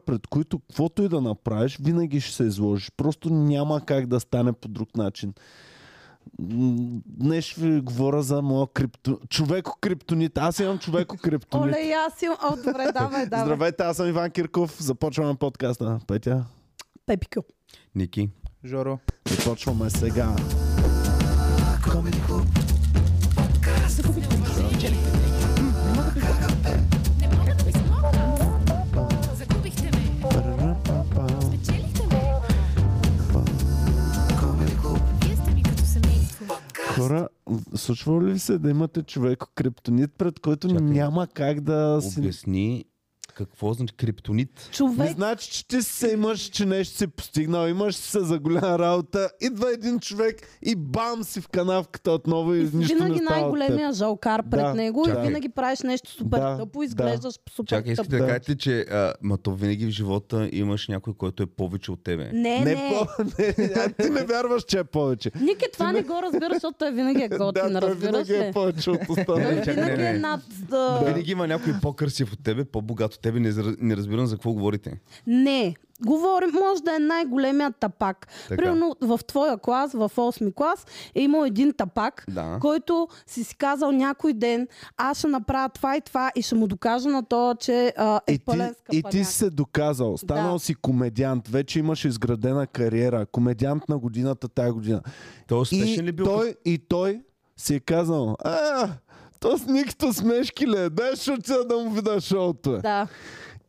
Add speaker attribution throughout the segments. Speaker 1: пред които каквото и да направиш, винаги ще се изложиш. Просто няма как да стане по друг начин. М, Днес ще ви говоря за моя крипто... Човеко криптонит. Аз имам човеко криптонит.
Speaker 2: Оле, и аз имам... О, добре, давай, давай.
Speaker 1: Здравейте, аз съм Иван Кирков. Започваме подкаста. Петя,
Speaker 2: Пепикю.
Speaker 3: Ники.
Speaker 4: Жоро.
Speaker 1: започваме сега.
Speaker 5: Загубихте ме, печелихте ме. Вие сте ми като семейство.
Speaker 1: Хора, случва ли ви се да имате човеко криптонит, пред който
Speaker 3: Чакай.
Speaker 1: няма как да си...
Speaker 3: Обясни какво значи криптонит.
Speaker 1: Не
Speaker 2: Човек,
Speaker 1: значи, че ти се имаш, че нещо си постигнал, имаш се за голяма работа, идва един човек и бам си в канавката отново и,
Speaker 2: и
Speaker 1: нищо не става
Speaker 2: винаги
Speaker 1: от теб.
Speaker 2: най-големия жалкар пред
Speaker 1: Да,
Speaker 2: него
Speaker 3: чакай.
Speaker 2: и винаги правиш нещо супер
Speaker 1: Да,
Speaker 2: тъпо, изглеждаш супер
Speaker 3: Чакай,
Speaker 2: тъпо.
Speaker 3: искате да
Speaker 1: Да.
Speaker 3: кажете, че а, ма то винаги в живота имаш някой, който е повече от тебе.
Speaker 2: Не,
Speaker 1: Не,
Speaker 2: е, не.
Speaker 1: по- не, а ти не вярваш, че е повече.
Speaker 2: Ники, това не го разбира, защото той винаги е готин,
Speaker 1: да, той
Speaker 2: разбираш
Speaker 1: винаги е
Speaker 2: ли?
Speaker 1: повече от
Speaker 2: Той
Speaker 1: останалите.
Speaker 3: Чакай,
Speaker 2: винаги
Speaker 3: не,
Speaker 2: е
Speaker 3: не.
Speaker 2: над... да.
Speaker 3: Винаги има някой по-красив от тебе, по-богат от тебе. Не, зра- не разбирам за какво говорите.
Speaker 2: Не. Говорим, може да е най-големия тапак.
Speaker 3: Така.
Speaker 2: Примерно в твоя клас, в 8 клас, е имал един тапак,
Speaker 3: Да.
Speaker 2: който си си казал някой ден, аз ще направя това и това и ще му докажа на то, че а, е
Speaker 1: И ти,
Speaker 2: пълен
Speaker 1: и ти
Speaker 2: скъпаняк.
Speaker 1: си се доказал. Станал
Speaker 2: Да.
Speaker 1: си комедиант. Вече имаш изградена кариера. Комедиант на годината тая година.
Speaker 3: Той е успешен
Speaker 1: и
Speaker 3: ли бил?
Speaker 1: Той, и той си е казал, а, то с никто смешки ли е, дай ще отида да му видя шоуто. е».
Speaker 2: Да.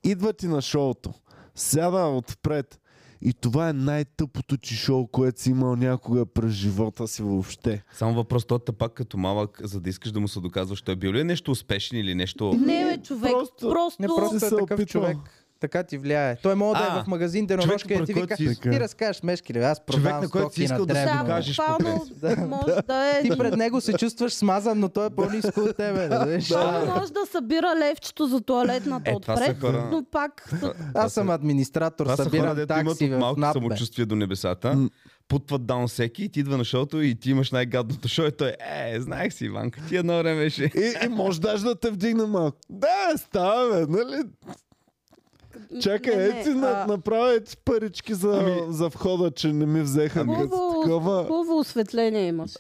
Speaker 1: Идва ти на шоуто, сяда отпред и това е най-тъпото ти шоу, което си имал някога през живота си въобще.
Speaker 3: Само въпрос, той пак като малък, за да искаш да му се доказваш, той е бил ли нещо успешен или нещо...
Speaker 2: Не, бе, човек.
Speaker 1: Просто-
Speaker 2: Просто,
Speaker 4: Не,
Speaker 1: си
Speaker 4: просто е
Speaker 1: се
Speaker 4: такъв
Speaker 1: опитвал.
Speaker 4: човек. Така ти влияе. Той може да
Speaker 3: А,
Speaker 4: е в магазин
Speaker 3: човек,
Speaker 4: денонощка и
Speaker 3: пред
Speaker 4: ти
Speaker 3: който
Speaker 4: вика,
Speaker 3: си-
Speaker 4: ти разкажеш мешки ли, бе, аз
Speaker 3: Човек,
Speaker 4: продавам
Speaker 3: на който си
Speaker 4: стоки
Speaker 3: искал да се
Speaker 4: дребно.
Speaker 2: да,
Speaker 3: докажеш по
Speaker 2: буквално
Speaker 3: принцип.
Speaker 2: може да е...
Speaker 4: Ти пред него се чувстваш смазан, но той е по-ниско от тебе. Да, знаеш.
Speaker 2: Той може да събира левчето за туалетната
Speaker 3: Е, това са
Speaker 2: отпред,
Speaker 3: хора-
Speaker 2: но пак са-
Speaker 4: Аз съм администратор,
Speaker 3: Това са хора,
Speaker 4: събирам
Speaker 3: дето имат
Speaker 4: такси
Speaker 3: от
Speaker 4: в
Speaker 3: малко
Speaker 4: НАП. бе.
Speaker 3: самочувствие до небесата,
Speaker 1: М.
Speaker 3: путват даун всеки и ти идва на шоуто и ти имаш най-гадното шоу и той е, знаех си, Иванка, ти едно време беше.
Speaker 1: И, и може даже да те вдигне малко. Да, става, бе, нали? Чакай,
Speaker 2: Не, не,
Speaker 1: ети, на,
Speaker 2: а-
Speaker 1: направя ети парички за,
Speaker 3: Ами-
Speaker 1: за входа, че не ми взеха ами...
Speaker 2: Хубаво,
Speaker 1: такова.
Speaker 2: хубаво осветление имаш.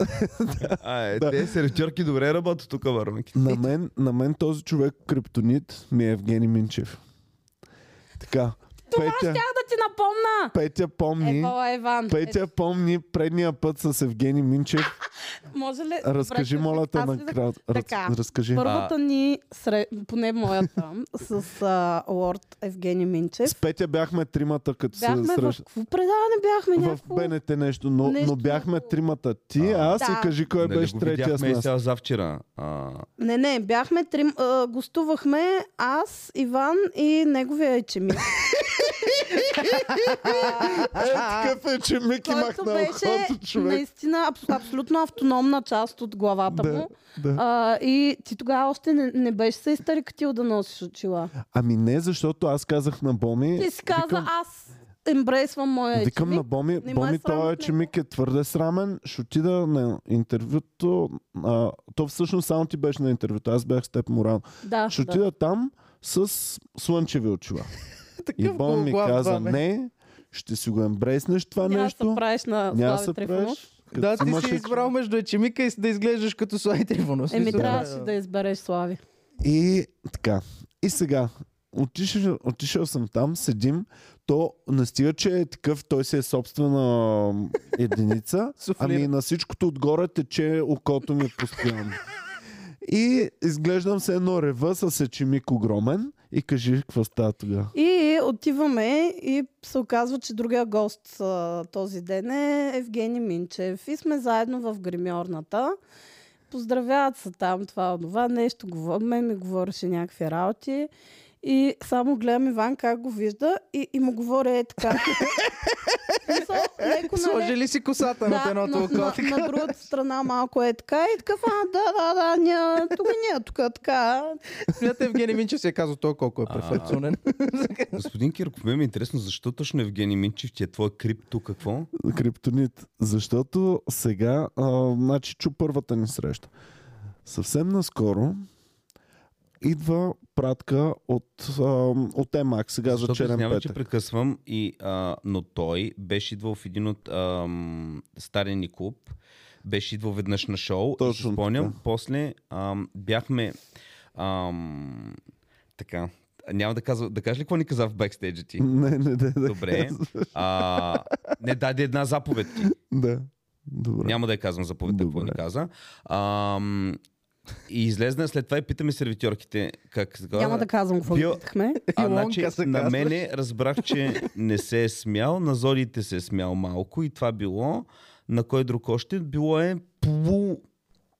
Speaker 3: А, е,
Speaker 1: Да.
Speaker 3: те сервитьорки добре работят тук, върманки.
Speaker 1: На мен, на мен този човек криптонит ми е Евгений Минчев. Така.
Speaker 2: Това ще
Speaker 1: Петя,
Speaker 2: да ти напомна!
Speaker 1: Петя помни.
Speaker 2: Ебала, Иван.
Speaker 1: Ами, Петя помни предния път с Евгений Минчев.
Speaker 2: Е, може ли?
Speaker 1: Разкажи,
Speaker 2: Добре,
Speaker 1: моля те,
Speaker 2: аз ли да-
Speaker 1: накратко.
Speaker 2: Така.
Speaker 1: Раз- Разкажи.
Speaker 2: Първата ни, сре... поне моята, с а, лорд Евгений Минчев.
Speaker 1: С Петя бяхме тримата, като се
Speaker 2: Бяхме в
Speaker 1: срещахме.
Speaker 2: какво предаване бяхме?
Speaker 1: В
Speaker 2: Някакво...
Speaker 1: БНТ нещо, но, но
Speaker 2: нещо-
Speaker 1: бяхме тримата. Ти,
Speaker 3: А.
Speaker 1: аз и
Speaker 2: Да.
Speaker 1: кажи кой
Speaker 3: Нали
Speaker 1: беше
Speaker 3: го
Speaker 1: третия с
Speaker 3: видяхме
Speaker 1: нас.
Speaker 3: сега завчера. А,
Speaker 2: Не, не, бяхме три... А, гостувахме аз, Иван и неговия ечемик.
Speaker 1: Е, такъв е, че Мики
Speaker 2: който
Speaker 1: махна
Speaker 2: беше
Speaker 1: ухото, човек.
Speaker 2: наистина абс- абсолютно автономна част от главата
Speaker 1: Да,
Speaker 2: му.
Speaker 1: да.
Speaker 2: А, и ти тогава още не, не беше се изтарикатил да носиш очила.
Speaker 1: Ами не, защото аз казах на Боми...
Speaker 2: Ти си каза,
Speaker 1: викам,
Speaker 2: аз ембрейсвам моя
Speaker 1: Викам на
Speaker 2: ечемик.
Speaker 1: Боми,
Speaker 2: не ме е
Speaker 1: Боми
Speaker 2: срам
Speaker 1: той е,
Speaker 2: от
Speaker 1: че
Speaker 2: него.
Speaker 1: Мик е твърде срамен, ще отида на интервюто, а, то всъщност само ти беше на интервюто, аз бях с теб морално.
Speaker 2: Да,
Speaker 1: Ще
Speaker 2: да.
Speaker 1: отида там с слънчеви очила. И
Speaker 4: Е Такъв
Speaker 1: Боми ми
Speaker 4: гологлав,
Speaker 1: каза,
Speaker 4: бе.
Speaker 1: не, ще си го ембрейснеш това
Speaker 2: Няма да се
Speaker 1: нещо,
Speaker 2: правиш на
Speaker 1: няма да
Speaker 2: Слави
Speaker 1: се
Speaker 2: Трифонов.
Speaker 1: правиш. Като
Speaker 4: Да, ти
Speaker 1: имаш
Speaker 4: си
Speaker 1: очи-
Speaker 4: избрал между ечемика и с- да изглеждаш като Слави Трифонов.
Speaker 2: Еми
Speaker 4: Смисъл,
Speaker 2: трябваше да избереш Слави.
Speaker 1: И така. И сега. Отишъл, отишъл съм там, седим. То не стига, че е такъв, той си е собствена единица.
Speaker 4: Суфлира.
Speaker 1: ами на всичкото отгоре тече окото ми постоянно. И изглеждам се едно рева с ечемик огромен и кажи какво става тогава.
Speaker 2: И отиваме и се оказва, че другия гост а, този ден е Евгений Минчев. И сме заедно в гримьорната. Поздравяват се там това, онова, нещо. говор- Мен ми говореше някакви работи. И само гледам Иван как го вижда и, и му говоря е така. Мисъл, леко, нали,
Speaker 4: Сложи ли си косата на едното
Speaker 2: на,
Speaker 4: око?
Speaker 2: на, на другата страна малко е така и така, а, да, да, да, ня, тук ние, тук е така.
Speaker 4: Смятате, Евгений Минчев си е казал той колко е
Speaker 3: А.
Speaker 4: преферцунен.
Speaker 3: господин Кирков, ме ми е интересно, защо точно Евгений Минчев ти е твой крипто какво?
Speaker 1: Криптонит. Защото сега, а, значи, чу първата ни среща. Съвсем наскоро идва пратка от, ам, от Емак сега за
Speaker 3: Защото
Speaker 1: черен
Speaker 3: извинявай, че
Speaker 1: петък.
Speaker 3: прекъсвам, и, а, но той беше идвал в един от ам, стария ни клуб. Беше идвал веднъж на шоу. и си
Speaker 1: Точно
Speaker 3: Спомням,
Speaker 1: така.
Speaker 3: после ам, бяхме... Ам, така, няма да, казва, да кажа ли какво ни каза в бекстейджа ти?
Speaker 1: Не, не, не, да
Speaker 3: Добре.
Speaker 1: казваш.
Speaker 3: А, не даде една заповед ти.
Speaker 1: Да. Добре.
Speaker 3: Няма да я казвам заповедта, какво
Speaker 1: Добре.
Speaker 3: ни каза. Ам, и излезна след това и питаме сервитьорките как...
Speaker 2: Няма да казвам какво
Speaker 3: Бил-
Speaker 2: Бил... питахме.
Speaker 3: А,
Speaker 4: Илонка
Speaker 3: значи,
Speaker 4: се
Speaker 3: на
Speaker 4: казваш.
Speaker 3: мене разбрах, че не се е смял, на зорите се е смял малко и това било, на кой друг още, било е полу,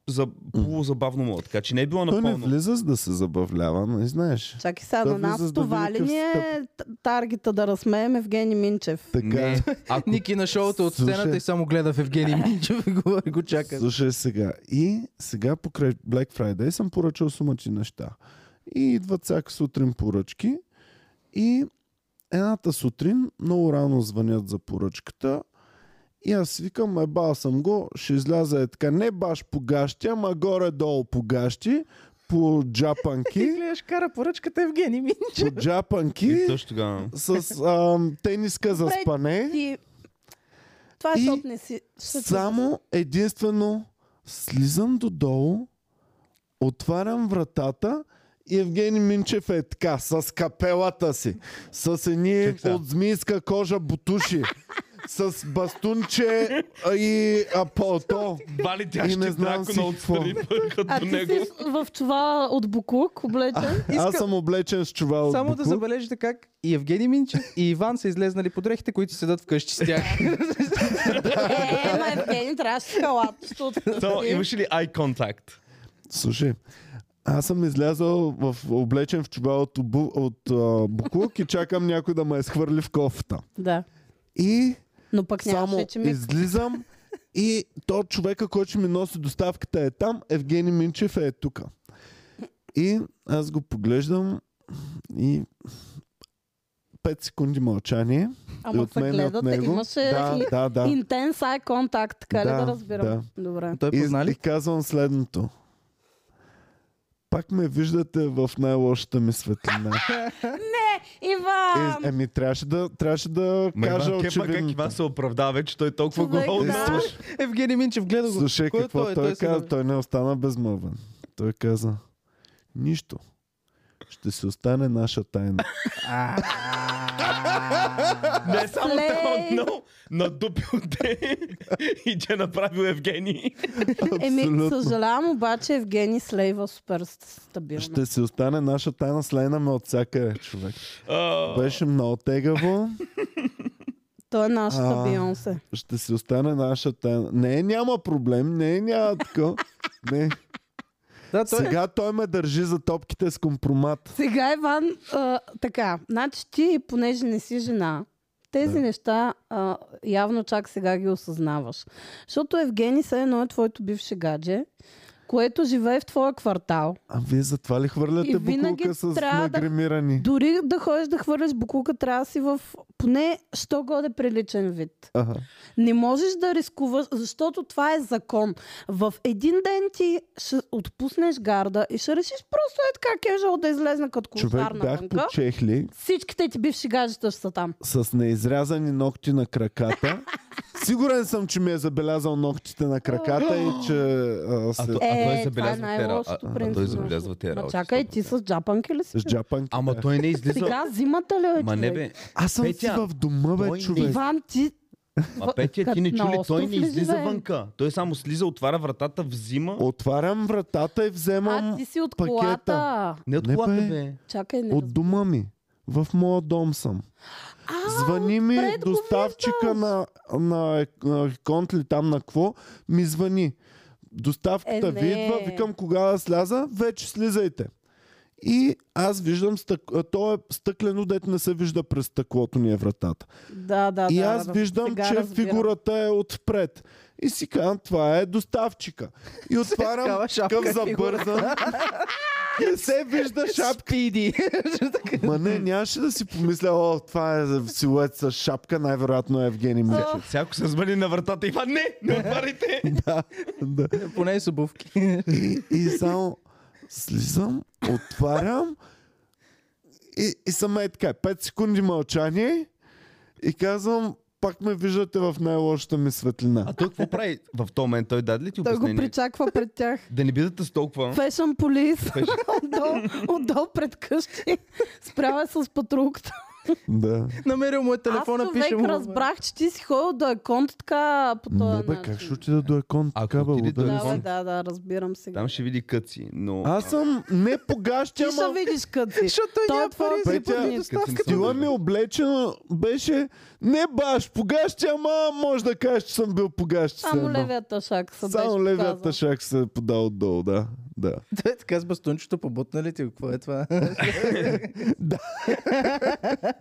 Speaker 3: за, полузабавно му, така че не е било
Speaker 1: Той не
Speaker 3: напълно.
Speaker 1: влиза за да се забавлява, не знаеш.
Speaker 2: Чакай сега,
Speaker 1: Да
Speaker 2: на
Speaker 1: влиза, да
Speaker 2: нас това
Speaker 1: види
Speaker 2: ли
Speaker 1: какъв
Speaker 2: ни е т- таргета да разсмеем Евгений Минчев?
Speaker 1: Така. е.
Speaker 3: Не, ако
Speaker 4: Ники на шоуто от
Speaker 1: Слушай.
Speaker 4: сцената и само гледа в Евгений Минчев и говори го чака.
Speaker 1: Слушай сега. И сега покрай Black Friday съм поръчал сумати неща. И идват всяка сутрин поръчки. И едната сутрин много рано звънят за поръчката. И аз си викам, ебал съм го, ще изляза е така, не баш по гащи, ама горе-долу по гащи, по джапанки,
Speaker 4: гледаш, кара поръчката Евгений Минчев.
Speaker 1: по джапанки,
Speaker 3: и също тогава.
Speaker 1: с ам, тениска за
Speaker 2: Добре,
Speaker 1: спане.
Speaker 2: Ти... Това е,
Speaker 1: И
Speaker 2: защото не си... всъщност-
Speaker 1: Само единствено слизам додолу, отварям вратата и Евгений Минчев е така, с капелата си, с едни от змийска кожа бутуши, с бастунче а, и а, палто.
Speaker 3: Бали тя
Speaker 1: И не
Speaker 3: ще
Speaker 1: знам си
Speaker 3: дракона отстрани
Speaker 2: А
Speaker 3: като
Speaker 2: ти
Speaker 3: него.
Speaker 2: си в чувала от буклук облечен?
Speaker 1: Аз съм облечен с чувал от
Speaker 4: Само да
Speaker 1: буклук.
Speaker 4: забележите как и Евгений Минчев, и Иван са излезнали по дрехите, които седат вкъщи с тях.
Speaker 2: Е, ама Евгений трябваше с халат, защото...
Speaker 3: То, имаш ли eye contact?
Speaker 1: Слушай, аз съм излязъл в, облечен в чувал от, обу- от а, буклук и чакам някой да ме изхвърли в кофта.
Speaker 2: Да.
Speaker 1: И
Speaker 2: Но пък
Speaker 1: Само
Speaker 2: нямаше, че ми...
Speaker 1: излизам и то човека, който ще ми носи доставката е там, Евгений Минчев е тук. И аз го поглеждам и 5 секунди мълчание. и
Speaker 2: Ама
Speaker 1: от
Speaker 2: се
Speaker 1: мен и от
Speaker 2: гледате,
Speaker 1: него.
Speaker 2: имаше
Speaker 1: Да, да, да.
Speaker 2: интенс eye contact,
Speaker 1: Да,
Speaker 2: така ли да разбирам? Добре.
Speaker 4: Той
Speaker 1: И,
Speaker 4: позна
Speaker 1: и
Speaker 4: ли?
Speaker 1: казвам следното. Пак ме виждате в най-лошата ми светлина.
Speaker 2: Иван!
Speaker 1: Е, еми, трябваше да, трябваше да
Speaker 3: Ма
Speaker 1: кажа
Speaker 3: Иван Кепа как
Speaker 1: очевидно.
Speaker 3: Иван се оправдава, вече той толкова
Speaker 2: Човек,
Speaker 3: го
Speaker 2: да.
Speaker 3: слуша.
Speaker 4: Евгений Минчев гледа го.
Speaker 1: Слушай,
Speaker 4: Кой е
Speaker 1: какво той, той
Speaker 4: се
Speaker 1: каза?
Speaker 4: дъ-
Speaker 1: Той не остана безмълвен. Той каза, нищо. Ще си остане наша тайна.
Speaker 3: Не е само
Speaker 2: Слей.
Speaker 3: там, но надупил те и те направил Евгений.
Speaker 2: Еми,
Speaker 1: Абсолютно.
Speaker 2: съжалявам, обаче Евгений слейва е супер стабилно.
Speaker 1: Ще си остане наша тайна, слейна ме от всякъде, човек.
Speaker 3: А,
Speaker 1: Беше много тегаво.
Speaker 2: Той е нашата
Speaker 1: А.
Speaker 2: Бионсе.
Speaker 1: Ще си остане наша тайна. Не, няма проблем. Не, няма така. Не.
Speaker 4: Да, той
Speaker 1: Сега той ме държи за топките с компромат.
Speaker 2: Сега, Иван, а, така, значи ти, понеже не си жена, тези
Speaker 1: Да.
Speaker 2: да. неща а, явно чак сега ги осъзнаваш. Защото Евгений се едно е твоето бивше гадже, което живее в твоя квартал.
Speaker 1: А вие затова ли хвърляте
Speaker 2: И винаги
Speaker 1: буклука с
Speaker 2: трябва да-
Speaker 1: нагримирани?
Speaker 2: Дори да ходиш да хвърляш буклука, трябва да си в поне що годе приличен вид.
Speaker 1: Ага.
Speaker 2: Не можеш да рискуваш, защото това е закон. В един ден ти ще отпуснеш гарда и ще решиш просто е така кежал да излезна като
Speaker 1: Човек
Speaker 2: кошар на
Speaker 1: бях по
Speaker 2: вънка.
Speaker 1: чехли,
Speaker 2: Всичките ти бивши гаджета ще са там.
Speaker 1: с неизрязани ногти на краката. Сигурен съм, че ми е забелязал ногтите на краката и че... А,
Speaker 3: А,
Speaker 1: се...
Speaker 3: то-
Speaker 2: Е,
Speaker 3: а
Speaker 2: това
Speaker 3: той
Speaker 2: е
Speaker 3: забелязва те
Speaker 2: най-лошото,
Speaker 3: работи. А, той
Speaker 2: принципно.
Speaker 3: забелязва те
Speaker 2: Ма
Speaker 3: работи.
Speaker 2: чакай, ти с джапанки ли си?
Speaker 1: С джапанки.
Speaker 3: Ама той не излиза.
Speaker 2: Сега зимата ли е?
Speaker 3: Ма не
Speaker 2: човек?
Speaker 3: бе.
Speaker 1: Аз съм си
Speaker 3: Петя,
Speaker 1: в дома, бе,
Speaker 3: той не-
Speaker 1: човек.
Speaker 2: Иван, ти...
Speaker 3: А Петя, ти
Speaker 2: Като
Speaker 3: не
Speaker 2: на
Speaker 3: чули, той
Speaker 2: остров
Speaker 3: не
Speaker 2: ли
Speaker 3: излиза
Speaker 2: живеем?
Speaker 3: вънка. Той само слиза, отваря вратата, взима.
Speaker 1: Отварям вратата и вземам
Speaker 2: А, ти си от
Speaker 1: пакета.
Speaker 2: колата.
Speaker 3: Не от
Speaker 1: Не,
Speaker 3: колата,
Speaker 1: бе.
Speaker 3: бе.
Speaker 2: Чакай, не
Speaker 1: от дома ми. В моя дом съм.
Speaker 2: А,
Speaker 1: Звъни ми
Speaker 2: отпред го
Speaker 1: доставчика на, на, ек- на еконт ли там на какво, ми звъни. Доставката
Speaker 2: Е,
Speaker 1: ви идва,
Speaker 2: не.
Speaker 1: викам кога да сляза, вече слизайте. И аз виждам, стък... а, то е стъклено, дете не се вижда през стъклото ни е вратата.
Speaker 2: Да, да,
Speaker 1: И
Speaker 2: да,
Speaker 1: аз
Speaker 2: да,
Speaker 1: виждам,
Speaker 2: сега
Speaker 1: че
Speaker 2: разбирам.
Speaker 1: фигурата е отпред. И си казвам, това е доставчика. И отварям
Speaker 4: такава шапка
Speaker 1: към
Speaker 4: фигура.
Speaker 1: забързан. Не се вижда шапка.
Speaker 4: е Шапкиди.
Speaker 1: Ма не, нямаше да си помисля, о, това е силует с шапка, най-вероятно е Евгений Мичев.
Speaker 3: Всяко се звъни на вратата. Иван, не! Не отваряйте!
Speaker 1: да.
Speaker 4: е Поне с обувки.
Speaker 1: И само Слизам, отварям и, и съм е така. 5 секунди мълчание и казвам, пак ме виждате в най-лошата ми
Speaker 3: А
Speaker 1: светлина.
Speaker 3: той какво прави? В този момент той даде ли ти
Speaker 2: Той го
Speaker 3: обяснение?
Speaker 2: причаква пред тях.
Speaker 3: Да не бидете с толкова.
Speaker 2: Фешън полис отдолу, отдолу пред къщи. Справя с патрулката.
Speaker 1: Да.
Speaker 4: Намерил му е телефона,
Speaker 2: Аз
Speaker 4: пише
Speaker 2: човек
Speaker 4: му.
Speaker 2: разбрах, че ти си ходил до еконт така по този
Speaker 1: Не бе,
Speaker 2: начин.
Speaker 1: как ще отида до екон?
Speaker 3: Ако
Speaker 1: Така бе,
Speaker 3: отиде до
Speaker 1: луда.
Speaker 2: Да, бе,
Speaker 3: Еконт?
Speaker 2: да, да, разбирам сега.
Speaker 3: Там ще види къци, но...
Speaker 1: Аз съм не
Speaker 2: Ти
Speaker 1: погащя,
Speaker 2: ще
Speaker 1: ама
Speaker 2: видиш къде си.
Speaker 4: Защото той
Speaker 2: Той
Speaker 4: няма
Speaker 2: е
Speaker 4: пари за
Speaker 1: Петя,
Speaker 4: пътни доставки.
Speaker 3: като
Speaker 1: стила ми облечено беше не баш погащи, ама може да кажеш, че съм бил погащи. все
Speaker 2: Само
Speaker 1: едно.
Speaker 2: левия тъшак се
Speaker 1: Само
Speaker 2: беше
Speaker 1: левият
Speaker 2: показал.
Speaker 1: тъшак се е подал отдолу, да. Да.
Speaker 4: Той е така с бастунчето побутна ли ти? Какво е това?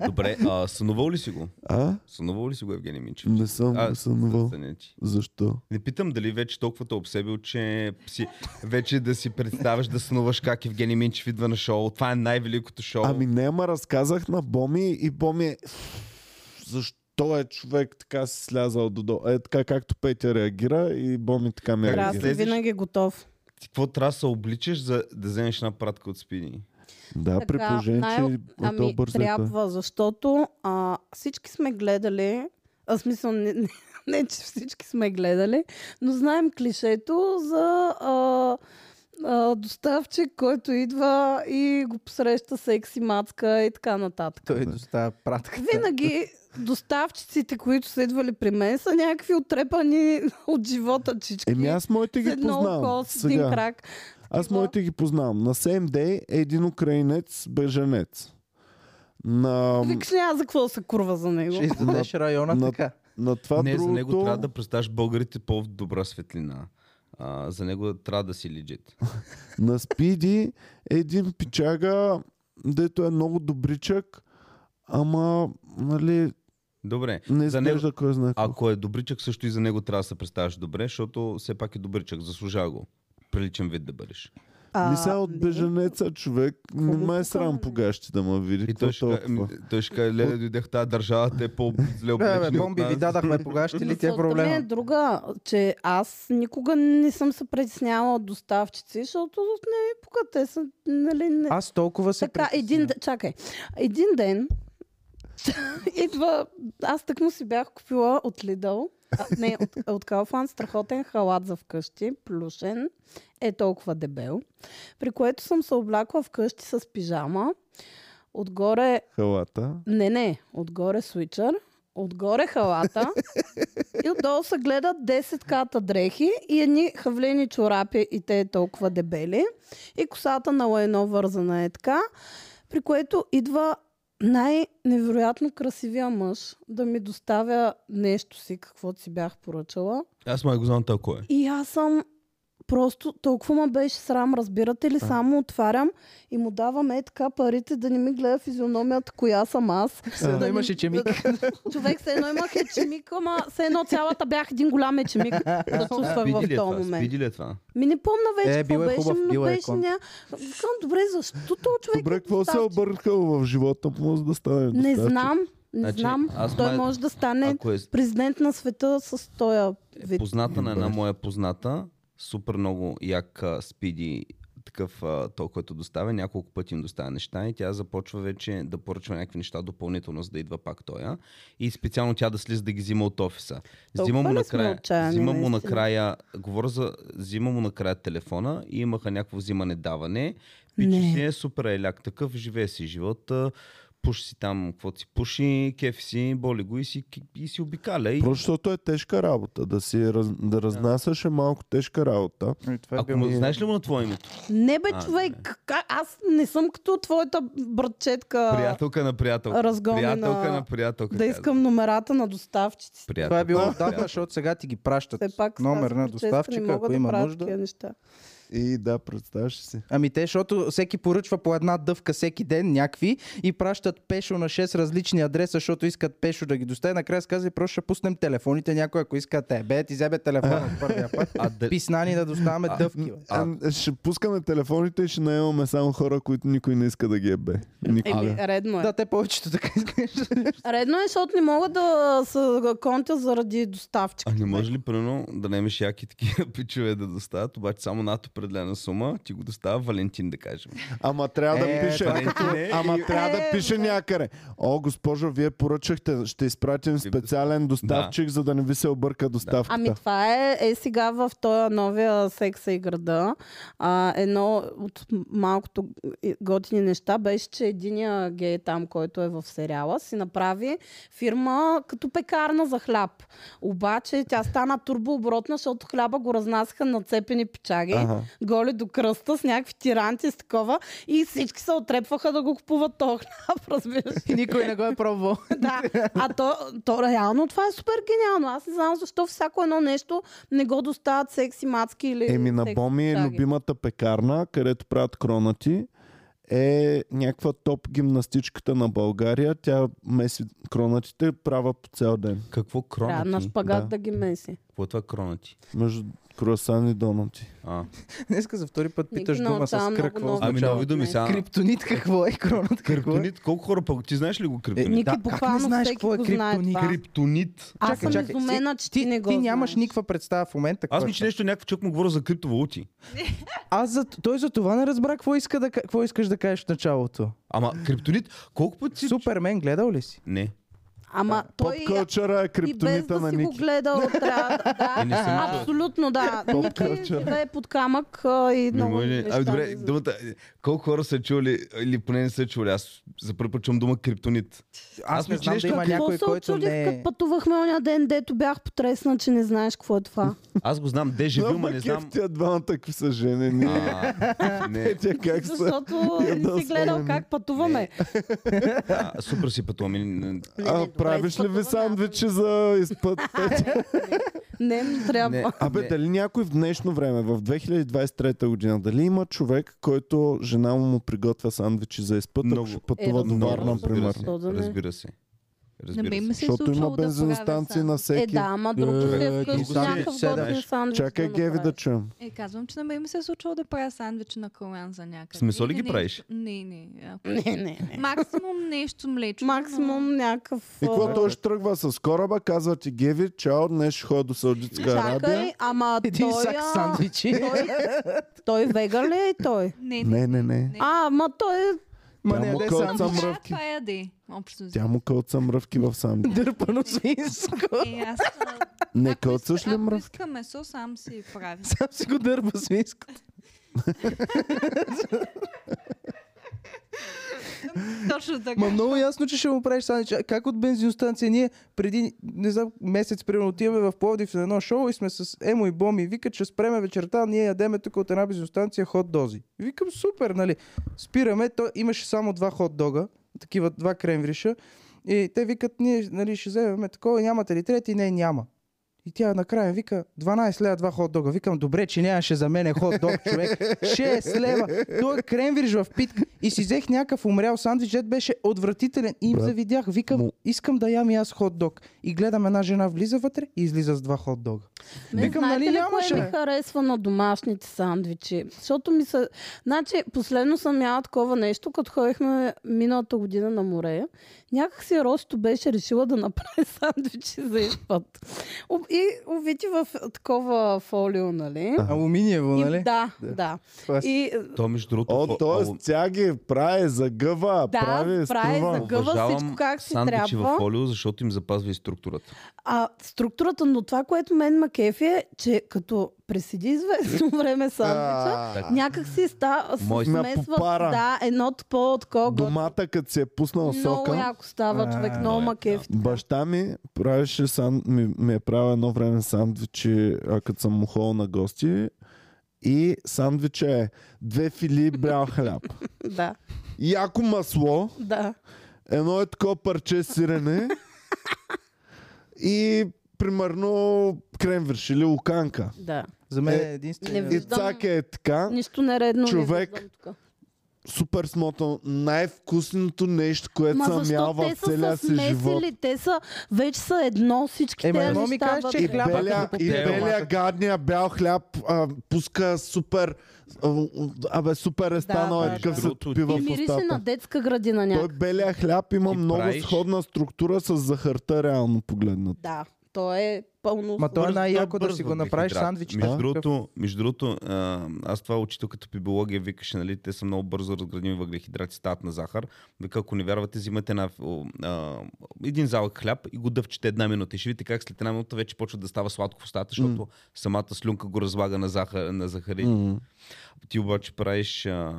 Speaker 3: Добре, а, сънувал ли си го?
Speaker 1: А?
Speaker 3: Сънувал ли си го Евгений Минчев?
Speaker 1: Не съм
Speaker 3: А,
Speaker 1: а, сънувал.
Speaker 3: съня ти.
Speaker 1: Защо?
Speaker 3: Не питам дали вече толкова те е обсебил, че си, вече да си представяш да сънуваш как Евгений Минчев идва на шоу. Това е най-великото шоу.
Speaker 1: Ами не, ама разказах на Боми и Боми е... Защо е човек така си слязал до долу? Е така както Петя реагира и Боми така ми
Speaker 3: Как
Speaker 2: Трябва да
Speaker 1: реагира.
Speaker 2: си
Speaker 3: Излезеш.
Speaker 2: винаги е готов.
Speaker 3: Ти какво трябва да се обличаш, за да вземеш една пратка от спини?
Speaker 1: Да, при
Speaker 2: Така,
Speaker 1: положение,
Speaker 2: най-
Speaker 1: че е
Speaker 2: Ами,
Speaker 1: по-бърз е той.
Speaker 2: трябва, защото а, всички сме гледали, а смисъл не, не, не, че всички сме гледали, но знаем клишето за а, а, доставчик, който идва и го посреща секси мацка и така нататък.
Speaker 1: е
Speaker 4: Той е доставя пратката.
Speaker 2: Винаги доставчиците, които са идвали при мен, са някакви отрепани от живота чички.
Speaker 1: Еми аз моите
Speaker 2: с
Speaker 1: ги
Speaker 2: едно
Speaker 1: познавам.
Speaker 2: око, с един
Speaker 1: Сега.
Speaker 2: крак.
Speaker 1: Аз
Speaker 2: Какво?
Speaker 1: моите ги познавам. На Same Day е един украинец, беженец. На,
Speaker 2: Викаш няма за какво да се курва за него.
Speaker 4: Ще издадеш района
Speaker 1: на-
Speaker 4: така.
Speaker 1: на това
Speaker 3: не,
Speaker 1: другото...
Speaker 3: за него трябва да представяш българите по-добра светлина. А, за него трябва да си лежит.
Speaker 1: На Спиди е един пичага, дето е много добричък, ама, нали,
Speaker 3: Добре.
Speaker 1: не
Speaker 3: за него,
Speaker 1: изглежда кой знае какво.
Speaker 3: ако е добричък, също и за него трябва да се представяш добре, защото все пак е добричък. Заслужава го. Приличен вид да бъдеш.
Speaker 2: А,
Speaker 1: Мисля от беженеца човек, не
Speaker 2: го
Speaker 1: ме е
Speaker 2: пука,
Speaker 1: срам
Speaker 2: бе?
Speaker 1: по гащи да ме види.
Speaker 3: И
Speaker 1: Какво
Speaker 3: той ще, ка-
Speaker 1: толкова?
Speaker 3: ми- той ще каже, ами, леле, дойдах в тази държава, те е по-зле облечени
Speaker 4: Да,
Speaker 3: от
Speaker 4: бе, бомби ви
Speaker 3: нас».
Speaker 4: дадахме, кога ще ли ти е
Speaker 2: Мисълта ми е
Speaker 4: проблема?
Speaker 2: друга, че аз никога не съм се притеснявала от доставчици, защото не ми пука, те са, нали, не...
Speaker 4: Аз толкова се
Speaker 2: така, един, д- чакай, един ден идва, аз так му си бях купила от Лидъл, а, не, от, от Калфан, страхотен халат за вкъщи, плюшен, е толкова дебел, при което съм се облякла вкъщи с пижама, отгоре
Speaker 1: Халата.
Speaker 2: не, не. Отгоре свичър, отгоре халата и отдолу се гледат 10 ката дрехи и едни хавлени чорапи и те е толкова дебели. И косата на лайно вързана е така, при което идва най-невероятно красивия мъж да ми доставя нещо си, каквото си бях поръчала.
Speaker 3: Аз май го знам той кой е.
Speaker 2: И аз съм просто толкова ме беше срам, разбирате ли? Само отварям и му давам е така парите да не ми гледа физиономията, коя съм аз.
Speaker 4: Се
Speaker 2: Да
Speaker 4: да
Speaker 2: ни-
Speaker 4: имаше чемик.
Speaker 2: Човек, се едно имах ечемик, ама се едно цялата бях един голям ечемик. Да чувствах в
Speaker 3: Спиди ли е това?
Speaker 2: този момент.
Speaker 3: Спиди ли е това?
Speaker 2: Ми не помна вече
Speaker 4: Е, бил
Speaker 2: какво
Speaker 4: е
Speaker 2: беше,
Speaker 4: хубав,
Speaker 2: но
Speaker 4: бил е
Speaker 2: беше
Speaker 4: кон.
Speaker 2: ня... Викам, добре, защо този човек
Speaker 1: Добре,
Speaker 2: е
Speaker 1: какво се е
Speaker 2: доставчик?
Speaker 1: объркал в живота му, за да стане
Speaker 2: Не
Speaker 1: доставчик?
Speaker 2: знам, не
Speaker 3: Значи,
Speaker 2: знам.
Speaker 3: аз
Speaker 2: Той
Speaker 3: май-
Speaker 2: може да стане
Speaker 3: Ако е
Speaker 2: президент на света с този вид.
Speaker 3: позната е на една моя позната, супер много як а, спиди такъв а, то, който доставя, няколко пъти им доставя неща и тя започва вече да поръчва някакви неща допълнително, за да идва пак тоя. И специално тя да слиза да ги взима от офиса. Взима му
Speaker 2: Толкова ли сме
Speaker 3: накрая,
Speaker 2: отчаяни,
Speaker 3: взима му
Speaker 2: наистина?
Speaker 3: накрая, говоря за, взима му накрая телефона и имаха някакво взимане-даване. Пичи
Speaker 2: Не.
Speaker 3: си е супер еляк такъв, живее си живота, пуши си там, каквото си пуши, кефи си, боли го и си, и си обикаля. И
Speaker 1: Просто защото е тежка работа. Да, си, раз- да разнасяш е малко тежка работа.
Speaker 3: Ако му, знаеш ли му на твое името?
Speaker 2: Не бе,
Speaker 3: А,
Speaker 2: човек, ка- аз не съм като твоята братчетка.
Speaker 3: Приятелка на приятелка.
Speaker 2: разгонена-
Speaker 3: Приятелка на приятелка.
Speaker 2: Да искам номерата на доставчиците.
Speaker 3: Приятел.
Speaker 4: Това е било отдавна,
Speaker 3: приятел.
Speaker 4: защото сега ти ги пращат.
Speaker 2: Все пак
Speaker 4: Номер
Speaker 2: аз
Speaker 4: на
Speaker 2: като честна не
Speaker 4: доставчика,
Speaker 2: мога
Speaker 4: ако
Speaker 2: да
Speaker 4: има
Speaker 2: правя
Speaker 4: нужда.
Speaker 2: такива Неща.
Speaker 1: И да, представяш си.
Speaker 4: Ами те, защото всеки поръчва по една дъвка всеки ден, някакви, и пращат пешо на 6 различни адреса, защото искат пешо да ги достави. Накрая сказа, просто ще пуснем телефоните някой, ако иска те. Бе, ти взебе телефона от първия път.
Speaker 3: А, да,
Speaker 4: Писнани да доставяме дъвки. бе.
Speaker 1: А, ще пускаме телефоните и ще наемаме само хора, които никой не иска да ги ебе.
Speaker 2: Еми,
Speaker 1: Никога.
Speaker 2: редно е.
Speaker 4: Да, те повечето така изглеждат.
Speaker 2: Редно е, защото не мога да се контя заради доставчика.
Speaker 3: а не може ли, примерно, да немеш яки такива пичове да доставят, обаче само НАТО, определена сума, ти го доставя Валентин, да кажем.
Speaker 1: Ама трябва да
Speaker 4: Е,
Speaker 1: пише.
Speaker 4: това
Speaker 3: е не.
Speaker 1: Ама трябва да
Speaker 2: Е,
Speaker 1: пише някъде. О, госпожо, вие поръчахте. Ще изпратим специален доставчик, за да не ви се обърка доставката.
Speaker 2: Ами това е, е сега в този новия секса и града. А, едно от малкото готини неща беше, че единия гей там, който е в сериала, си направи фирма като пекарна за хляб. Обаче тя стана турбооборотна, защото хляба го разнасяха на цепени печаги,
Speaker 1: Ага.
Speaker 2: голи до кръста с някакви тиранти с такова и всички се отрепваха да го купуват този хляб, разбираш.
Speaker 4: И никой не го е пробвал.
Speaker 2: Да, а то, то реално това е супер гениално. Аз не знам защо всяко едно нещо не го доставят секси мацки или
Speaker 1: Еми на
Speaker 2: секси
Speaker 1: Боми е
Speaker 2: чаги.
Speaker 1: любимата пекарна, където правят кронати. Е някаква топ гимнастичката на България. Тя меси кронатите, права по цял ден.
Speaker 3: Какво
Speaker 2: Да, на
Speaker 3: кронати?
Speaker 2: шпагат
Speaker 1: Да.
Speaker 2: да. ги меси.
Speaker 3: Какво е това кронати?
Speaker 1: Между круасан и донати.
Speaker 3: А,
Speaker 4: Днеска за втори път
Speaker 2: Ники
Speaker 4: питаш дума
Speaker 2: научава
Speaker 4: с
Speaker 2: много
Speaker 4: кръг. какво
Speaker 2: нови
Speaker 3: ами
Speaker 4: означава?
Speaker 3: нови думи
Speaker 2: Не.
Speaker 3: сега.
Speaker 4: Криптонит какво е? Кронът какво е?
Speaker 3: Криптонит, колко хора пък ти знаеш ли го
Speaker 4: Е,
Speaker 3: криптонит?
Speaker 2: Ники
Speaker 4: да, как не
Speaker 2: буквално
Speaker 4: знаеш
Speaker 2: всеки
Speaker 4: какво е
Speaker 2: го знае
Speaker 4: криптонит?
Speaker 2: това.
Speaker 3: Криптонит.
Speaker 2: Аз съм
Speaker 4: Си-
Speaker 2: изумена, че ти,
Speaker 4: ти,
Speaker 2: не го
Speaker 4: ти нямаш
Speaker 2: знаеш.
Speaker 4: никаква представа в момента.
Speaker 3: Аз
Speaker 4: какво
Speaker 3: ми
Speaker 4: е
Speaker 3: че нещо някакъв човек му говоря за криптовалути.
Speaker 4: Аз за... той за това не разбра какво, иска да... ка- какво искаш да кажеш в началото.
Speaker 3: Ама криптонит, колко пъти си...
Speaker 4: Супермен, гледал ли си?
Speaker 3: Не.
Speaker 2: Ама
Speaker 1: Поп
Speaker 2: той
Speaker 1: кълчъра е
Speaker 2: и без
Speaker 1: криптонита
Speaker 2: да
Speaker 1: на
Speaker 2: си го
Speaker 1: Ники.
Speaker 2: гледал, трябва да...
Speaker 3: Е, не съм
Speaker 2: да
Speaker 3: чул.
Speaker 2: абсолютно да. Ники
Speaker 1: culture.
Speaker 2: живее под камък а, и
Speaker 3: Не
Speaker 2: много
Speaker 3: може.
Speaker 2: неща
Speaker 3: Ами добре,
Speaker 2: не знае.
Speaker 3: думата. Колко хора са чули, или поне не са чули. Аз за първи път чувам дума криптонит.
Speaker 4: Аз,
Speaker 3: Аз
Speaker 4: не
Speaker 3: мисля,
Speaker 4: знам
Speaker 3: нещо
Speaker 4: да има
Speaker 2: Какво
Speaker 4: някой,
Speaker 2: се
Speaker 4: който
Speaker 2: очудих,
Speaker 4: не е...
Speaker 2: като пътувахме оня ден, дето бях потресна, че не знаеш какво е това.
Speaker 3: Аз го знам, де живи, ма не знам.
Speaker 1: Тя двамата какви са женени.
Speaker 3: А, не.
Speaker 1: Тя как са?
Speaker 2: Защото
Speaker 1: Я да
Speaker 2: не си гледал
Speaker 1: спомена.
Speaker 2: как пътуваме.
Speaker 3: А, супер си пътувам. и не-
Speaker 2: Не, не,
Speaker 1: А,
Speaker 2: добре,
Speaker 1: правиш ли ви
Speaker 2: изпътувам,
Speaker 1: сандвичи за изпът?
Speaker 2: Не, но трябва.
Speaker 3: Не.
Speaker 1: Абе,
Speaker 3: Не.
Speaker 1: дали някой в днешно време, в 2023 година, дали има човек, който жена му му приготвя сандвичи за изпът, ако
Speaker 3: Много.
Speaker 1: ще пътува
Speaker 2: Е,
Speaker 1: до
Speaker 2: разбира
Speaker 1: Варна,
Speaker 2: се.
Speaker 1: примерно?
Speaker 2: То да не.
Speaker 3: Разбира се.
Speaker 6: На
Speaker 2: Ами,
Speaker 3: Разбира
Speaker 6: мен
Speaker 3: се.
Speaker 6: ми се е
Speaker 1: Защото има
Speaker 6: случвало да
Speaker 1: бензиностанции
Speaker 6: правя
Speaker 1: на
Speaker 6: сам.
Speaker 2: Е,
Speaker 1: всеки.
Speaker 2: да, ама друг
Speaker 1: Е,
Speaker 2: човек
Speaker 1: ти
Speaker 2: вкъщи
Speaker 4: сам
Speaker 2: някакъв
Speaker 4: седеш.
Speaker 2: готин сандвич.
Speaker 1: Чакай,
Speaker 2: да
Speaker 1: Геви, да
Speaker 2: направи.
Speaker 1: чуем.
Speaker 6: Е, казвам, че на мен ми се е случвало да правя сандвич на калан за някъде.
Speaker 3: С месо ли
Speaker 6: Или
Speaker 3: ги
Speaker 6: нещо-
Speaker 3: правиш?
Speaker 6: Не, не. ако-
Speaker 2: Не, не, не.
Speaker 6: Максимум нещо млечно.
Speaker 2: Максимум някакъв...
Speaker 1: И какво
Speaker 2: а,
Speaker 1: той ще тръгва с кораба, казва ти Геви, чао, днес ще ходя до Саудитска Арабия.
Speaker 2: Чакай, ама
Speaker 4: Един
Speaker 2: той... е-
Speaker 4: сак
Speaker 2: а,
Speaker 4: сандвичи.
Speaker 2: Той, той веган ли е той?
Speaker 6: Не,
Speaker 1: Не,
Speaker 6: не.
Speaker 1: не, не.
Speaker 2: А, ама той е...
Speaker 4: Ма
Speaker 1: Тя
Speaker 4: не
Speaker 1: му
Speaker 4: яде
Speaker 1: кълца
Speaker 6: Ама
Speaker 4: сам.
Speaker 1: мръвки.
Speaker 6: да, Това яде. Общо.
Speaker 1: Тя му кълца мръвки в сандвич.
Speaker 4: Дърпано свинско.
Speaker 6: Е, аз...
Speaker 1: Не
Speaker 6: ако иска-
Speaker 1: кълцаш ли е
Speaker 6: Ако
Speaker 1: мръв?
Speaker 6: иска месо, сам си прави.
Speaker 4: Сам си го дърпа свинско.
Speaker 6: Точно така.
Speaker 4: Ма много ясно, че ще му правиш сандвич. А Как от бензиностанция ние преди, не знам, месец примерно отиваме в Пловдив на едно шоу и сме с Емо и Боми. Вика, че спреме вечерта, ние ядеме тук от една бензиностанция хот дози. Викам, супер, нали? Спираме, то имаше само два хот дога, такива два кремвриша. И те викат, ние нали, ще вземем такова, нямате ли трети? Не, няма. И тя накрая ми вика 12 лева два хот дога. Викам, добре, че нямаше за мен хот дог, човек. 6 лева. Той е кремвирж в питка. И си взех някакъв умрял сандвич, дет беше отвратителен. И им
Speaker 1: Брат,
Speaker 4: завидях. Викам,
Speaker 1: му-
Speaker 4: искам да ям и аз хот дог. И гледам една жена влиза вътре и излиза с два хот дога.
Speaker 2: Не,
Speaker 4: Викам,
Speaker 2: знаете
Speaker 4: нали
Speaker 2: ли
Speaker 4: нямаше?
Speaker 2: кое ми харесва на домашните сандвичи? Защото ми са... Значи, последно съм яла такова нещо, като ходихме миналата година на море. Някакси Росто беше решила да направи сандвичи за изпът. Об- И увити в такова фолио, нали?
Speaker 4: Алуминиево,
Speaker 2: И-
Speaker 4: нали?
Speaker 2: Да, да.
Speaker 4: Това е-
Speaker 2: И
Speaker 3: То между другото...
Speaker 1: О,
Speaker 3: о,
Speaker 1: т.е. тя ги прави за гъва,
Speaker 2: Да,
Speaker 1: прави,
Speaker 2: прави
Speaker 1: струва.
Speaker 2: за гъва,
Speaker 3: уважавам
Speaker 2: всичко как си
Speaker 3: сандвичи
Speaker 2: трябва.
Speaker 3: в фолио, защото им запазва и структурата.
Speaker 2: А структурата, но това, което мен ма кефи е, че като преседи известно време сандвича,
Speaker 1: А,
Speaker 2: някак си ста, се
Speaker 3: Мой-
Speaker 1: Ме
Speaker 2: смесват
Speaker 1: попара.
Speaker 2: да, едно по от кого.
Speaker 1: Домата, като си е пуснал
Speaker 2: Много
Speaker 1: сока,
Speaker 2: яко става човек,
Speaker 4: А,
Speaker 2: много
Speaker 3: да,
Speaker 2: ма
Speaker 3: да.
Speaker 2: кефи.
Speaker 1: баща ми правеше сан... ми, ми е правил едно време сандвичи, а като съм му ходил на гости. И сандвича е две фили бял хляб.
Speaker 2: Да,
Speaker 1: Яко масло,
Speaker 2: да.
Speaker 1: едно е такова парче сирене и примерно кремвирш или луканка.
Speaker 2: Да.
Speaker 4: За мен
Speaker 1: Е,
Speaker 4: е единствено.
Speaker 2: не
Speaker 1: И
Speaker 2: ви- Виждам.
Speaker 1: цака е така.
Speaker 2: Нищо нередно. не
Speaker 1: Човек,
Speaker 2: виждам тук.
Speaker 1: супер смотано. Най-вкусното нещо, което
Speaker 2: Ма
Speaker 1: съм ял
Speaker 2: защо
Speaker 1: е в
Speaker 2: те са
Speaker 1: целия
Speaker 2: се
Speaker 1: си живот.
Speaker 2: смесили? Те са вече са едно всички
Speaker 4: Ема,
Speaker 2: тези
Speaker 4: едно ми
Speaker 2: неща.
Speaker 4: кажеш, че
Speaker 2: вътре.
Speaker 1: И
Speaker 4: хляба,
Speaker 1: белия,
Speaker 4: като
Speaker 1: и
Speaker 3: попиеш
Speaker 1: белия
Speaker 4: домата.
Speaker 1: гадния бял хляб а, пуска супер... а, Абе, супер е станал
Speaker 2: да,
Speaker 1: е такъв
Speaker 3: да.
Speaker 1: се
Speaker 3: Другото
Speaker 1: пива
Speaker 2: И
Speaker 1: в
Speaker 2: мирише на
Speaker 1: устата.
Speaker 2: детска
Speaker 1: Той
Speaker 2: градина някак.
Speaker 1: белия хляб има
Speaker 3: Ти
Speaker 1: много
Speaker 3: правиш-
Speaker 1: сходна структура с захарта, реално погледнат.
Speaker 2: Да, То е пълно...
Speaker 4: Ма то е
Speaker 3: Бързо,
Speaker 4: най-яко да
Speaker 3: бързо
Speaker 4: си го направиш
Speaker 3: въглехидрат.
Speaker 4: сандвич.
Speaker 1: Да.
Speaker 3: Между другото, между другото а, аз това учителката по биология викаше, нали, те са много бързо разградими въглехидрати, стават на захар. Вика, ако не вярвате, взимате една, о, а, един залък хляб и го дъвчете една минута. И ще видите как след една минута вече почва да става сладко в устата, защото самата слюнка го разлага на, захар, на захари.
Speaker 1: М.
Speaker 3: Ти обаче правиш... А...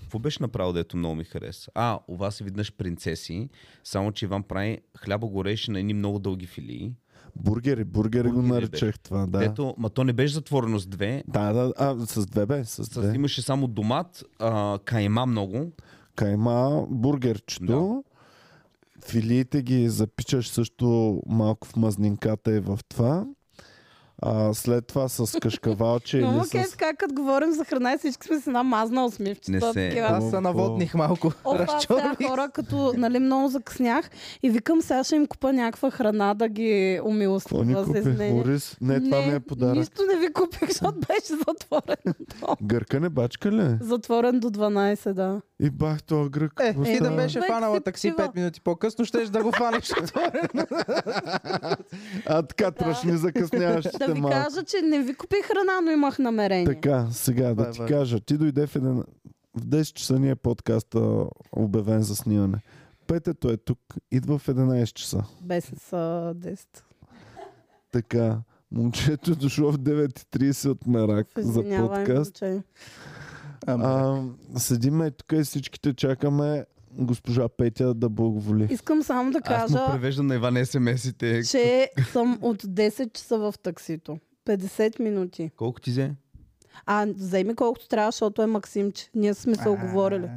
Speaker 3: Какво беше направил, дето много ми хареса? А, у вас е виднъж принцеси, само че Иван прави хляба го реше на едни много дълги филии.
Speaker 1: Бургери, бургери, го
Speaker 3: Бургери
Speaker 1: наричах това, да.
Speaker 3: Да. Дето, ма то не беше затворено с две,
Speaker 1: Да, да, а, с две бе, с
Speaker 3: с,
Speaker 1: две.
Speaker 3: имаше само домат, а, кайма много.
Speaker 1: Кайма, бургерчето. Филиите ги запичаш също малко в мазнинката и в това. А, след това с кашкавалче
Speaker 2: Много
Speaker 1: или
Speaker 2: okay,
Speaker 1: с...
Speaker 2: с... как като говорим за храна и всички сме с една мазна усмивчета.
Speaker 3: Не се.
Speaker 2: такива.
Speaker 4: Аз се
Speaker 1: О,
Speaker 4: наводних малко.
Speaker 2: Опа, сега
Speaker 4: Разчорвих.
Speaker 2: хора, като нали, много закъснях и викам, сега ще им купа някаква храна да ги
Speaker 1: Какво ни
Speaker 2: умилостива за
Speaker 1: купи?
Speaker 2: изменение.
Speaker 1: Орис? Не, това ми е подарък.
Speaker 2: Нищо не ви купих, защото беше затворен.
Speaker 1: Гърка не бачка ли?
Speaker 2: затворен до 12, да.
Speaker 1: И бах този грък.
Speaker 4: Е,
Speaker 1: какво
Speaker 4: и да
Speaker 1: става?
Speaker 4: беше
Speaker 2: Човек
Speaker 4: фанала
Speaker 2: си
Speaker 4: такси
Speaker 2: пива.
Speaker 4: 5 минути по-късно, ще да го фанеш.
Speaker 1: А така, тръшни
Speaker 2: Да
Speaker 1: закъсняващите
Speaker 2: ви
Speaker 1: малко.
Speaker 2: кажа, че не ви купих храна, но имах намерение.
Speaker 1: Така, сега да
Speaker 4: Бай,
Speaker 1: ти
Speaker 4: бай.
Speaker 1: кажа. Ти дойде в един... В 10 часа ни е подкаста обявен за снимане. Петето е тук, идва в 11 часа.
Speaker 2: Без са 10.
Speaker 1: Така, момчето е дошло в 9.30 от Мерак за
Speaker 2: Извинявай,
Speaker 1: подкаст.
Speaker 2: момче.
Speaker 1: А, седиме тук и всичките чакаме госпожа Петя да благоволи.
Speaker 2: Искам само да
Speaker 3: Аз му
Speaker 2: кажа,
Speaker 3: превеждам на Иван СМС-ите.
Speaker 2: че съм от 10 часа в таксито. 50 минути.
Speaker 3: Колко ти взе?
Speaker 2: А, вземи колкото трябва, защото е Максимче. Ние сме се оговорили.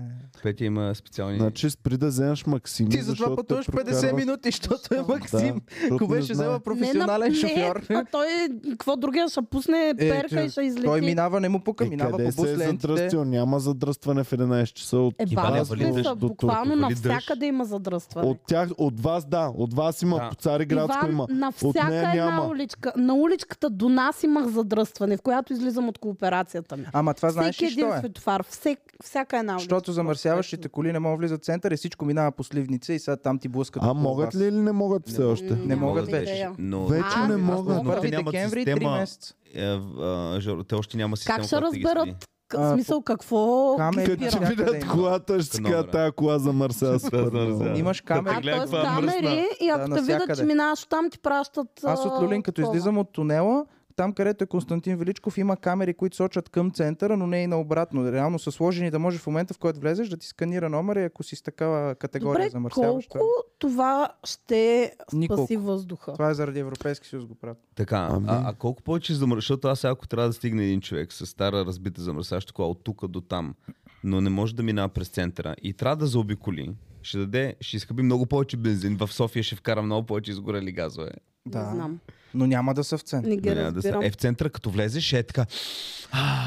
Speaker 3: Петя има специални...
Speaker 1: Значи спри да вземаш Максим.
Speaker 4: Ти затова пътуваш 50 минути, защото е Максим. Ако беше взела професионален шофьор. Е,
Speaker 2: Не, е а той, е- какво другия ще пусне перка и ще излети.
Speaker 4: Той минава, не му пука,
Speaker 1: Е,
Speaker 4: минава
Speaker 1: минава
Speaker 4: по
Speaker 1: къде се е
Speaker 4: буслентите.
Speaker 1: задръстил? Няма задръстване в 11 часа. От,
Speaker 2: Е,
Speaker 3: Иван,
Speaker 2: бавно
Speaker 3: е вали
Speaker 2: сме
Speaker 3: дъжд
Speaker 2: са,
Speaker 1: до
Speaker 2: буквално
Speaker 3: Турка, вали дъжд.
Speaker 2: навсякъде има задръстване.
Speaker 1: от тях, от вас да, от вас има
Speaker 3: Да.
Speaker 1: по цари градско
Speaker 2: Иван,
Speaker 1: има.
Speaker 2: на
Speaker 1: От
Speaker 2: всяка
Speaker 1: нея
Speaker 2: една
Speaker 1: няма.
Speaker 2: уличка. На уличката до нас имах задръстване, в която излизам от кооперацията ми.
Speaker 4: Ама това знаеш
Speaker 2: Всеки
Speaker 4: ли що
Speaker 2: един
Speaker 4: е?
Speaker 2: светофар, всек, всяка една уличка.
Speaker 4: Защото замърсяващите коли не могат влизат в център и всичко минава по сливница и сега там ти блъскат.
Speaker 1: А
Speaker 4: около
Speaker 1: могат
Speaker 4: вас.
Speaker 1: ли или не могат все още?
Speaker 2: М,
Speaker 4: Не
Speaker 2: нямам
Speaker 4: могат вече.
Speaker 2: идея.
Speaker 3: Но...
Speaker 1: Вече
Speaker 2: не
Speaker 3: Аз-
Speaker 1: могат.
Speaker 3: но те
Speaker 4: 1
Speaker 3: нямат
Speaker 4: декември, 3
Speaker 3: система,
Speaker 4: месеца.
Speaker 3: е, а, Жоро, те още няма система.
Speaker 2: Как ще
Speaker 3: която да ги
Speaker 2: разберат?
Speaker 3: следи.
Speaker 2: К-
Speaker 4: А,
Speaker 2: В смисъл, какво
Speaker 4: камери,
Speaker 2: ги
Speaker 1: Като
Speaker 2: спира?
Speaker 1: ти
Speaker 4: Някъде
Speaker 1: видят
Speaker 4: има.
Speaker 1: колата, ще си
Speaker 3: Номера.
Speaker 1: кажат, тая кола замърсява супер
Speaker 3: замърсява.
Speaker 1: много.
Speaker 4: Имаш
Speaker 2: А
Speaker 4: камера.
Speaker 2: т.е.
Speaker 3: Гледай каква мръсна.
Speaker 2: камери и ако
Speaker 4: Да,
Speaker 2: те видят, че
Speaker 4: навсякъде.
Speaker 2: минаваш там, ти пращат...
Speaker 4: Аз от Люлин,
Speaker 2: а,
Speaker 4: като
Speaker 2: такова.
Speaker 4: излизам от тунела, там където е Константин Величков, има камери, които сочат към центъра, но не и наобратно. Реално са сложени да може в момента, в който влезеш, да ти сканира номера и ако си с такава категория
Speaker 2: Добре,
Speaker 4: замърсяваща.
Speaker 2: колко това ще спаси
Speaker 4: Николко.
Speaker 2: въздуха?
Speaker 4: Това е заради Европейски съюз го правят.
Speaker 3: Така,
Speaker 1: Ами.
Speaker 3: а, а колко повече замърсяваш, защото аз сега, ако трябва да стигне един човек с стара разбита замърсяща кола от тук до там, но не може да минава през центъра и трябва да заобиколи, ще даде, ще изхъби много повече бензин. В София ще вкара много повече изгорели газове.
Speaker 4: Да.
Speaker 2: Не знам.
Speaker 4: Но няма да са в центъра.
Speaker 2: Не ги
Speaker 3: Няма да са.
Speaker 2: разбирам.
Speaker 3: Е, в центъра, като влезеш, е така.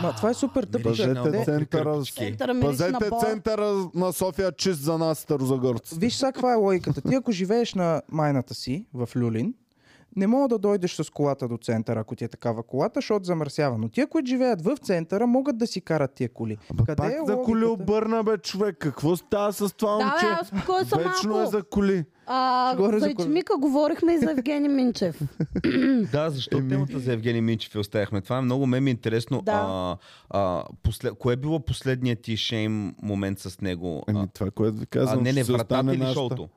Speaker 4: Ма, това е супер тъпо.
Speaker 3: Мириш
Speaker 4: че-
Speaker 1: Пазете
Speaker 3: на опри,
Speaker 1: центъра.
Speaker 3: кърпички.
Speaker 2: Центъра мирише на
Speaker 1: Пазете
Speaker 2: бор.
Speaker 1: центъра на София чист за нас, старозагорци.
Speaker 4: Виж сега каква е логиката. Ти ако живееш на майната си в Люлин, не мога да дойдеш с колата до центъра, ако ти е такава колата, защото замърсява. Но тия, които живеят в центъра, могат да си карат тия коли.
Speaker 1: Абе,
Speaker 4: Къде
Speaker 1: пак
Speaker 4: е
Speaker 1: за коли
Speaker 4: логиката?
Speaker 1: обърна, бе, човек. Какво става с това
Speaker 2: Да, бе,
Speaker 1: момче?
Speaker 2: аз кой съм
Speaker 1: Вечно е
Speaker 2: малко?
Speaker 1: за коли.
Speaker 2: А,
Speaker 4: Говоря
Speaker 2: за
Speaker 4: за кой-
Speaker 2: Ичмика говорихме и за Евгений Минчев.
Speaker 3: Да, защо темата за Евгений Минчев я оставяхме? Това е много ме ми е интересно.
Speaker 2: Да.
Speaker 3: А, а, после, кое е било последният ти шейм момент с него? А,
Speaker 1: Ами това, което ви
Speaker 3: а,
Speaker 1: казвам,
Speaker 3: не, не,
Speaker 1: ще си остане
Speaker 3: вратата или
Speaker 1: нашата.
Speaker 3: шоуто?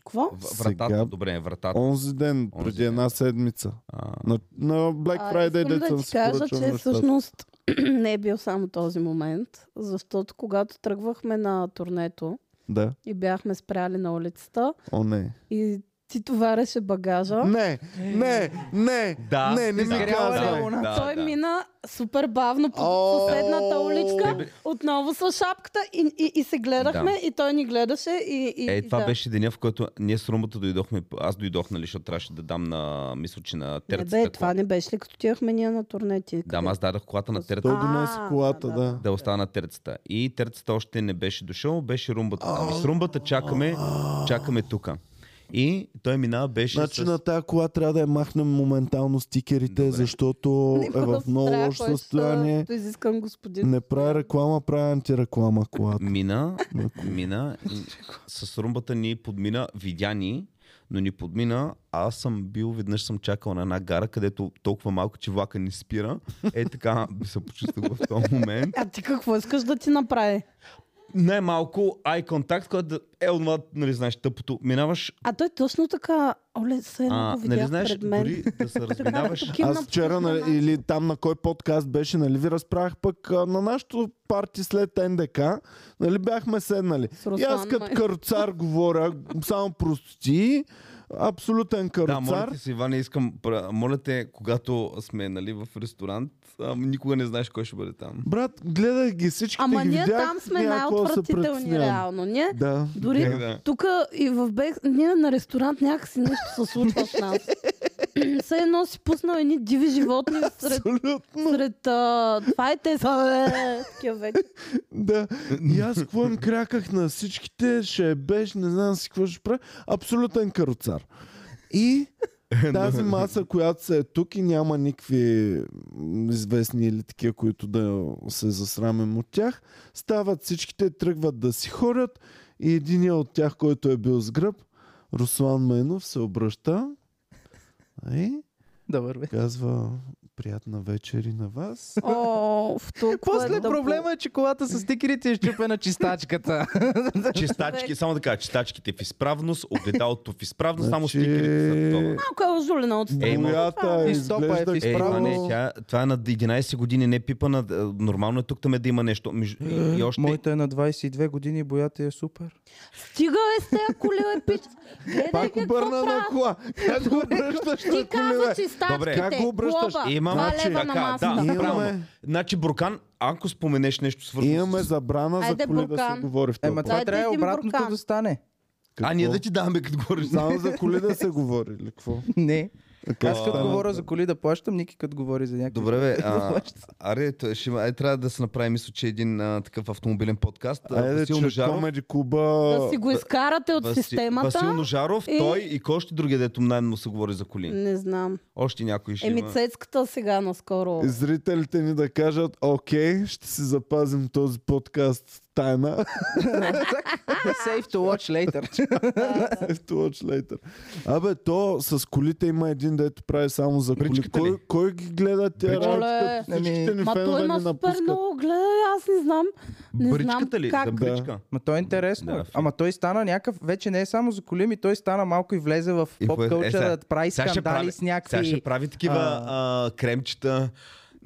Speaker 2: Какво?
Speaker 3: В-
Speaker 1: Сега-
Speaker 3: Вратата, добре, вратата.
Speaker 1: Онзи ден,
Speaker 3: Онзи
Speaker 1: преди
Speaker 3: ден.
Speaker 1: една седмица.
Speaker 3: А,
Speaker 1: На, на Black
Speaker 2: А,
Speaker 1: Friday деца
Speaker 2: искам да ти кажа, че е всъщност не е бил само този момент, защото когато тръгвахме на турнето
Speaker 1: Да,
Speaker 2: и бяхме спряли на улицата
Speaker 1: о не.
Speaker 2: и ти товареше багажа,
Speaker 1: Не, не, не,
Speaker 3: Да.
Speaker 1: не, не ми
Speaker 4: Изгряла е
Speaker 1: казвай.
Speaker 4: луна.
Speaker 3: да,
Speaker 2: той
Speaker 3: да.
Speaker 2: мина супер бавно по
Speaker 1: О,
Speaker 2: съседната уличка,
Speaker 1: тебе-
Speaker 2: отново с шапката и, и, и се гледахме
Speaker 3: Да.
Speaker 2: и той ни гледаше и, и,
Speaker 3: Е,
Speaker 2: и
Speaker 3: това
Speaker 2: да.
Speaker 3: беше деня, в който ние с Румбата дойдохме. Аз дойдох, нали, защото трябваше да дам на, мисля, че на
Speaker 2: Не
Speaker 3: терцата.
Speaker 2: бе, това не е беше ли като отивахме ние на турнети?
Speaker 3: Да, ама аз дадах колата на терцата.
Speaker 1: Той донесе
Speaker 2: А,
Speaker 1: колата,
Speaker 2: да,
Speaker 1: да.
Speaker 3: да остана на терцата. И терцата още не беше дошъл, беше румбата. Ами с румбата чакаме, чакаме тука. И той минава, беше
Speaker 1: Значи
Speaker 3: с...
Speaker 1: на тая кола трябва да я махнем моментално стикерите,
Speaker 3: Добре.
Speaker 1: защото е
Speaker 2: Има
Speaker 1: в много
Speaker 2: страх,
Speaker 1: лошо
Speaker 2: кой ще
Speaker 1: състояние.
Speaker 2: са- Изискан господин.
Speaker 1: Не прави реклама, прави антиреклама колата.
Speaker 3: Мина, мина, и с румбата ни подмина, видя ни, но ни подмина. Аз съм бил, веднъж съм чакал на една гара, където толкова малко, че влака ни спира. Е така се почувствах в този момент.
Speaker 2: А ти какво искаш да ти направи?
Speaker 3: Най-малко ай контакт, който да- е онова, нали знаеш, тъпото. Минаваш,
Speaker 2: А той точно така, оле, се едно
Speaker 3: а,
Speaker 2: го Е, видях
Speaker 3: нали знаеш,
Speaker 2: пред мен.
Speaker 3: дори да се разминаваш.
Speaker 2: Кимна
Speaker 1: Аз вчера нали,
Speaker 2: пусна
Speaker 1: на,
Speaker 2: нас.
Speaker 1: или там на кой подкаст беше, нали ви разправях пък а, на нашото парти след НДК, нали бяхме седнали.
Speaker 2: С Руслан
Speaker 1: И аз
Speaker 2: май.
Speaker 1: като карцар говоря, само прости, абсолютен
Speaker 3: Да, моля
Speaker 1: карцар.
Speaker 3: те се, Иване, искам, пра- моля те, когато сме нали, в ресторант, а, никога не знаеш кой ще бъде там.
Speaker 1: Брат, гледах ги всичките
Speaker 2: Ама
Speaker 1: ги
Speaker 2: ние
Speaker 1: видях,
Speaker 2: там сме
Speaker 1: няма какво да се
Speaker 2: най-отвратителни,
Speaker 1: притеснявам.
Speaker 2: реално. Ние
Speaker 1: Да.
Speaker 2: Дори
Speaker 3: Да, да.
Speaker 2: тук и в Бек, ние на ресторант някакси нещо се случва с нас. Все едно си пуснал едни диви животни сред,
Speaker 1: Абсолютно,
Speaker 2: сред а, това и те са е, такива вече.
Speaker 1: да. И аз какво им кряках на всичките, ще е беш, не знам си какво ще правя. Абсолютен каруцар. И тази маса, която се е тук и няма никакви м, известни или такива, които да се засрамим от тях, стават всичките, тръгват да си ходят и единия от тях, който е бил с гръб, Руслан Майнов се обръща и
Speaker 4: Да върви.
Speaker 1: казва приятна вечер и на вас.
Speaker 2: О, в толкова е
Speaker 4: После
Speaker 2: дъбо.
Speaker 4: проблема е, че колата с стикерите е щупена чистачката.
Speaker 3: Чистачки, само да кажа, чистачките в изправност, огледалото в изправност, само
Speaker 1: Значи-
Speaker 3: стикерите са такова.
Speaker 2: Малко е лъжулена от
Speaker 3: Е, има-
Speaker 1: Боята
Speaker 4: И стопа е
Speaker 1: изглежда
Speaker 4: в
Speaker 3: Е,
Speaker 4: Изправо-
Speaker 3: Иване, тя, това е на 11 години, не е пипана. а, Нормално е тук там да има нещо. Между- И, и още...
Speaker 4: Моята е на 22 години, боята е супер.
Speaker 2: Стига е с тея колила, пич. Гледай
Speaker 1: Пак
Speaker 2: какво
Speaker 1: обърна на
Speaker 2: правят.
Speaker 1: кола. Как го обръщаш на
Speaker 2: Ти каза,
Speaker 1: колеле?
Speaker 2: че
Speaker 3: Добре.
Speaker 2: стачките,
Speaker 1: Как го обръщаш?
Speaker 2: глоба,
Speaker 3: Имам-
Speaker 2: два
Speaker 3: Значи,
Speaker 2: лева на
Speaker 3: така,
Speaker 2: масата.
Speaker 3: да.
Speaker 1: Имаме,
Speaker 3: Правилно. Значи, Буркан, ако споменеш нещо свързано...
Speaker 1: имаме
Speaker 3: с-
Speaker 1: забрана за
Speaker 2: Айде,
Speaker 1: коли да се
Speaker 2: буркан.
Speaker 1: говори в този
Speaker 4: Ема
Speaker 1: път.
Speaker 4: Е, това
Speaker 2: Дайте
Speaker 4: трябва
Speaker 2: един
Speaker 4: обратното
Speaker 2: е буркан.
Speaker 4: да стане.
Speaker 3: А, ние да ти даваме като говориш.
Speaker 1: Само за коли да се говори или какво?
Speaker 4: Не. Аз като
Speaker 1: стана?
Speaker 4: говоря за коли да плащам, Ники като говори за някакви.
Speaker 3: Добре, бе.
Speaker 4: Да
Speaker 3: А,
Speaker 4: плаща.
Speaker 3: аре, той ще има, е, трябва да се направи, мисля, че един а, такъв автомобилен подкаст. А,
Speaker 1: Айде,
Speaker 3: Васил
Speaker 1: че
Speaker 3: Ножаров.
Speaker 1: комеди клуба...
Speaker 2: Да си го изкарате от
Speaker 3: Васи- Васил
Speaker 2: системата.
Speaker 3: Ножаров,
Speaker 2: и-
Speaker 3: той и кой още другия, дето най-много се говори за коли.
Speaker 2: Не знам.
Speaker 3: Още някой ще
Speaker 2: Еми
Speaker 3: има.
Speaker 2: цецката сега наскоро.
Speaker 1: Зрителите ни да кажат, окей, ще си запазим този подкаст в тайна.
Speaker 4: Safe to watch later.
Speaker 1: If to watch later. Абе, то с колите има един, дето прави само за коли.
Speaker 3: Бричката ли?
Speaker 1: Кой, кой ги гледа тя
Speaker 3: Бричката.
Speaker 1: работа?
Speaker 2: Оле.
Speaker 1: Всичките ни
Speaker 2: Ма той
Speaker 1: фенове
Speaker 2: има
Speaker 1: ни
Speaker 2: супер
Speaker 1: напускат.
Speaker 2: много гледай, аз не знам. Не знам
Speaker 3: Бричката ли?
Speaker 2: как.
Speaker 3: За бричка.
Speaker 4: Ма то е интересно.
Speaker 3: Ами, Да,
Speaker 4: Да,
Speaker 3: факт.
Speaker 4: Ама той стана някакъв, вече не е само за коли, ми той стана малко и влезе в
Speaker 3: И
Speaker 4: поп
Speaker 3: кое- е, сега-
Speaker 4: кълчера, да прави
Speaker 3: сега ще
Speaker 4: скандали
Speaker 3: прави-
Speaker 4: с
Speaker 3: Сега ще
Speaker 4: някакви.
Speaker 3: прави такива
Speaker 4: а,
Speaker 3: а, кремчета.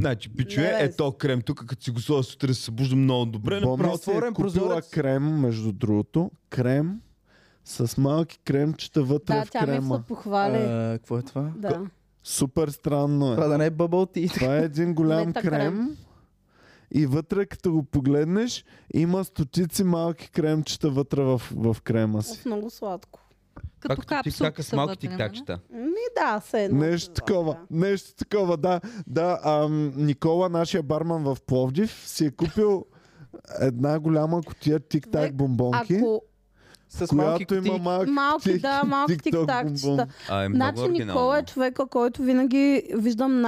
Speaker 3: Значи, пичуе,
Speaker 2: Не, бе.
Speaker 3: е то крем тук, като си го сложа сутрин, се събужда много добре.
Speaker 1: Боми
Speaker 3: Направо
Speaker 1: си е
Speaker 4: отворен
Speaker 1: купила
Speaker 4: прозорец.
Speaker 1: крем, между другото. Крем с малки кремчета вътре
Speaker 2: Да,
Speaker 1: в
Speaker 2: тя е ме
Speaker 1: крема.
Speaker 2: се похвали.
Speaker 4: а, Какво е това?
Speaker 2: Да.
Speaker 1: Супер странно е.
Speaker 4: Това да не е bubble tea.
Speaker 1: Това е един голям
Speaker 2: Мета
Speaker 1: крем.
Speaker 2: крем.
Speaker 1: И вътре, като го погледнеш, има стотици малки кремчета вътре в, в крема си.
Speaker 2: Уф, Много сладко.
Speaker 6: Като капсулки
Speaker 3: кака с
Speaker 6: са
Speaker 3: малки
Speaker 6: вътре, нали?
Speaker 3: тиктакчета.
Speaker 2: Ми да, се едно.
Speaker 1: Нещо такова, нещо такова, да. Да, ам, Никола, нашия барман в Пловдив, си е купил една голяма котия тик-так
Speaker 2: Човек,
Speaker 1: бомбонки,
Speaker 2: Ако
Speaker 4: С малки
Speaker 1: която
Speaker 4: кутии.
Speaker 1: има малки,
Speaker 2: малки, да, малки
Speaker 1: тик-так
Speaker 2: тик-такчета.
Speaker 1: бомбонки.
Speaker 3: А, е
Speaker 2: Значи Никола е човека, който винаги виждам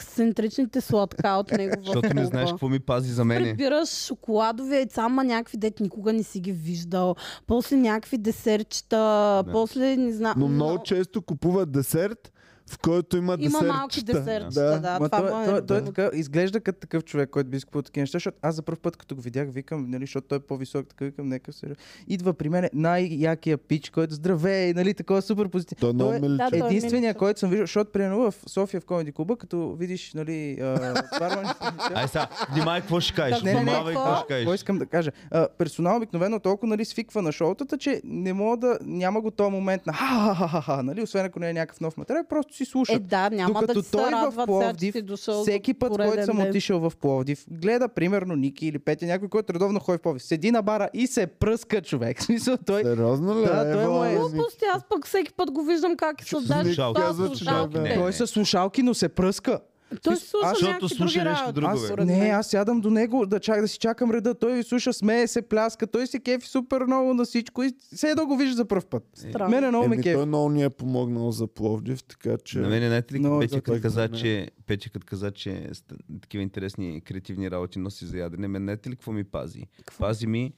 Speaker 2: най-ексцентричните сладка от него. в
Speaker 3: Защото не
Speaker 2: клуба.
Speaker 3: знаеш какво ми пази за мене.
Speaker 2: Прибираш шоколадови яйца, ама някакви дет никога не си ги виждал. После някакви десерчета, после не знам.
Speaker 1: Но много често купуват десерт, в който има,
Speaker 2: Има
Speaker 1: десертчета.
Speaker 2: малки десертчета, да.
Speaker 1: Да.
Speaker 2: да
Speaker 4: Ма
Speaker 2: това
Speaker 4: той,
Speaker 2: му е
Speaker 4: той, той, той
Speaker 2: любимото.
Speaker 4: така, изглежда като такъв човек, който би изкупил такива неща, защото аз за първ път, като го видях, викам, нали, защото той е по-висок, така викам, нека се. Идва при мен най-якия пич, който здравей, нали, такова супер позитивно.
Speaker 1: Той е много миличен.
Speaker 2: Да, той е
Speaker 4: единствения,
Speaker 2: миличен.
Speaker 4: който съм виждал, защото примерно в София в Комеди клуба, като видиш, нали, а, барман,
Speaker 3: Ай сега, внимай какво ще кажеш.
Speaker 4: Не, не, не,
Speaker 3: Внимавай
Speaker 2: какво-
Speaker 3: какво ще
Speaker 4: Кой
Speaker 3: кажеш.
Speaker 4: искам да кажа? А, персонал обикновено толкова нали, свиква на шоутата, че не мога да, няма го този момент на ха-ха-ха-ха, нали? освен ако не е някакъв нов материал, просто си слушат.
Speaker 2: Е, да, няма
Speaker 4: Докато
Speaker 2: да ти се
Speaker 4: той в
Speaker 2: радват, сега, че
Speaker 4: Пловдив,
Speaker 2: си дошъл
Speaker 4: всеки
Speaker 2: за
Speaker 4: път, който
Speaker 2: пореден
Speaker 4: съм
Speaker 2: ден.
Speaker 4: отишъл в Пловдив, гледа примерно Ники или Петя, някой, който редовно ходи в Пловдив, седи на бара и се пръска човек. В смисъл, той...
Speaker 1: Сериозно ли? ами,
Speaker 4: Да, той му е-
Speaker 1: Ева,
Speaker 2: Глупости, аз пък всеки път го виждам как се даже
Speaker 1: слушалки.
Speaker 2: това
Speaker 1: Казва, че
Speaker 2: слушалките.
Speaker 1: да, да.
Speaker 3: Не,
Speaker 4: Той
Speaker 3: не.
Speaker 4: е с слушалки, но се пръска.
Speaker 2: Той слуша
Speaker 1: Защото
Speaker 2: някакви
Speaker 1: слуша
Speaker 2: други
Speaker 1: нещо
Speaker 2: работи,
Speaker 1: друго, бе.
Speaker 2: според
Speaker 4: Не,
Speaker 2: мен.
Speaker 4: аз сядам до него да, чак, да си чакам реда. Той слуша, смее се, пляска, той се кефи супер много на всичко и все едно го вижда за първ път.
Speaker 2: Странно.
Speaker 4: Мене много ме
Speaker 1: Еми,
Speaker 4: кефи.
Speaker 1: той много ни е помогнал за Пловдив, така че...
Speaker 3: На мен е- знаете ли,
Speaker 4: Много
Speaker 3: Петя като
Speaker 1: готино.
Speaker 3: каза, че, Петя като каза, че ст- такива интересни креативни работи носи за ядене, мен знаете ли какво ми пази? Пази ми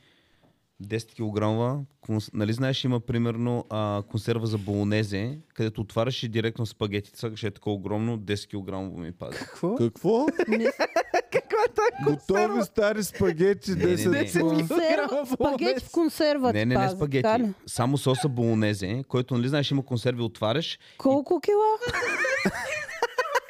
Speaker 3: 10 кг. Конс... Нали знаеш, има примерно а, консерва за болонезе, където отваряш и директно спагетите, слагаш е такова огромно, 10 кг ми пази.
Speaker 4: Какво?
Speaker 1: Какво?
Speaker 4: Каква е тази
Speaker 1: Готови стари спагети,
Speaker 3: Не, не, не.
Speaker 1: 10
Speaker 4: кон-
Speaker 1: кон-
Speaker 2: Консерва, спагети в нали? консерва
Speaker 3: Не,
Speaker 2: ти
Speaker 3: не, не
Speaker 2: пази, така
Speaker 3: спагети.
Speaker 2: ли?
Speaker 3: Само соса болонезе, който, нали знаеш, има консерви, отваряш.
Speaker 2: Колко кила?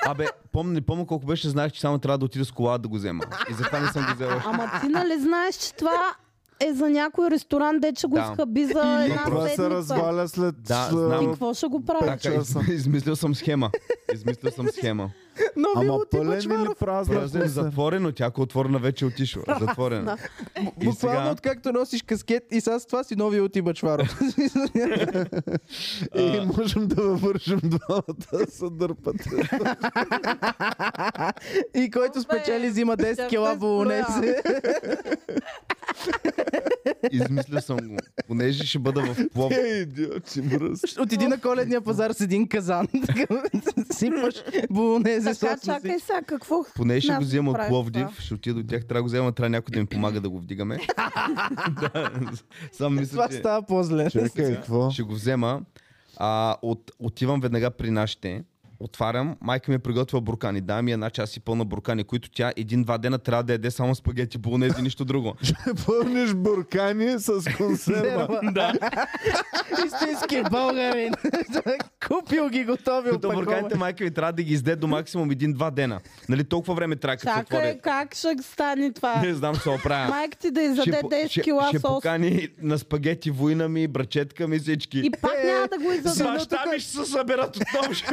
Speaker 3: Абе, помня, не помня колко беше, знаех, че само трябва да отида с кола да го взема. И затова не съм го взел.
Speaker 2: Ама ти нали знаеш, че това е за някой ресторант, де ще го
Speaker 3: Да.
Speaker 2: изхъби за
Speaker 1: И
Speaker 2: една
Speaker 1: това се
Speaker 2: седмица.
Speaker 1: разваля след...
Speaker 3: Да,
Speaker 1: а,
Speaker 2: И
Speaker 3: знам.
Speaker 2: какво ще го правиш?
Speaker 3: Така, из, измислил съм схема. Измислил съм схема.
Speaker 4: Нови
Speaker 1: Ама
Speaker 4: лути
Speaker 1: пълен или
Speaker 4: бачваров.
Speaker 1: празен?
Speaker 3: Празен, затворен, но тя ако е отворена вече е отишла. Затворен. И
Speaker 4: Буквално
Speaker 3: сега-
Speaker 4: откакто носиш каскет и сега с това си нови лути бачваров.
Speaker 1: И можем да вършим двамата да се дърпат.
Speaker 4: и който
Speaker 2: Добре.
Speaker 4: спечели взима 10
Speaker 2: Тя
Speaker 4: кила
Speaker 2: без
Speaker 4: болонезе.
Speaker 3: Измислил съм го. Понеже ще бъда в плов.
Speaker 1: Ей, идиоти, мръс.
Speaker 4: Отиди на коледния пазар с един казан. Сипваш болонезе
Speaker 2: Така,
Speaker 4: сос на
Speaker 2: чакай
Speaker 4: всичко.
Speaker 2: сега, какво?
Speaker 3: Понеже ще
Speaker 2: нас
Speaker 3: го взема от
Speaker 2: прави
Speaker 3: Пловдив,
Speaker 2: това?
Speaker 3: ще отида до тях, трябва да го взема, трябва някой да ми помага да го вдигаме. Да, Сам мисля,
Speaker 4: Това
Speaker 3: че
Speaker 4: става по-зле.
Speaker 1: Чакай, какво?
Speaker 3: ще го взема. А, от, отивам веднага при нашите. Отварям, майка ми е приготвила буркани. Да, ми една част и пълна буркани, които тя един-два дена трябва да яде само спагети, болонези, нищо друго.
Speaker 1: Пълниш буркани с консерва.
Speaker 4: Да. Истински българин. Купил ги готови
Speaker 3: Като бурканите
Speaker 4: опаковани.
Speaker 3: майка ви трябва да ги изде до максимум един-два дена. Нали толкова време трябва като се
Speaker 2: Чакай,
Speaker 3: отвори.
Speaker 2: как ще стане това?
Speaker 3: Не знам, се оправя.
Speaker 2: Майка ти да изяде
Speaker 3: по-
Speaker 2: 10 кила
Speaker 3: ще
Speaker 2: сос.
Speaker 3: покани на спагети война ми, братчетка ми, всички.
Speaker 2: И пак
Speaker 4: Е,
Speaker 2: няма да го
Speaker 3: С
Speaker 2: изяде.
Speaker 3: баща ми ще се съберат отново. Ще...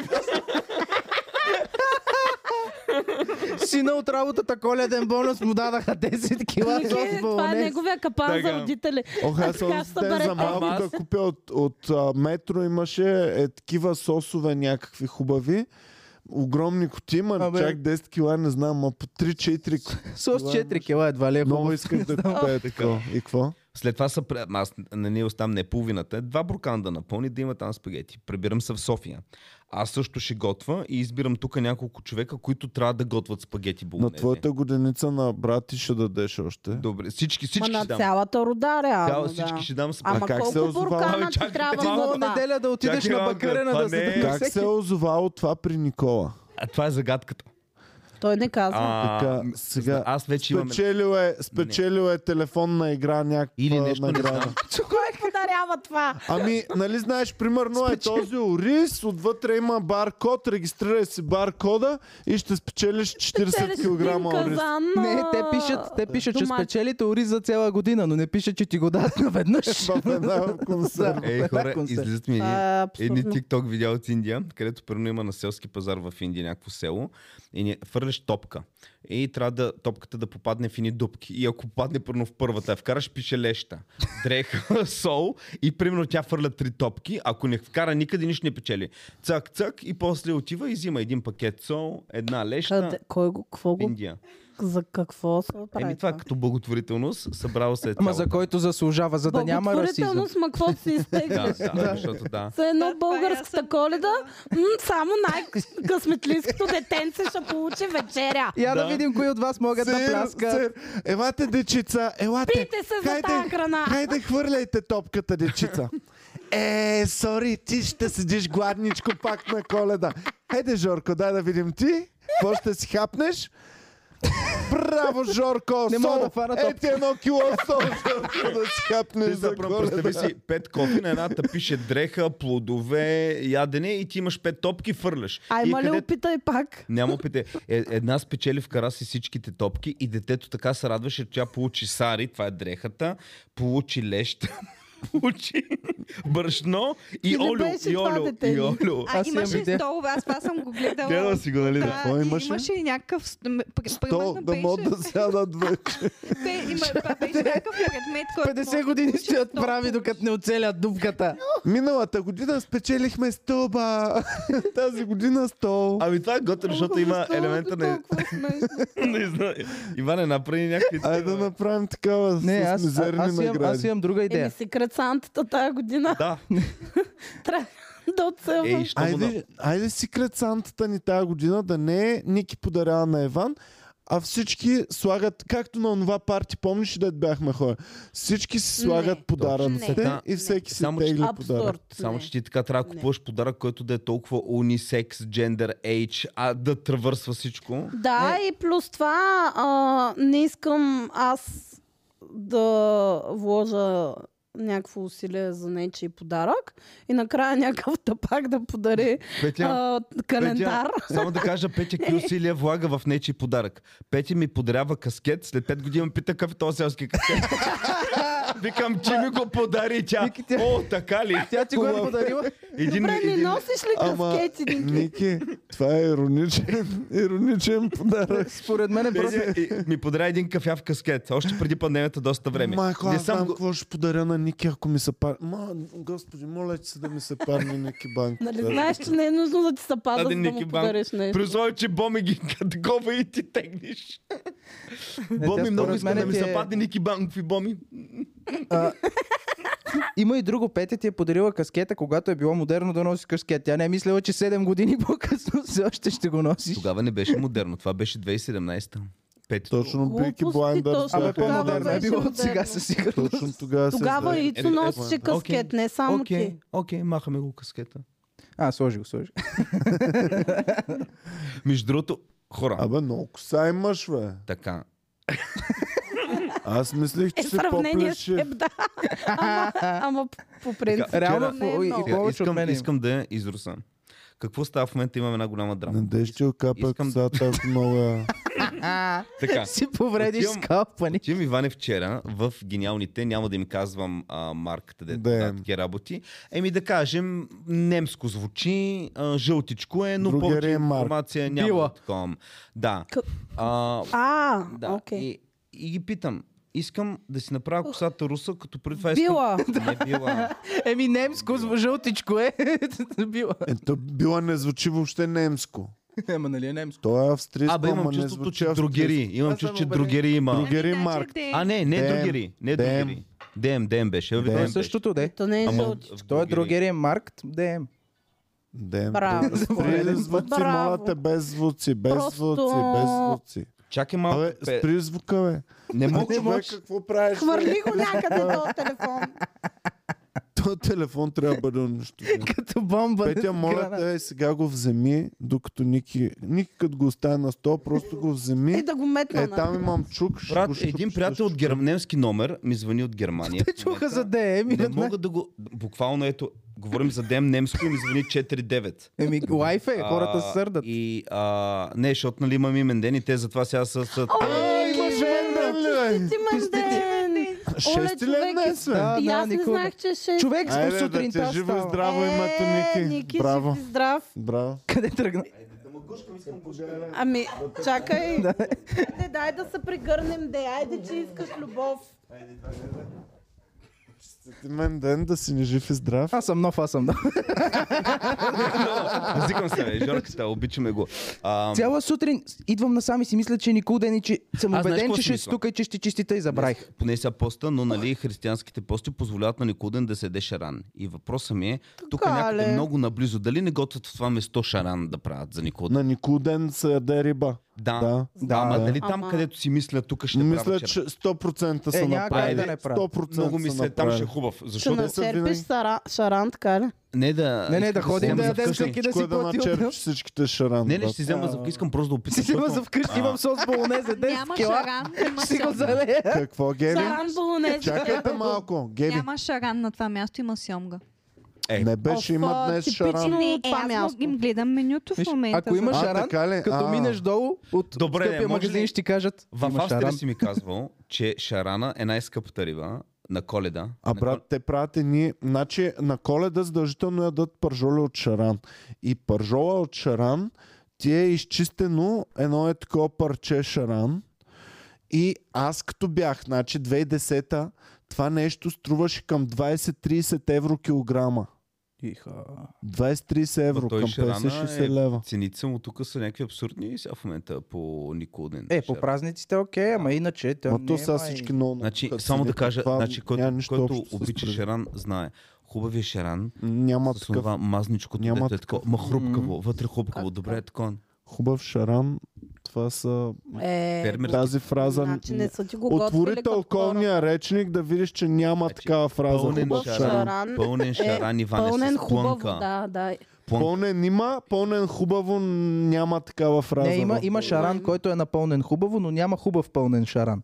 Speaker 4: Сина от работата коледен бонус му дадаха 10 кила
Speaker 2: Ники,
Speaker 4: сос
Speaker 2: това е
Speaker 4: болонез.
Speaker 2: неговия капан за
Speaker 3: Така.
Speaker 2: родители.
Speaker 1: Ох, аз
Speaker 2: Така
Speaker 1: онзи
Speaker 2: ще
Speaker 1: ден
Speaker 2: съберете.
Speaker 1: за малко
Speaker 2: Ама
Speaker 1: да купя от, от а, метро имаше е такива сосове някакви хубави. Огромни коти, ма
Speaker 4: Абе.
Speaker 1: чак 10 кила, не знам, ма по 3-4 коти.
Speaker 4: Сос 4 кила едва ли е
Speaker 1: Много
Speaker 4: хубав.
Speaker 1: исках да купя е такова. И какво?
Speaker 3: След това са, пре- ма аз на ние оставам не половината, два буркана да напълни, да има там спагети. Прибирам се в София. Аз също ще готва и избирам тук няколко човека, които трябва да готвят спагети
Speaker 1: На
Speaker 3: болонези.
Speaker 1: твоята годеница на брат ти ще дадеш още.
Speaker 3: Добре, всички, всички
Speaker 2: на
Speaker 3: ще дам.
Speaker 2: цялата рода,
Speaker 3: Цяло,
Speaker 2: реално, да.
Speaker 3: всички ще дам
Speaker 1: А
Speaker 2: Ама
Speaker 3: спагети.
Speaker 1: как се
Speaker 2: колко
Speaker 1: озовава?
Speaker 2: буркана
Speaker 3: Абе,
Speaker 2: ти
Speaker 3: чакай,
Speaker 2: трябва
Speaker 3: ти
Speaker 2: да
Speaker 4: Мога
Speaker 2: вода?
Speaker 4: неделя да отидеш
Speaker 3: Чакай
Speaker 4: на
Speaker 3: малко,
Speaker 4: бакарена
Speaker 3: това не
Speaker 4: да се
Speaker 3: е-
Speaker 1: Как се е озовало това при Никола?
Speaker 3: А това е загадката.
Speaker 2: Той не казва.
Speaker 3: А,
Speaker 1: Така,
Speaker 3: м-
Speaker 1: сега,
Speaker 3: Аз вече имам...
Speaker 1: Спечелил е, спечелил е телефонна игра някаква
Speaker 3: Или нещо не
Speaker 1: награда.
Speaker 3: знам.
Speaker 2: Кой подарява това?
Speaker 1: Ами, нали знаеш, примерно е този ориз, отвътре има баркод, регистрирай си баркода и ще спечелиш 40 кг ориз.
Speaker 4: Не, те пишат, те пишат, че
Speaker 2: домати.
Speaker 4: спечелите ориз за цяла година, но не пишат, че ти го дадат наведнъж.
Speaker 1: В една консерва.
Speaker 3: Ей, хора, излизат ми едни,
Speaker 2: А,
Speaker 3: едни
Speaker 2: е абсурдно.
Speaker 3: TikTok видеа от Индия, където примерно има на селски пазар в Индия някакво село и ни фърляш топка. И трябва да, топката да попадне в едни дупки. И ако попадне първо в първата, я вкараш пишелеща, дреха, сол и примерно тя фърля три топки. Ако не вкара никъде, нищо не печели. Цък, цък и после отива и взима един пакет сол, една леща.
Speaker 2: Къде, кой го, какво
Speaker 3: в
Speaker 2: го,
Speaker 3: Индия.
Speaker 2: за какво се прави
Speaker 3: Еми това е като благотворителност събрало се е
Speaker 4: Ама
Speaker 3: цялото.
Speaker 4: за който заслужава, за да няма расизъм.
Speaker 2: Благотворителност, ма какво си
Speaker 3: Да,
Speaker 2: изтегляш?
Speaker 3: да, защото да.
Speaker 2: За едно
Speaker 6: Да, това
Speaker 2: българската
Speaker 6: и аз съм
Speaker 2: коледа, м- само най-късметлийското детенце ще получи вечеря.
Speaker 4: Я да видим кои от вас могат да
Speaker 1: Сир,
Speaker 4: пляскат.
Speaker 1: сир. Елате, дечица, елате.
Speaker 2: Пийте се за
Speaker 1: Хайде,
Speaker 2: тая храна.
Speaker 1: Хайде, хвърляйте топката, дечица. Е, сори, ти ще седиш гладничко пак на коледа. Хайде, Жорко, дай да видим ти. Какво ще си хапнеш? Браво, Жорко!
Speaker 4: Не
Speaker 1: сол.
Speaker 4: мога да фана
Speaker 1: Е, ти едно кило сол, Жорко, да си хапнеш
Speaker 3: Ти
Speaker 1: за
Speaker 3: за пръв,
Speaker 1: коледа.
Speaker 3: представи си пет кофи, на едната пише дреха, плодове, ядене и ти имаш пет топки, фърляш.
Speaker 2: А
Speaker 3: и
Speaker 2: има ли
Speaker 3: къде-
Speaker 2: опитай пак?
Speaker 3: Няма опите. Е, една спечели вкара си всичките топки и детето така се радваше, че тя получи сари, това е дрехата, получи леща, очи, брашно и
Speaker 2: Ти не
Speaker 3: олио.
Speaker 2: беше
Speaker 3: И
Speaker 2: това
Speaker 3: олио,
Speaker 2: дете.
Speaker 3: и олио.
Speaker 6: А,
Speaker 4: Аз имам
Speaker 6: имаше
Speaker 4: идея.
Speaker 6: столове, аз това съм го гледала.
Speaker 3: Гледал си го, нали? Да.
Speaker 1: Кой
Speaker 6: и
Speaker 1: имаше?
Speaker 6: имаше и някакъв... с- м-
Speaker 1: То
Speaker 6: пр- примерно
Speaker 1: да
Speaker 6: беше-
Speaker 1: могат да сядат вече.
Speaker 6: Те има, това беше някакъв предмет, който...
Speaker 4: 50 години
Speaker 6: може да
Speaker 4: ще я
Speaker 6: получиш
Speaker 4: прави, докато не оцелят дупката.
Speaker 1: Миналата година спечелихме стълба. Тази година стол.
Speaker 3: Ами това е готино, защото има
Speaker 2: Столове
Speaker 3: елемента на...
Speaker 2: толкова смешно.
Speaker 3: Не знам. Иване, направи някакви...
Speaker 1: Айде да
Speaker 3: такива.
Speaker 1: направим такава
Speaker 4: Не,
Speaker 1: с
Speaker 4: аз, а-
Speaker 1: мизерни
Speaker 4: аз, имам,
Speaker 1: награди.
Speaker 4: аз имам друга
Speaker 2: Еми
Speaker 4: идея.
Speaker 2: секрет сантата тази година
Speaker 3: Да.
Speaker 2: трябва да оцелвам.
Speaker 3: Ей, що му да...
Speaker 1: Айде, айде Secret Santa-та ни тази година да не е Ники подарява на Еван, а всички слагат, както на онова парти, помниш ли да бяхме хора? Всички си
Speaker 2: Не.
Speaker 1: слагат
Speaker 6: Не.
Speaker 1: подаръците
Speaker 3: Така.
Speaker 1: и всеки си
Speaker 3: Само, че-
Speaker 1: тегли подарък.
Speaker 2: Абсурд.
Speaker 3: Само,
Speaker 2: не.
Speaker 3: че ти така трябва да
Speaker 2: Не.
Speaker 3: купуваш подарък, който да е толкова унисекс, gender, age, а да тръвърсва всичко.
Speaker 2: Да, и плюс това а, не искам аз да вложа някакво усилие за нечи подарък и накрая някакъв тъпак да подари
Speaker 3: Петя,
Speaker 2: а, календар.
Speaker 3: Петя, само да кажа, Петя какви усилия влага в нечи подарък. Петя ми подарява каскет, след 5 години ме пита какъв е този селски каскет. Викам, че ми го подари тя.
Speaker 4: Вики, тя-
Speaker 3: О, така ли?
Speaker 4: Тя ти го е подарила.
Speaker 3: Един,
Speaker 2: Добре, не
Speaker 3: един...
Speaker 2: носиш ли
Speaker 1: Ама,
Speaker 2: каскети? Ники?
Speaker 1: Ники, това е ироничен, ироничен подарък.
Speaker 4: Според мен е просто...
Speaker 3: Петя и- ми подаря един кафяв каскет, още преди пандемията доста време.
Speaker 1: Майко,
Speaker 3: не
Speaker 1: аз
Speaker 3: съм
Speaker 1: знам
Speaker 3: го...
Speaker 1: какво ще подаря на Ники, ако ми се парни. Ма, господи, моля ти се да ми се парни Ники банк.
Speaker 2: Нали знаеш, че не е нужно да ти се пада, за да
Speaker 3: Аде,
Speaker 2: му
Speaker 3: Ники Банк,
Speaker 2: подариш нещо.
Speaker 3: При условие, че Боми ги каткова и ти тегнеш.
Speaker 4: Не, тя
Speaker 3: Боми много
Speaker 4: според
Speaker 3: иска
Speaker 4: мен
Speaker 3: да ми
Speaker 4: ти е-
Speaker 3: се падне Ники Банков и Боми.
Speaker 4: Има и друго, Петя ти е подарила каскета, когато е било модерно да носи каскет. Тя не е мислила, че 7 години по-късно все още ще го носиш.
Speaker 3: Тогава не беше модерно, това беше 2017-та. Пети.
Speaker 1: Точно Бики
Speaker 2: Глупости,
Speaker 1: Блайндър.
Speaker 2: точно
Speaker 4: Абе,
Speaker 2: Тогава
Speaker 4: по-модерно е
Speaker 2: беше
Speaker 4: било от
Speaker 2: модерно.
Speaker 4: сега със сигурност.
Speaker 1: Точно тогава се
Speaker 2: Тогава
Speaker 1: издаде.
Speaker 2: и
Speaker 3: Е, е,
Speaker 2: Ицо носеше
Speaker 3: е,
Speaker 2: каскет, не само
Speaker 3: Окей,
Speaker 2: ти.
Speaker 3: окей, махаме го каскета.
Speaker 4: А, сложи го, сложи.
Speaker 3: Между другото, хора,
Speaker 1: Абе, много коса имаш, бе.
Speaker 3: така,
Speaker 1: Аз мислих,
Speaker 2: Е,
Speaker 1: че
Speaker 2: в
Speaker 1: си
Speaker 2: сравнение е с
Speaker 1: по-плешив.
Speaker 2: теб, да. Ама, ама по- по принцип.
Speaker 3: Вчера-
Speaker 4: Реално,
Speaker 2: не е
Speaker 4: и- и
Speaker 2: много.
Speaker 3: сега,
Speaker 4: повече от
Speaker 3: искам,
Speaker 4: мен има.
Speaker 3: искам да я изруса. Какво става в момента? Имаме една голяма драма.
Speaker 1: Надеж ти окапя
Speaker 3: Искам-
Speaker 1: косата, ако много я...
Speaker 3: Така.
Speaker 4: Си повредиш
Speaker 3: Отивам-
Speaker 4: скалпа ни.
Speaker 3: Отивам Иване вчера в Гениалните, няма да им казвам а, марката, дето
Speaker 1: Да.
Speaker 3: да. такива работи. Еми да кажем, немско звучи, а, жълтичко е, но
Speaker 1: Другаря
Speaker 3: повече
Speaker 1: е марк.
Speaker 3: информация няма.
Speaker 4: Била.
Speaker 3: да отковам. Да.
Speaker 2: Къ-
Speaker 3: А,
Speaker 2: А,
Speaker 3: да.
Speaker 2: окей.
Speaker 3: И, и ги питам, искам да си направя косата руса, като преди това
Speaker 2: Била.
Speaker 3: искам... Не е била.
Speaker 4: Еми немско, с жълтичко е. Била.
Speaker 1: Ето, Е, била не звучи въобще немско.
Speaker 4: Ема нали е немско?
Speaker 1: То е австрийско,
Speaker 3: Абе,
Speaker 1: ама не
Speaker 3: имам чувството,
Speaker 1: звучи
Speaker 3: че
Speaker 1: австрийско.
Speaker 3: другери. Имам
Speaker 4: Аз съм
Speaker 3: чувството, че
Speaker 4: убеден.
Speaker 3: другери има.
Speaker 1: Другери
Speaker 6: Ами,
Speaker 1: марк.
Speaker 6: значи,
Speaker 3: А, не, не
Speaker 1: Дем.
Speaker 3: другери. Не
Speaker 1: Дем.
Speaker 3: другери. Дем, дем беше.
Speaker 1: Дем.
Speaker 3: Дем беше.
Speaker 4: Същото де.
Speaker 2: То не е
Speaker 3: Ама
Speaker 2: жълт.
Speaker 3: в
Speaker 4: Той е
Speaker 3: другери.
Speaker 4: другерия Маркт, ДМ.
Speaker 1: Дем,
Speaker 2: Браво.
Speaker 1: Спри звуци,
Speaker 2: Браво.
Speaker 1: моля те, без звуци, без
Speaker 2: Просто-
Speaker 1: звуци, без звуци.
Speaker 3: Чакай малко.
Speaker 1: Абе,
Speaker 3: пе-
Speaker 1: спри звука, бе.
Speaker 3: Не
Speaker 1: Ама,
Speaker 3: мога
Speaker 1: човек, какво правиш?
Speaker 2: Хвърли го някъде до телефон.
Speaker 1: Този телефон трябва да бъде унищожен.
Speaker 4: Като бомба.
Speaker 1: Петя, моля
Speaker 4: Гранат.
Speaker 1: те, сега го вземи, докато Ники... Ники като го оставя на стол, просто го
Speaker 2: И
Speaker 1: вземи.
Speaker 2: да го метна.
Speaker 1: Е,
Speaker 2: на-
Speaker 1: там имам чук. ще
Speaker 3: Брат,
Speaker 1: го щупиш,
Speaker 3: един
Speaker 1: ще
Speaker 3: приятел
Speaker 1: го
Speaker 3: от гер... немски номер ми звъни от Германия.
Speaker 4: Те чуха за ДМ.
Speaker 3: Не
Speaker 4: и веднага-
Speaker 3: мога да го... Буквално ето, говорим за дем немско и ми звъни 4-9.
Speaker 4: Еми, лайф е, хората се
Speaker 3: А,
Speaker 4: сърдат.
Speaker 3: И, а, не, защото нали имам имен ден и те затова сега са... са...
Speaker 1: Е,
Speaker 2: Ой,
Speaker 4: Е,
Speaker 2: имаш
Speaker 1: щупиш. Леле,
Speaker 2: Ти Менден!
Speaker 1: Шести ли е днес, бе?
Speaker 4: Да,
Speaker 2: И аз не
Speaker 4: Никола.
Speaker 2: знаех, че ще...
Speaker 4: Човек
Speaker 1: Айде,
Speaker 4: с
Speaker 1: да ти е
Speaker 4: сутринта
Speaker 1: живо и
Speaker 4: става.
Speaker 1: здраво името,
Speaker 2: Е,
Speaker 1: Ники.
Speaker 2: Ники,
Speaker 1: Браво.
Speaker 2: жив и здрав.
Speaker 1: Браво.
Speaker 4: Къде тръгна?
Speaker 2: Ами, чакай. Не, дай да се прегърнем, де. Айде, че искаш любов.
Speaker 1: Ти мен ден да си не жив и здрав.
Speaker 4: Аз съм нов, аз съм нов.
Speaker 3: Зикам се, бе, Жорката, обичаме го. А,
Speaker 4: Цяла сутрин идвам насам и си мисля, че Никол ден и че съм
Speaker 3: Аз знаеш
Speaker 4: убеден,
Speaker 3: какво
Speaker 4: че
Speaker 3: си
Speaker 4: ще
Speaker 3: мисля?
Speaker 4: стука и че ще чистите и забравих.
Speaker 3: поне сега поста, но нали християнските пости позволяват на Никоден да се еде шаран. И въпросът ми е, тук
Speaker 2: Така
Speaker 3: някъде
Speaker 2: ли?
Speaker 3: много наблизо, дали не готвят в това место шаран да правят за Никоден?
Speaker 1: На никой ден се яде риба.
Speaker 3: Да.
Speaker 1: Да.
Speaker 3: Да, ама
Speaker 1: Да.
Speaker 3: дали там,
Speaker 2: Ама-
Speaker 3: където си мисля, тук ще
Speaker 1: Мисля,
Speaker 3: правят
Speaker 1: че 100% са
Speaker 4: Е, няма как
Speaker 1: направили.
Speaker 4: да не правят.
Speaker 1: 100%
Speaker 3: Много ми
Speaker 1: са
Speaker 3: се, там ще е
Speaker 1: направили.
Speaker 3: хубав.
Speaker 2: Ще
Speaker 3: Защото
Speaker 2: начерпиш
Speaker 1: винаги-
Speaker 2: сара... шаран, така ли?
Speaker 3: не да...
Speaker 4: Не, не,
Speaker 3: искам
Speaker 4: да
Speaker 3: си
Speaker 4: ходим
Speaker 3: взема
Speaker 4: да
Speaker 3: за
Speaker 4: ядем
Speaker 3: вкъщи.
Speaker 4: всеки да
Speaker 1: Кой
Speaker 4: си
Speaker 1: да
Speaker 4: плати
Speaker 1: начерпиш
Speaker 4: отделно.
Speaker 1: всичките шаран.
Speaker 3: Не, не,
Speaker 1: брат?
Speaker 3: ще си взема за искам просто да опитам.
Speaker 4: Си взема
Speaker 3: защото-
Speaker 4: за вкъщи, имам сос болонезе, 10
Speaker 6: Няма
Speaker 4: кила.
Speaker 6: шаран, има
Speaker 4: Ще е си го
Speaker 6: сьомга.
Speaker 4: залея.
Speaker 1: Какво, Геви?
Speaker 2: Шаран болонез.
Speaker 1: Чакайте малко. Геви,
Speaker 6: Няма шаран на това място, има сьомга.
Speaker 3: Е,
Speaker 1: не беше има
Speaker 2: Оф,
Speaker 1: днес
Speaker 2: типично.
Speaker 1: шаран.
Speaker 6: Не, е,
Speaker 2: това
Speaker 6: аз
Speaker 2: място.
Speaker 6: му- им гледам менюто в
Speaker 4: Виж,
Speaker 6: момента.
Speaker 4: ако имаш
Speaker 1: А,
Speaker 4: шаран,
Speaker 1: така ли?
Speaker 4: като
Speaker 1: А.
Speaker 4: минеш долу от
Speaker 3: Добре,
Speaker 4: скъпия
Speaker 3: може ли-
Speaker 4: магазин, ще ти кажат
Speaker 3: в
Speaker 4: има
Speaker 3: Австрия
Speaker 4: шаран.
Speaker 3: си ми казвал, че шарана е най-скъпата риба На коледа.
Speaker 1: А
Speaker 3: на
Speaker 1: брат, те правят едни... Значи на коледа задължително ядат пържоли от шаран. И пържола от шаран ти е изчистено едно е такова парче шаран. И аз като бях, значи 2010-та, това нещо струваше към 20-30 евро килограма.
Speaker 4: Иха.
Speaker 1: 20-30 евро,
Speaker 3: Ма той
Speaker 1: към
Speaker 3: шарана
Speaker 1: 50-60
Speaker 3: е-
Speaker 1: лева.
Speaker 3: Цените му тук са някакви абсурдни сега в момента по никой ден.
Speaker 4: Е, по празниците окей, ама иначе... Той
Speaker 1: Ма то
Speaker 4: не е,
Speaker 1: сега
Speaker 4: май.
Speaker 1: всички много...
Speaker 3: Значи,
Speaker 1: нахъцани,
Speaker 3: само да кажа,
Speaker 1: това
Speaker 3: значи,
Speaker 1: няма
Speaker 3: който,
Speaker 1: нищо
Speaker 3: който
Speaker 1: общо с
Speaker 3: обича
Speaker 1: преди.
Speaker 3: шеран, знае. Хубавия шеран,
Speaker 1: Няма
Speaker 3: с
Speaker 1: такъв
Speaker 3: това мазничкото
Speaker 1: Няма
Speaker 3: дете,
Speaker 1: такъв.
Speaker 3: такова, ма хрупкаво, вътре хрупкаво, добре е такова.
Speaker 1: хубав шаран. Това са...
Speaker 2: Е,
Speaker 3: Фермер.
Speaker 1: Тази фраза...
Speaker 2: значи не са ти го
Speaker 1: Отвори
Speaker 2: готвили като хора.
Speaker 1: тълковния речник да видиш, че няма
Speaker 3: Значи,
Speaker 1: такава фраза.
Speaker 3: Пълнен
Speaker 1: Хубав
Speaker 2: шаран.
Speaker 1: шаран.
Speaker 2: шаран
Speaker 3: пълнен шаран, Иване,
Speaker 2: Пълнен
Speaker 3: с
Speaker 2: хубаво,
Speaker 3: плънка.
Speaker 2: да, да.
Speaker 3: Плънка.
Speaker 1: Пълнен има, пълнен хубаво няма такава фраза.
Speaker 4: Не, има,
Speaker 1: в-
Speaker 4: има шаран, който е напълнен хубаво, но няма хубав пълнен шаран.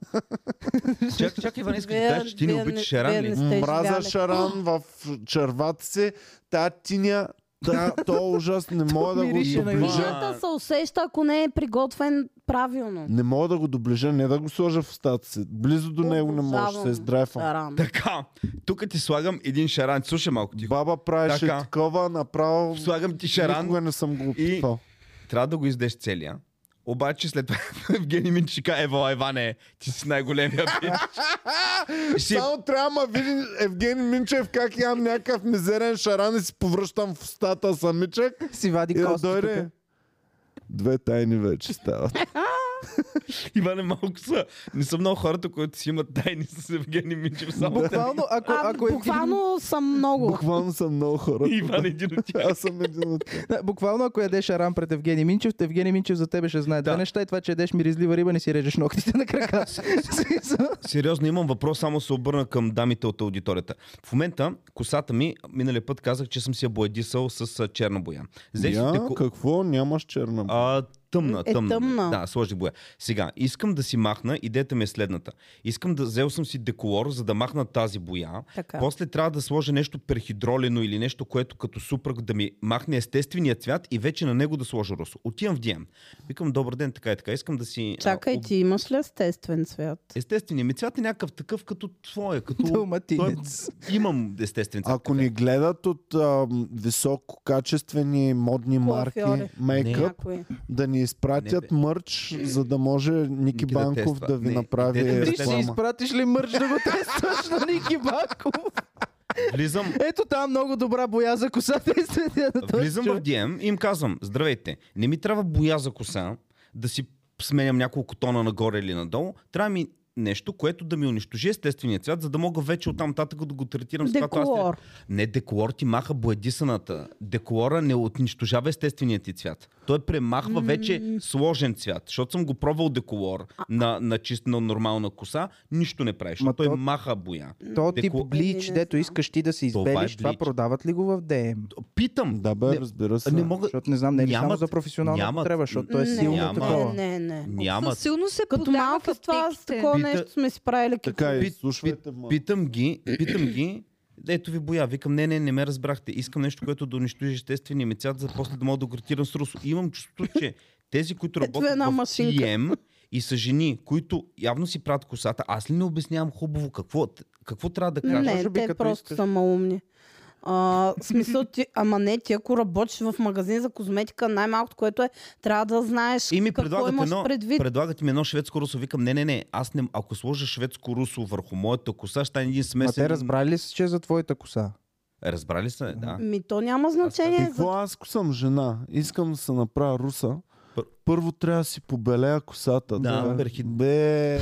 Speaker 3: Чакай, чакай, Иване, искаш да
Speaker 2: Вие-
Speaker 3: кажеш, че ти не
Speaker 2: вие
Speaker 3: обичаш
Speaker 2: вие
Speaker 3: шаран
Speaker 2: не
Speaker 3: ли?
Speaker 2: сте
Speaker 1: Мраза
Speaker 2: живяли.
Speaker 1: шаран в червата си, та тиня, та, то е ужас, не мога да го
Speaker 4: мирише на
Speaker 1: доближа.
Speaker 3: южа.
Speaker 2: Тината се усеща, ако не е приготвен правилно.
Speaker 1: Не мога да го доближа, не да го сложа в устата си. Близо до него не може да се
Speaker 2: Обожавам
Speaker 1: издрайфам.
Speaker 2: шаран.
Speaker 3: Така, тук ти слагам един шаран. Слушай малко тихо.
Speaker 1: Баба правеше
Speaker 3: Така.
Speaker 1: такова, направо
Speaker 3: Слагам ти шаран.
Speaker 1: никога не съм го
Speaker 3: И-
Speaker 1: опитвал.
Speaker 3: Трябва да го издеш целия. Обаче след това Евгений Минчи ще каже, ево, Иване, ти си най-големия бич. Ще
Speaker 1: Само трябва да види Евгений Минчев как ям някакъв мизерен шаран и си повръщам в устата самичък
Speaker 4: Си вади
Speaker 1: и да
Speaker 4: кост.
Speaker 1: Е, дойде. Две тайни вече стават.
Speaker 3: Иване, малко са. Не са много хората, които си имат тайни с Евгений Минчев. Само те.
Speaker 4: Буквално, ако,
Speaker 2: А,
Speaker 4: ако Евгений
Speaker 2: буквално съм много.
Speaker 1: е Буквално съм много хора.
Speaker 3: Иван е един от тях.
Speaker 1: Аз съм един от тях.
Speaker 4: Да, буквално ако ядеш арам пред Евгений Минчев, то Евгений Минчев за тебе ще знае
Speaker 3: Да.
Speaker 4: две неща и това, че ядеш миризлива риба, не си режеш ногтите на крака.
Speaker 3: Е, Сериозно имам въпрос, само се обърна към дамите от аудиторията. В момента косата ми, миналия път казах, че съм си я боядисал с а, черна боя. Взех си
Speaker 1: Я,
Speaker 3: теко-
Speaker 1: какво? Нямаш черна. А,
Speaker 3: А, тъмна,
Speaker 2: Е,
Speaker 3: тъмна.
Speaker 2: тъмна.
Speaker 3: Да, сложи боя. Сега, искам да си махна, идеята ми е следната. Искам да взел съм си деколор, за да махна тази боя.
Speaker 2: Така.
Speaker 3: После трябва да сложа нещо перхидролено или нещо, което като супрък да ми махне естествения цвят и вече на него да сложа русо. Отивам в DM. Викам, добър ден, така и така. Искам да си... а,
Speaker 2: Чакай,
Speaker 3: об-
Speaker 2: ти имаш ли естествен цвят?
Speaker 3: Естествения ми цвят е някакъв такъв като твоя, като... Той...
Speaker 4: Тълматинец.
Speaker 3: Имам естествен цвят.
Speaker 1: Ако ни гледат от а, висококачествени модни марки,
Speaker 2: Коафьори.
Speaker 1: мейкъп,
Speaker 2: Някой.
Speaker 1: да ни изпратят
Speaker 3: Не,
Speaker 1: мърч, за да може Ники
Speaker 3: Ники да
Speaker 1: Банков
Speaker 3: тества.
Speaker 1: да ви
Speaker 3: Не,
Speaker 1: направи
Speaker 3: идеята е
Speaker 4: Ти ще
Speaker 1: реклама.
Speaker 4: изпратиш ли мърч да го тестваш на Ники Баков?
Speaker 3: Влизам,
Speaker 4: Ето там много добра боя за косата и следя на този
Speaker 3: Влизам в
Speaker 4: човек.
Speaker 3: DM и им казвам, здравейте, не ми трябва боя за коса, да си сменям няколко тона нагоре или надолу, трябва ми нещо, което да ми унищожи естествения цвят, за да мога вече оттам нататък да го третирам с това. това
Speaker 2: Деколор.
Speaker 3: сте- Не, деколор ти маха боядисаната. Деколора не унищожава естествения ти цвят. Той премахва вече сложен цвят, защото съм го пробвал деколор на, на чист, на нормална коса, нищо не правиш.
Speaker 4: Ма
Speaker 3: Той
Speaker 4: то-
Speaker 3: маха боя.
Speaker 4: То тип
Speaker 3: Деко-
Speaker 4: блич,
Speaker 2: Не, не
Speaker 4: дето
Speaker 2: знам.
Speaker 4: искаш ти да си
Speaker 3: Това е
Speaker 4: избелиш, това
Speaker 3: блич.
Speaker 4: продават ли го в DM?
Speaker 3: Питам.
Speaker 1: Да бе,
Speaker 3: не,
Speaker 1: разбира се.
Speaker 3: не мога.
Speaker 4: Защото не знам, не е ли само
Speaker 3: Нямат-
Speaker 4: за професионална
Speaker 3: нямат.
Speaker 4: потреба, защото е
Speaker 2: Не,
Speaker 4: силно
Speaker 3: Няма.
Speaker 2: не,
Speaker 4: такова.
Speaker 2: не, не.
Speaker 3: Нямат.
Speaker 6: Със силно се
Speaker 2: Като
Speaker 6: продава
Speaker 2: малки
Speaker 6: в
Speaker 2: с това, с
Speaker 6: аптеките.
Speaker 2: такова
Speaker 3: Пита-
Speaker 2: нещо сме изправили
Speaker 1: Така, е,
Speaker 3: Пит-
Speaker 1: изслушвайте ме.
Speaker 3: Питам ги, питам ги, ето ви боя. Викам, не, не, не ме разбрахте. Искам нещо, което да унищожи естествения ми цвят, за после да мога да го гратирам с русо. И Имам чувството, че тези, които
Speaker 2: Ето
Speaker 3: работят в
Speaker 2: една машинка.
Speaker 3: TM и са жени, които явно си правят косата, аз ли не обяснявам хубаво какво, какво трябва да кажа?
Speaker 2: Не,
Speaker 4: може би
Speaker 2: те
Speaker 4: като
Speaker 2: просто
Speaker 4: искаш.
Speaker 2: са малумни. А, в смисъл ти, ама не, ти ако работиш в магазин за козметика, най-малкото, което е, трябва да знаеш
Speaker 3: И ми
Speaker 2: какво
Speaker 3: предлагат
Speaker 2: имаш
Speaker 3: едно,
Speaker 2: предвид.
Speaker 3: предлагат ми едно шведско русо. Викам, не, не, не, аз не, ако сложа шведско русо върху моята коса, ще стане един
Speaker 4: Ма
Speaker 3: смесен.
Speaker 4: те разбрали ли са, че е за твоята коса?
Speaker 3: Разбрали са, да.
Speaker 2: Ми то няма значение.
Speaker 1: Какво
Speaker 2: Е, За...
Speaker 1: аз ако съм жена, искам да се направя руса,
Speaker 3: Пър-
Speaker 1: първо трябва да си побелея косата.
Speaker 3: Да,
Speaker 1: бе.
Speaker 3: перхи-
Speaker 1: Бе...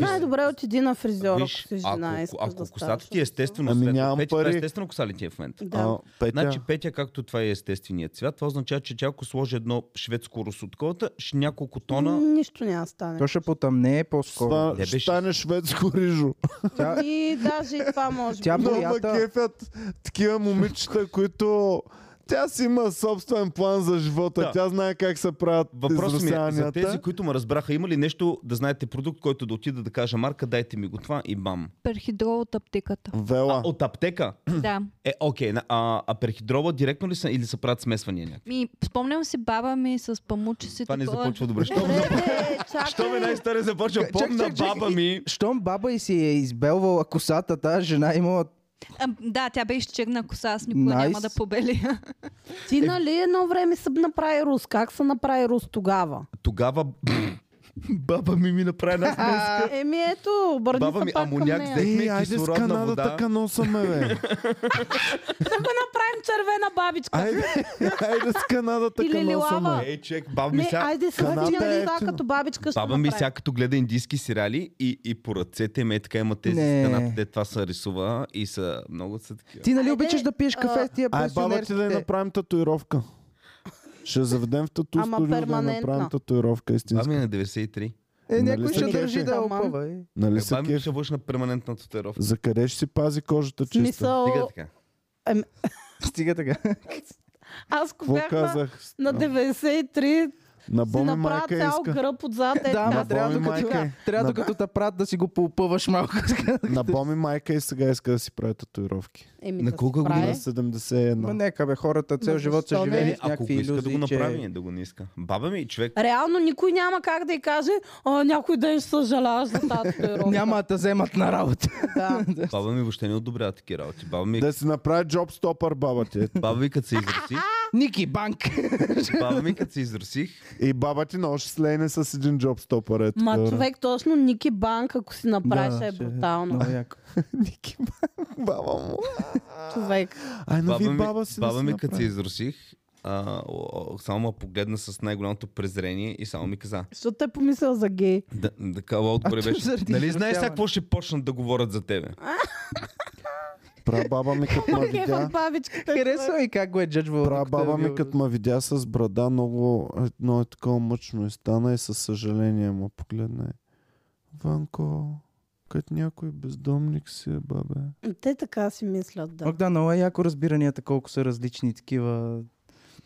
Speaker 2: Най-добре отиди на фризьора, ако
Speaker 3: е? Виж,
Speaker 2: си жена.
Speaker 3: ако,
Speaker 2: искаш
Speaker 3: ако
Speaker 2: да ставаш.
Speaker 3: косата ти е естествено
Speaker 1: Ами
Speaker 3: светла,
Speaker 1: нямам
Speaker 3: Петя, това е
Speaker 1: пари.
Speaker 3: естествено коса ли ти е в момента?
Speaker 2: Да.
Speaker 1: А, Петя,
Speaker 3: Значи Петя, както това е естественият цвят, това означава, че тя ако сложи едно шведско русотковата, ще няколко тона...
Speaker 2: Нищо няма да стане.
Speaker 4: То ще потъмнее по-скоро.
Speaker 1: това
Speaker 3: Не
Speaker 1: ще
Speaker 3: беше-
Speaker 1: стане шведско рижо.
Speaker 4: Тя-
Speaker 2: И даже и това може
Speaker 4: Тя
Speaker 2: би.
Speaker 1: Много ме
Speaker 4: боята...
Speaker 1: кефят такива момичета, които Тя си има собствен план за живота.
Speaker 3: Да.
Speaker 1: Тя знае как се правят
Speaker 3: Въпросът ми е за
Speaker 1: изразяванията.
Speaker 3: тези, които ме разбраха, има ли нещо да знаете продукт, който да отида да кажа марка, дайте ми го това и бам.
Speaker 6: Перхидрол от аптеката.
Speaker 1: Вела.
Speaker 3: А, от аптека?
Speaker 6: да.
Speaker 3: Е, окей. на- А, а перхидрола директно ли са или са правят смесвания някакви?
Speaker 6: Ми, спомням си баба ми с памуче си.
Speaker 3: Това не
Speaker 6: такова.
Speaker 3: започва добре. Що
Speaker 2: Добре, бе,
Speaker 3: Що ми
Speaker 2: Е, чакай.
Speaker 3: най-старе започва?
Speaker 4: Чак,
Speaker 3: Помна
Speaker 4: чак, чак,
Speaker 3: баба
Speaker 4: и-
Speaker 3: ми.
Speaker 4: Щом баба и си е избелвала косата, тази жена е имала...
Speaker 6: А, да, тя бе изчегна коса, аз никога
Speaker 4: Найс.
Speaker 6: няма да побелия.
Speaker 2: Ти нали едно време се направи рус? Как се направи рус тогава?
Speaker 3: Тогава баба ми ми направи една смеска.
Speaker 2: Еми ето, обърни
Speaker 3: Баба
Speaker 2: се
Speaker 3: ми,
Speaker 2: пак към
Speaker 3: амоняк
Speaker 2: нея.
Speaker 3: взе.
Speaker 1: Ей,
Speaker 3: Техме
Speaker 1: айде с
Speaker 3: кислородна
Speaker 1: Канада
Speaker 3: вода.
Speaker 1: така носаме, бе.
Speaker 2: Да го направим червена бабичка.
Speaker 1: Айде, айде с Канада така
Speaker 2: Или лилава.
Speaker 1: носаме.
Speaker 3: Ей, чек, баба ми
Speaker 2: Не,
Speaker 3: сега...
Speaker 2: айде сега
Speaker 1: Канада
Speaker 2: ти
Speaker 1: е
Speaker 2: нали, да,
Speaker 1: ефтино.
Speaker 2: като бабичка ще
Speaker 3: Баба ми
Speaker 2: направим.
Speaker 3: сега като гледа индийски сериали и, и по ръцете ме така има тези
Speaker 4: Не.
Speaker 3: стената, де това се рисува и са много са такива.
Speaker 4: Ти нали
Speaker 2: Айде,
Speaker 4: обичаш да пиеш кафе с тия
Speaker 1: Ай, баба
Speaker 3: е
Speaker 1: ти да я
Speaker 4: пенсионерските?
Speaker 1: направим татуировка. Ще заведем в тату
Speaker 2: Ама
Speaker 1: студио да я направим
Speaker 2: перманентна.
Speaker 1: татуировка
Speaker 3: Баба
Speaker 1: истинска.
Speaker 3: ми е на 93.
Speaker 1: Нали
Speaker 4: Е, някой
Speaker 1: се
Speaker 4: ще
Speaker 1: кефи?
Speaker 4: държи да я
Speaker 2: Аман.
Speaker 4: опъва. е.
Speaker 1: Нали
Speaker 3: Е,
Speaker 1: се
Speaker 3: баба ми
Speaker 1: кеф?
Speaker 3: ще вършна перманентна татуировка.
Speaker 1: За къде ще си пази кожата чиста?
Speaker 2: Смисъл,
Speaker 3: Стига така.
Speaker 4: Стига така.
Speaker 2: аз ако
Speaker 1: Какво
Speaker 2: бях на,
Speaker 1: казах?
Speaker 2: на 93,
Speaker 1: На
Speaker 2: си
Speaker 1: Боми
Speaker 2: направя
Speaker 1: майка
Speaker 2: цял
Speaker 1: иска.
Speaker 2: гръб отзад. Е,
Speaker 4: Да, ама
Speaker 2: така.
Speaker 4: трябва
Speaker 1: Боми майка е.
Speaker 4: докато, трябва
Speaker 1: На-
Speaker 4: докато те правят да си го поупъваш малко.
Speaker 1: На Боми майка и сега иска да си прави татуировки.
Speaker 2: Еми, да
Speaker 3: На
Speaker 2: си
Speaker 3: колко
Speaker 1: На
Speaker 2: прави.
Speaker 3: година Е.
Speaker 1: 71.
Speaker 4: Ма нека бе, хората цял
Speaker 2: Ма
Speaker 4: живот са
Speaker 2: защо не?
Speaker 4: живели
Speaker 3: Е,
Speaker 4: с
Speaker 3: ако го
Speaker 4: някакви
Speaker 3: иска да
Speaker 4: иллюзии,
Speaker 3: го направи,
Speaker 4: че...
Speaker 3: да го не иска. Баба ми, човек,
Speaker 2: Реално никой няма как да й каже, а, някой ден ще съжаляваш за тази татуировка.
Speaker 4: Няма да те вземат на работа.
Speaker 2: Да.
Speaker 3: баба ми въобще не одобрява такива работи. Баба ми,
Speaker 1: Да си направи джоб стопър баба ти. Ето.
Speaker 3: баба ми като се израсих,
Speaker 4: Ники Банк.
Speaker 3: баба ми като се израсих,
Speaker 1: И баба ти много ще слейне с един джоб стопър. Ето,
Speaker 2: Ма
Speaker 1: да.
Speaker 2: човек, точно Ники Банк, ако си направиш, е брутално.
Speaker 4: Много яко.
Speaker 1: Ники Банк, баба му.
Speaker 2: Човек.
Speaker 1: Ай, но
Speaker 3: баба
Speaker 1: ви
Speaker 3: ми,
Speaker 1: баба си да
Speaker 3: баба
Speaker 1: си
Speaker 3: ми като се
Speaker 1: направи.
Speaker 3: израсих, а, о, о, само ме погледна с най-голямото презрение и само ми каза.
Speaker 2: Защото е помислил за гей.
Speaker 3: Да, да кава
Speaker 4: А
Speaker 3: отборе
Speaker 4: то
Speaker 3: беше.
Speaker 4: заради
Speaker 3: Нали знаеш сега
Speaker 4: извратяване.
Speaker 3: какво ще почнат да говорят за тебе?
Speaker 1: Прабаба ми като ме
Speaker 2: Кефа
Speaker 1: видя.
Speaker 2: бабичката.
Speaker 4: Харесва и как го е джаджвал.
Speaker 1: Прабаба ми като ме видя с брада много, едно е такова мъчно и стана и със съжаление му погледна. и, Ванко, като някой бездомник си е, бабе.
Speaker 2: Те така си мислят, да.
Speaker 4: Ок, да, много е яко разбиранията колко са различни такива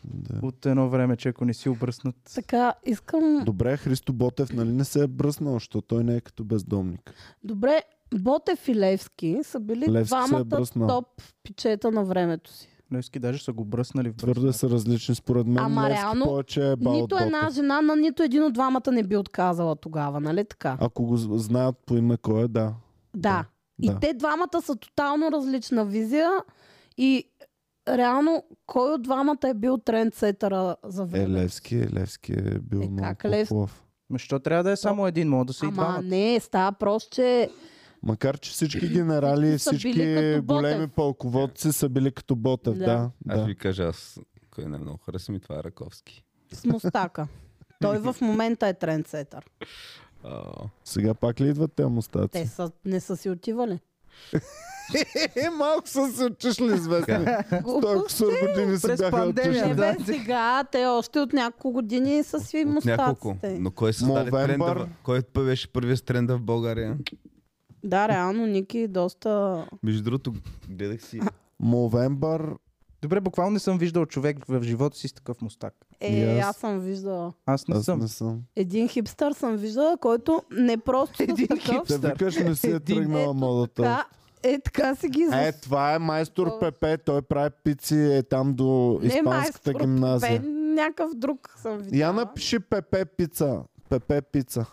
Speaker 1: Да.
Speaker 4: от едно време, че ако не си обръснат.
Speaker 2: Така, искам...
Speaker 1: Добре, Христо Ботев, нали не се е бръснал, защото той не е като бездомник.
Speaker 2: Добре, Ботев и Левски са били
Speaker 1: Левски се е
Speaker 2: двамата
Speaker 1: бръснал.
Speaker 2: топ пичета на времето си.
Speaker 4: Левски даже са го бръснали в
Speaker 1: Твърде
Speaker 4: бръсната.
Speaker 1: са различни според мен.
Speaker 2: Ама
Speaker 1: Левски
Speaker 2: реално,
Speaker 1: повече е бал от
Speaker 2: нито една
Speaker 1: Ботев.
Speaker 2: жена на нито един от двамата не би отказала тогава, нали така?
Speaker 1: Ако го з- знаят по име кой е, да.
Speaker 2: да. И
Speaker 1: да.
Speaker 2: те двамата са тотално различна визия и реално кой от двамата е бил трендсетъра за
Speaker 1: Е,
Speaker 2: време?
Speaker 1: Левски, е, Левски е бил
Speaker 2: Е,
Speaker 1: много
Speaker 2: как
Speaker 1: по-хубав.
Speaker 4: Ма Що трябва да е само един, мога да са и
Speaker 2: Ама
Speaker 4: двамата.
Speaker 2: не, става просто, че
Speaker 1: Макар, че всички генерали и
Speaker 2: Всички са били
Speaker 1: всички
Speaker 2: като
Speaker 1: големи
Speaker 2: Ботев.
Speaker 1: пълководци са били като Ботев,
Speaker 2: Да.
Speaker 1: да.
Speaker 3: Аз
Speaker 1: да.
Speaker 3: ви кажа, аз кой не много хареса ми, това е Раковски.
Speaker 2: с мустака. Той в момента е трендсетър.
Speaker 3: А,
Speaker 1: Сега пак ли идват те мустаци?
Speaker 2: Те са, не са си отивали.
Speaker 1: Е, малко са се отишли известни. Толкова са години се
Speaker 4: През
Speaker 1: бяха
Speaker 4: пандемия,
Speaker 1: отишли.
Speaker 2: Не
Speaker 4: да.
Speaker 2: бе сега, те още от няколко години са си
Speaker 3: от няколко.
Speaker 2: мустаците.
Speaker 3: Но кой е създаде
Speaker 1: Мовембър.
Speaker 3: тренда? в- Кой е беше първият тренда в България?
Speaker 2: Да, реално Ники доста...
Speaker 3: Между другото, гледах си.
Speaker 1: Мовембър,
Speaker 4: Добре, буквално не съм виждал човек в живота си с такъв мустак.
Speaker 1: И
Speaker 2: Е,
Speaker 1: аз.
Speaker 2: аз съм виждала.
Speaker 4: Аз не
Speaker 1: аз
Speaker 4: съм.
Speaker 1: не съм.
Speaker 2: Един хипстър съм виждала, който не просто с
Speaker 4: Един
Speaker 2: такъв,
Speaker 1: Да викаш, не си е
Speaker 4: Един-
Speaker 1: тръгнала модата.
Speaker 2: така, е така си ги
Speaker 1: Е,
Speaker 2: зас...
Speaker 1: това е майстор Пепе, той прави пици е там до
Speaker 2: Не
Speaker 1: Испанската
Speaker 2: майстор, бе,
Speaker 1: гимназия.
Speaker 2: някакъв друг съм видяла.
Speaker 1: Я напиши Пепе пица. Пепе пица.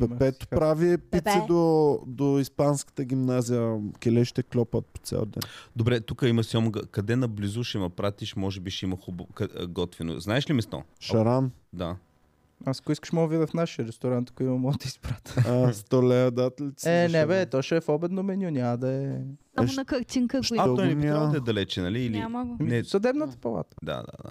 Speaker 4: Има
Speaker 1: Пепето
Speaker 4: си хак.
Speaker 1: прави пици
Speaker 2: Пепе.
Speaker 1: до, до Испанската гимназия. Келещите клопат по цял ден.
Speaker 3: Добре, тук има сьомга. Къде наблизо ще ме пратиш? Може би ще има хубаво готвено. Знаеш ли место?
Speaker 1: Шаран.
Speaker 3: Да.
Speaker 4: Аз ако искаш, мога да видя в нашия ресторант, ако има, мога да ти изпратя.
Speaker 1: А, 100 лея дат ли ти си
Speaker 4: Е,
Speaker 1: за
Speaker 4: не
Speaker 1: шаран?
Speaker 4: бе, то ще е в обедно меню, няма да е...
Speaker 6: Само
Speaker 1: Е,
Speaker 6: на картинка го
Speaker 1: А,
Speaker 6: има.
Speaker 3: А, той не
Speaker 1: го
Speaker 3: би
Speaker 1: няма.
Speaker 3: трябвало да е далече, нали? Или...
Speaker 6: Няма го.
Speaker 3: Не,
Speaker 4: Ами, Съдебната палата.
Speaker 3: да, да, да.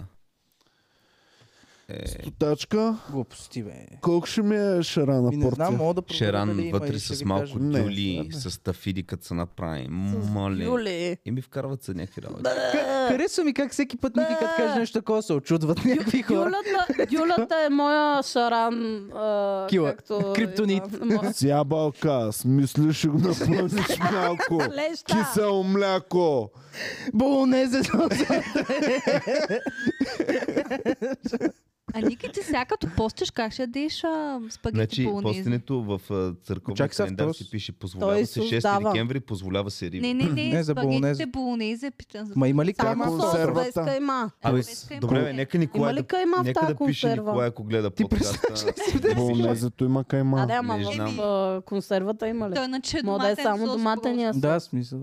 Speaker 3: Е,
Speaker 1: Стотачка.
Speaker 4: Глупости, бе.
Speaker 1: Колко ще ми е шарана
Speaker 4: Ми не знам,
Speaker 1: порция?
Speaker 4: мога да проверя дали
Speaker 3: Шеран
Speaker 4: има
Speaker 3: вътре
Speaker 4: и ще
Speaker 3: с
Speaker 4: ви
Speaker 3: малко Е.
Speaker 4: кажа.
Speaker 1: Не,
Speaker 3: дюли,
Speaker 1: да, да.
Speaker 3: с тафиди, като са направи.
Speaker 2: С
Speaker 3: Мале.
Speaker 2: Юли.
Speaker 3: И ми вкарват се някакви работи.
Speaker 2: Е,
Speaker 4: Харесва ми как всеки път Ники като каже нещо такова се очудват някакви хора.
Speaker 2: Дюлата, дюлата е моя шаран. А,
Speaker 4: Кила.
Speaker 2: Както
Speaker 4: Криптонит.
Speaker 2: има. Моя-
Speaker 1: Сега балка, смислиш и го напълниш малко.
Speaker 2: Леща.
Speaker 1: Кисело мляко.
Speaker 4: Болонезе.
Speaker 6: А Ники, ти сега като постиш, как ще ядеш а, спагети
Speaker 3: Значи,
Speaker 6: болонези?
Speaker 3: постенето в а, църковния
Speaker 4: Чакай сега,
Speaker 3: календар
Speaker 4: второ-
Speaker 3: си пише позволява
Speaker 2: Той
Speaker 3: се 6
Speaker 2: създава.
Speaker 3: декември, позволява се риба.
Speaker 6: Не, не, не,
Speaker 4: Не, за
Speaker 6: за
Speaker 4: болонези.
Speaker 6: спагетите болонези, питам за...
Speaker 4: Ма има ли
Speaker 1: Тя
Speaker 2: Само
Speaker 4: кайма?
Speaker 1: Само
Speaker 2: сол с
Speaker 1: консервата.
Speaker 2: без кайма.
Speaker 3: Абе,
Speaker 6: Без
Speaker 3: добре,
Speaker 6: кайма.
Speaker 3: бе, нека Николай
Speaker 2: Има ли
Speaker 3: да,
Speaker 2: кайма в
Speaker 3: нека
Speaker 2: тази
Speaker 3: да пише
Speaker 2: консерва?
Speaker 3: Николай, ако гледа
Speaker 4: Ти
Speaker 3: подкаста.
Speaker 1: Болонезето има кайма.
Speaker 2: Е, А да, ама
Speaker 3: не
Speaker 2: в
Speaker 3: знам.
Speaker 2: а, консервата има ли?
Speaker 6: Той иначе
Speaker 2: Мога да е
Speaker 6: доматен
Speaker 2: само
Speaker 6: сос,
Speaker 2: доматения сос.
Speaker 4: Да, смисъл.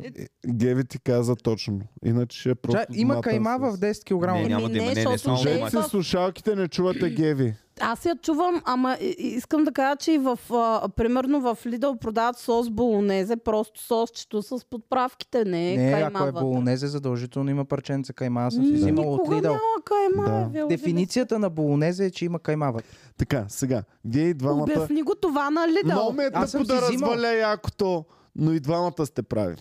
Speaker 1: Геви ти каза точно. Иначе ще е просто...
Speaker 4: Чай, има
Speaker 1: доматен
Speaker 4: кайма
Speaker 1: със.
Speaker 4: в 10 кг.
Speaker 3: Не, няма да има. Не, не,
Speaker 2: защото
Speaker 3: само
Speaker 2: ще е
Speaker 1: Жете
Speaker 3: домати.
Speaker 1: се слушалките, не чувате Геви.
Speaker 2: Аз я чувам, ама и- и- искам да кажа, че и в, а, примерно в Лидъл продават сос болонезе, просто сосчето с подправките, не, е
Speaker 4: Не,
Speaker 2: кайма
Speaker 4: ако е
Speaker 2: вътре.
Speaker 4: болонезе, задължително има парченца кайма. Аз съм си
Speaker 2: М,
Speaker 4: взимал от
Speaker 2: Никога
Speaker 4: Лидъл.
Speaker 2: няма кайма.
Speaker 1: Да.
Speaker 2: бе, обяви.
Speaker 4: Дефиницията на болонезе е, че има кайма вътре.
Speaker 1: Така, сега. Вие и двамата...
Speaker 4: е-
Speaker 2: Обясни го това на Лидъл.
Speaker 1: Много ме е
Speaker 4: Аз съм
Speaker 1: тъпо да
Speaker 4: си взимал.
Speaker 1: разваля якото, но и двамата сте прави.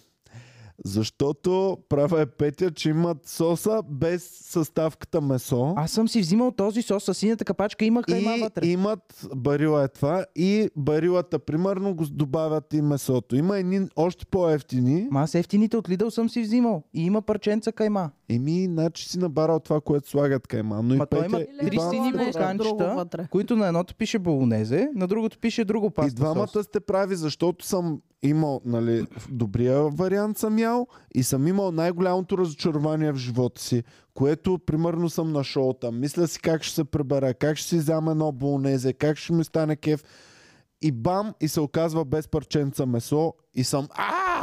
Speaker 1: Защото права е Петя, че имат соса без съставката месо.
Speaker 4: Аз съм си взимал този сос с синята капачка, има кайма
Speaker 1: и
Speaker 4: вътре.
Speaker 1: имат барила е това и барилата примерно го добавят и месото. Има едни още по-ефтини.
Speaker 4: Ма аз ефтините от Лидъл съм си взимал. И има парченца кайма.
Speaker 1: Еми, значи си набарал това, което слагат кайма. Но и
Speaker 4: Ма той
Speaker 1: Петя,
Speaker 4: има
Speaker 1: и,
Speaker 4: три
Speaker 2: Лидъл
Speaker 1: двама,
Speaker 4: сини
Speaker 2: нещо друго
Speaker 4: бурканчета,
Speaker 2: вътре.
Speaker 4: които на едното пише болонезе, на другото пише друго
Speaker 1: и
Speaker 4: паста сос.
Speaker 1: двамата сте прави, защото съм имал, нали, в добрия вариант съм ял и съм имал най-голямото разочарование в живота си, което примерно съм на шоу там. Мисля си как ще се пребера, как ще си взема едно болонезе, как ще ми стане кеф. И бам, и се оказва без парченца месо и съм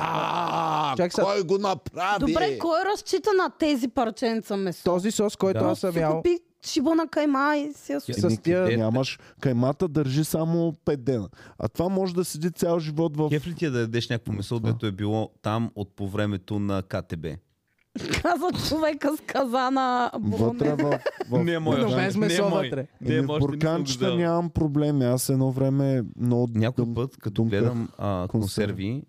Speaker 1: а
Speaker 4: Чакай сега.
Speaker 1: Кой го направи?
Speaker 2: Добре, кой разчита на тези парченца месо?
Speaker 4: Този сос, който
Speaker 3: Да.
Speaker 4: аз съм
Speaker 2: си
Speaker 4: ял,
Speaker 2: купи шиба на кайма и си я
Speaker 4: Е,
Speaker 2: су-
Speaker 4: с
Speaker 1: Еми,
Speaker 4: тия-
Speaker 1: къде нямаш. Каймата държи само 5 дена. А това може да седи цял живот в...
Speaker 3: Кеф ли ти е да ядеш някакво месо, дето е било там от по времето на КТБ?
Speaker 2: каза човека с казана
Speaker 1: Вътре
Speaker 2: болонезе.
Speaker 1: в... в...
Speaker 3: Не е мой,
Speaker 1: в-
Speaker 4: но
Speaker 3: още.
Speaker 4: без
Speaker 3: не е
Speaker 4: месо
Speaker 3: мой.
Speaker 4: вътре.
Speaker 1: Еми, в
Speaker 3: още не съм го
Speaker 1: бурканчета
Speaker 3: видял.
Speaker 1: нямам проблеми. Аз едно време много
Speaker 3: Някой
Speaker 1: дум-
Speaker 3: път, като
Speaker 1: думках.
Speaker 3: гледам а,
Speaker 1: консерви.
Speaker 3: консерви,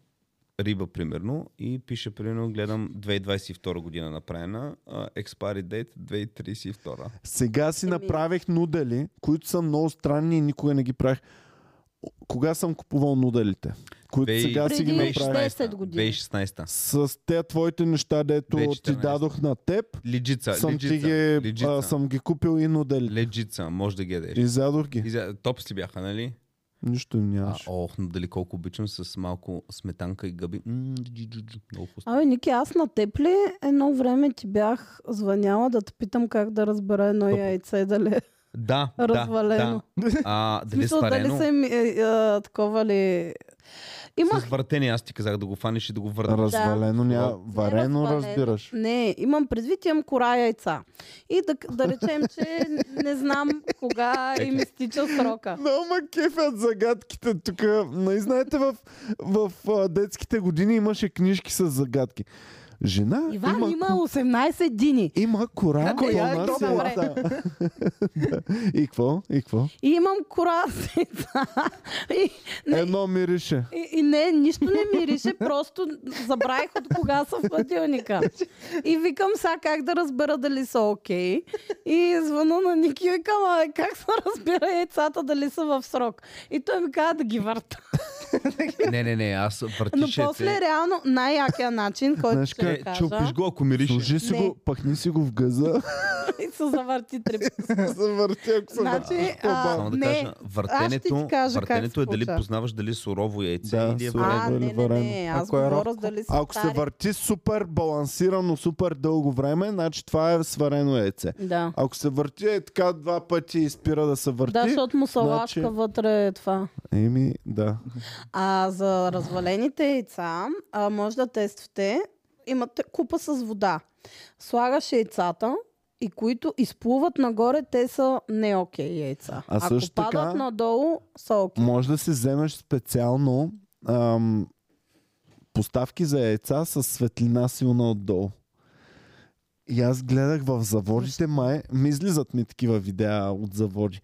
Speaker 3: риба примерно, и пише примерно, гледам 2022 година направена, а, expiry date 2032.
Speaker 1: Сега
Speaker 2: Ами-
Speaker 1: си направих нудели, които са много странни и никога не ги правих. О, Кога съм купувал нуделите? Които
Speaker 3: Бей-
Speaker 1: сега си ги
Speaker 2: Преди
Speaker 1: направих.
Speaker 2: 10 години.
Speaker 3: 2016.
Speaker 1: С те твоите неща, дето ти
Speaker 3: 2014.
Speaker 1: дадох на теб,
Speaker 3: Лиджица,
Speaker 1: съм, ти
Speaker 3: лиджица,
Speaker 1: ги,
Speaker 3: лиджица,
Speaker 1: а, съм ги купил и нуделите.
Speaker 3: лиджица, може да ги ядеш.
Speaker 1: Изядох ги.
Speaker 3: Изя- Топс ли бяха, нали?
Speaker 1: Нищо им
Speaker 3: А,
Speaker 1: нямаше.
Speaker 3: ох, но дали колко обичам с малко сметанка и гъби. М, джи-джи-джи. Много вкусно.
Speaker 2: Абе, Ники, аз на теб ли едно време ти бях звъняла да те питам как да разбера едно
Speaker 3: Тъпо.
Speaker 2: яйце дали е
Speaker 3: Да,
Speaker 2: развалено?
Speaker 3: да, да. А,
Speaker 2: В
Speaker 3: дали е
Speaker 2: смисъл, дали
Speaker 3: сварено?
Speaker 2: са им е, е, а, такова ли...
Speaker 3: С
Speaker 2: Имах...
Speaker 3: въртение, аз ти казах да го фанеш и да го върнеш.
Speaker 1: Развалено няма. Варено,
Speaker 2: Не, развалено.
Speaker 1: разбираш.
Speaker 2: Не, имам предвид, имам кора яйца. И да, да речем, че не знам кога им изтича срока.
Speaker 1: Много ме кефят загадките тук. Нали знаете, в, в а, детските години имаше книжки с загадки. Жена
Speaker 2: Иван
Speaker 1: има,
Speaker 2: има
Speaker 1: ко-
Speaker 2: 18 дини.
Speaker 1: има кора,
Speaker 4: А, коя е
Speaker 1: пълна
Speaker 4: то,
Speaker 1: с яйца. Да. И какво? И какво?
Speaker 2: И имам кора с яйца. И, не,
Speaker 1: Едно мирише.
Speaker 2: И, и не, нищо не мирише, просто забравих от кога са в хладилника. И викам сега как да разбера дали са окей. И звъна на Ники и викам, а как се разбира яйцата дали са в срок. И той ми каза да ги върта.
Speaker 3: Не, не, не, аз
Speaker 2: Но
Speaker 3: въртиш
Speaker 2: после реално най-якия начин, който
Speaker 1: Знаеш
Speaker 2: ще ви
Speaker 1: как?
Speaker 2: кажа,
Speaker 3: Чупиш го, ако мирише.
Speaker 1: Служи си
Speaker 2: Не.
Speaker 1: го, пъхни си го в газа.
Speaker 2: и се завърти три пъти.
Speaker 1: Завърти, ако се
Speaker 2: Значи, а,
Speaker 3: Само да
Speaker 2: не,
Speaker 3: кажа, въртенето,
Speaker 2: кажа как
Speaker 3: въртенето
Speaker 2: се
Speaker 3: е дали
Speaker 2: получава.
Speaker 3: познаваш дали е сурово яйце
Speaker 1: Да,
Speaker 3: или е
Speaker 1: сурово.
Speaker 3: варено.
Speaker 2: а, не, не, не,
Speaker 1: варено.
Speaker 2: аз
Speaker 4: Ако е
Speaker 2: говоря с
Speaker 4: ротко.
Speaker 2: дали са
Speaker 1: Ако се
Speaker 2: стари.
Speaker 1: върти супер балансирано, супер дълго време, значи това е сварено яйце.
Speaker 2: Да.
Speaker 1: Ако се върти е така два пъти и спира да се върти.
Speaker 2: Да, защото му салашка
Speaker 1: значи-
Speaker 2: вътре е това.
Speaker 1: Еми, да.
Speaker 2: А за развалените яйца, а, може да тествате, имате купа с вода. Слагаш яйцата и които изплуват нагоре, те са не окей яйца.
Speaker 1: А също
Speaker 2: Ако падат
Speaker 1: така-
Speaker 2: надолу, са окей.
Speaker 1: Може да си вземеш специално ам, поставки за яйца с светлина силна отдолу. И аз гледах в заводите май, ми излизат ми такива видеа от заводи.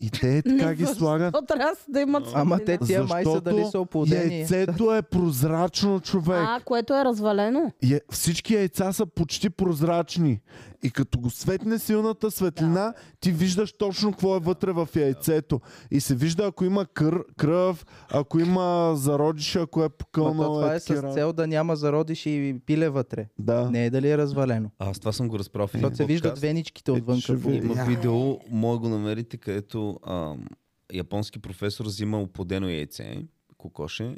Speaker 1: И те така ги
Speaker 2: защо
Speaker 1: слагат.
Speaker 2: трябва да имат
Speaker 4: Ама те
Speaker 2: светлина?
Speaker 4: тия май са дали са
Speaker 1: Защото
Speaker 4: оплодени.
Speaker 1: яйцето е прозрачно, човек.
Speaker 2: А, което е развалено.
Speaker 1: Я, всички яйца са почти прозрачни. И като го светне силната светлина, ти виждаш точно какво е вътре в яйцето. И се вижда ако има кър, кръв, ако има зародиш, ако е
Speaker 4: Ма то
Speaker 1: покълнал.
Speaker 4: това е с цел да няма зародиш и пиле вътре.
Speaker 1: Да.
Speaker 4: Не е дали е развалено.
Speaker 3: Аз това съм го разправил в един
Speaker 4: Защото се виждат
Speaker 3: подкаст.
Speaker 4: веничките
Speaker 1: Е,
Speaker 4: отвън.
Speaker 1: ще
Speaker 4: какво
Speaker 1: видим.
Speaker 3: Има
Speaker 1: Я.
Speaker 3: видео, мога го намерите, където ам, японски професор взима оподено яйце, кокоше,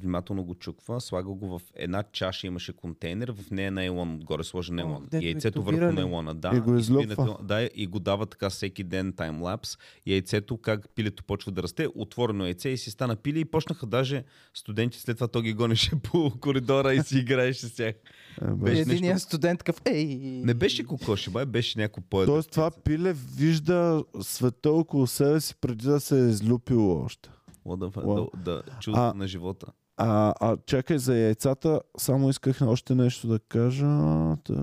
Speaker 3: внимателно го чуква, слага го в една чаша, имаше контейнер, в нея найлон, отгоре сложи найлон.
Speaker 4: дето
Speaker 3: Яйцето върху
Speaker 4: изолирали.
Speaker 3: найлона, да.
Speaker 1: И го
Speaker 3: и
Speaker 1: излюпва.
Speaker 3: спината- Да, и го дава така всеки ден таймлапс. Яйцето, как пилето почва да расте, отворено яйце и си стана пили и почнаха даже студенти, след това то ги гонеше по коридора и си играеше с тях.
Speaker 1: Е, бе.
Speaker 3: Беше
Speaker 4: Единият
Speaker 3: нещо-
Speaker 4: студент такъв, ей!
Speaker 3: Не беше кокоши, бай, беше някой по
Speaker 1: Тоест това пиле вижда света около себе си преди да се е излюпило още.
Speaker 3: Да, да,
Speaker 1: Уау.
Speaker 3: да,
Speaker 1: А-
Speaker 3: чудото на живота.
Speaker 1: А, а чакай за яйцата, само исках още нещо да кажа. Та,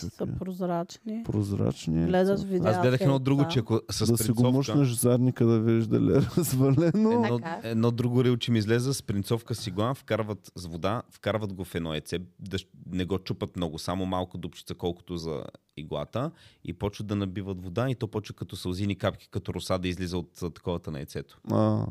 Speaker 2: Са
Speaker 1: чакай. Е,
Speaker 2: прозрачни.
Speaker 1: Прозрачни.
Speaker 2: Гледаш
Speaker 1: яйца.
Speaker 2: видеа.
Speaker 3: Аз гледах едно друго, че ако с
Speaker 1: да си го
Speaker 3: принцовка...
Speaker 1: мъжнеш в задника да видиш дали е развалено.
Speaker 3: Едно,
Speaker 2: Така.
Speaker 3: едно друго рил, че ми излезе с принцовка си глава, вкарват с вода, вкарват го в едно яйце, да щ- не го чупат много, само малко дупчица, колкото за иглата и почват да набиват вода и то почва като сълзини капки, като роса да излиза от а, таковата на яйцето.
Speaker 1: А,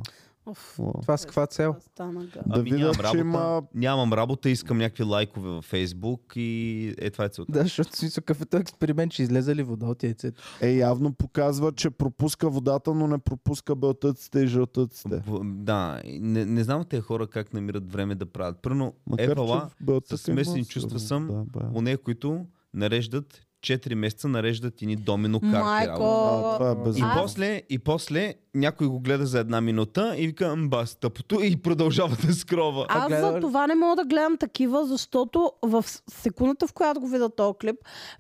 Speaker 2: Оф,
Speaker 1: уау.
Speaker 4: Това с каква цел?
Speaker 2: стана гад.
Speaker 1: Да видя,
Speaker 3: Ами нямам
Speaker 1: че
Speaker 3: работа,
Speaker 1: има...
Speaker 3: нямам работа, искам някакви лайкове във Фейсбук и е това е целта.
Speaker 4: Да, защото си какъв е този експеримент, че излезе ли вода от яйцето.
Speaker 1: Е, явно показва, че пропуска водата, но не пропуска белтъците и жълтъците.
Speaker 3: Б- Да, и не, не знам тези хора как намират време да правят. Първо,
Speaker 1: Макар,
Speaker 3: Apple
Speaker 1: че в белтъка
Speaker 3: с Е, смесени
Speaker 1: има
Speaker 3: чувства
Speaker 1: сигурно,
Speaker 3: съм.
Speaker 1: Да, бе.
Speaker 3: Поне които нареждат 4 месеца, нареждат и ни домино карти. работа.
Speaker 1: а,
Speaker 2: Майко,
Speaker 1: това е
Speaker 3: И
Speaker 1: безумно.
Speaker 3: после, и после някой го гледа за една минута и вика, «М, ба, стъпото и продължава да скрова.
Speaker 4: А
Speaker 2: аз
Speaker 4: гледала
Speaker 2: за
Speaker 4: ли?
Speaker 2: това не мога да гледам такива, защото в с- секундата, в която го видя този клип,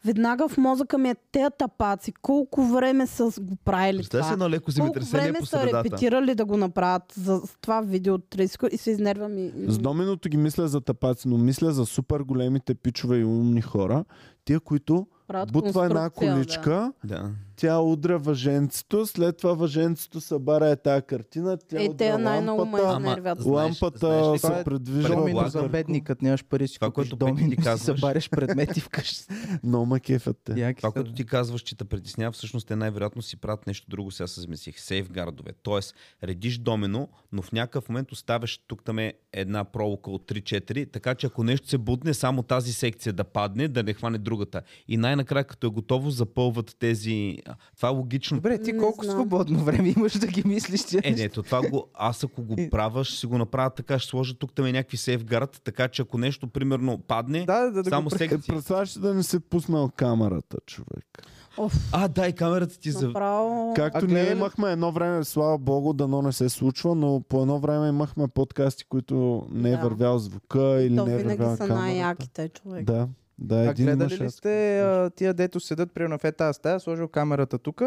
Speaker 2: веднага в мозъка ми е те тапаци. Колко време са го правили
Speaker 3: Представя се
Speaker 2: това?
Speaker 3: едно леко
Speaker 2: Колко
Speaker 3: земетресение
Speaker 2: време
Speaker 3: по
Speaker 2: са
Speaker 3: средата.
Speaker 2: репетирали да го направят за с това видео от 30 секунди и се изнервам и...
Speaker 1: С доминото ги мисля за тапаци, но мисля за супер големите пичове и умни хора. Тия, които
Speaker 2: правят
Speaker 1: бутва една
Speaker 2: конструкция,
Speaker 1: количка, да.
Speaker 3: Да.
Speaker 1: тя удря въженцето, след това въженцето събара е тази картина, тя
Speaker 2: Е, те
Speaker 1: удря
Speaker 2: най-много ме
Speaker 1: лампата,
Speaker 2: изнервят.
Speaker 1: лампата
Speaker 3: знаеш ли
Speaker 4: това
Speaker 1: се
Speaker 4: е
Speaker 1: предвижда.
Speaker 3: предлагам-
Speaker 4: Домино
Speaker 1: Много
Speaker 4: за
Speaker 1: кърко.
Speaker 4: бедникът, нямаш пари си
Speaker 3: Това,
Speaker 4: купиш
Speaker 3: което Петя ти
Speaker 4: домино, си
Speaker 3: казваш.
Speaker 4: събареш предмети вкъщи.
Speaker 1: Но ме кефете.
Speaker 4: Яки
Speaker 3: Това,
Speaker 4: са,
Speaker 3: което
Speaker 4: да.
Speaker 3: ти казваш, че те притеснява, всъщност те най-вероятно си правят нещо друго. Сега се замислих. Сейфгардове. Тоест, редиш домено, но в някакъв момент оставяш тук там е една проволока от 3-4, така че ако нещо се бутне, само тази секция да падне, да не хване другата. И най-накрая, като е готово, запълват тези... а, Това е логично.
Speaker 4: Добре, ти
Speaker 2: Не
Speaker 4: колко
Speaker 2: знам.
Speaker 4: свободно време имаш да ги мислиш тия
Speaker 3: Е,
Speaker 4: неща?
Speaker 3: не, то това го, аз ако го правя, ще си го направя така, ще сложа тук там е някакви сейфгард, така че ако нещо, примерно, падне,
Speaker 4: Да, да, да го
Speaker 3: само
Speaker 4: пре-
Speaker 1: Е,
Speaker 3: секция.
Speaker 1: представяш си да не си пуснал камерата, човек.
Speaker 2: Оф,
Speaker 3: А, да, и камерата ти за...
Speaker 2: направо...
Speaker 1: Както
Speaker 4: А
Speaker 1: ние
Speaker 4: гледа ли-
Speaker 1: имахме едно време, слава богу, дано не се случва, но по едно време имахме подкасти, които не е
Speaker 2: Да.
Speaker 1: вървял звука или
Speaker 2: То
Speaker 1: не е
Speaker 2: винаги
Speaker 1: вървял
Speaker 2: са
Speaker 1: камерата.
Speaker 2: най-яките, човек.
Speaker 1: Да, да,
Speaker 4: А
Speaker 1: един
Speaker 4: гледали
Speaker 1: имаше.
Speaker 4: ли
Speaker 1: аз-
Speaker 4: сте а, тия, дето седат при в тази стая, сложил камерата тук,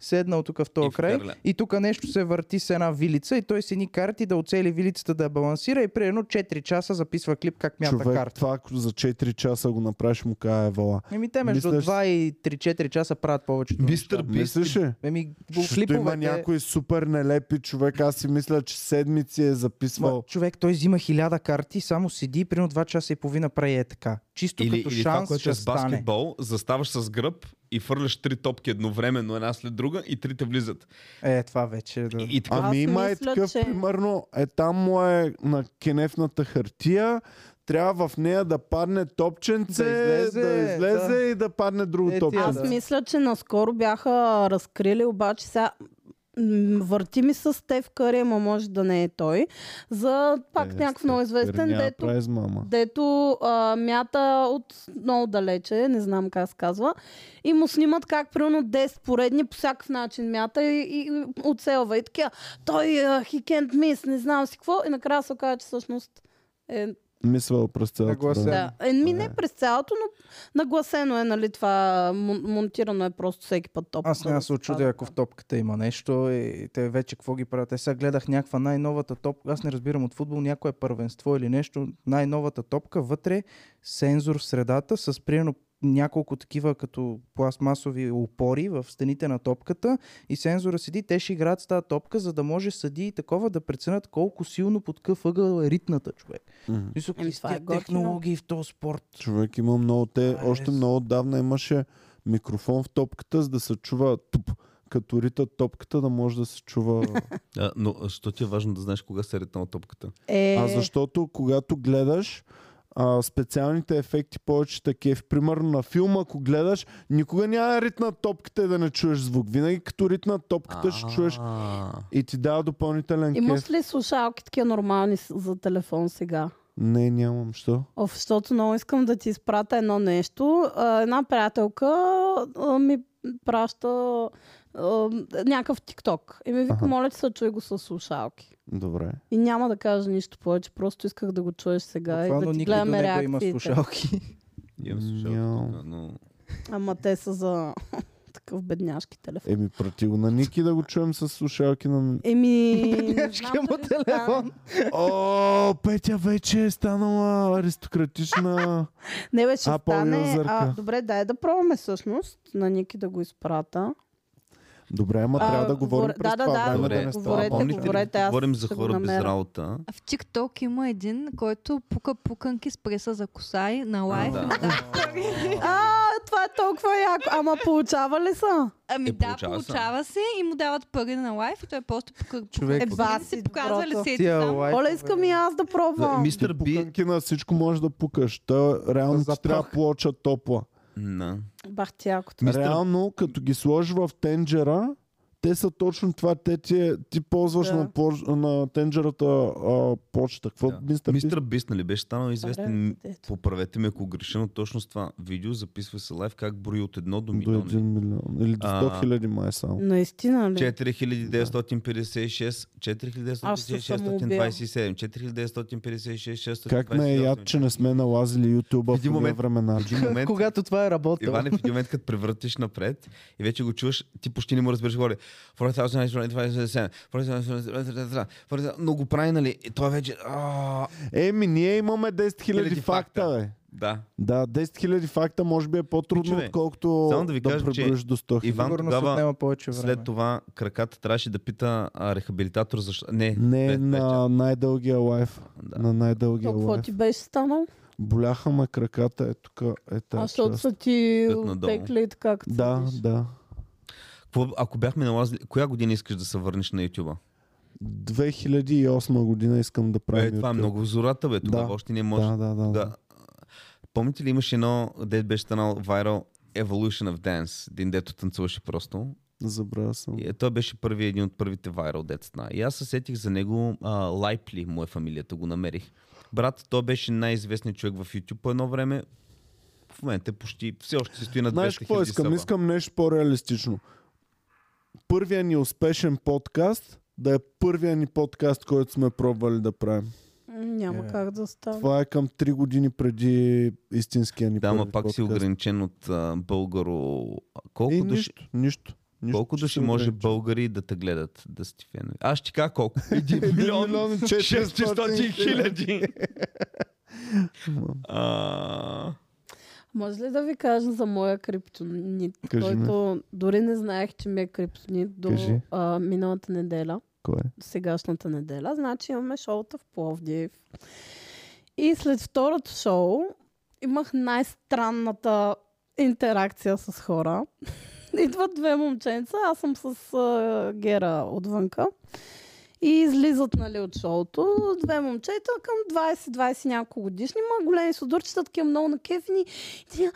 Speaker 4: седнал тук в
Speaker 3: И
Speaker 4: този край
Speaker 3: вхвърля.
Speaker 4: и тук нещо се върти с една вилица и той с едни карти да оцели вилицата да я балансира и примерно 4 часа записва клип как мята
Speaker 1: Човек,
Speaker 4: карта.
Speaker 1: това ако за 4 часа го направиш, му кажа евала.
Speaker 4: Еми те между
Speaker 1: Мислиш-
Speaker 4: 2 и 3-4 часа правят повечето
Speaker 3: Мистер
Speaker 4: неща.
Speaker 3: Бист.
Speaker 1: Мислиш ли?
Speaker 4: Еми,
Speaker 1: Защото
Speaker 4: клиповете...
Speaker 1: има някой супер нелепи човек. Аз си мисля, че седмици е записвал.
Speaker 4: Ма, човек, той взима хиляда карти, само седи и примерно 2 часа и половина прае е така. Чисто
Speaker 3: Или,
Speaker 4: като
Speaker 3: или това,
Speaker 4: шанс
Speaker 3: което е
Speaker 4: ще
Speaker 3: с
Speaker 4: стане.
Speaker 3: баскетбол, заставаш с гръб и фърляш три топки едновременно, една след друга и трите влизат.
Speaker 4: Е, това вече е да...
Speaker 3: И, и така.
Speaker 1: Ами
Speaker 2: Аз
Speaker 1: има и
Speaker 2: мисля,
Speaker 1: такъв,
Speaker 2: че-
Speaker 1: примерно, е там му е на кенефната хартия, трябва в нея да падне топченце,
Speaker 4: Да излезе,
Speaker 1: да излезе
Speaker 4: да.
Speaker 1: и да падне друго
Speaker 4: Е, тия,
Speaker 1: топченце.
Speaker 2: Аз
Speaker 4: Да.
Speaker 2: мисля, че наскоро бяха разкрили, обаче сега м, върти ми с Стев Къри, ама може да не е той. За пак
Speaker 1: Е,
Speaker 2: някакъв
Speaker 1: Стеф
Speaker 2: много
Speaker 1: Кър
Speaker 2: известен,
Speaker 1: няма
Speaker 2: дето,
Speaker 1: прави с мама.
Speaker 2: дето а, мята от много далече, не знам как се казва. И му снимат как примерно 10 поредни по всякакъв начин мята и, и, и оцелва. И такива, той а, he can't miss, не знам си какво. И накрая се оказа, че всъщност е
Speaker 1: Мислял през цялото
Speaker 4: Нагласен.
Speaker 1: време.
Speaker 2: да. Е, ми не
Speaker 1: Да.
Speaker 2: през цялото, но нагласено е, нали, това мон- монтирано е просто всеки път топ.
Speaker 4: Аз няма се очудя, ако в топката има нещо и те вече какво ги правят. Е, сега гледах някаква най-новата топка. Аз не разбирам от футбол, някое първенство или нещо. Най-новата топка вътре сензор в средата с примерно няколко такива като пластмасови опори в стените на топката и сензора седи, те ще играят с тази топка, за да може съди и такова да преценят колко силно под какъв ъгъл е ритната човек.
Speaker 1: Мгм.
Speaker 4: Мисля,
Speaker 2: Еми,
Speaker 4: какви
Speaker 2: това е
Speaker 4: сте
Speaker 2: готино.
Speaker 4: технологии в този спорт.
Speaker 1: Човек има много. Те
Speaker 4: Това е
Speaker 1: още
Speaker 4: с-
Speaker 1: много отдавна имаше микрофон в топката, за да се чува туп. Като рита топката, да може да се чува.
Speaker 3: А, но а, що ти е важно да знаеш кога се е ритнала топката?
Speaker 2: Е,
Speaker 1: А защото когато гледаш а, специалните ефекти повече такива. Примерно на филма, ако гледаш, никога няма да ритна топката и да не чуеш звук. Винаги като ритна топката ще чуеш
Speaker 3: А,
Speaker 1: и ти дава допълнителен кеф.
Speaker 2: Имаш ли слушалки такива нормални с- за телефон сега?
Speaker 1: Не, нямам. Що?
Speaker 2: Оф, защото много искам да ти изпратя едно нещо. А, Една приятелка а, ми праща а, някакъв тикток. И ми вика,
Speaker 1: Аха.
Speaker 2: моля ти се, чуй го с слушалки.
Speaker 1: Добре.
Speaker 2: И няма да кажа нищо повече, просто исках да го чуеш сега
Speaker 4: Буквално
Speaker 2: и да ти
Speaker 4: никой до
Speaker 2: гледаме
Speaker 4: него има
Speaker 2: е реакциите.
Speaker 4: слушалки.
Speaker 3: имам
Speaker 1: Мяу.
Speaker 3: слушалка е тук, но...
Speaker 2: Ама те са за такъв бедняшки телефон.
Speaker 1: Еми, прати го на Ники да го чуем с слушалки на...
Speaker 2: Еми, не знам
Speaker 4: Бедняшкия му
Speaker 2: дали ще
Speaker 4: телефон.
Speaker 2: стане.
Speaker 1: О, Петя вече е станала аристократична.
Speaker 2: Не беше
Speaker 1: Apple
Speaker 2: стане. А,
Speaker 1: юзърка.
Speaker 2: добре, дай да пробваме всъщност на Ники да го изпрата.
Speaker 1: Добре, ама
Speaker 2: А,
Speaker 1: трябва да говорим
Speaker 2: говор-
Speaker 1: през
Speaker 2: да, да,
Speaker 1: това
Speaker 2: да,
Speaker 1: време Ами да не
Speaker 2: добре, говорете,
Speaker 1: става.
Speaker 3: помните ли,
Speaker 2: говорете. аз
Speaker 3: говорим за
Speaker 2: ще го
Speaker 3: хора без
Speaker 2: намеря.
Speaker 3: работа.
Speaker 6: А в TikTok има един, който пука пуканки с преса за коса и на лайф.
Speaker 3: да.
Speaker 6: Да.
Speaker 2: А, това е толкова яко. Ама получава ли са?
Speaker 6: Ами
Speaker 3: Е,
Speaker 6: да,
Speaker 3: получава се.
Speaker 6: получава се и му дават пари на лайф и той просто пука
Speaker 4: Човек,
Speaker 6: пуканки.
Speaker 2: Еба
Speaker 6: Ти
Speaker 2: си
Speaker 6: си показва
Speaker 2: доброто.
Speaker 6: ли си
Speaker 4: Тия
Speaker 6: там?
Speaker 4: лайфове.
Speaker 2: Оле, искам и аз да
Speaker 3: За-
Speaker 2: пробвам.
Speaker 3: Мистер Би...
Speaker 1: Пуканки на всичко можеш да пукаш. Та, реално
Speaker 4: За
Speaker 1: ти трябва
Speaker 4: пах.
Speaker 1: плоча топла.
Speaker 3: На.
Speaker 2: Бах ти якото.
Speaker 3: Мистер-
Speaker 1: Реално, като ги сложиш в тенджера, те са точно това. Те ти, е- ти ползваш
Speaker 2: Да.
Speaker 1: на, плоч, на тенджерата а, плочата. Какво
Speaker 3: Да.
Speaker 1: мистер,
Speaker 3: Мистер
Speaker 1: мистер...
Speaker 3: Бист, нали беше станал известен,
Speaker 2: Добре, ето.
Speaker 3: поправете ме ако греша, но точно с това видео записва се лайв как брои от 1 до
Speaker 1: До
Speaker 3: милион.
Speaker 1: 1 милион. Или до 100
Speaker 3: нали? А.
Speaker 1: хиляди май само.
Speaker 2: Наистина ли?
Speaker 3: 4956, 4956,
Speaker 2: Аз се самоубия.
Speaker 3: 627, 4956, 628.
Speaker 1: Как не е яд, че не сме налазили
Speaker 3: В
Speaker 1: ютуба в
Speaker 3: един
Speaker 1: тия
Speaker 3: момент-
Speaker 1: времена?
Speaker 3: В един момент,
Speaker 4: Когато това е работило.
Speaker 3: Иване, в един момент, като превъртиш напред и вече го чуваш, ти почти не му разбираш горе. 4927, 4927, 4927, но го прави, нали? И той вече... а,
Speaker 1: Еми, ние имаме 10 хиляди
Speaker 3: Хиляди
Speaker 1: факта,
Speaker 3: факта.
Speaker 1: бе.
Speaker 3: Да.
Speaker 1: Да, 10 хиляди факта може би е по-трудно,
Speaker 3: Пичове,
Speaker 1: отколкото
Speaker 3: само да ви кажа, че
Speaker 1: преброиш до 100 хиляди.
Speaker 3: Иван
Speaker 4: Сигурно се
Speaker 3: тогава-
Speaker 4: отнема повече време.
Speaker 3: След това краката трябваше да пита а, рехабилитатор защо... Не,
Speaker 1: Не е
Speaker 3: пет-
Speaker 1: на най-дългия лайф.
Speaker 3: пет- да.
Speaker 1: На най-дългия
Speaker 2: Какво
Speaker 1: лайф.
Speaker 2: ти беше станал?
Speaker 1: Боляха ме краката, е тук. Е,
Speaker 2: А
Speaker 1: тази
Speaker 2: защото
Speaker 1: част.
Speaker 2: са ти
Speaker 3: Идват надолу.
Speaker 2: текли така като
Speaker 1: Да,
Speaker 2: седиш.
Speaker 1: да.
Speaker 3: Какво, ако бяхме налазили... Коя година искаш да се върнеш на YouTube?
Speaker 1: 2008 година искам да правя.
Speaker 3: Е, това е много зората, бе. Тогава
Speaker 1: Да.
Speaker 3: още не може.
Speaker 1: Да, да, да. да.
Speaker 3: Да. Помните ли имаше едно, де беше станал viral Evolution of Dance, един дето танцуваше просто.
Speaker 1: Забравя съм.
Speaker 3: И, е, той беше първи, един от първите viral деца. И аз се сетих за него, а, Лайпли му е фамилията, го намерих. Брат, той беше най-известният човек в YouTube по едно време. В момента е почти, все още се стои на 200
Speaker 1: Знаеш какво
Speaker 3: 000
Speaker 1: искам?
Speaker 3: саба.
Speaker 1: Искам нещо по-реалистично. Първия ни успешен подкаст да е първия ни подкаст, който сме пробвали да правим.
Speaker 2: М, Няма
Speaker 4: Е.
Speaker 2: как да става.
Speaker 1: Това е към 3 години преди истинския ни
Speaker 3: Да, ма
Speaker 1: първи
Speaker 3: пак си
Speaker 1: подкаст.
Speaker 3: ограничен от а, българо... а, Колко
Speaker 1: И
Speaker 3: души,
Speaker 1: нищо, нищо. нищо
Speaker 3: колко
Speaker 1: че
Speaker 3: души
Speaker 1: съм
Speaker 3: може
Speaker 1: ограничен.
Speaker 3: българи да те гледат, да си ти фенове? Аз ще ти кажа колко. Един
Speaker 1: Един
Speaker 3: милион
Speaker 1: милион и
Speaker 3: 600
Speaker 1: 400
Speaker 3: хиляди. А,
Speaker 2: Може ли да ви кажа за моя криптонит,
Speaker 1: Кажи ми.
Speaker 2: който дори не знаех, че ми е криптонит до
Speaker 1: Кажи.
Speaker 2: а, миналата неделя.
Speaker 1: Кое?
Speaker 2: сегашната неделя. Значи имаме шоута в Пловдив. И след второто шоу имах най-странната интеракция с хора. Идват две момченца, аз съм с а, Гера отвънка. И излизат нали, от шоуто две момчета към 20-20 няколко годишни, ма големи судорчета, такива много накефни. И Ти,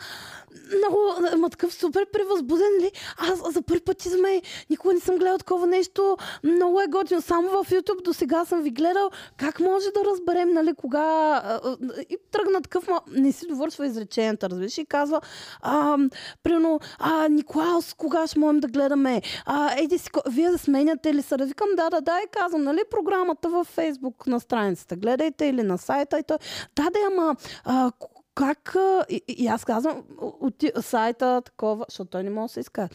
Speaker 2: много, ма такъв супер превъзбуден, нали? Аз за първи път за мен никога не съм гледал такова нещо. Много е готино. Само в YouTube до сега съм ви гледал. Как може да разберем, нали, кога... а, а, И тръгна такъв, ма не си довършва изреченията, разбираш? И казва, а, примерно, а, Николаус, кога ще можем да гледаме? А, еди си, ко- вие сменяте ли се? Да Викам, да, да, да, и казвам, нали, програмата във Facebook на страницата. Гледайте или на сайта. И той, да, да, ама, а, к- как... а, И, и- и аз казвам, от сайта, такова, защото той не може да се иска.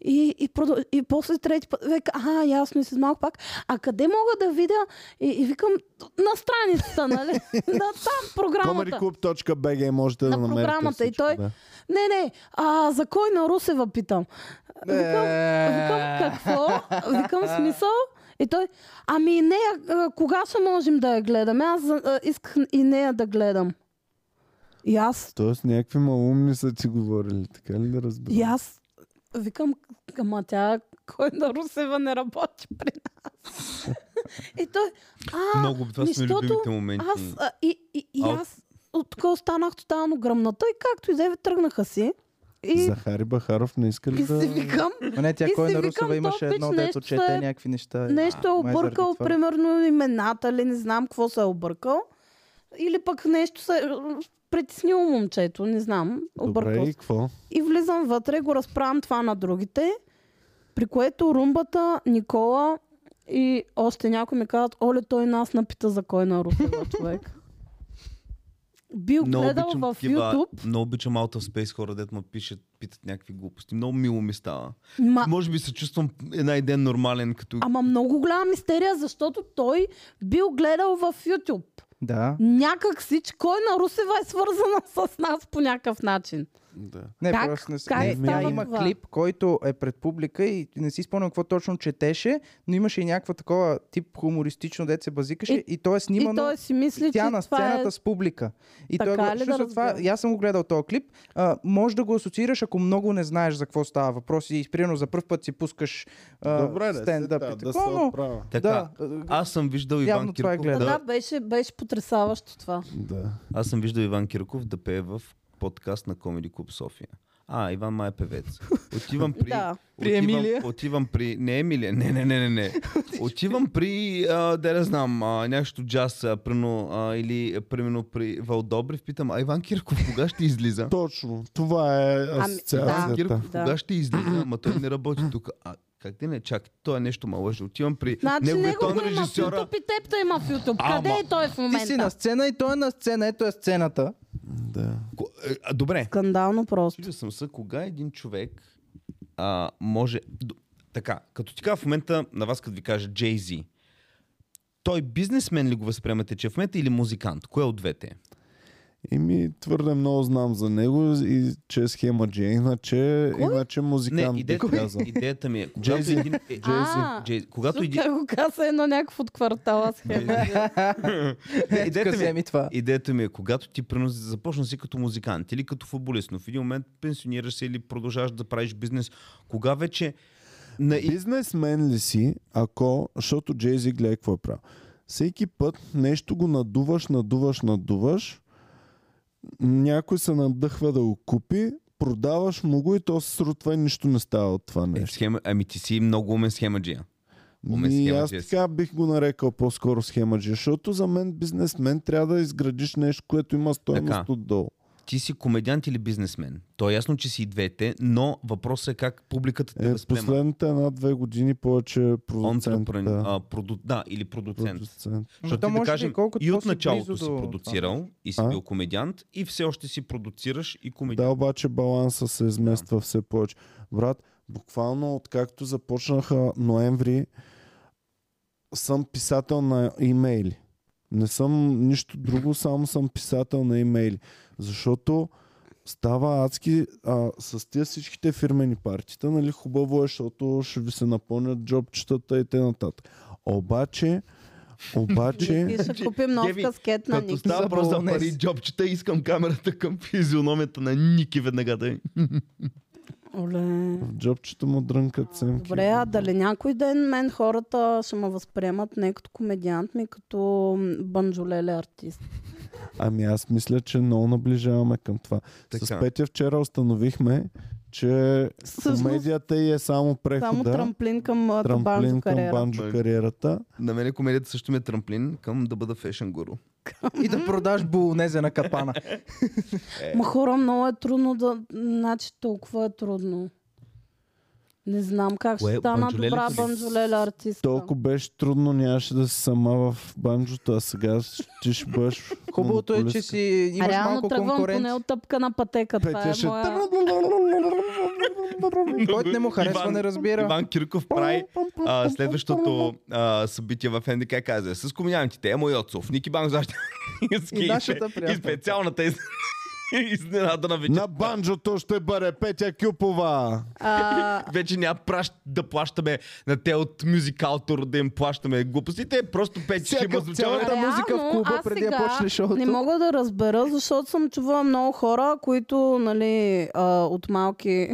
Speaker 2: И, и, продъл... и после трети път, век, а, ясно и след малко пак, а къде мога да видя? И, и викам, на страницата, нали? на там програмата.
Speaker 1: Comedyclub.bg можете да
Speaker 2: На
Speaker 1: намерите
Speaker 2: програмата и
Speaker 1: всичко,
Speaker 2: той-
Speaker 1: да.
Speaker 2: Не, не, а за кой на Русева питам. Викам,
Speaker 4: Е.
Speaker 2: викам какво? Викам смисъл? И той, ами и нея, а, кога ще можем да я гледаме? Аз а, а, исках и нея да гледам. И аз,
Speaker 1: Тоест някакви малумни са ти говорили, така ли да разбера?
Speaker 2: и аз викам, ама тя кой на Русева не работи при нас. и той, а,
Speaker 3: Много, това са ми
Speaker 2: защото
Speaker 3: любимите моменти.
Speaker 2: аз, а, и, и, и
Speaker 3: Ал-
Speaker 2: аз от така останах тотално гръмната и както и да е, тръгнаха си. И,
Speaker 1: Захари Бахаров не иска ли
Speaker 2: и си
Speaker 1: да...
Speaker 2: викам,
Speaker 4: Е, Ма не, тя
Speaker 2: И си
Speaker 4: кой на
Speaker 2: викам,
Speaker 4: Русева
Speaker 2: то
Speaker 4: имаше
Speaker 2: пич
Speaker 4: едно,
Speaker 2: нещо
Speaker 4: дето
Speaker 2: е-
Speaker 4: чете някакви неща.
Speaker 2: Нещо е
Speaker 4: Май заради
Speaker 2: объркал,
Speaker 4: това.
Speaker 2: примерно имената или не знам какво се е объркал. Или пък нещо се е притеснило момчето, не знам. Объркал.
Speaker 1: Добре, и
Speaker 2: Добре.
Speaker 1: какво?
Speaker 2: И влизам вътре, го разправям това на другите, при което румбата, Никола и още някой ми казват, оле, той нас напита за кой на Русева човек. Бил
Speaker 3: Много
Speaker 2: гледал
Speaker 3: обичам
Speaker 2: в
Speaker 3: такива-
Speaker 2: YouTube.
Speaker 3: Много обичам Out of Space хора, дето ме пишат, питат някакви глупости. Много мило ми става.
Speaker 2: Ма,
Speaker 3: Може би се чувствам една и ден нормален, като...
Speaker 2: ама много голяма мистерия, защото той бил гледал в YouTube.
Speaker 4: Да.
Speaker 2: някак си, че кой на Русева е свързана с нас по някакъв начин.
Speaker 1: Да.
Speaker 4: Не,
Speaker 2: Как-
Speaker 4: просто не, с-
Speaker 2: как
Speaker 4: не, тя
Speaker 2: става
Speaker 4: има
Speaker 2: това?
Speaker 4: клип, който е пред публика и не си спомням какво точно четеше, но имаше и някаква такова тип хумористично, дете се базикаше и,
Speaker 2: И-
Speaker 4: и то е снимано...
Speaker 2: и той си мисли,
Speaker 4: тя
Speaker 2: че
Speaker 4: на
Speaker 2: това е...
Speaker 4: сцената с публика. И
Speaker 2: Така
Speaker 4: той го,
Speaker 2: ли
Speaker 4: защото
Speaker 2: да
Speaker 4: това,
Speaker 2: разбирам?
Speaker 4: и аз съм го гледал този клип. А, може да го асоциираш, ако много не знаеш за какво става въпрос и примерно за първ път си пускаш а,
Speaker 1: Добре, да,
Speaker 4: стендъп
Speaker 1: да,
Speaker 4: и
Speaker 1: да се
Speaker 4: такова, но...
Speaker 1: оправя.
Speaker 3: Така,
Speaker 4: да.
Speaker 3: аз съм виждал
Speaker 4: Явно
Speaker 3: Иван
Speaker 4: това е
Speaker 3: Кирков
Speaker 4: гледал.
Speaker 2: Да,
Speaker 3: да,
Speaker 2: беше, беше потрясаващо това.
Speaker 1: Да.
Speaker 3: Аз съм виждал Иван Кирков да пее в подкаст на Comedy Club София. А, Иван Май е певец. Отивам при...
Speaker 2: Да.
Speaker 4: При
Speaker 3: отивам-
Speaker 4: Емилия?
Speaker 3: Отивам при... Не Емилия, не, не, не, не, не. отивам при, а, да не знам, а, нещо джаз, а, прино, а, или а, примерно при Валдобрев, питам, а Иван Кирков кога ще излиза?
Speaker 1: Точно. Това е
Speaker 3: Иван
Speaker 1: асоциацията.
Speaker 3: Кирков
Speaker 2: Да.
Speaker 3: кога ще излиза, ама той не работи тук. А, как да не, чак, той е нещо ма лъже. Отивам при
Speaker 2: Значи
Speaker 3: неговия
Speaker 2: него
Speaker 3: тон
Speaker 2: го има в
Speaker 3: режисьора.
Speaker 2: YouTube и тепта има в YouTube.
Speaker 3: Ама,
Speaker 2: Къде е той в
Speaker 4: Ти си
Speaker 2: момента?
Speaker 4: на сцена и той е на сцена. Ето е сцената.
Speaker 1: Да.
Speaker 3: Ко- е, а, Добре,
Speaker 2: Скандално просто.
Speaker 3: Чудил съм се, кога един човек а, може... Д- Така, като ти кажа в момента на вас, като ви кажа Jay-Z, той бизнесмен ли го възприемате, че е в момента или музикант? Кое от двете? е?
Speaker 1: И ми твърде много знам за него и че е схема Джей, иначе, иначе
Speaker 3: Не,
Speaker 1: музикант би
Speaker 3: идеята,
Speaker 1: казал.
Speaker 3: ми, идеята ми е, когато
Speaker 1: Jay-Z.
Speaker 3: един... е,
Speaker 2: А,
Speaker 3: Jay- когато Е, един...
Speaker 2: Тук го каза едно някакво от квартала схема.
Speaker 1: Е,
Speaker 3: Не, идеята, ми,
Speaker 4: Къде
Speaker 3: е-
Speaker 4: ми това?
Speaker 3: идеята ми е, когато ти приноси- започна си като музикант или като футболист, но в един момент пенсионираш се или продължаваш да правиш бизнес, кога вече на... и-
Speaker 1: Бизнесмен ли си, ако, защото Джейзи гледа какво е правил. Всеки път нещо го надуваш, надуваш, надуваш, някой се надъхва да го купи, продаваш му го и то се срутва и нищо не става от това
Speaker 3: Е,
Speaker 1: нещо.
Speaker 3: схема... Ами ти си много умен схемаджия. Умен
Speaker 1: И аз
Speaker 3: схемаджия си.
Speaker 1: така бих го нарекал по-скоро схемаджи, защото за мен бизнесмен трябва да изградиш нещо, което има стоеност
Speaker 3: Така.
Speaker 1: отдолу.
Speaker 3: Ти си комедиант или бизнесмен? То е ясно, че си и двете, но въпросът е как публиката те
Speaker 1: Е,
Speaker 3: възприема.
Speaker 1: последните една-две години повече продуцент.
Speaker 3: Entrepreneur,
Speaker 1: да.
Speaker 3: а, проду... да, или продуцент.
Speaker 1: Продуцент.
Speaker 4: Ама то
Speaker 3: Защото ти да
Speaker 4: може би
Speaker 3: кажем,
Speaker 4: колкото
Speaker 3: и от
Speaker 4: по-си
Speaker 3: началото
Speaker 4: близо
Speaker 3: си
Speaker 4: до-
Speaker 3: продуцирал и си
Speaker 1: А?
Speaker 3: бил комедиант и все още си продуцираш и
Speaker 1: Да,
Speaker 3: комедиант.
Speaker 1: обаче баланса се измества все повече. Брат, буквално откакто започнаха ноември, съм писател на имейли. Не съм нищо друго, само съм писател на имейли. Защото става адски а, с тия всичките фирмени партита, нали хубаво е, защото ще ви се напълнят джобчетата и т.н. Обаче, обаче,
Speaker 2: Ники, ще купим нов
Speaker 3: значи- Деви,
Speaker 2: каскет на Ники.
Speaker 4: става въпрос за пари и
Speaker 3: джобчета, искам камерата към физиономията на Ники веднага да
Speaker 2: Оле.
Speaker 1: в джобчето му дрънкат семки.
Speaker 2: Добре, а дали някой ден мен хората ще ме възприемат не като комедиант ми, като м, банджолеле артист.
Speaker 1: Ами аз мисля, че много наближаваме към това. Така. С
Speaker 3: Така.
Speaker 1: Петя вчера установихме, че
Speaker 2: Всъщност,
Speaker 1: комедията й е само прехода,
Speaker 2: Само трамплин към моята
Speaker 1: трамплин
Speaker 2: банджо
Speaker 1: към
Speaker 2: кариера.
Speaker 1: банджо кариерата.
Speaker 3: На мен комедията също ми е трамплин към да бъда фешен гуру.
Speaker 4: И да продаш болонезе на капана.
Speaker 2: Ма хора, много е трудно да... Значи толкова е трудно. Не знам как ще
Speaker 3: Кое?
Speaker 2: стана
Speaker 3: Банджолелето
Speaker 2: добра
Speaker 3: ли?
Speaker 2: банджолеля артистка.
Speaker 1: Толкова беше трудно, нямаше да си сама в банджото, а сега ще- ти ще бъдеш
Speaker 4: Хубавото е, че
Speaker 1: монополистка.
Speaker 4: си
Speaker 2: А
Speaker 4: имаш
Speaker 2: реално
Speaker 4: малко
Speaker 2: тръгвам поне
Speaker 4: конкуренция.
Speaker 2: от тъпка на пътека. Това е
Speaker 1: Петя ще...
Speaker 2: моя...
Speaker 4: Който не му харесва,
Speaker 3: Иван-
Speaker 4: не разбира.
Speaker 3: Иван Кирков прави а, следващото а, събитие в НДК каза с комедиантите Емо Йоцов, Ники Банк защита
Speaker 4: И нашата приятелка.
Speaker 3: и специалната из... изненада на вечер.
Speaker 1: На банджото ще бъде Петя Кюпова.
Speaker 2: А,
Speaker 3: Вече няма пращ да плащаме на те от мюзикал тур, да им плащаме глупостите. Просто пече ще
Speaker 1: Всяка-
Speaker 3: има звучаване.
Speaker 4: цялата- музика в
Speaker 2: Реално,
Speaker 4: клуба
Speaker 2: аз
Speaker 4: преди да
Speaker 2: сега
Speaker 4: почне шоуто.
Speaker 2: Не мога да разбера, защото съм чувала много хора, които нали, а, от малки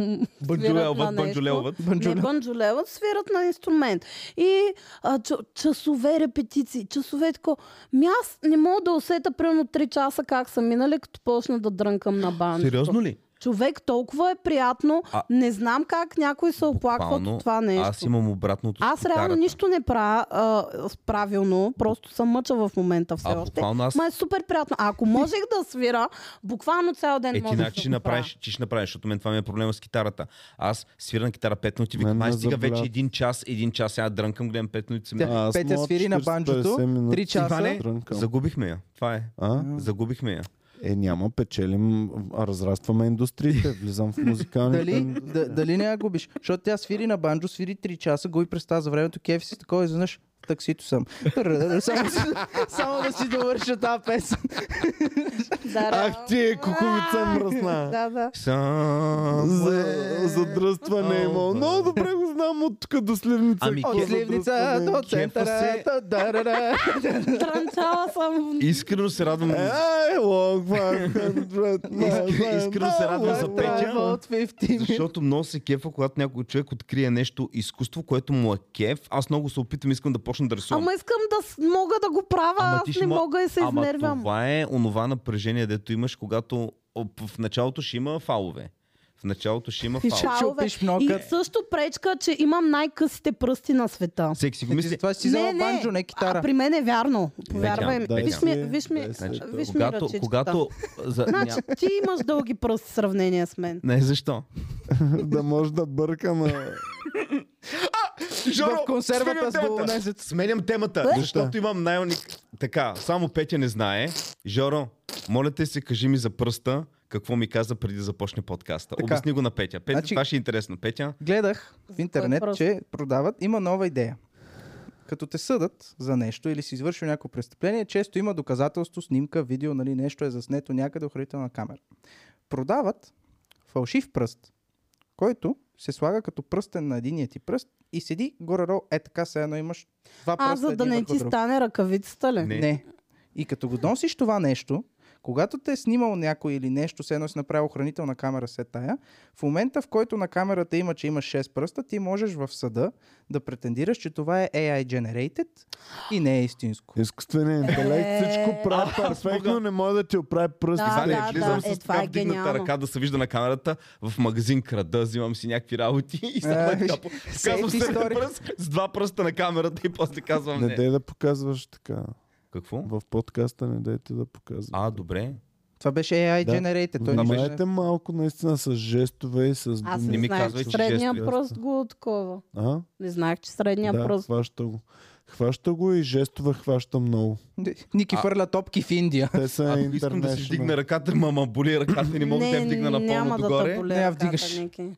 Speaker 2: свират на
Speaker 3: Банджулелват,
Speaker 2: нещо.
Speaker 3: банджулелват.
Speaker 2: Не,
Speaker 4: Банджуля.
Speaker 2: банджолевът свират на инструмент. И а, ча- часове репетиции, часове тако. Ми аз не мога да усета примерно 3 часа как са минали, като почна да дрънкам на банджо.
Speaker 3: Сериозно ли?
Speaker 2: Човек, толкова е приятно.
Speaker 3: А-
Speaker 2: не знам как някой се оплаква
Speaker 3: Буквално,
Speaker 2: от това нещо.
Speaker 3: Аз имам обратното. с
Speaker 2: Аз реално
Speaker 3: китарата.
Speaker 2: нищо не правя а, с- правилно, просто съм мъча в момента все
Speaker 3: А,
Speaker 2: още.
Speaker 3: буквално аз-
Speaker 2: Ма е супер приятно. А ако можех да свира, буквално цял ден
Speaker 3: Е, ти
Speaker 2: може да
Speaker 3: значи
Speaker 2: се
Speaker 3: направиш, ти ще направиш, защото мен това ми е проблема с китарата. Аз свира на китара 5 минути, викам,
Speaker 1: Мен
Speaker 3: аз
Speaker 1: ме
Speaker 3: стига
Speaker 1: заболя.
Speaker 3: вече един час, един час, сега дрънкам, гледам 5 минути. Съм...
Speaker 4: Тя-
Speaker 1: Аз
Speaker 4: Петя
Speaker 1: мога
Speaker 4: свири на
Speaker 1: 40-50
Speaker 4: банджото,
Speaker 1: минути.
Speaker 4: три часа.
Speaker 3: Иване,
Speaker 1: Дрънкам.
Speaker 3: загубихме я. Това е.
Speaker 1: А?
Speaker 3: Загубихме я.
Speaker 1: Е, няма, печелим, а разрастваме индустриите, влизам в музикалните.
Speaker 4: Дали, Ами, да, дали не я губиш? Защото тя свири на банджо, свири 3 часа, го и през тази за времето, кефи си такова, изведнъж в таксито съм. Р-р-р, Само, си- само да си довърша тази песен.
Speaker 2: Да,
Speaker 1: Ах ти е, кукувица мръсна.
Speaker 2: Да, да.
Speaker 1: За,
Speaker 3: Somewhere.
Speaker 1: задръстване е имал. Но добре го знам от тук до Сливница.
Speaker 3: Ами,
Speaker 1: какво
Speaker 4: От сливница
Speaker 1: задръстване е.
Speaker 4: до центъра.
Speaker 3: се.
Speaker 4: та- да-ра-ра.
Speaker 2: Трънчала съм.
Speaker 3: Искрено се радвам.
Speaker 1: Ай, лок,
Speaker 3: искрено се радвам за Петя.
Speaker 4: Drive out 15 minutes.
Speaker 3: Защото много се кефа, когато някой човек открие нещо изкуство, което му е кеф. Аз много се опитам, искам да почна да рисувам.
Speaker 2: Ама искам да с- мога да го правя,
Speaker 3: Ама ти
Speaker 2: аз
Speaker 3: ще
Speaker 2: не
Speaker 3: мо-
Speaker 2: мога и се
Speaker 3: Ама
Speaker 2: изнервям.
Speaker 3: това е онова напрежение, дето имаш, когато оп, в началото ще има фалове. В началото ще има
Speaker 4: И
Speaker 3: фалове.
Speaker 4: ще
Speaker 2: Шалове.
Speaker 4: чупиш много.
Speaker 2: И също пречка, че имам най-късите пръсти на света.
Speaker 3: Всеки си го
Speaker 4: Мисли,
Speaker 3: мисли.
Speaker 4: това си взела банджо, не
Speaker 2: А,
Speaker 4: китара.
Speaker 2: при мен е вярно. Повярвай ми.
Speaker 1: Дай
Speaker 2: Виж
Speaker 1: си-
Speaker 2: ми, виж ми,
Speaker 1: дай си-
Speaker 2: виж ми
Speaker 3: Значи, Когато,
Speaker 2: ръчичката.
Speaker 3: когато за, ня...
Speaker 2: Значи ти имаш дълги пръсти в сравнение с мен.
Speaker 3: Не, защо?
Speaker 1: Да може да бърка на...
Speaker 4: В консервата с болонезец.
Speaker 3: Сменям темата, защото имам най-уник... Така, само Петя не знае. Жоро, моля те се, кажи ми за пръста, какво ми каза преди да започне подкаста.
Speaker 4: Така.
Speaker 3: Обясни го на Петя. Петя,
Speaker 4: Значи-
Speaker 3: това ще е интересно. Петя,
Speaker 4: Гледах в интернет,
Speaker 2: е просто?
Speaker 4: че продават. Има нова идея. Като те съдат за нещо или си извършил някакво престъпление, често има доказателство, снимка, видео, нали, нещо е заснето някъде охранителна камера. Продават фалшив пръст, който се слага като пръстен на единия ти пръст и седи горе-рол, е така, сега едно имаш два
Speaker 2: А,
Speaker 4: пръста,
Speaker 2: за да
Speaker 4: един
Speaker 2: не
Speaker 4: върху
Speaker 2: ти
Speaker 4: друг.
Speaker 2: стане ръкавицата ли?
Speaker 3: Не.
Speaker 4: Не. И като го носиш това нещо, когато те е снимал някой или нещо, се едно си направил хранителна камера се тая, в момента в който на камерата има, че имаш 6 пръста, ти можеш в съда да претендираш, че това е AI generated и не е истинско.
Speaker 1: Изкуственият интелект всичко прави перфектно, не може да ти оправи пръст.
Speaker 2: Да,
Speaker 3: Иване,
Speaker 2: да,
Speaker 3: влизам
Speaker 2: да, е,
Speaker 3: с
Speaker 2: това
Speaker 3: така
Speaker 2: е
Speaker 3: вдигната
Speaker 2: гениално.
Speaker 3: ръка да се вижда на камерата, в магазин крада, взимам си някакви работи и само
Speaker 4: А,
Speaker 3: е
Speaker 4: виж,
Speaker 3: така. по- Казвам
Speaker 4: сейф
Speaker 3: се
Speaker 4: история.
Speaker 3: пръст, с два пръста на камерата и после казвам
Speaker 1: Не
Speaker 3: не.
Speaker 1: дей да показваш така.
Speaker 3: Какво?
Speaker 1: В подкаста не дайте да показваш.
Speaker 3: А, добре.
Speaker 4: Това беше AI
Speaker 1: Да.
Speaker 4: generated. Той не беше...
Speaker 1: Намерете малко наистина с жестове и с
Speaker 2: Аз
Speaker 1: думи.
Speaker 3: Не
Speaker 2: не
Speaker 3: ми
Speaker 2: знаех,
Speaker 3: казвай,
Speaker 2: че
Speaker 3: че
Speaker 2: средния
Speaker 1: жестове.
Speaker 2: пръст го такова.
Speaker 1: А?
Speaker 2: Не знаех, че средния
Speaker 1: Да,
Speaker 2: пръст.
Speaker 1: хваща го. Хваща го и жестове хваща много.
Speaker 4: Ники
Speaker 3: А-
Speaker 4: фърля топки в Индия.
Speaker 1: Те са
Speaker 3: Ако искам да си вдигна
Speaker 1: интернешнъл.
Speaker 3: ръката, мама боли ръката, не мога да я вдигна напълно
Speaker 2: няма да те
Speaker 3: догоре.
Speaker 2: боли
Speaker 4: Не я
Speaker 2: ръката,
Speaker 4: вдигаш.
Speaker 2: Ники.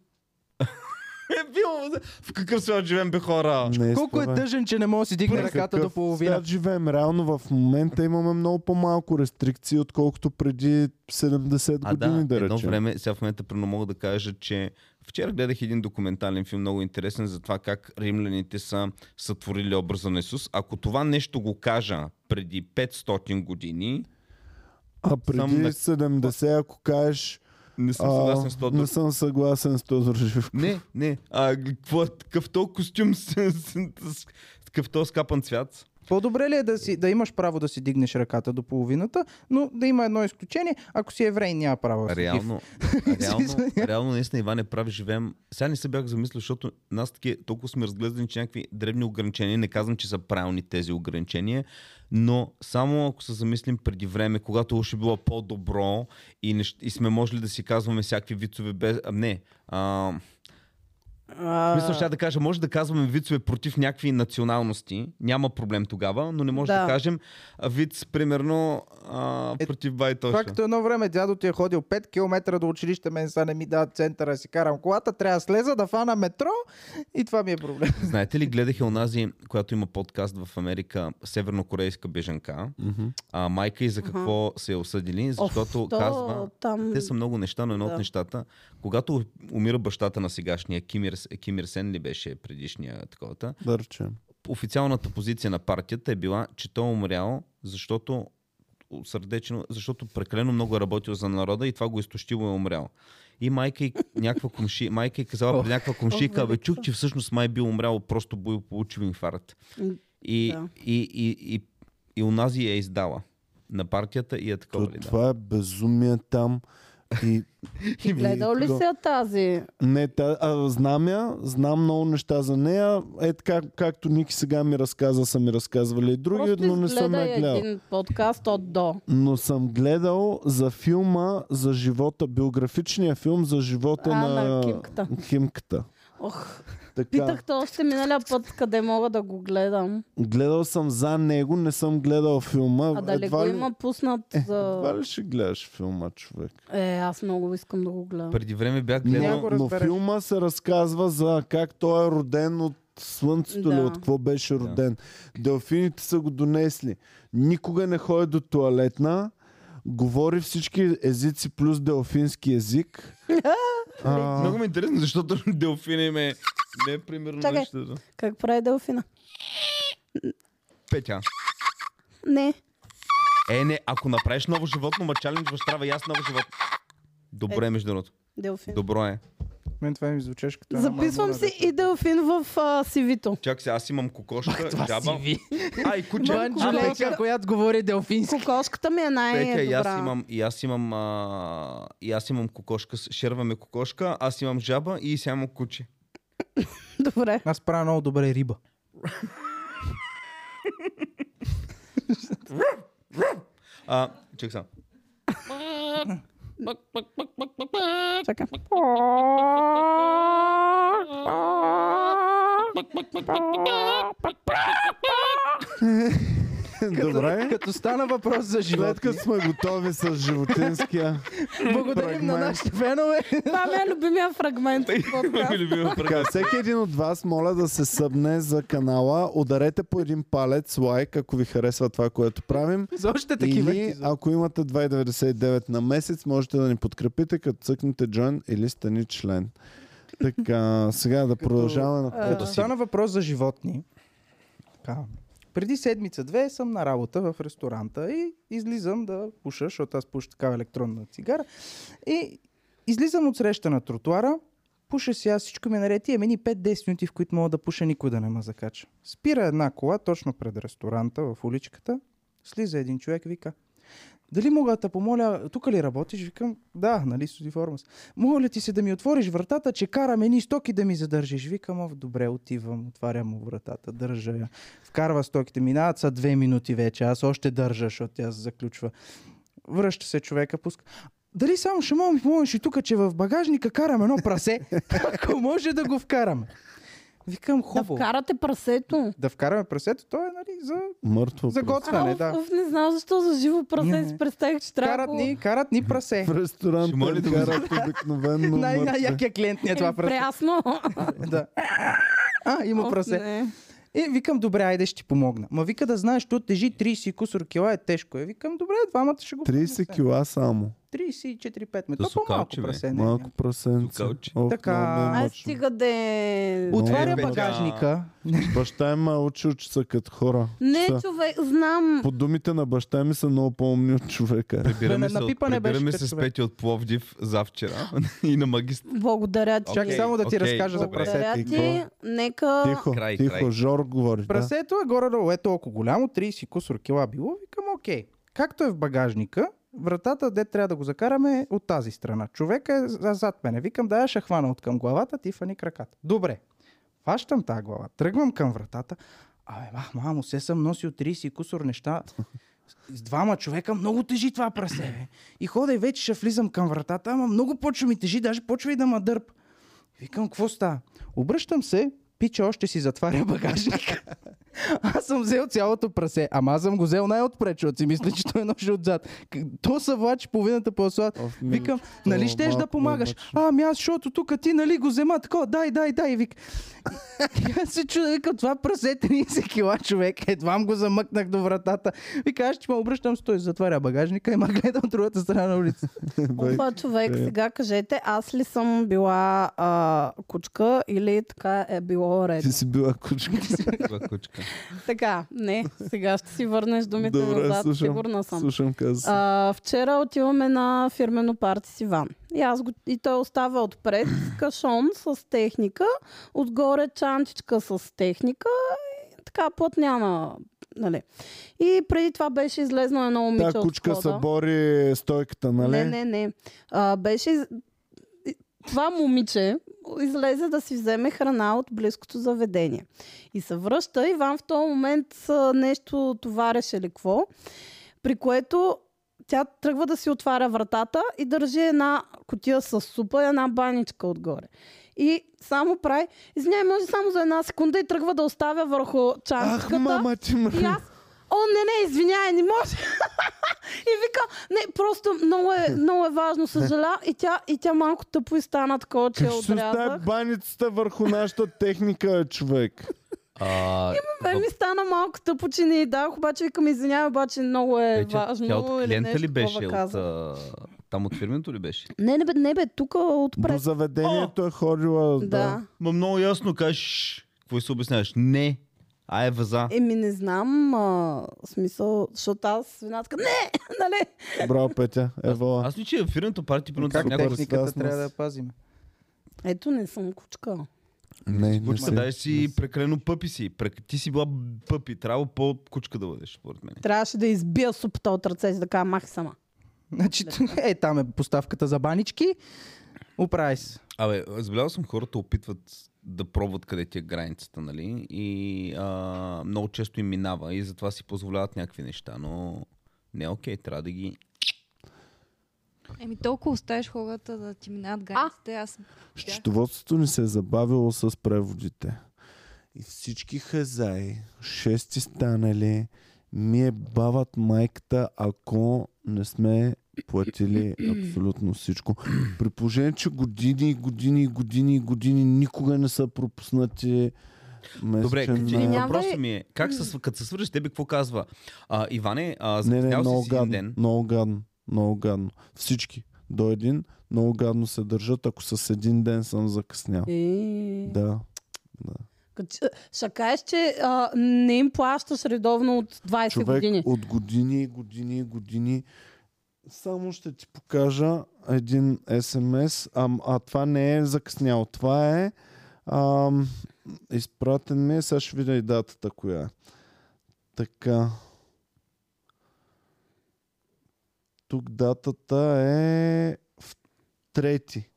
Speaker 3: Е, било, в какъв свят живеем бе хора?
Speaker 1: Не
Speaker 4: Колко е
Speaker 1: според.
Speaker 4: тъжен, че не може да си дигне ръката до
Speaker 1: Какъв
Speaker 4: половина.
Speaker 1: Свят живеем. Реално в момента имаме много по-малко рестрикции, отколкото преди 70
Speaker 3: А да,
Speaker 1: години, да,
Speaker 3: едно
Speaker 1: речем.
Speaker 3: време, сега в момента прено мога да кажа, че вчера гледах един документален филм, много интересен, за това как римляните са сътворили образа на Исус. Ако това нещо го кажа преди 500 години,
Speaker 1: А преди
Speaker 3: Само на-
Speaker 1: 70, ако кажеш,
Speaker 3: не съм
Speaker 1: а,
Speaker 3: съгласен с този
Speaker 1: не съм съгласен с Тодор Живков.
Speaker 3: Не, не. А, какво, е такъв то костюм с, с, с такъв то скапан цвят?
Speaker 4: По-добре ли е да, си, да имаш право да си дигнеш ръката до половината, но да има едно изключение, ако си еврей няма право да си дигне.
Speaker 3: Реално, реално, реално, наистина Иван е прав, живеем. Сега не се бях замислил, защото нас таки, е толкова сме разгледани, че някакви древни ограничения, не казвам, че са правилни тези ограничения, но само ако се замислим преди време, когато уж е било по-добро и, нещ... и сме можели да си казваме всякакви вицове без... А, не, а,
Speaker 2: А,
Speaker 3: Мисля, ще да кажа, може да казваме вицове против някакви националности, няма проблем тогава, но не може да,
Speaker 2: Да.
Speaker 3: кажем а, виц, примерно, а,
Speaker 4: Е,
Speaker 3: против Байтошо.
Speaker 4: Това като едно време дядо ти е ходил 5 км до училище, мен сега не ми дават центъра, си карам колата, трябва да слеза да фана метро и това ми е проблем.
Speaker 3: Знаете ли, гледах я онази, която има подкаст в Америка, севернокорейска беженка, а, майка и за какво се е осъдили, защото
Speaker 2: Оф, то
Speaker 3: казва...
Speaker 2: там-
Speaker 3: Те са много неща, но едно от
Speaker 2: Да.
Speaker 3: нещата, когато умира бащата на сегашния Ким, Ир, Ким Ир Сен ли беше предишния таковата,
Speaker 1: Да речем.
Speaker 3: официалната позиция на партията е била, че той е умрял, защото сърдечно, защото прекалено много е работил за народа и това го изтощило и е умрял. И майка и някаква комши, майка и казала при някаква комшика, бе, чух, че всъщност май е бил умрял просто бил получил инфаркт.
Speaker 2: М,
Speaker 3: И,
Speaker 2: да.
Speaker 3: и, и, и, и унази я е издала на партията и е такова
Speaker 1: То,
Speaker 3: ли да.
Speaker 1: това е безумие там. И,
Speaker 2: Ти гледал ли
Speaker 1: Да.
Speaker 2: си я тази?
Speaker 1: Не, та, а, знам я, знам много неща за нея. Е така, както Ники сега ми разказа, са ми разказвали и други,
Speaker 2: Просто
Speaker 1: но не съм
Speaker 2: изгледай
Speaker 1: я гледал.
Speaker 2: един подкаст от до.
Speaker 1: Но съм гледал за филма за живота, биографичния филм за живота
Speaker 2: А,
Speaker 1: на...
Speaker 2: на Кимката.
Speaker 1: Химката.
Speaker 2: Ох,
Speaker 1: Така.
Speaker 2: питахте още миналия път къде мога да го гледам.
Speaker 1: Гледал съм за него, не съм гледал филма.
Speaker 2: А дали
Speaker 1: едва
Speaker 2: го
Speaker 1: ли-
Speaker 2: има пуснат
Speaker 1: Едва
Speaker 2: за...
Speaker 1: ли ще гледаш филма, човек?
Speaker 2: Е, аз много искам да го гледам.
Speaker 3: Преди време бях
Speaker 4: Няма
Speaker 3: гледал...
Speaker 4: го
Speaker 1: Но, но
Speaker 4: разбереш.
Speaker 1: филма се разказва за как той е роден от слънцето
Speaker 2: Да.
Speaker 1: ли, от какво беше роден. Делфините са го донесли. Никога не ходи до туалетна, говори всички езици плюс делфински език. а,
Speaker 3: Много ми е интересно, защото Делфина им е... Не е примерно
Speaker 2: Чакай.
Speaker 3: нещо. да.
Speaker 2: Как прави Делфина?
Speaker 3: Петя.
Speaker 2: Не,
Speaker 3: Е, не, ако направиш ново животно, ма чалендж ще трябва и аз ново животно.
Speaker 2: Е.
Speaker 3: Добре, между другото.
Speaker 2: Делфин.
Speaker 3: Добро е.
Speaker 4: Мен това ми звучеше като... една
Speaker 2: Записвам
Speaker 4: маймуна,
Speaker 2: си и Делфин в а, CV-то.
Speaker 3: Чак се, аз имам кокошка, жаба.
Speaker 4: ви.
Speaker 3: А, и куче.
Speaker 4: Джан
Speaker 3: А,
Speaker 2: Джулейка.
Speaker 4: Джулейка, която говори делфински.
Speaker 2: Кокошката ми е най-добра.
Speaker 3: Петя, и аз имам, и аз имам, а, и аз имам кокошка, с- шерваме кокошка, аз имам жаба и сега имам куче.
Speaker 2: Добре.
Speaker 4: Аз правя много добре риба.
Speaker 3: А, чак сам.
Speaker 2: Чакай.
Speaker 1: добре.
Speaker 4: Като стана въпрос за
Speaker 1: След
Speaker 4: животни,
Speaker 1: като сме готови с животинския.
Speaker 4: благодарим на
Speaker 1: фрагмент.
Speaker 4: нашите фенове.
Speaker 2: Това ми е любимия фрагмент от подкаста.
Speaker 3: Любима пръка.
Speaker 1: Така, всеки един от вас моля да се събне за канала. Ударете по един палец, лайк, ако ви харесва това, което правим.
Speaker 4: За още такива.
Speaker 1: Или
Speaker 4: епизоди.
Speaker 1: ако имате 2,99 на месец, можете да ни подкрепите, като цъкнете Join или стани член. Така, сега да продължаваме на
Speaker 4: Като стана въпрос за животни, така, преди седмица-две съм на работа в ресторанта и излизам да пуша, защото аз пуша такава електронна цигара. И излизам от среща на тротуара, пуша си аз, всичко ми е наред и е мини 5-10 минути, в които мога да пуша, никой да не ме закача. Спира една кола точно пред ресторанта в уличката, слиза един човек и вика, дали мога да те помоля, тук ли работиш? Викам, да, нали, с униформа. съм. Моля ли ти се да ми отвориш вратата, че карам едни стоки да ми задържиш. Викам, ов, добре, отивам, отварям му вратата, държа я. Вкарва стоките, минават са две минути вече, аз още държа, защото тя се заключва. Връща се човека, пуска. Дали само ще мога да ми помогнеш и тук, че в багажника карам едно прасе, ако може да го вкараме. Викам,
Speaker 2: Да
Speaker 4: хубаво. Да,
Speaker 2: вкарате прасето.
Speaker 4: вкараме прасето, то е, нали, за,
Speaker 1: мъртво.
Speaker 4: за готвяне,
Speaker 2: Оф,
Speaker 4: да.
Speaker 2: оф, не знам защо за живо прасе
Speaker 4: Не.
Speaker 2: си представих, че трябва да
Speaker 4: Карат
Speaker 2: го-
Speaker 4: ни, карат ни прасе.
Speaker 1: В ресторант
Speaker 3: Ще моля да го
Speaker 1: карат обикновено
Speaker 4: Най-
Speaker 1: мъртви.
Speaker 4: най-якия клиент ни е
Speaker 2: Или
Speaker 4: това прасе.
Speaker 2: прясно.
Speaker 4: Да. А, има
Speaker 2: Оф,
Speaker 4: прасе.
Speaker 2: не.
Speaker 4: И викам, добре, айде ще ти помогна. Ма вика да знаеш, то тежи 30 и кусор кила е тежко. И викам, добре, двамата ще го
Speaker 1: 30 кила само.
Speaker 4: 34-5. Ме
Speaker 3: То
Speaker 4: то
Speaker 3: са
Speaker 4: по-малко
Speaker 3: калче, бе.
Speaker 4: прасе. Не,
Speaker 1: Малко
Speaker 4: Малко.
Speaker 1: прасенце.
Speaker 3: Сукалче.
Speaker 1: Ох,
Speaker 4: Така.
Speaker 1: много ме е
Speaker 2: Ай,
Speaker 1: мъчно.
Speaker 2: стига де...
Speaker 4: Отваря
Speaker 1: Е, бе,
Speaker 4: багажника.
Speaker 1: Баща ми ме е учил, че са като хора.
Speaker 2: Не,
Speaker 1: Са.
Speaker 2: човек, знам.
Speaker 1: По думите на баща ми са много по-умни от човека.
Speaker 3: Прибираме
Speaker 4: на
Speaker 3: се, от,
Speaker 4: напипане беше
Speaker 3: прибираме се
Speaker 4: като
Speaker 3: с
Speaker 4: човек.
Speaker 3: Петя от Пловдив завчера и на магистр.
Speaker 2: Благодаря ти.
Speaker 4: Чакай
Speaker 3: Окей,
Speaker 4: само да ти
Speaker 3: окей,
Speaker 4: разкажа за
Speaker 3: добре.
Speaker 4: прасето.
Speaker 2: Благодаря
Speaker 1: Прасете,
Speaker 2: ти. Нека...
Speaker 1: Тихо,
Speaker 3: Край,
Speaker 1: тихо,
Speaker 3: край.
Speaker 1: Жор говори. Да.
Speaker 4: Прасето е горе-долу, е толкова голямо, 30 и кусор кила било. Викам, окей. Както е в багажника, вратата, де трябва да го закараме, е от тази страна. Човека е за- зад мене. Викам, да, аз ще хвана от към главата, ти фани краката. Добре. Фащам тази глава, тръгвам към вратата. Абе, мах, мамо, се съм носил 30 и кусор неща. С двама човека много тежи това прасе. бе. И хода и вече ще влизам към вратата, ама много почва ми тежи, даже почва и да ма дърп. Викам, какво става? Обръщам се, пича още си затваря багажника. Аз съм взел цялото прасе, ама аз съм го взел най-отпред, защото си мисля, че той ножи отзад. К- То се влачи половината по асфалт.
Speaker 1: Оф, ми,
Speaker 4: Викам, нали
Speaker 1: то
Speaker 4: щеш да
Speaker 1: малко ме
Speaker 4: помагаш?
Speaker 1: мъчи.
Speaker 4: А, Ами аз, защото тук ти, нали, го взема такова, дай, дай, дай, вик. И аз се чудя, викам, това прасе 30 кила човек, едва му го замъкнах до вратата. Вика, аз ще ме обръщам, стой, затваря багажника и ма гледа от другата страна на улица.
Speaker 1: бай. е.
Speaker 2: Опа, човек, сега кажете, аз ли съм била а, кучка или така е било редно?
Speaker 1: Ти си била кучка.
Speaker 3: Това кучка.
Speaker 2: Така, не, сега ще си върнеш думите
Speaker 1: Добре,
Speaker 2: назад,
Speaker 1: слушам.
Speaker 2: сигурна съм.
Speaker 1: Слушам, каза си.
Speaker 2: А, вчера отиваме на фирмено парти с Иван. И, аз го, и той остава отпред кашон с техника, отгоре чантичка с техника и така плътняна. Нали. И преди това беше излезнало едно момиче
Speaker 1: Та кучка
Speaker 2: от
Speaker 1: се
Speaker 2: входа.
Speaker 1: бори стойката, нали?
Speaker 2: Не, не, не. А, беше... из- и- Това момиче излезе да си вземе храна от близкото заведение. И се връща. Иван в този момент а, нещо товареше ли какво, при което тя тръгва да си отваря вратата и държи една котия с супа и една баничка отгоре. И само прави, извиняй, може само за една секунда и тръгва да оставя върху
Speaker 1: Ах,
Speaker 2: чашката.
Speaker 1: мама ти ме.
Speaker 2: И аз, о, не, не, извиняй, не може. и вика, не, просто много е, много е важно, съжаля. И тя, и тя малко тъпо и стана такова, че я
Speaker 1: Ще си оставя
Speaker 2: отрязах.
Speaker 1: баницата върху нашата техника, бе, човек.
Speaker 3: А,
Speaker 2: Бе, ми
Speaker 3: въп-
Speaker 2: стана малко тъпо, че не й дах, обаче викам, извинявай, обаче много е
Speaker 3: вече
Speaker 2: важно.
Speaker 3: Тя от
Speaker 2: или
Speaker 3: клиента
Speaker 2: нещо
Speaker 3: ли
Speaker 2: такова
Speaker 3: беше? От,
Speaker 2: каза.
Speaker 3: а, там от фирмето ли беше?
Speaker 2: Не, не, бе, не, бе, тук
Speaker 1: До
Speaker 2: отпред.
Speaker 1: заведението е ходила.
Speaker 2: Да.
Speaker 1: Да.
Speaker 3: Ма много ясно кажеш. Какво се обясняваш? Не. А е ваза.
Speaker 2: Еми, не знам, а, смисъл, защото аз свинатка, не, нали?
Speaker 1: Браво, Петя. Евала.
Speaker 3: Аз мисля, че фирмето парти принуди
Speaker 1: Как
Speaker 4: Как
Speaker 3: някой
Speaker 1: техника?
Speaker 4: техниката
Speaker 1: аз не
Speaker 4: трябва да
Speaker 1: с-
Speaker 4: я пазим?
Speaker 2: Ето не съм кучка.
Speaker 1: Не, не
Speaker 3: Кучка,
Speaker 1: си.
Speaker 3: даже си прекалено пъпи си. Прек- Ти си била пъпи. Трябва по-кучка да бъдеш, според мен.
Speaker 2: Трябваше да избия супата от ръцете, да кажа, махи сама.
Speaker 4: Значи, е, там е поставката за банички. Оправи се.
Speaker 3: Абе, забелязал съм, хората опитват да пробват къде ти е границата, нали? И а, много често им минава и затова си позволяват някакви неща, но не е окей, трябва да ги...
Speaker 6: Еми толкова оставиш хората да ти минат границите. Аз
Speaker 1: Счетоводството ни се е забавило с преводите. И всички хазаи, шести станали, ми е бават майката, ако не сме платили абсолютно всичко. При положение, че години и години и години и години никога не са пропуснати месечен...
Speaker 3: Добре,
Speaker 1: а,
Speaker 3: че,
Speaker 2: Извинявай.
Speaker 3: въпросът ми е, как се, като се свържеш, тебе какво казва? А, Иване, а,
Speaker 1: Не, не,
Speaker 3: закъснял
Speaker 1: много
Speaker 3: си си един
Speaker 1: гадно,
Speaker 3: ден.
Speaker 1: много гадно, много гадно. Всички до един много гадно се държат, ако с един ден съм закъснял.
Speaker 2: И...
Speaker 1: Да.
Speaker 2: Кач- Ще кажеш, че а, не им плащаш редовно от 20
Speaker 1: човек
Speaker 2: години.
Speaker 1: от години и години и години. Само ще ти покажа един СМС, а, а това не е закъснял. Това е ам, изпратен ми, е. сега ще видя и датата коя е. Така. Тук датата е в трети.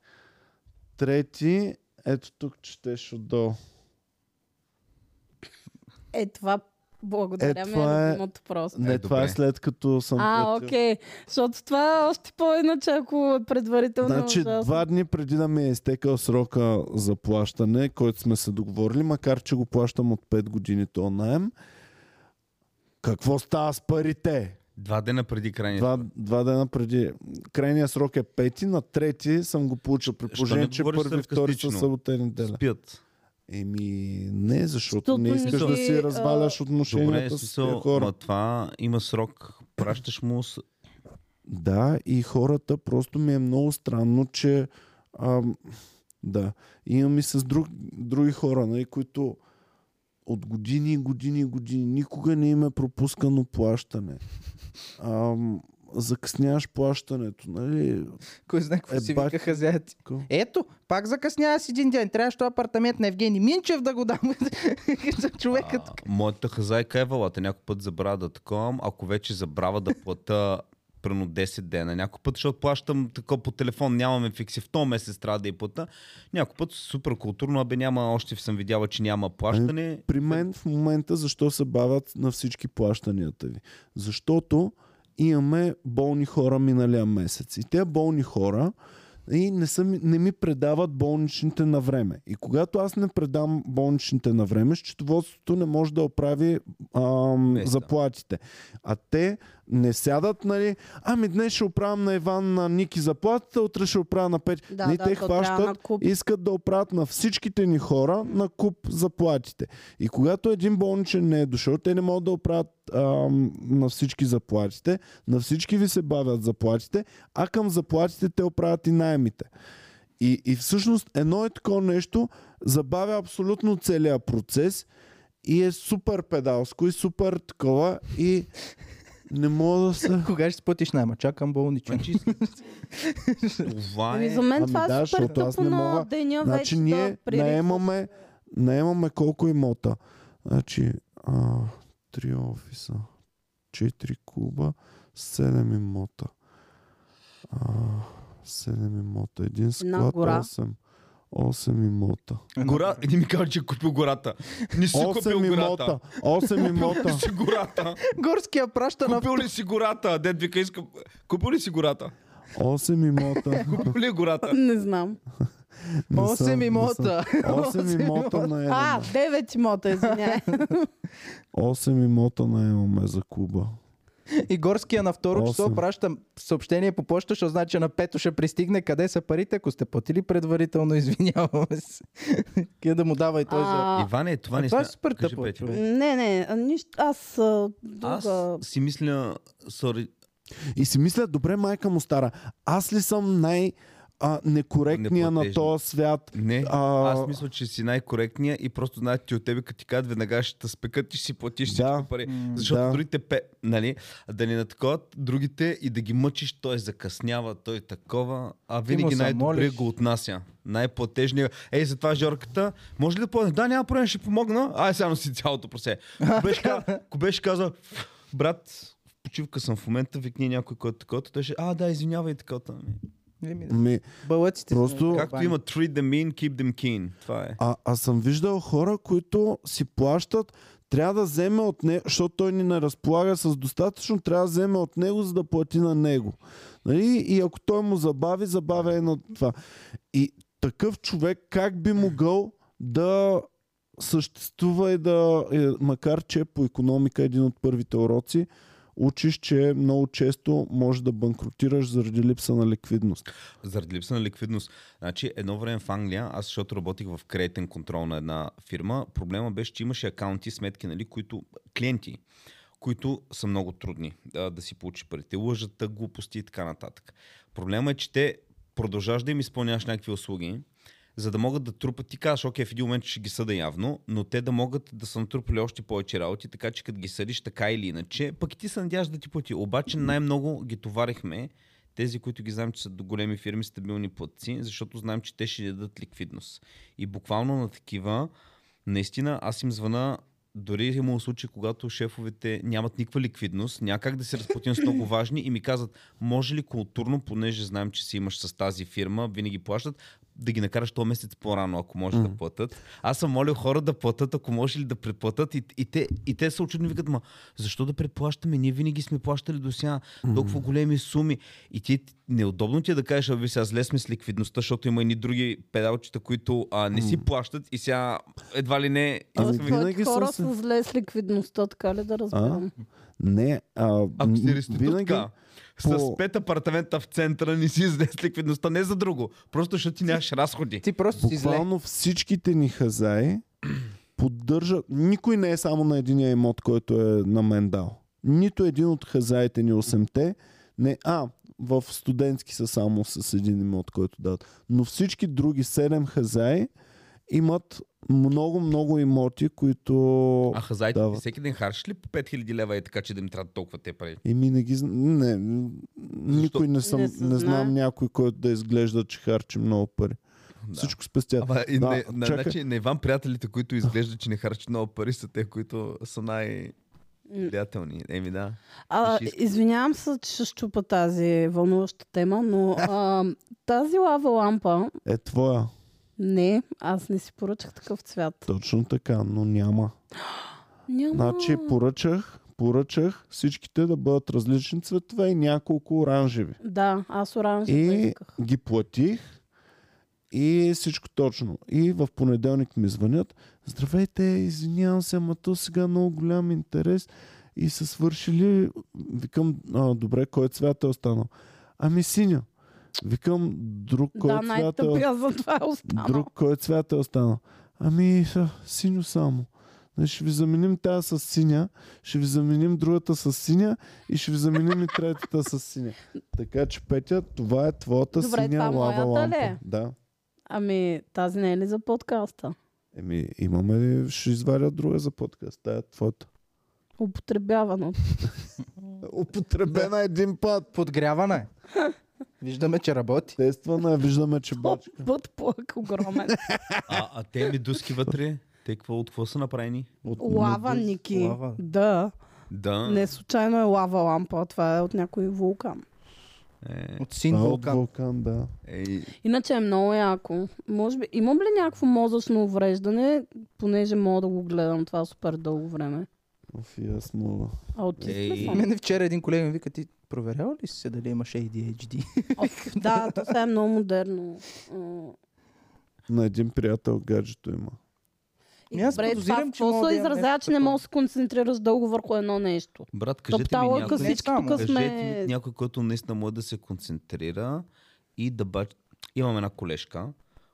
Speaker 1: Трети, ето тук четеш отдолу.
Speaker 2: Е, това благодаря
Speaker 1: Е,
Speaker 2: е, ми
Speaker 1: това е-
Speaker 2: е любимото просто.
Speaker 1: Не, това е
Speaker 3: добре.
Speaker 1: след като съм
Speaker 2: А,
Speaker 1: платил.
Speaker 2: окей. Защото това е още по-иначе, ако е предварително.
Speaker 1: Значи
Speaker 2: ужасно.
Speaker 1: два дни преди да ми е изтекал срока за плащане, който сме се договорили, макар че го плащам от 5 години то найем. Какво става с парите?
Speaker 3: Два дена преди крайния.
Speaker 1: Два, два дена преди. Крайният срок е пети, на трети съм го получил. При
Speaker 3: Що
Speaker 1: положение,
Speaker 3: не
Speaker 1: че
Speaker 3: говориш
Speaker 1: първи, втори са
Speaker 3: саркастично?
Speaker 1: събота и неделя.
Speaker 3: Спят.
Speaker 1: Еми, не, защото
Speaker 2: Защото
Speaker 1: не искаш
Speaker 2: не
Speaker 1: да
Speaker 2: си,
Speaker 1: си
Speaker 2: а,
Speaker 1: разваляш
Speaker 3: Добре, е
Speaker 1: отношенията с тия
Speaker 3: смисъл,
Speaker 1: хора.
Speaker 3: ма това има срок. Пращаш му с...
Speaker 1: Да, и хората просто ми е много странно, че а, да, имам и с друг, други хора, нали, които от години и години и години никога не им е пропускано плащане. А, закъсняваш плащането, нали?
Speaker 4: Кой знае какво
Speaker 1: Е,
Speaker 4: си
Speaker 1: бак.
Speaker 4: вика хазяят.
Speaker 1: Какво?
Speaker 4: Ето, пак закъснява с един ден. Трябваше този апартамент на Евгений Минчев да го дам за човека.
Speaker 3: А, моята хазайка е валата. Някой път забравя да таковам, ако вече забравя да плата прено 10 дена. Някой път, защото плащам така по телефон, нямаме фикси. В този месец трябва да я плата. Някой път супер културно, абе няма, още съм видяла, че няма плащане.
Speaker 1: При мен в момента защо се бавят на всички плащанията ви? Защото имаме болни хора миналия месец. И те болни хора и не, съм, не ми предават болничните на време. И когато аз не предам болничните на време, счетоводството не може да оправи ам,
Speaker 3: Места.
Speaker 1: заплатите. А те не сядат, нали, ами днес ще оправям на Иван на Ники заплатата, утре ще оправя на Петя.
Speaker 2: Да,
Speaker 1: нали,
Speaker 2: да,
Speaker 1: те
Speaker 2: то трябва
Speaker 1: хващат
Speaker 2: на куп.
Speaker 1: искат да оправят на всичките ни хора на куп заплатите. И когато един болничен не е дошъл, те не могат да оправят ам, на всички заплатите, на всички ви се бавят заплатите, а към заплатите те оправят и найемите. И, и всъщност едно е такова нещо забавя абсолютно целият процес и е супер педалско и супер такова и не мога да се...
Speaker 4: Кога ще си платиш найма? Чакам болничен.
Speaker 3: Това
Speaker 2: Ами
Speaker 3: е...
Speaker 2: за мен
Speaker 1: Ами
Speaker 2: това
Speaker 1: да,
Speaker 2: е супер
Speaker 1: защото аз
Speaker 2: тъпо
Speaker 1: не
Speaker 2: на
Speaker 1: мога.
Speaker 2: деня
Speaker 1: Значи
Speaker 2: вече
Speaker 1: ние
Speaker 2: да прилича.
Speaker 1: наемаме, наемаме колко имота? Значи а, три офиса, четири клуба, седем имота. А, седем имота, един склад,
Speaker 2: гора.
Speaker 1: осем. Осем имота.
Speaker 3: Гора... Един ми казва, че е купил гората. Не си купил
Speaker 1: Осем
Speaker 3: гората.
Speaker 1: имота. Осем
Speaker 3: Купил
Speaker 1: имота.
Speaker 3: ли си гората?
Speaker 4: Горския праща на...
Speaker 3: Купил ли си гората? Дед вика, искам... Купил ли си гората?
Speaker 1: Осем имота.
Speaker 3: Купил ли е гората?
Speaker 2: Не знам.
Speaker 1: Не съм- не съм.
Speaker 4: 8 имота.
Speaker 1: Осем
Speaker 4: Осем
Speaker 1: имота
Speaker 2: А,
Speaker 1: наемаме.
Speaker 2: девет имота, извиняй.
Speaker 1: Осем имота наемаме за клуба.
Speaker 4: И горския на второ число
Speaker 1: Осем.
Speaker 4: пращам съобщение по почта, защото значи че на пето ще пристигне. Къде са парите? Ако сте платили предварително, извиняваме се. Къде да му дава и той за...
Speaker 2: А,
Speaker 3: Иване, това не
Speaker 4: това е
Speaker 3: сме-
Speaker 4: супер
Speaker 3: Кажи,
Speaker 4: тъпо,
Speaker 3: Петя.
Speaker 4: човек.
Speaker 2: Не, не, а, нищо. Аз а, друга...
Speaker 3: Аз си мисля, сори,
Speaker 1: И си мисля, добре, майка му стара, аз ли съм най- а, некоректния на
Speaker 3: Неплатежен.
Speaker 1: този свят?
Speaker 3: не,
Speaker 1: А,
Speaker 3: аз мисля, че си най-коректния и просто знаят ти от тебе, като ти кажат, веднага ще те спекат и ще си платиш всички
Speaker 1: Да.
Speaker 3: пари.
Speaker 4: М,
Speaker 3: Защото
Speaker 1: да.
Speaker 3: другите, пе, нали, да ни натаковат другите и да ги мъчиш, той закъснява, той такова, а
Speaker 4: му
Speaker 3: винаги
Speaker 4: се
Speaker 3: най-добре
Speaker 4: молиш.
Speaker 3: го отнася. Най-платежния. Ей, затова Жорката, може ли да помогна? Да, няма проблем, ще помогна. Ай, само си цялото просе. Ако беше, ка- ако беше казал, брат, в почивка съм в момента, викни някой, който е такова, той ще, а, да, извинявай, такова. е».
Speaker 4: Еми,
Speaker 1: Ми,
Speaker 4: Нали Бълъците.
Speaker 1: Просто-
Speaker 4: са ми
Speaker 3: Както
Speaker 4: бани.
Speaker 3: има treat them mean, keep them keen. Това е.
Speaker 1: а, аз съм виждал хора, които си плащат, трябва да вземе от него, защото той ни не разполага с достатъчно, трябва да вземе от него, за да плати на него. Нали? И ако той му забави, забавя едно това. И такъв човек как би могъл да съществува и да, е, макар че по економика е един от първите уроци, учиш, че много често може да банкротираш заради липса на ликвидност.
Speaker 3: Заради липса на ликвидност. Значи, едно време в Англия, аз защото работих в кредитен контрол на една фирма, проблема беше, че имаше акаунти, сметки, нали, които клиенти, които са много трудни да, да си получи парите. Лъжата, глупости и така нататък. Проблема е, че те продължаваш да им изпълняваш някакви услуги, за да могат да трупат. Ти казваш, окей, в един момент ще ги съда явно, но те да могат да са натрупали още повече работи, така че като ги съдиш така или иначе, пък и ти се надяваш да ти плати. Обаче най-много ги товарихме тези, които ги знам, че са до големи фирми, стабилни платци, защото знам, че те ще ни дадат ликвидност. И буквално на такива, наистина, аз им звъна дори е имало случаи, когато шефовете нямат никаква ликвидност, някак да се разплатим с много важни и ми казват, може ли културно, понеже знаем, че си имаш с тази фирма, винаги плащат, да ги накараш този месец по-рано, ако може да платят. Аз съм молил хора да платят, ако може ли да преплатят. И, и, те, и те са очудни, викат, ма защо да преплащаме? Ние винаги сме плащали до сега толкова големи суми. И ти неудобно ти е да кажеш, а ви сега зле сме с ликвидността, защото има и ни други педалчета, които а, не си плащат и сега едва ли не...
Speaker 1: Ами,
Speaker 2: Тоест,
Speaker 1: винаги
Speaker 2: твоите
Speaker 1: съм
Speaker 2: хора
Speaker 1: се-
Speaker 2: са зле с ликвидността, така ли да разбирам?
Speaker 1: Не, а,
Speaker 3: Ако
Speaker 1: м-
Speaker 3: си реститутка,
Speaker 1: по-
Speaker 3: с пет апартамента в центъра не си изнес ликвидността, не за друго. Просто защото ти нямаш разходи.
Speaker 4: Ти просто си зле.
Speaker 1: Буквално всичките ни хазаи поддържат. Никой не е само на единия имот, който е на мен дал. Нито един от хазаите ни 8-те не. А, в студентски са само с един имот, който дадат. Но всички други 7 хазаи имат много-много имоти, които...
Speaker 3: А хазайте,
Speaker 1: дават.
Speaker 3: всеки ден харчиш ли по 5000 лева и така, че да им трябва толкова те пари?
Speaker 1: Еми не ги зн- не, м, никой не, съм,
Speaker 2: Не
Speaker 1: не,
Speaker 2: се
Speaker 1: не
Speaker 2: знае.
Speaker 1: знам някой, който да изглежда, че харчи много пари.
Speaker 3: Да.
Speaker 1: Всичко спестят.
Speaker 3: Ама и
Speaker 1: Е, Да,
Speaker 3: не, на,
Speaker 1: чакай.
Speaker 3: значи, на Иван приятелите, които изглеждат, че не харчат много пари, са те, които са най- Приятелни. Еми да.
Speaker 2: А,
Speaker 3: Фашистка.
Speaker 2: извинявам се, че ще щупа тази вълнуваща тема, но а, тази лава лампа,
Speaker 1: Е твоя.
Speaker 2: не, аз не си поръчах такъв цвят.
Speaker 1: Точно така, но няма.
Speaker 2: Няма.
Speaker 1: Значи поръчах, поръчах всичките да бъдат различни цветове и няколко оранжеви.
Speaker 2: Да, аз оранжево
Speaker 1: И
Speaker 2: исках.
Speaker 1: ги платих и всичко точно. И в понеделник ми звънят. Здравейте, извинявам се, ама то сега е много голям интерес. И са свършили, викам, а, добре, кой цвят е останал? Ами синя. Викам, друг кой
Speaker 2: Да,
Speaker 1: цвят е
Speaker 2: най-тъпия за това е останал.
Speaker 1: Друг, кой цвят е останал? Ами, а, синьо само. Нали, Ще ви заменим тази с синя, ще ви заменим другата с синя и ще ви заменим и третата с синя. Така че, Петя, това е твоята
Speaker 2: Добре,
Speaker 1: синя
Speaker 2: това
Speaker 1: лава
Speaker 2: моята
Speaker 1: лампа.
Speaker 2: ли е?
Speaker 1: Да.
Speaker 2: Ами, тази не е ли за подкаста?
Speaker 1: Еми, имаме ли, ще извадя друга за подкаст. Тая е твоята.
Speaker 2: Употребявано.
Speaker 1: Употребена е един път.
Speaker 4: Подгряване. е. Виждаме, че работи.
Speaker 1: Тествана, виждаме, че
Speaker 2: Топ
Speaker 1: бачка.
Speaker 2: път плък огромен.
Speaker 3: А, а те медуски вътре, те какво, от какво са направени?
Speaker 1: От
Speaker 2: Лава, Ники.
Speaker 4: лава.
Speaker 2: Да.
Speaker 3: Да.
Speaker 2: Не случайно е лава лампа. Това е от някой вулкан.
Speaker 3: Е,
Speaker 4: От син
Speaker 1: Това е От
Speaker 4: вулкан.
Speaker 1: вулкан, да.
Speaker 3: е,
Speaker 2: Иначе е много яко. Може би, имам ли някакво мозъчно увреждане, понеже мога да го гледам това супер дълго време?
Speaker 1: Оф, и аз мога.
Speaker 2: Аутист ли
Speaker 3: Ей.
Speaker 2: съм?
Speaker 4: Мене вчера един колега ми вика, ти проверява ли си се дали имаш ADHD?
Speaker 2: Оф, да, то сега е много модерно. М.
Speaker 1: На един приятел гаджето има.
Speaker 2: И
Speaker 4: Ми Ами аз
Speaker 2: добре, това
Speaker 4: подозирам, че
Speaker 2: какво
Speaker 4: мога
Speaker 2: се
Speaker 4: да имам
Speaker 2: изразява,
Speaker 4: нещо
Speaker 2: че не
Speaker 4: такова.
Speaker 2: мога да се концентрираш дълго върху едно нещо?
Speaker 3: брат, кажете
Speaker 2: Топта
Speaker 3: ми
Speaker 2: лъка
Speaker 3: някой.
Speaker 2: всички
Speaker 4: Не,
Speaker 2: тук
Speaker 4: само.
Speaker 3: Кажете
Speaker 2: сме...
Speaker 3: ми някой, който наистина може да се концентрира и да бачи. Имам една колежка,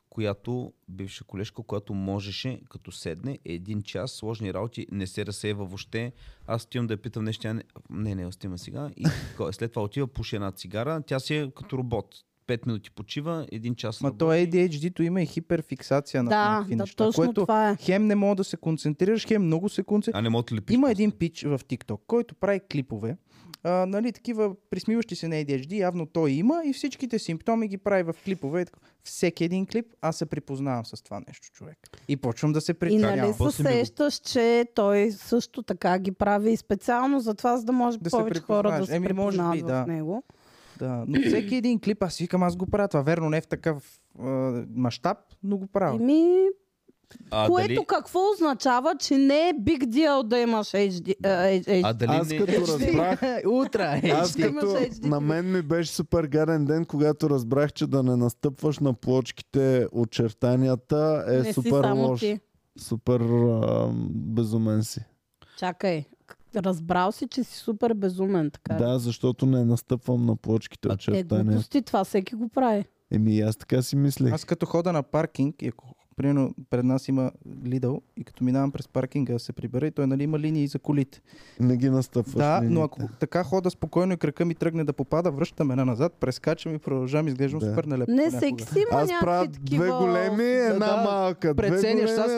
Speaker 3: която, бивша колежка, която можеше, като седне, един час, сложни работи, не се разсейва въобще. Аз отивам да я питам нещо, тя не, не, не, остима сега. И така, след това отива, пуши една цигара, тя си е като робот. Пет минути почива, един час
Speaker 4: Ма то ADHD-то има и хиперфиксация на
Speaker 2: Да,
Speaker 4: някакви
Speaker 2: да,
Speaker 4: неща,
Speaker 2: точно
Speaker 4: което
Speaker 2: това е.
Speaker 4: хем не мога да се концентрираш, хем много се концентрираш.
Speaker 3: А не мога да лепиш.
Speaker 4: Има един пич в TikTok, който прави клипове, а, нали, такива присмиващи се на ADHD, явно той има и всичките симптоми ги прави в клипове. и така. Всеки един клип, аз се припознавам с това нещо, човек. И почвам да се
Speaker 2: И
Speaker 4: притеснявам.
Speaker 2: нали се
Speaker 3: После ми го-
Speaker 2: сещаш, че той също така ги прави и специално за това, за да може
Speaker 4: Да се
Speaker 2: повече хора да
Speaker 4: припознаеш.
Speaker 2: се
Speaker 4: Еми, може би,
Speaker 2: припознават в
Speaker 4: да.
Speaker 2: него.
Speaker 4: Да, но всеки един клип, аз си викам, аз го правя това. Верно, не в такъв а, мащаб, но го правя.
Speaker 2: Еми,
Speaker 3: а,
Speaker 2: което какво означава, че не е big deal да имаш HD. Е, е, HD.
Speaker 3: а дали
Speaker 1: Аз
Speaker 3: не...
Speaker 1: като разбрах,
Speaker 4: Утра е.
Speaker 1: Аз
Speaker 6: Ще имаш
Speaker 1: като
Speaker 6: HD
Speaker 1: на мен ми беше супер гаден ден, когато разбрах, че да не настъпваш на плочките очертанията е
Speaker 2: не си
Speaker 1: супер
Speaker 2: само
Speaker 1: лош.
Speaker 2: ти.
Speaker 1: Супер а, безумен си.
Speaker 2: Чакай. Разбрал си, че си супер безумен, така. ли?
Speaker 1: Да, защото не настъпвам на плочките
Speaker 2: Е,
Speaker 1: очертания.
Speaker 2: глупости, това всеки го прави.
Speaker 1: Еми и аз така си мислех.
Speaker 4: Аз като хода на паркинг, и ако примерно пред нас има Лидъл и като минавам през паркинга да се прибера и той нали има линии за колите.
Speaker 1: Не ги настъпваш. нали?
Speaker 4: да,
Speaker 1: линиите.
Speaker 4: но ако така хода спокойно и крака ми тръгне да попада, връщаме на назад, прескачам и продължавам, изглеждам
Speaker 1: Да.
Speaker 4: супер нелепо.
Speaker 2: Не,
Speaker 4: понякога.
Speaker 2: всеки си има
Speaker 1: Аз правя
Speaker 2: някакви
Speaker 1: две
Speaker 2: такива...
Speaker 1: големи, една
Speaker 4: да,
Speaker 1: малка. две
Speaker 4: Преценяш са
Speaker 1: големи,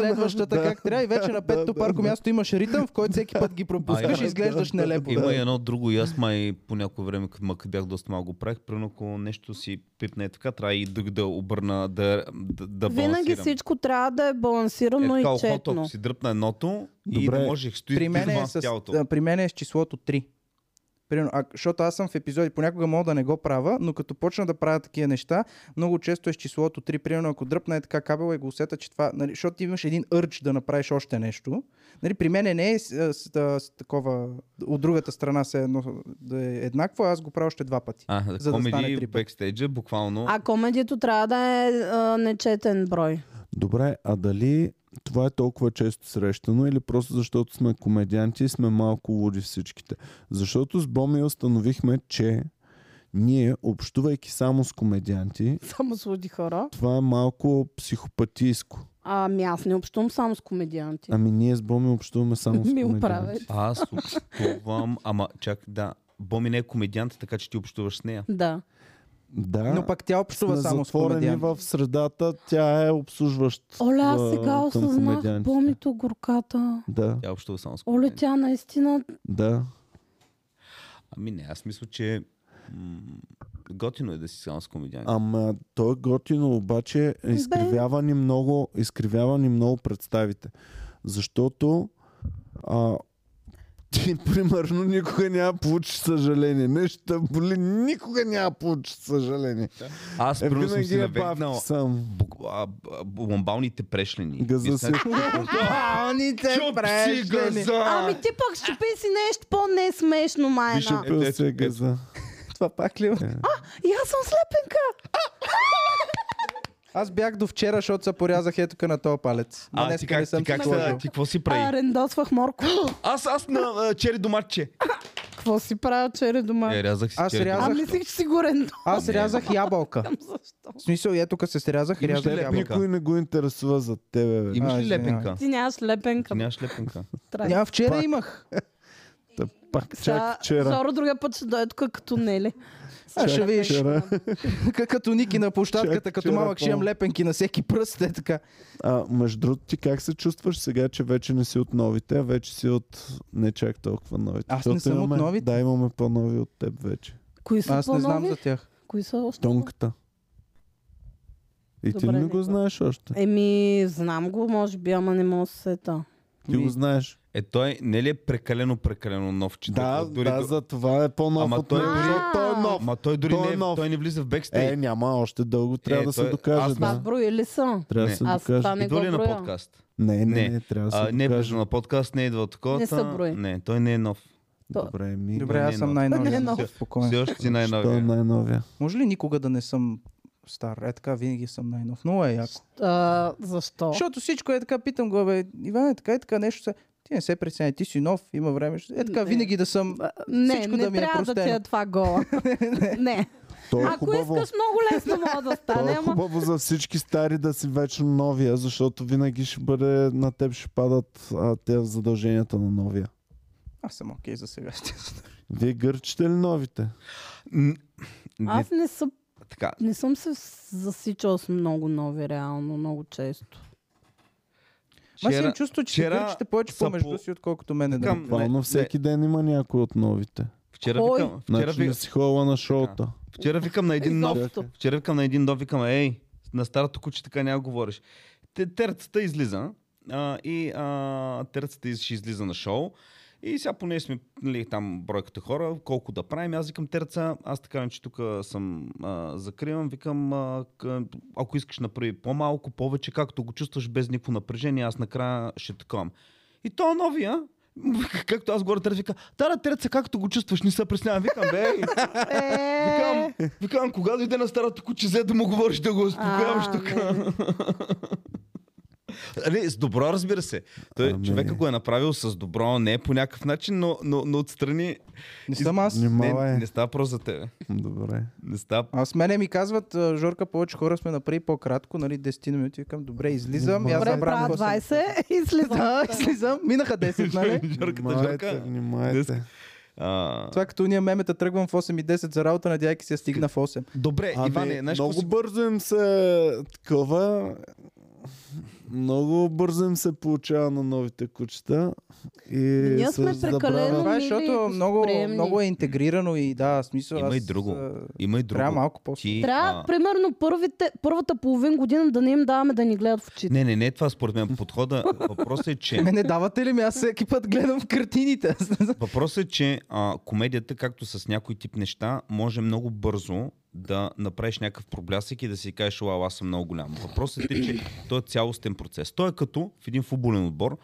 Speaker 4: следващата
Speaker 1: да,
Speaker 4: как трябва и вече на петото
Speaker 1: да,
Speaker 4: парко
Speaker 1: да.
Speaker 4: място имаш ритъм, в който всеки път ги пропускаш и
Speaker 3: има-
Speaker 4: изглеждаш
Speaker 1: да, да,
Speaker 4: нелепо.
Speaker 3: Има и едно друго и аз май по някое време, като мък бях доста малко го правих, примерно ако нещо си пипне е така, трябва и друг да обърна, да, да, да
Speaker 2: Винаги
Speaker 3: балансирам.
Speaker 2: всичко трябва да е
Speaker 3: е,
Speaker 2: балансирано
Speaker 3: така,
Speaker 2: и
Speaker 3: ухото,
Speaker 2: четно.
Speaker 3: ако си дръпна едното и
Speaker 1: Добре.
Speaker 3: да можех стои
Speaker 4: при мен, е
Speaker 3: с
Speaker 4: с,
Speaker 3: тялото.
Speaker 4: а, при мен е с числото 3. Примерно, а, защото аз съм в епизоди, понякога мога да не го правя, но като почна да правя такива неща, много често е с числото 3. Примерно, ако дръпна е така кабела и го усета, че това... Нали, защото ти имаш един ърч да направиш още нещо. Нали, при мен не е с, с, а, с, такова... От другата страна се едно, да е еднакво, а аз го правя още два пъти.
Speaker 3: А,
Speaker 4: за да стане
Speaker 3: комеди,
Speaker 4: три
Speaker 3: да
Speaker 4: пъти.
Speaker 3: бекстейджа, буквално.
Speaker 2: А комедито трябва да е а, нечетен брой.
Speaker 1: Добре, а дали това е толкова често срещано или просто защото сме комедианти и сме малко луди всичките? Защото с Боми установихме, че ние, общувайки само с комедианти,
Speaker 2: Само с луди хора.
Speaker 1: това е малко психопатийско.
Speaker 2: Ами аз не общувам само с комедианти.
Speaker 1: Ами ние с Боми общуваме само с
Speaker 2: Ми оправя.
Speaker 1: комедианти.
Speaker 3: Аз общувам, ама чак, да. Боми не е комедиант, така че ти общуваш с нея.
Speaker 2: Да.
Speaker 1: Да,
Speaker 4: Но пък тя общува
Speaker 1: сме
Speaker 4: само с
Speaker 1: затворени
Speaker 4: комедианти.
Speaker 1: в средата, тя е обслужващ
Speaker 2: Оля,
Speaker 1: а,
Speaker 2: аз сега
Speaker 1: към
Speaker 2: осъзнах
Speaker 1: комедиантите.
Speaker 2: помито горката.
Speaker 1: Да,
Speaker 3: Тя общува само с
Speaker 2: Оле,
Speaker 3: комедиант.
Speaker 2: тя наистина...
Speaker 1: да.
Speaker 3: Ами не, аз мисля, че м- готино е да си само с комедиант.
Speaker 1: Ама той е готино, обаче е изкривява ни много, изкривява ни много представите. Защото а, ти примерно никога няма получиш съжаление. Нещо те боли, никога няма получиш съжаление.
Speaker 3: Аз
Speaker 1: Е,
Speaker 3: примерно съм
Speaker 1: винаги
Speaker 3: си
Speaker 1: е бавки
Speaker 3: навегнал
Speaker 1: сам.
Speaker 3: бу- а, а, бомбалните прешлени.
Speaker 1: Газа си. е
Speaker 4: Балните
Speaker 3: Чупси
Speaker 4: прешлени.
Speaker 3: газа!
Speaker 2: Ами ти пък щупи си нещо по-несмешно,
Speaker 1: Виж, е,
Speaker 2: майна.
Speaker 1: опил
Speaker 3: Ето,
Speaker 1: се
Speaker 3: ето,
Speaker 1: газа.
Speaker 4: Това пак ли? е?
Speaker 2: И аз съм слепенка.
Speaker 4: Аз бях до вчера, защото се порязах ето тук на този палец. Ма
Speaker 3: А,
Speaker 4: днеска
Speaker 3: ти
Speaker 4: не
Speaker 3: как,
Speaker 4: съм
Speaker 3: ти, как,
Speaker 4: си сложил.
Speaker 3: са, ти какво си
Speaker 2: А,
Speaker 3: прави?
Speaker 2: рендосвах морко.
Speaker 3: Аз, аз на а, чери доматче.
Speaker 2: Какво си правя вчера дома?
Speaker 3: Е, рязах си
Speaker 4: Аз
Speaker 3: чери
Speaker 4: рязах-
Speaker 2: А
Speaker 3: доматче.
Speaker 2: мислих, че си го рендосвам.
Speaker 4: Аз рязах ябълка.
Speaker 2: Защо?
Speaker 4: В смисъл, ето тук се срязах,
Speaker 3: Имаш ли
Speaker 4: рязах
Speaker 3: лепенка?
Speaker 4: ябълка.
Speaker 1: Никой не го интересува за тебе, бе.
Speaker 3: Имаш
Speaker 4: А,
Speaker 3: ли
Speaker 4: извинявай.
Speaker 3: лепенка?
Speaker 2: Ти нямаш лепенка.
Speaker 3: Ти нямаш лепенка.
Speaker 2: Трай.
Speaker 4: Ня, вчера имах.
Speaker 1: Та пак
Speaker 2: Сега
Speaker 1: чак вчера.
Speaker 2: Зоро другия път ще дойде тук като Нели.
Speaker 4: А, ще
Speaker 1: Чак
Speaker 4: видиш.
Speaker 1: вчера.
Speaker 4: Как- като Ники на площадката,
Speaker 1: Чак
Speaker 4: като
Speaker 1: вчера,
Speaker 4: малък ще имам
Speaker 1: помня.
Speaker 4: лепенки на всеки пръст, е така.
Speaker 1: А, между другото, ти как се чувстваш сега, че вече не си от новите, а вече си от не чак толкова новите?
Speaker 4: Аз не
Speaker 1: Защото
Speaker 4: съм от
Speaker 1: имаме-
Speaker 4: новите.
Speaker 1: Да, имаме по-нови от теб вече.
Speaker 2: Кои са
Speaker 4: Аз не знам
Speaker 2: по-нови?
Speaker 4: за тях.
Speaker 2: Кои са още?
Speaker 1: Тонката. И ти
Speaker 2: Добре,
Speaker 1: не
Speaker 2: Нико.
Speaker 1: го знаеш още.
Speaker 2: Еми, знам го, може би, ама не мога да се сета.
Speaker 1: Ти
Speaker 4: ми-
Speaker 1: го знаеш.
Speaker 3: Е, той не ли е прекалено, прекалено нов, че
Speaker 1: Да,
Speaker 3: дори,
Speaker 1: да,
Speaker 3: до-
Speaker 1: за това е по-нов
Speaker 3: Ама
Speaker 1: от
Speaker 3: той
Speaker 1: него,
Speaker 2: дори-
Speaker 1: защото той е нов.
Speaker 3: Ма той дори
Speaker 1: Той е
Speaker 3: не, е,
Speaker 1: нов.
Speaker 3: той не влиза в
Speaker 1: Е,
Speaker 3: бекстейдж.
Speaker 1: няма още дълго, трябва
Speaker 3: Е,
Speaker 1: да се
Speaker 3: той-
Speaker 1: докаже.
Speaker 3: аз
Speaker 2: Аз
Speaker 1: Да.
Speaker 2: броя ли съм?
Speaker 1: Трябва да
Speaker 3: Не.
Speaker 1: се
Speaker 2: Аз това
Speaker 1: докаже.
Speaker 2: не го
Speaker 3: Идва ли на
Speaker 2: броя.
Speaker 3: подкаст?
Speaker 1: Не, не,
Speaker 3: Не.
Speaker 1: не, трябва да
Speaker 3: А,
Speaker 1: се
Speaker 3: не е
Speaker 1: докаже.
Speaker 3: влизал на подкаст, не е идва от такова.
Speaker 2: Не са
Speaker 3: та-
Speaker 2: брои.
Speaker 3: Не, той не е нов.
Speaker 2: То-
Speaker 1: Добре, ми.
Speaker 4: Добре, аз
Speaker 3: е
Speaker 4: съм
Speaker 3: нов.
Speaker 2: Не е
Speaker 4: най-новият.
Speaker 2: нов.
Speaker 3: Все
Speaker 4: Спокойно.
Speaker 3: още си
Speaker 1: Той е
Speaker 3: най-новия.
Speaker 1: най-новия.
Speaker 4: Може ли никога да не съм стар? Е така, винаги съм най-нов. Много е яко.
Speaker 2: А, защо?
Speaker 4: Защото всичко е така, питам го, бе, Иван, е така, е така, нещо се... Ти не се притесняй, ти си нов, има време. ще- Е така,
Speaker 2: Не.
Speaker 4: винаги да съм...
Speaker 2: А, Не,
Speaker 4: Всичко
Speaker 2: не
Speaker 4: да ми е
Speaker 2: трябва да ти
Speaker 4: простено.
Speaker 2: е това гола. не.
Speaker 1: Той е
Speaker 2: Ако
Speaker 1: хубаво.
Speaker 2: искаш, много лесно мога
Speaker 1: Това
Speaker 2: да стане,
Speaker 1: е
Speaker 2: ама
Speaker 1: хубаво за всички стари да си вече новия, защото винаги ще бъде, на теб ще падат а, те задълженията на новия.
Speaker 4: Аз съм окей за сега.
Speaker 1: Вие гърчите ли новите?
Speaker 3: М, Не,
Speaker 2: аз не, съм,
Speaker 3: така,
Speaker 2: не съм се засичал с много нови, реално, много често.
Speaker 4: Ма си
Speaker 3: Вчера-
Speaker 4: им чувство, че
Speaker 3: вчера
Speaker 4: вчера ще повече
Speaker 3: са
Speaker 4: помежду
Speaker 3: по-
Speaker 4: си, отколкото мене нали? да.
Speaker 3: Към-
Speaker 4: ме-
Speaker 1: Буквално
Speaker 3: не.
Speaker 1: всеки ден има някой от новите.
Speaker 3: Вчера
Speaker 2: Кой?
Speaker 3: викам, вчера,
Speaker 1: Значи
Speaker 3: ви,
Speaker 1: не си ходила на шоута.
Speaker 3: вчера викам на един нов.
Speaker 2: Изобщо.
Speaker 3: Вчера викам на един нов, викам, ей, на старото куче така няма говориш. Те- Терцата излиза а, и а, терцата из- ще излиза на шоу. И сега поне сме нали, там бройката хора, колко да правим. Аз викам терца, аз така не, че тук съм а, закривам, викам, а, к- ако искаш направи по-малко, повече, както го чувстваш без никакво напрежение, аз накрая ще таковам. И то новия, както аз говоря, терца вика, да, да, терца, както го чувстваш, не се преснявам. Викам, бе,
Speaker 2: Е,
Speaker 3: Викам, викам, кога дойде на старото куче, взе да му говориш да го успокояваш
Speaker 2: А,
Speaker 3: тук.
Speaker 2: не.
Speaker 3: Нали, с добро, разбира се. Той,
Speaker 1: Ами.
Speaker 3: Човека го е направил с добро, не е по някакъв начин, но, но, но отстрани
Speaker 4: Не съм аз.
Speaker 1: Внимава
Speaker 3: не,
Speaker 1: е.
Speaker 3: не става просто за тебе.
Speaker 1: Добре.
Speaker 3: Не става.
Speaker 4: Аз мене ми казват, а, Жорка, повече хора сме направи по-кратко, нали, 10 на минути. Викам, добре, излизам. и Аз
Speaker 2: Добре,
Speaker 4: забравям
Speaker 2: правя
Speaker 4: какво съм.
Speaker 2: 20 и слизам.
Speaker 4: Да, излизам. Минаха 10, нали?
Speaker 3: Жорката,
Speaker 1: Внимавайте,
Speaker 3: Жорка. Днес-
Speaker 1: внимайте.
Speaker 3: А,
Speaker 4: Това е като уния мемета тръгвам в 8 и 10 за работа, надяйки се стигна в 8.
Speaker 3: добре,
Speaker 1: Ами,
Speaker 3: Е, Иване, знаеш какво
Speaker 1: много
Speaker 3: си...
Speaker 1: бързо им се такова. Много бързо им се получава на новите кучета. И
Speaker 2: ние
Speaker 1: се
Speaker 2: сме
Speaker 1: забравя-
Speaker 2: прекалено
Speaker 4: Това е,
Speaker 2: мили и
Speaker 4: защото много,
Speaker 2: гостоприемни.
Speaker 4: много е интегрирано и да, в смисъл.
Speaker 3: Има
Speaker 4: аз,
Speaker 3: и друго.
Speaker 4: а,
Speaker 3: Има и друго.
Speaker 4: Трябва малко по-си.
Speaker 3: Ти,
Speaker 2: Трябва,
Speaker 3: а,
Speaker 2: примерно, първите, първата половин година да не им даваме да ни гледат в очите.
Speaker 3: Не, не, не, е това според мен подхода. Въпросът е, че...
Speaker 4: Ме не давате ли ми? Аз всеки път гледам в картините. Аз не знам.
Speaker 3: Въпросът е, че а, комедията, както с някой тип неща, може много бързо да направиш някакъв проблясък и да си кажеш, уау, аз съм много голям. Въпросът е, че той е цялостен процес. Той е като в един футболен отбор,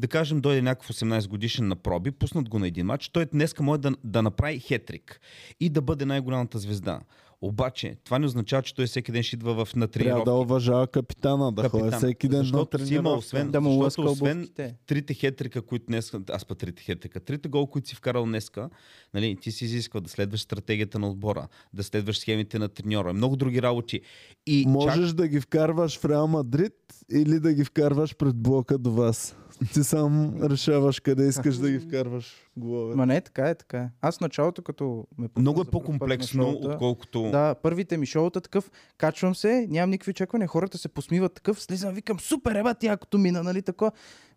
Speaker 3: да кажем, дойде някакъв 18 годишен на проби, пуснат го на един матч, той днеска може да, да направи хетрик и да бъде най-голямата звезда. Обаче, това не означава, че той всеки ден ще идва в на
Speaker 1: Трябва
Speaker 3: тренировки.
Speaker 1: да уважава капитана, да
Speaker 3: Капитан.
Speaker 1: ходи всеки ден на
Speaker 3: Защото си има,
Speaker 1: тренировка.
Speaker 3: освен,
Speaker 4: Да му лъска
Speaker 3: защото освен
Speaker 4: обувките.
Speaker 3: трите хетрика, които днес, аз па трите хетрика, трите гол, които си вкарал днеска, нали, ти си изисква да следваш стратегията на отбора, да следваш схемите на треньора, много други работи. И
Speaker 1: Можеш да ги вкарваш в Реал Мадрид или да ги вкарваш пред блока до вас. Ти сам решаваш къде искаш да ги вкарваш голове.
Speaker 4: Ма не, така е, така е. Аз в началото, като ме пусна
Speaker 3: много е
Speaker 4: за пръв път на
Speaker 3: по-комплексно,
Speaker 4: шоута,
Speaker 3: отколкото...
Speaker 4: Да, първите ми шоута такъв, качвам се, нямам никакви очаквания, хората се посмиват такъв, слизам, викам, супер, еба ти, якото мина, нали, тако.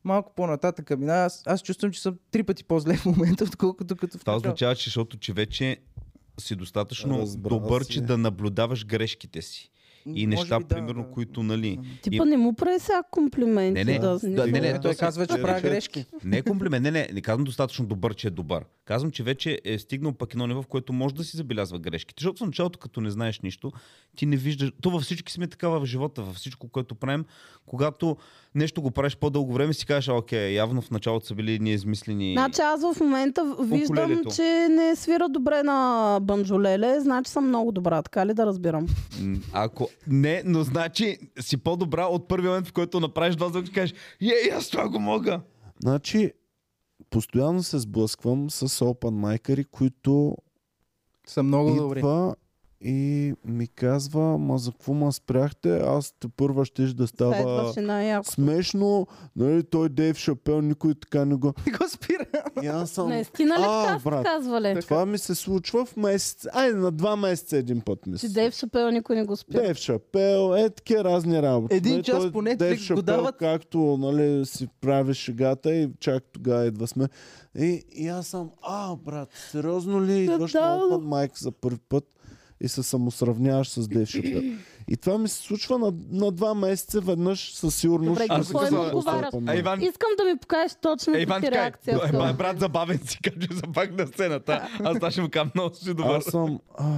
Speaker 4: Малко по-нататък мина, аз, аз чувствам, че съм три пъти по-зле в момента, отколкото като в
Speaker 3: Това
Speaker 4: началото.
Speaker 3: означава, че, защото, че вече си достатъчно
Speaker 1: Разбрал
Speaker 3: добър,
Speaker 1: си
Speaker 3: че
Speaker 1: е.
Speaker 3: да наблюдаваш грешките си. и
Speaker 4: Може
Speaker 3: неща,
Speaker 4: би да,
Speaker 3: примерно,
Speaker 4: да.
Speaker 3: които, нали...
Speaker 2: Типа не му прави сега комплименти.
Speaker 3: Не, не,
Speaker 2: да,
Speaker 3: да, не, не,
Speaker 4: Той
Speaker 3: си-
Speaker 4: казва, че
Speaker 3: е,
Speaker 4: прави
Speaker 3: вече-
Speaker 4: грешки.
Speaker 3: Не е комплимент, не, не, не казвам достатъчно добър, че е добър. Казвам, че вече е стигнал пък едно ниво, в което може да си забелязва грешките. Защото в началото, като не знаеш нищо, ти не виждаш. То във всички сме така в живота, във всичко, което правим. Когато нещо го правиш по-дълго време, си кажеш, «А, окей, явно в началото са били ние измислени.
Speaker 2: Значи аз в момента в- виждам,
Speaker 3: Укулелето.
Speaker 2: че не свира добре на банджолеле, значи съм много добра, така ли да разбирам?
Speaker 3: М, Ако не, но значи си по-добра от първия момент, в който направиш два звука и кажеш, е, аз това го мога.
Speaker 1: Значи, постоянно се сблъсквам с open майкъри, които
Speaker 4: Са много добри.
Speaker 1: идва и ми казва, ма за какво ма спряхте, аз те първа ще да става
Speaker 2: Следваше най-яко.
Speaker 1: смешно, нали, той Дейв Шапел, никой така не го...
Speaker 4: И го спира.
Speaker 1: И аз съм...
Speaker 2: Наистина ли
Speaker 1: А,
Speaker 2: така са
Speaker 1: брат.
Speaker 2: казвали?
Speaker 1: Това ми се случва в месец. Айде, на два месеца един път ми
Speaker 2: Че
Speaker 1: се
Speaker 2: Дейв Шапел никой не го спира.
Speaker 1: Дев Шапел, е такива разни работи.
Speaker 4: Един
Speaker 1: Нали,
Speaker 4: час
Speaker 1: той
Speaker 4: по
Speaker 1: Дейв
Speaker 4: Netflix го
Speaker 1: Шапел,
Speaker 4: дават.
Speaker 1: Както нали, си прави шегата и чак тогава идва сме. И, и аз съм, а, брат, сериозно ли идваш на
Speaker 2: Скандално.
Speaker 1: Open Mic за първи път и се самосравняваш с Дейв Шапел? И това ми се случва на, на два месеца веднъж със сигурност.
Speaker 2: Добре,
Speaker 1: ще
Speaker 3: какво
Speaker 1: се
Speaker 3: им
Speaker 1: случва
Speaker 2: отговарят?
Speaker 1: Open Mic.
Speaker 3: А Иван,
Speaker 2: Искам да ми покажеш точно
Speaker 3: Е, Иван
Speaker 2: ти
Speaker 3: така е.
Speaker 2: реакция.
Speaker 3: Е, бе, брат забавен си, каже за пак на сцената. Аз това ще му кажа много си добър.
Speaker 1: Аз съм, а,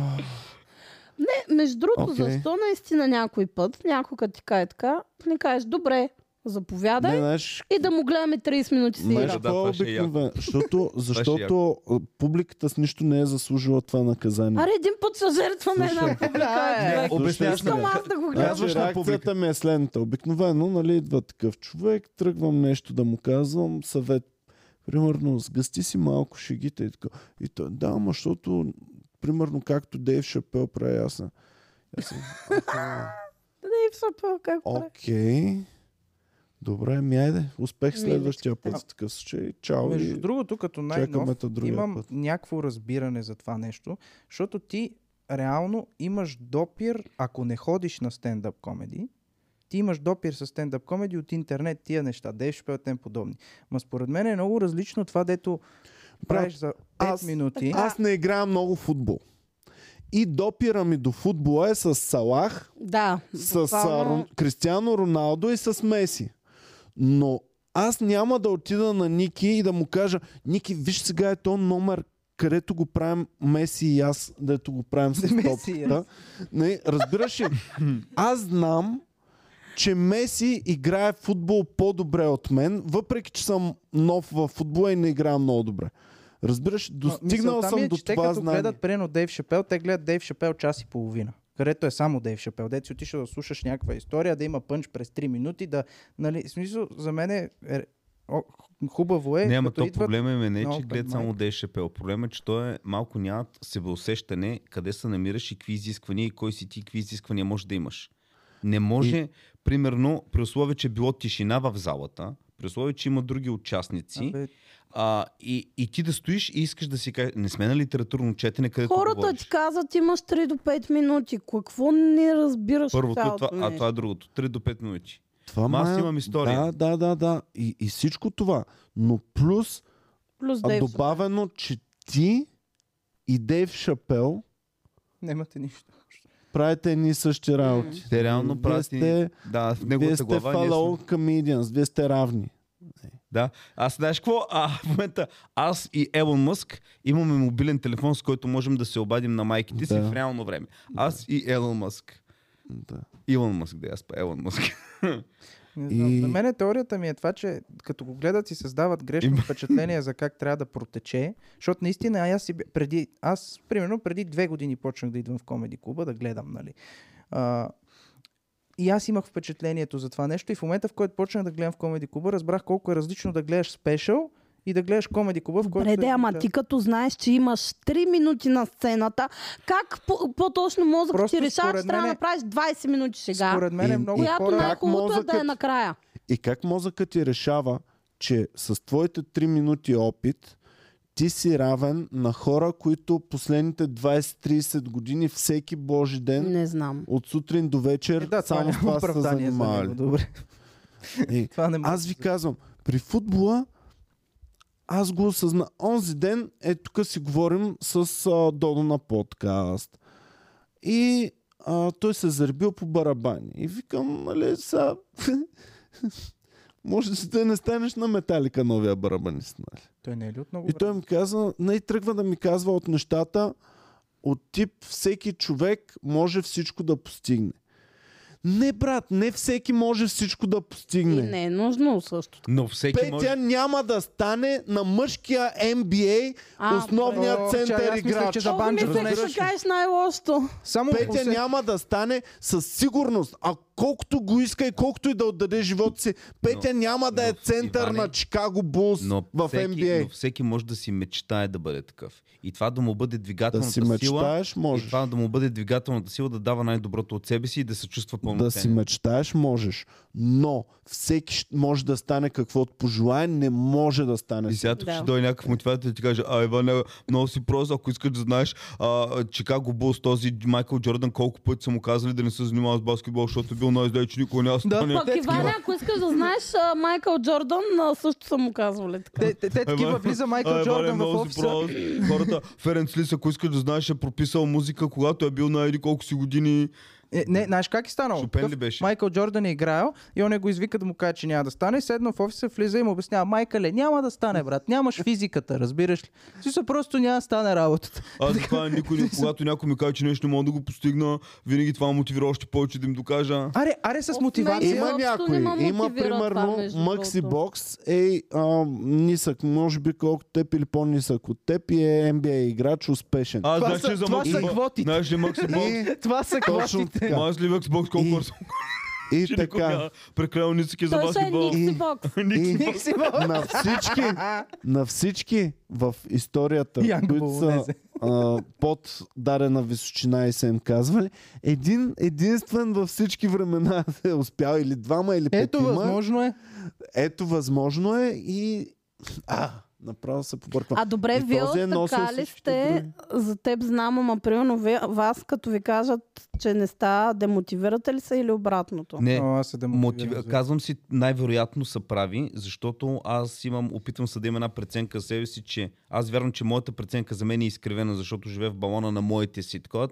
Speaker 2: Е, между другото,
Speaker 1: Окей.
Speaker 2: защо наистина някой път, някой като ти кае така, не кажеш, добре,
Speaker 1: не,
Speaker 2: заповядай
Speaker 1: знаеш,
Speaker 2: и да му гледаме 30 минути си.
Speaker 1: Знаеш
Speaker 3: Да,
Speaker 2: игра.
Speaker 1: какво е
Speaker 3: това ще е
Speaker 1: обикновено? Защото, защото
Speaker 3: яко.
Speaker 1: а, публиката с нищо не е заслужила това наказание.
Speaker 2: Аре, един път се жертваме една публика.
Speaker 4: Не,
Speaker 3: Е,
Speaker 2: човек.
Speaker 3: обясняваш
Speaker 2: Искам
Speaker 3: ми.
Speaker 2: аз да го гледам.
Speaker 3: Казваш
Speaker 1: Значи,
Speaker 3: на
Speaker 1: реакцията
Speaker 3: публиката.
Speaker 1: ми е следната. Обикновено, нали, идва такъв човек, тръгвам нещо да му казвам, съвет. Примерно, сгъсти си малко шегите и така. И той, да, ама защото, примерно, както Дейв Шапел прави, аз съм. Аз съм, «Аха,
Speaker 2: Дейв Шапел, как прави?
Speaker 1: Окей. Добре, ми айде. Успех
Speaker 2: Миличко,
Speaker 1: следващия път.
Speaker 2: да.
Speaker 1: В такъв случай. Чао.
Speaker 4: Между
Speaker 1: и
Speaker 4: другото, като най-нов,
Speaker 1: Чакаме те другия
Speaker 4: имам
Speaker 1: път.
Speaker 4: някакво разбиране за това нещо, защото ти реално имаш допир, ако не ходиш на стендъп комеди, ти имаш допир с стендъп комеди от интернет, тия неща, Dave Chappelle, тем подобни. Ма според мен е много различно това, дето правиш за 5
Speaker 1: аз-
Speaker 4: минути.
Speaker 1: Аз не играя много футбол. И допира ми до футбола е с Салах,
Speaker 2: Да.
Speaker 1: с а,
Speaker 2: буквално.
Speaker 1: Рон... Кристиано Роналдо и с Меси. Но аз няма да отида на Ники и да му кажа, Ники, виж сега е то номер, където го правим Меси и аз, дето го правим с
Speaker 4: Меси и
Speaker 1: топката. Не, разбираш ли? Аз знам, че Меси играе футбол по-добре от мен, въпреки че съм нов в футбола и не играя много добре. Разбираш, ли?
Speaker 4: Ма,
Speaker 1: достигнал
Speaker 4: мисълта
Speaker 1: съм
Speaker 4: ми е,
Speaker 1: до
Speaker 4: че те
Speaker 1: това
Speaker 4: като
Speaker 1: знание.
Speaker 4: гледат прено Дейв Шапел, те гледат Дейв Шапел час и половина. Където е само Дейв Шапел. Де си отишъл да слушаш някаква история, да има пънч през 3 минути, да... Нали, в смисъл, за мен е... е о, хубаво е,
Speaker 3: Няма
Speaker 4: като
Speaker 3: то
Speaker 4: идват...
Speaker 3: проблема им е не,
Speaker 4: на
Speaker 3: че
Speaker 4: open
Speaker 3: гледат
Speaker 4: mic.
Speaker 3: само Дей Шепел. Проблема е, че той е малко нямат себеусещане къде се намираш и какви изисквания и кой си ти, какви изисквания може да имаш. Не може, примерно, при условие, че е било тишина в залата, при условие, че има други участници,
Speaker 4: Абе,
Speaker 3: а, и, и ти да стоиш и искаш да си кажеш, не сме на литературно четене, където
Speaker 2: Хората
Speaker 3: говориш.
Speaker 2: ти казват, имаш 3 до 5 минути. Какво не разбираш от
Speaker 3: Първото е
Speaker 2: цялото
Speaker 3: това, а
Speaker 2: нещо?
Speaker 3: това е другото. 3 до 5 минути.
Speaker 1: Това
Speaker 3: Ма аз
Speaker 1: ме-
Speaker 3: имам история.
Speaker 1: Да, да, да, да. И, и всичко това. Но плюс
Speaker 2: Плюс
Speaker 1: А
Speaker 2: Дейв Шапел.
Speaker 1: добавено, че ти и Дейв Шапел
Speaker 4: Нямате нищо.
Speaker 1: правите едни и същи работи.
Speaker 3: Те реално
Speaker 1: Вие
Speaker 3: правят.
Speaker 1: сте-
Speaker 3: Да, в
Speaker 1: Вие
Speaker 3: неговата
Speaker 1: сте
Speaker 3: глава. ние сме-
Speaker 1: fellow comedians, вие сте равни.
Speaker 3: Да. Аз знаеш какво? А, в момента аз и Елон Мъск имаме мобилен телефон, с който можем да се обадим на майките си
Speaker 1: Да.
Speaker 3: в реално време. Аз и Елон Мъск.
Speaker 1: Да.
Speaker 3: Илон Мъск, да, аз па Елон Мъск.
Speaker 4: Не знам.
Speaker 1: И-
Speaker 4: На мен теорията ми е това, че като го гледат и създават грешно впечатление за как трябва да протече, защото наистина аз, си, бе- преди, аз примерно преди две години почнах да идвам в комеди клуба да гледам, нали. А, и аз имах впечатлението за това нещо и в момента, в който почнах да гледам в комеди клуба, разбрах колко е различно да гледаш спешъл и да гледаш комеди клуба, в който...
Speaker 2: Добре,
Speaker 4: е
Speaker 2: де,
Speaker 4: един
Speaker 2: ама
Speaker 4: час.
Speaker 2: ти като знаеш, че имаш 3 минути на сцената, как по- по-точно мозъкът
Speaker 4: Просто
Speaker 2: ти решава,
Speaker 4: според
Speaker 2: че трябва да
Speaker 4: мен е-
Speaker 2: направиш 20 минути сега,
Speaker 4: Според мен
Speaker 1: И-
Speaker 4: е много
Speaker 2: която
Speaker 4: хора...
Speaker 2: най-хубавото е да е
Speaker 1: мозъкът-
Speaker 2: накрая.
Speaker 1: И как мозъкът ти решава, че с твоите 3 минути опит ти си равен на хора, които последните 20-30 години всеки божи ден
Speaker 2: Не знам.
Speaker 1: от сутрин до вечер
Speaker 4: Е, да, това
Speaker 1: само с
Speaker 4: няма
Speaker 1: това са се
Speaker 4: оправдание за
Speaker 1: занимавали.
Speaker 4: него. Добре.
Speaker 1: И
Speaker 4: Това не може
Speaker 1: Аз
Speaker 4: да
Speaker 1: ви
Speaker 4: се
Speaker 1: казвам, при футбола аз го осъзна. Онзи ден, е тук си говорим с а, Додо на подкаст. И а, той се заребил по барабани. И викам, мале, сега... Може си да не станеш на металика новия барабанист. Нали?
Speaker 4: Той не е ли от много
Speaker 1: И той ми каза, не тръгва да ми казва от нещата, от тип всеки човек може всичко да постигне. Не, брат, не всеки може всичко да
Speaker 2: И
Speaker 1: постигне.
Speaker 2: не е нужно също.
Speaker 3: Но всеки
Speaker 1: Петя
Speaker 3: може...
Speaker 1: няма да стане на мъжкия NBA
Speaker 2: А,
Speaker 1: основният
Speaker 4: О,
Speaker 1: център
Speaker 4: чай, аз мислех,
Speaker 1: играч.
Speaker 4: че за банджо
Speaker 2: Мисля,
Speaker 4: нещо.
Speaker 2: че ще кажеш най-лошото.
Speaker 4: Само
Speaker 1: Петя
Speaker 4: усет-
Speaker 1: няма да стане със сигурност. А колкото го иска и колкото и да отдаде живота си, Петя няма да е
Speaker 3: но,
Speaker 1: център
Speaker 3: Иване,
Speaker 1: на Чикаго Булс
Speaker 3: Но
Speaker 1: в
Speaker 3: всеки,
Speaker 1: NBA.
Speaker 3: но всеки може да си мечтае да бъде такъв. И това да му бъде
Speaker 1: да
Speaker 3: двигателната
Speaker 1: си
Speaker 3: сила.
Speaker 1: мечтаеш,
Speaker 3: И
Speaker 1: можеш.
Speaker 3: това да му бъде двигателната сила да дава най-доброто от себе си и да се чувства пълноценен.
Speaker 1: Да си мечтаеш, можеш. Но всеки щ- може да стане каквото пожелае, не може да стане.
Speaker 3: И сега тук
Speaker 2: Да.
Speaker 3: ще дойде някакъв мотиватор и ти каже, а Иване, много си прост, ако искаш да знаеш, а, Чикаго Булс, този Майкъл Джордан, колко пъти са му казали да не се занимава с баскетбол, защото е бил най-зле, че никога няма да стане.
Speaker 2: Пък Иване, ако искаш да знаеш, а, Майкъл Джордан а, също са му казвали така.
Speaker 4: Те, те, те такива влиза Майкъл Джордан в офиса.
Speaker 3: прост. Хората, Ференц Лис, ако искаш да знаеш, е прописал музика, когато е бил на еди колко си години.
Speaker 4: Е, не, знаеш как е станало?
Speaker 3: Шопен ли
Speaker 4: Такъв
Speaker 3: беше?
Speaker 4: Майкъл Джордан е играел и он не го извика да му каже, че няма да стане. Седна в офиса, влиза и му обяснява, Майкъле, няма да стане, брат. Нямаш физиката, разбираш ли? Смисъл, просто няма да стане работата.
Speaker 3: Аз затова никой, не- когато някой ми каже, че нещо не мога да го постигна, винаги това ме мотивира още повече да им докажа.
Speaker 4: Аре, аре с
Speaker 2: Оф,
Speaker 4: мотивация.
Speaker 2: мен-
Speaker 1: Има
Speaker 2: Изобщо
Speaker 1: някои.
Speaker 2: не ме
Speaker 1: Има
Speaker 2: мотивира това,
Speaker 1: примерно
Speaker 2: между
Speaker 1: Maxi
Speaker 2: другото.
Speaker 1: Box е а, нисък, може би колкото теб или по-нисък от теб и е NBA играч успешен.
Speaker 3: Аз
Speaker 4: Това
Speaker 3: знаеш
Speaker 4: са-
Speaker 3: ли за
Speaker 4: това
Speaker 3: Макси
Speaker 4: са
Speaker 3: Бокс?
Speaker 4: квотите.
Speaker 3: Знаеш ли Макси Бокс?
Speaker 1: И,
Speaker 4: Това са
Speaker 1: точно така.
Speaker 4: квотите.
Speaker 3: Аз ли Макс Бокс
Speaker 1: И-
Speaker 3: колко бързо?
Speaker 1: и
Speaker 3: Че никой
Speaker 1: така.
Speaker 3: няма Прекалено нисък е за
Speaker 2: Той ще е
Speaker 3: баскетбол.
Speaker 2: Никси Бокс.
Speaker 1: И
Speaker 4: Никси Бокс.
Speaker 1: на всички, на всички в историята,
Speaker 4: Янг
Speaker 1: които са
Speaker 4: Болонезе.
Speaker 1: а, под дадена височина и са им казвали, един единствен във всички времена е успял или двама или
Speaker 4: Ето,
Speaker 1: петима.
Speaker 4: възможно е.
Speaker 1: Ето възможно е и... А, направо се побърквам.
Speaker 2: А добре,
Speaker 1: И
Speaker 2: вие
Speaker 1: този е носил
Speaker 2: така ли
Speaker 1: всичките
Speaker 2: сте?
Speaker 1: други.
Speaker 2: За теб знам, ама примерно ви- вас, като ви кажат, че не става, демотивирате ли се или обратното?
Speaker 3: Не,
Speaker 4: О, аз се демотивирам
Speaker 3: Мотив...
Speaker 4: за-
Speaker 3: Казвам си, най-вероятно са прави, защото аз имам, опитвам се да имам една преценка за себе си, че аз вярвам, че моята преценка за мен е изкривена, защото живея в балона на моите си. Такова.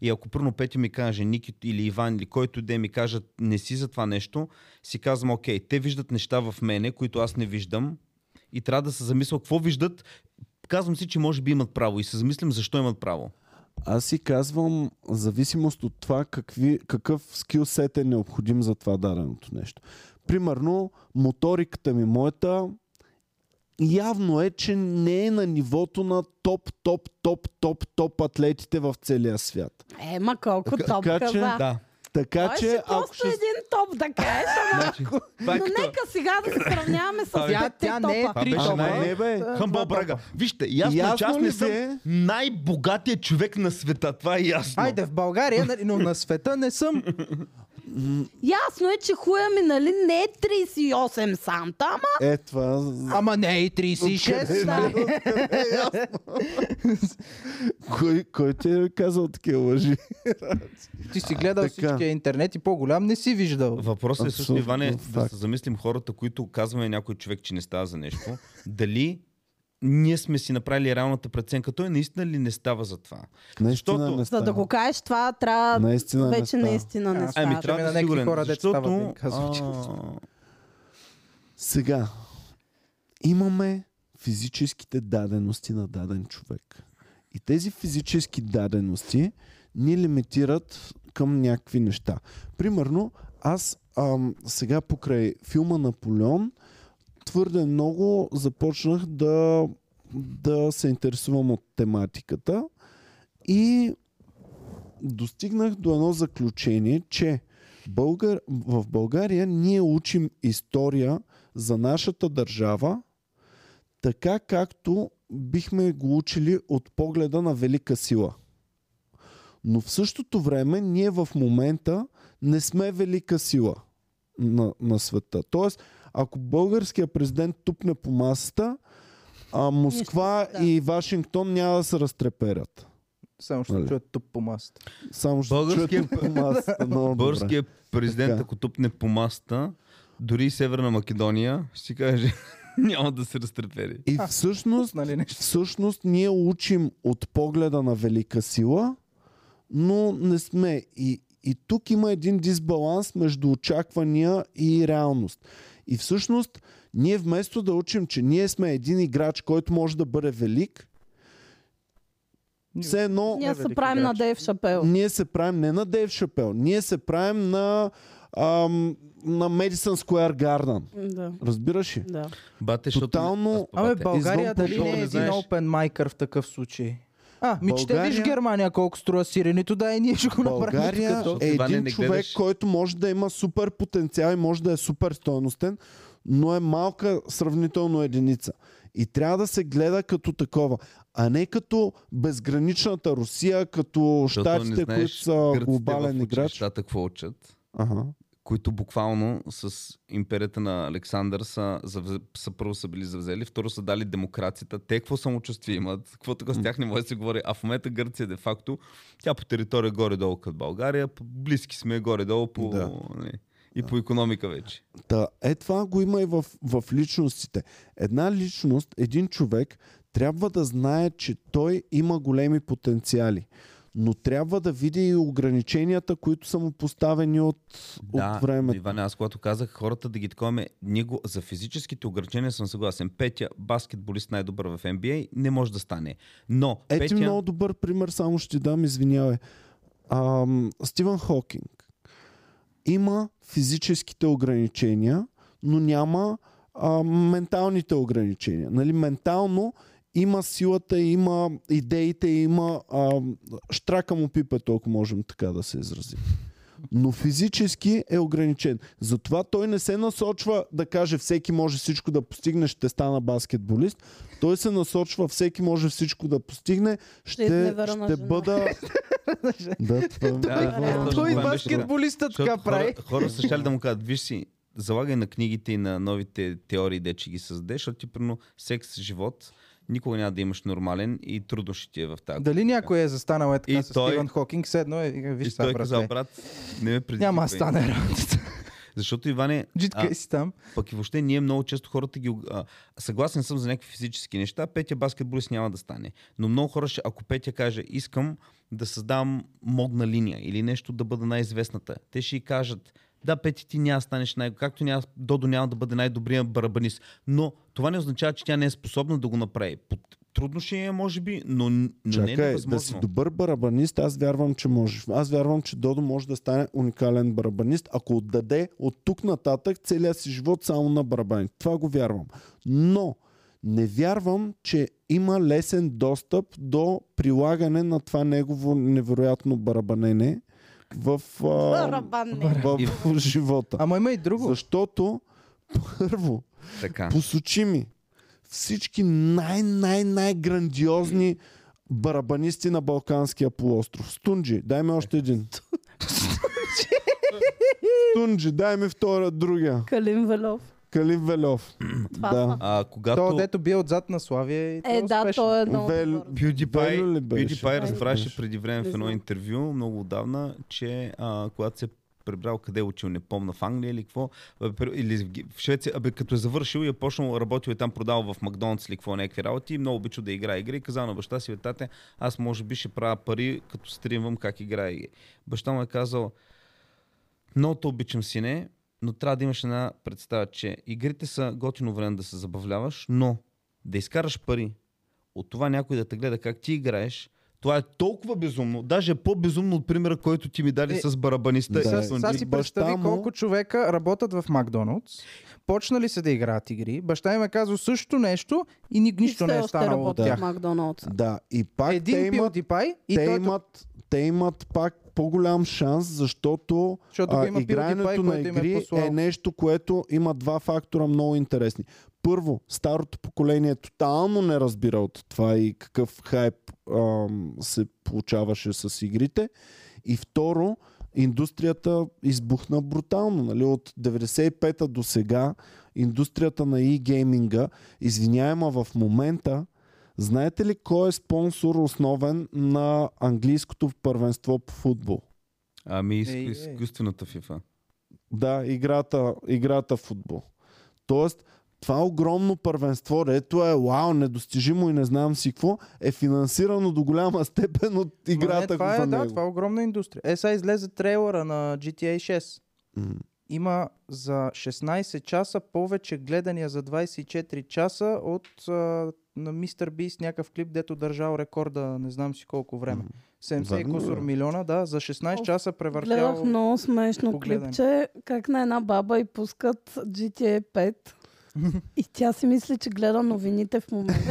Speaker 3: И ако първо Петя ми каже, Ники или Иван или който де ми кажат, не си за това нещо, си казвам, окей, те виждат неща в мене, които аз не виждам и трябва да се замисля какво виждат. Казвам си, че може би имат право и се замислям защо имат право.
Speaker 1: Аз си казвам, в зависимост от това какви, какъв скил сет е необходим за това даденото нещо. Примерно, моториката ми, моята, явно е, че не е на нивото на топ, топ, топ, топ, топ атлетите в целия свят.
Speaker 2: Е, ма колко
Speaker 1: Така-
Speaker 2: топ
Speaker 1: така че-
Speaker 2: каза.
Speaker 3: Да.
Speaker 1: Така
Speaker 2: Той ще
Speaker 1: че,
Speaker 2: е
Speaker 1: ако
Speaker 2: просто
Speaker 1: ще...
Speaker 2: един топ да кажеш, ама
Speaker 3: Значи, това е
Speaker 2: но
Speaker 3: като-
Speaker 2: нека сега да се сравняваме с
Speaker 4: Тя-
Speaker 2: петте
Speaker 4: тя не е
Speaker 2: топа.
Speaker 3: Това
Speaker 4: Три
Speaker 3: беше
Speaker 4: тома.
Speaker 1: Ама
Speaker 3: най-
Speaker 1: не, бе.
Speaker 3: Хъмбъл брага. Вижте, ясно,
Speaker 1: Ясно
Speaker 3: ясно че аз
Speaker 1: ли
Speaker 3: не съм
Speaker 1: ви е?
Speaker 3: най-богатия човек на света. Това е ясно.
Speaker 4: Айде, в България, нали, но на света не съм.
Speaker 2: Ясно е, че хуя ми, нали, не е 38 санта, ама
Speaker 1: Е, това...
Speaker 4: Ама не е и 36. нали?
Speaker 1: Кой, кой ти е казал такива лъжи?
Speaker 4: Ти си гледал
Speaker 1: Така.
Speaker 4: всичкия интернет и по-голям не си виждал.
Speaker 3: Въпросът е също,
Speaker 1: Абсолютно
Speaker 3: Иване, да
Speaker 1: факт.
Speaker 3: се замислим хората, които казваме някой човек, че не става за нещо, дали ние сме си направили реалната преценка. Той наистина ли не става за това?
Speaker 1: Наистина не
Speaker 2: за
Speaker 1: става.
Speaker 2: да го кажеш това, трябва
Speaker 1: Наистина не
Speaker 2: вече
Speaker 1: става.
Speaker 2: наистина не
Speaker 4: Ами,
Speaker 2: става.
Speaker 4: трябва на
Speaker 3: да си
Speaker 4: някакви
Speaker 3: сигурен,
Speaker 4: хора, дето стават, да им
Speaker 3: защото...
Speaker 4: казвам, че-
Speaker 3: а,
Speaker 1: Сега, имаме физическите дадености на даден човек. И тези физически дадености ни лимитират към някакви неща. Примерно, аз ам, сега покрай филма Наполеон твърде много започнах да, да се интересувам от тематиката и достигнах до едно заключение, че Българ... в България ние учим история за нашата държава, така както бихме го учили от погледа на велика сила. Но в същото време ние в момента не сме велика сила на, на света. Тоест, ако българския президент тупне по масата, а Москва
Speaker 2: да.
Speaker 1: и Вашингтон няма да се разтреперят.
Speaker 4: Само ще
Speaker 1: Нали?
Speaker 4: чуят туп по масата.
Speaker 1: Само ще
Speaker 3: Българския-
Speaker 1: чуят по масата. Много добре.
Speaker 3: Българският президент,
Speaker 1: Така.
Speaker 3: ако тупне по маста, дори и Северна Македония, ще си каже, няма да се разтрепери.
Speaker 1: И всъщност
Speaker 4: Нали нещо?
Speaker 1: всъщност ние учим от погледа на велика сила, но не сме. И, и тук има един дисбаланс между очаквания и реалност. И всъщност, ние вместо да учим, че ние сме един играч, който може да бъде велик, все едно
Speaker 2: Ние се
Speaker 4: велики
Speaker 2: правим на
Speaker 4: играч.
Speaker 2: Дейв Шапел.
Speaker 1: ние се правим не на Дейв Шапел, ние се правим на, ам, на Madison Square Garden.
Speaker 2: Да.
Speaker 1: Разбираш ли?
Speaker 2: Да.
Speaker 3: Бате, защото-
Speaker 1: Тотално-
Speaker 3: Аз по
Speaker 4: Абе,
Speaker 3: бате.
Speaker 4: България
Speaker 1: извън
Speaker 4: дали
Speaker 3: подобно,
Speaker 4: не е
Speaker 3: не
Speaker 4: един
Speaker 3: знаеш.
Speaker 4: open майкър в такъв случай? А, ми България...
Speaker 1: България-
Speaker 4: виж Германия колко струва сиренето, да и ние ще го направим.
Speaker 1: България
Speaker 4: като-
Speaker 1: е
Speaker 3: Иване,
Speaker 1: един
Speaker 3: не
Speaker 1: човек,
Speaker 3: гледаш-
Speaker 1: който може да има супер потенциал и може да е супер стойностен, но е малка сравнително единица. И трябва да се гледа като такова, а не като безграничната Русия, като
Speaker 3: Защото не
Speaker 1: щатите,
Speaker 3: знаеш
Speaker 1: които са
Speaker 3: гърците
Speaker 1: глобален
Speaker 3: в
Speaker 1: играч.
Speaker 3: училищата какво учат?
Speaker 1: Ага.
Speaker 3: които буквално с империята на Александър са, завз... са първо са били завзели, второ са дали демокрацията. Те какво самочувствие имат, какво тук с тях не може да се говори. А в момента Гърция де факто, тя по територия горе-долу като България, по- близки сме горе-долу по...
Speaker 1: Да.
Speaker 3: Да. И по економика вече.
Speaker 1: Та, е това го има и в, в личностите. Една личност, един човек трябва да знае, че той има големи потенциали. Но трябва да види и ограниченията, които са му поставени от,
Speaker 3: да,
Speaker 1: от времето.
Speaker 3: Иване, аз когато казах хората да ги таковаме, ние го, за физическите ограничения съм съгласен. Петя, баскетболист най-добър в NBA, не може да стане. Но
Speaker 1: Е, ти
Speaker 3: Петя...
Speaker 1: много добър пример, само ще ти дам, извинявай. Ам, Стивън Хокинг има физическите ограничения, но няма а, менталните ограничения. Нали, ментално има силата, има идеите, има а, штрака му пипето, ако можем така да се изразим. Но физически е ограничен. Затова той не се насочва да каже всеки може всичко да постигне, ще стана баскетболист. Той се насочва всеки може всичко да постигне, ще,
Speaker 2: изневера на
Speaker 1: ще
Speaker 2: жена.
Speaker 1: бъда... да, това е
Speaker 3: да,
Speaker 1: много
Speaker 3: точно
Speaker 4: Той
Speaker 3: това беше
Speaker 4: баскетболиста така
Speaker 3: Защото Хора,
Speaker 4: прави.
Speaker 3: хора са щели да му кажат, виж си, залагай на книгите и на новите теории, де че ги създадеш, защото ти примерно секс, живот, никога няма да имаш нормален и трудно ще ти е в тази.
Speaker 4: Дали някой е застанал е така
Speaker 3: И
Speaker 4: с
Speaker 3: той-
Speaker 4: Стивън Хокинг, все едно е, е,
Speaker 3: и
Speaker 4: виж
Speaker 3: той
Speaker 4: сега,
Speaker 3: е казал,
Speaker 4: брат,
Speaker 3: брат, не ме предизвикай.
Speaker 4: няма да стане работата.
Speaker 3: Защото Иване, а,
Speaker 4: Джитка е си там.
Speaker 3: пък и въобще ние много често хората ги... А, съгласен съм за някакви физически неща, Петя баскетболист няма да стане. Но много хора ще, ако Петя каже, искам да създам модна линия или нещо да бъда най-известната, те ще й кажат, да, Петя, ти няма да станеш най... Както няма, Додо няма да бъде най-добрия барабанист. Но това не означава, че тя не е способна да го направи. Под- Трудно ще е, може би, но, но не е
Speaker 1: Чакай,
Speaker 3: невъзможно.
Speaker 1: да си добър барабанист, аз вярвам, че можеш. Аз вярвам, че Додо може да стане уникален барабанист, ако отдаде от тук нататък целия си живот само на барабани. Това го вярвам. Но не вярвам, че има лесен достъп до прилагане на това негово невероятно барабанене в, а,
Speaker 2: Барабанни.
Speaker 1: в, в живота.
Speaker 4: Ама има и друго.
Speaker 1: Защото, първо,
Speaker 3: Така.
Speaker 1: Посочи ми всички най-най-най-грандиозни барабанисти на Балканския полуостров. Стунджи, дай ми още един. Стунджи, дай ми втора, другия.
Speaker 2: Калин Велов.
Speaker 1: Калин Велов.
Speaker 2: Това
Speaker 1: да.
Speaker 2: са.
Speaker 3: А, когато...
Speaker 4: То, дето бие отзад на Славия и
Speaker 2: Е, да,
Speaker 4: успешен.
Speaker 2: той е много
Speaker 1: Вел-
Speaker 2: добър.
Speaker 3: PewDiePie,
Speaker 1: Велю ли беше?
Speaker 3: PewDiePie разбраше
Speaker 1: беше.
Speaker 3: преди време в едно
Speaker 2: знам.
Speaker 3: интервю, много отдавна, че а, когато се е прибрал къде е учил, не помна, в Англия или какво, бе, при- или в Ги- в Швеция, абе, като е завършил и е почнал, работил и там продавал в Макдоналдс или какво, някакви работи, и много обичал да играе игри и казал на баща си, бе, тате, аз може би ще правя пари, като стримвам как играя игри. Баща му е казал, много те обичам сине, но трябва да имаш една представа, че игрите са готино време да се забавляваш, но да изкараш пари от това някой да те гледа как ти играеш, това е толкова безумно, даже е по-безумно от примера, който ти ми дали
Speaker 4: Е,
Speaker 3: с барабаниста.
Speaker 1: да.
Speaker 3: и
Speaker 4: Сега-
Speaker 3: с
Speaker 1: Е,
Speaker 3: Сунджи.
Speaker 4: Сега си
Speaker 1: баща
Speaker 4: представи
Speaker 1: му-
Speaker 4: колко човека работят в Макдоналдс, почнали са да играят игри, баща им е казал същото нещо и ни, нищо не е станало от
Speaker 1: работят.
Speaker 4: тях.
Speaker 2: Да. Макдоналдс.
Speaker 1: Да, и пак те
Speaker 4: Един
Speaker 1: имат,
Speaker 4: PewDiePie и
Speaker 1: те,
Speaker 4: той е
Speaker 1: имат, те имат пак по-голям шанс, защото,
Speaker 4: Защото го има
Speaker 1: а,
Speaker 4: PewDiePie,
Speaker 1: игрането на
Speaker 4: който им е
Speaker 1: игри
Speaker 4: послал.
Speaker 1: е нещо, което има два фактора много интересни. Първо, старото поколение е тотално не разбира от това и какъв хайп ам, се получаваше с игрите. И второ, индустрията избухна брутално. Нали? От 95-та до сега индустрията на e-гейминга, извиняема в момента, знаете ли кой е спонсор основен на английското първенство по футбол?
Speaker 3: Ами
Speaker 4: Ей,
Speaker 3: изку-
Speaker 4: ей.
Speaker 3: изкуствената фифа.
Speaker 1: Да, играта, играта в футбол. Тоест, това огромно първенство, ето е вау, недостижимо и не знам си какво, е финансирано до голяма степен от
Speaker 4: Ма не,
Speaker 1: играта
Speaker 4: това е,
Speaker 1: за него.
Speaker 4: да, това е огромна индустрия. Е, сега излезе трейлера на GTA 6.
Speaker 1: М.
Speaker 4: Има за 16 часа повече гледания за 24 часа от а, на Мистер Бист някакъв клип, дето държал рекорда не знам си колко време. 70 и
Speaker 1: Верно,
Speaker 4: кусор
Speaker 1: бе.
Speaker 4: милиона, да, за 16
Speaker 2: Оф,
Speaker 4: часа
Speaker 2: Гледах
Speaker 4: превъртял...
Speaker 2: много смешно
Speaker 4: погледане.
Speaker 2: клипче, как на една баба и пускат GTA 5. И тя си мисли, че гледа новините в момента.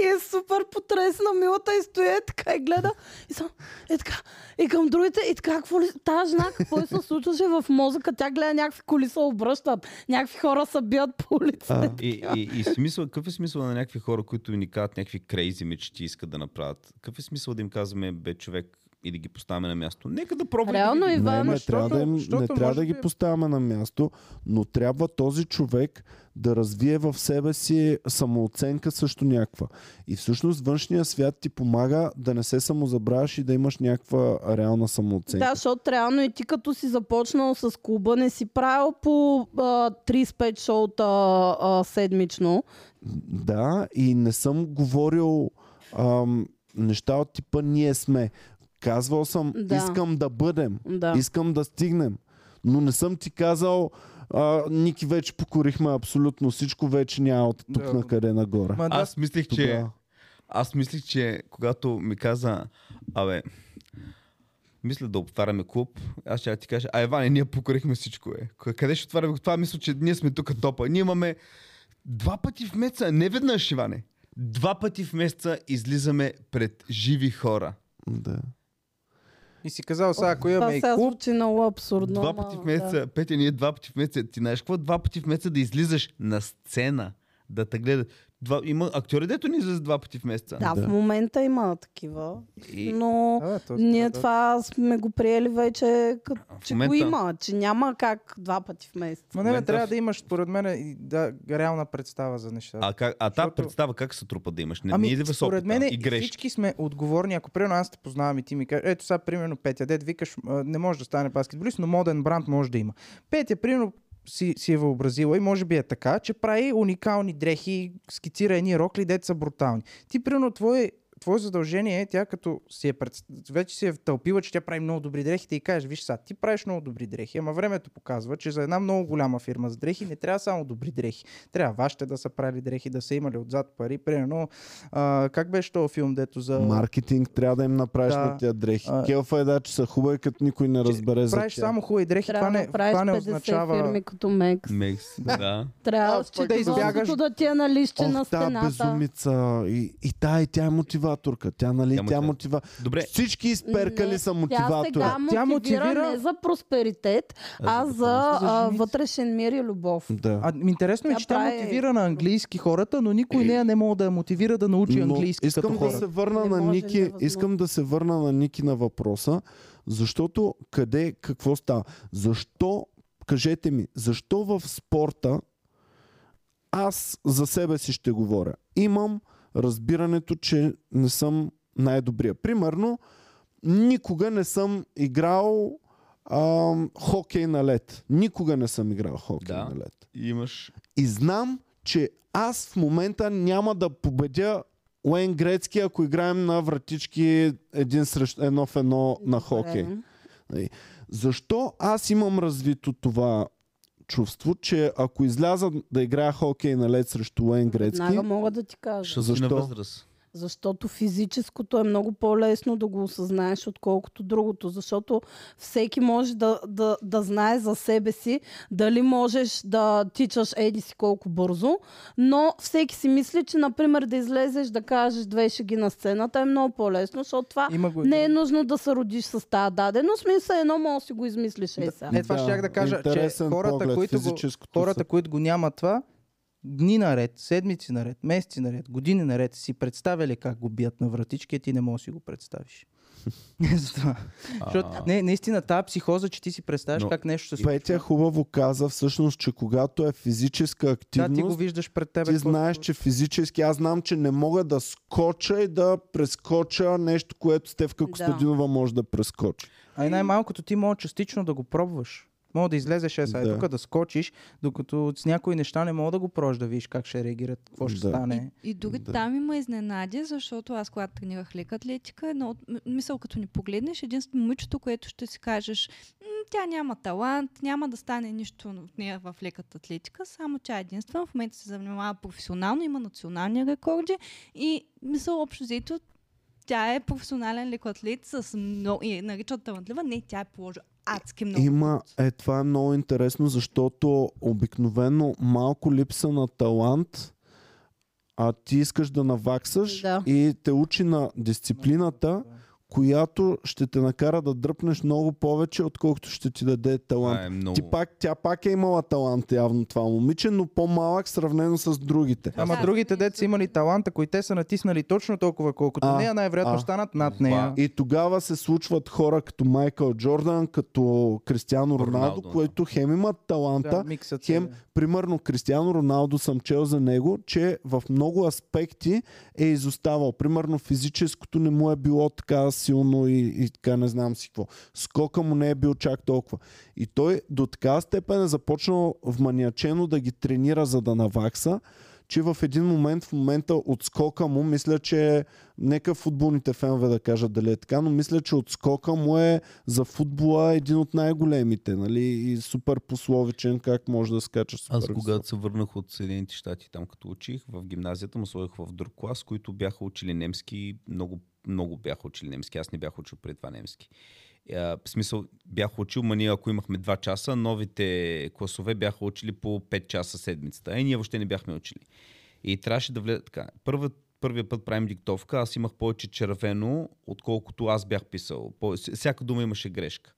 Speaker 2: И е супер потресна милата и стои е така и гледа. И само е така. И към другите, и така, какво ли... Та жена, какво ли се случваше в мозъка? Тя гледа някакви коли се обръщат. Някакви хора се бият по улиците.
Speaker 1: А.
Speaker 3: И, и, и смисъл, какъв е смисъл на някакви хора, които ни казват някакви крейзи мечти искат да направят? Какъв е смисъл да им казваме, бе, човек, и да ги поставяме на място? Нека да пробваме.
Speaker 2: Реално,
Speaker 3: да ги...
Speaker 1: Не,
Speaker 2: Иван,
Speaker 1: не трябва, да, им,
Speaker 4: защото
Speaker 1: не трябва да
Speaker 4: може
Speaker 1: ги
Speaker 4: би-
Speaker 1: поставяме на място, но трябва този човек да развие в себе си самооценка също някаква. И всъщност външния свят ти помага да не се самозабравяш и да имаш някаква реална самооценка.
Speaker 2: Да, защото реално и ти като си започнал с клуба, не си правил по а, 35 шоута а, седмично.
Speaker 1: Да, и не съм говорил ам, неща от типа ние сме. Казвал съм,
Speaker 2: Да.
Speaker 1: да. искам да бъдем,
Speaker 2: Да.
Speaker 1: да. искам да стигнем. Но не съм ти казал, а, Ники вече покорихме абсолютно всичко, вече няма от тук
Speaker 4: Да.
Speaker 1: да. на къде нагоре.
Speaker 4: Ма да,
Speaker 3: Аз мислих, че...
Speaker 1: Тогава.
Speaker 3: Аз мислих, че когато ми каза, абе, мисля да отваряме клуб, аз ще ти кажа, а Иване, ние покорихме всичко, е. К- Къде ще отваряме? Това мисля, че ние сме тук топа. Ние имаме два пъти в месеца, не веднъж, Иване. Два пъти в месеца излизаме пред живи хора.
Speaker 1: Да.
Speaker 4: и си казал сега, ако
Speaker 2: Това
Speaker 4: имаме и
Speaker 2: сега
Speaker 4: клуб,
Speaker 2: звучи много абсурдно.
Speaker 3: Два
Speaker 2: ама,
Speaker 3: пъти в месеца,
Speaker 2: Да.
Speaker 3: да. Петя, ние два пъти в месеца. Ти знаеш какво? Два пъти в месеца да излизаш на сцена, да те гледат. Два, има актьори, дето ни излизат два пъти в месеца.
Speaker 2: Да, в
Speaker 1: Да. момента
Speaker 2: момента има такива,
Speaker 3: И,
Speaker 2: но
Speaker 4: А, то-
Speaker 2: ние
Speaker 4: да.
Speaker 2: това сме го приели вече, като, че го
Speaker 3: момента-
Speaker 2: има, че няма как два пъти в месеца.
Speaker 4: Ма не, не,
Speaker 3: момента-
Speaker 4: трябва да имаш, според мен, и да, реална представа за нещата.
Speaker 3: а, как, а та
Speaker 4: Защото-
Speaker 3: представа как се трупа да имаш? Не,
Speaker 4: ами,
Speaker 3: не е иде с
Speaker 4: според
Speaker 3: опита
Speaker 4: мен
Speaker 3: и грешки.
Speaker 4: всички сме отговорни. Ако примерно аз те познавам и ти ми кажеш, ето сега примерно Петя, дед викаш, а, не може да стане баскетболист, но моден бранд може да има. Петя, примерно, си, си е въобразила и може би е така, че прави уникални дрехи, скицира едни рокли, дет са брутални. Ти, примерно, твое, твое задължение е, тя като си е пред... вече си е втълпила, че тя прави много добри дрехи, да и кажеш, виж сега, ти правиш много добри дрехи, ама времето показва, че за една много голяма фирма с дрехи не трябва само добри дрехи. Трябва вашите да са правили дрехи, да са имали отзад пари. Примерно, а, как беше този филм, дето за...
Speaker 1: Маркетинг трябва да им направиш
Speaker 4: Да.
Speaker 1: на тия дрехи.
Speaker 4: А-
Speaker 1: Келфа е да, че са хубави, като никой не разбере за
Speaker 4: Правиш
Speaker 1: тях.
Speaker 4: само хубави дрехи,
Speaker 2: Трябва
Speaker 4: това не,
Speaker 2: да правиш
Speaker 4: това не
Speaker 2: 50
Speaker 4: означава...
Speaker 2: фирми като Мекс.
Speaker 3: Мекс, да.
Speaker 2: Трябва
Speaker 4: ти да избягаш-
Speaker 2: счетоводството да ти е на лище на
Speaker 1: Ох, та
Speaker 2: стената.
Speaker 1: безумица. И, и та, и тя е мотиваторка. Тя, нали,
Speaker 3: Тя е
Speaker 1: тя, тя
Speaker 3: мотиватор.
Speaker 1: мотива...
Speaker 3: Добре,
Speaker 1: Всички изперкали
Speaker 2: Не,
Speaker 1: са
Speaker 2: Тя
Speaker 1: мотиватори.
Speaker 2: сега мотивира,
Speaker 4: Тя мотивира-
Speaker 2: не за просперитет, а, за, а, вътрешен мир и любов.
Speaker 1: Да.
Speaker 4: А, ми интересно е,
Speaker 2: Тя
Speaker 4: че тя
Speaker 2: прави-
Speaker 4: мотивира на английски хората, но никой нея не мога да я мотивира да научи
Speaker 1: Е. Но
Speaker 4: английски
Speaker 1: искам
Speaker 4: като
Speaker 1: да
Speaker 4: хора.
Speaker 1: се върна
Speaker 2: Не
Speaker 1: на
Speaker 2: може,
Speaker 1: Ники,
Speaker 2: невъзможно.
Speaker 1: искам да се върна на Ники на въпроса, защото къде, какво става? Защо, кажете ми, защо в спорта аз за себе си ще говоря? Имам разбирането, че не съм най-добрия. Примерно, никога не съм играл ам, хокей на лед. Никога не съм играл хокей
Speaker 3: Да.
Speaker 1: на лед.
Speaker 3: имаш
Speaker 1: И знам, че аз в момента няма да победя Уен Грецки, ако играем на вратички един срещу едно в едно на хокей. Нали?
Speaker 2: Добре.
Speaker 1: Защо аз имам развито това чувство, че ако изляза да играя хокей на лед срещу Уен Грецки,
Speaker 2: Веднага мога да ти кажа.
Speaker 3: защото си на
Speaker 1: Защо?
Speaker 3: възраст.
Speaker 2: Защото физическото е много по-лесно да го осъзнаеш, отколкото другото. Защото всеки може да, да, да знае за себе си дали можеш да тичаш еди си колко бързо, но всеки си мисли, че, например, да излезеш да кажеш две шеги на сцената е много по-лесно, защото това
Speaker 4: Има го
Speaker 2: не е нужно да се родиш с тази даденост. Мисля, едно може да си го измислиш е сега.
Speaker 4: Е, това
Speaker 1: Да,
Speaker 4: да, щях да кажа, че
Speaker 1: интересен
Speaker 4: хората,
Speaker 1: поглед,
Speaker 4: които го,
Speaker 1: физическото
Speaker 4: хората,
Speaker 1: са-
Speaker 4: които го няма това, дни наред, седмици наред, месеци наред, години наред си представяли как го бият на вратички, а ти не можеш да си го представиш. Затова. Защото, не, наистина, тази психоза, че ти си представяш
Speaker 3: Но-
Speaker 4: как нещо се случва.
Speaker 1: Петя хубаво каза всъщност, че когато е физическа
Speaker 4: Да, ти го
Speaker 1: активност,
Speaker 4: виждаш пред тебе.
Speaker 1: ти
Speaker 4: какво се
Speaker 1: знаеш, че физически аз знам, че не мога да скоча и да прескоча нещо, което Стевка Костадинова може да прескочи.
Speaker 4: А и най-малкото ти може частично да го пробваш. Мога да излезеш е сега
Speaker 7: Да.
Speaker 4: да. тук да скочиш, докато с някои неща не мога да го прожда, да видиш как ще реагират, какво ще
Speaker 7: Да.
Speaker 4: стане.
Speaker 6: И дори
Speaker 7: Да.
Speaker 6: да. там има изненади, защото аз когато тренирах лека атлетика, едно от, м- мисъл като ни погледнеш, единствено момичето, което ще си кажеш, «М, тя няма талант, няма да стане нищо от нея в леката атлетика, само тя е единствена, в момента се занимава професионално, има национални рекорди и мисъл общо взето тя е професионален лекоатлет с много, и я наричат талантлива, не, тя е положила адски много.
Speaker 1: Има,
Speaker 6: труд.
Speaker 1: е, това е много интересно, защото обикновено малко липса на талант, а ти искаш да наваксаш
Speaker 2: Да.
Speaker 1: и те учи на дисциплината, която ще те накара да дръпнеш много повече, отколкото ще ти даде талант.
Speaker 3: Това е много...
Speaker 1: Ти пак, тя пак е имала талант, явно това момиче, но по-малък сравнено с другите.
Speaker 4: Ама
Speaker 6: Да.
Speaker 4: другите деца имали таланта, които те са натиснали точно толкова, колкото
Speaker 1: А,
Speaker 4: нея, най-вероятно
Speaker 1: а.
Speaker 4: станат над нея.
Speaker 1: И тогава се случват хора като Майкъл Джордан, като Кристиано Роналдо,
Speaker 3: Роналдо, да.
Speaker 1: които хем имат таланта,
Speaker 4: Да, миксът е се-
Speaker 1: хем, примерно Кристиано Роналдо съм чел за него, че в много аспекти е изоставал. Примерно физическото не му е било така силно и, и така не знам си какво. Скока му не е бил чак толкова. И той до така степен е започнал вманиачено да ги тренира, за да навакса, че в един момент, в момента от скока му, мисля, че нека футболните фенове да кажат дали е така, но мисля, че от скока му е за футбола един от най-големите, нали? И супер пословичен, как може да скача супер.
Speaker 3: Аз
Speaker 1: високо.
Speaker 3: когато се върнах от Съединените щати, там като учих, в гимназията му сложих в друг клас, които бяха учили немски, много, много бяха учили немски, аз не бях учил преди това немски. Е, А, в смисъл, бях учил, ма ние ако имахме 2 часа, новите класове бяха учили по 5 часа седмицата. Е, ние въобще не бяхме учили. И трябваше да влезе така. Първа, първия път правим диктовка, аз имах повече червено, отколкото аз бях писал. По, с- всяка дума имаше грешка.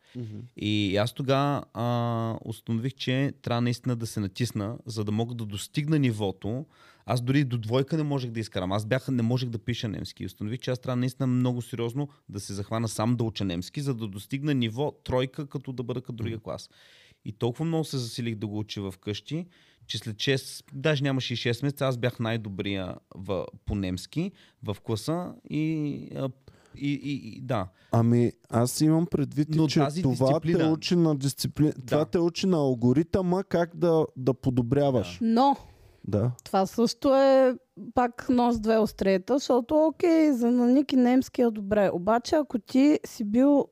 Speaker 3: И аз тогава а, установих, че трябва наистина да се натисна, за да мога да достигна нивото. Аз дори до двойка не можех да изкарам. Аз бях, не можех да пиша немски. И установих, че аз трябва наистина много сериозно да се захвана сам да уча немски, за да достигна ниво тройка, като да бъда като другия клас. И толкова много се засилих да го уча вкъщи, че след 6, даже нямаше и 6 месеца, аз бях най-добрия в, по немски в класа и, а, и, и, и да.
Speaker 1: Ами, аз имам предвид, и,
Speaker 3: Но
Speaker 1: че
Speaker 3: тази
Speaker 1: това те
Speaker 3: дисциплина-
Speaker 1: учи на дисциплина. Това те учи на алгоритъма как да, да подобряваш.
Speaker 2: Но
Speaker 1: Да.
Speaker 2: това също е пак нож с две острета, защото окей, за на Ники немски е добре. Обаче ако ти си бил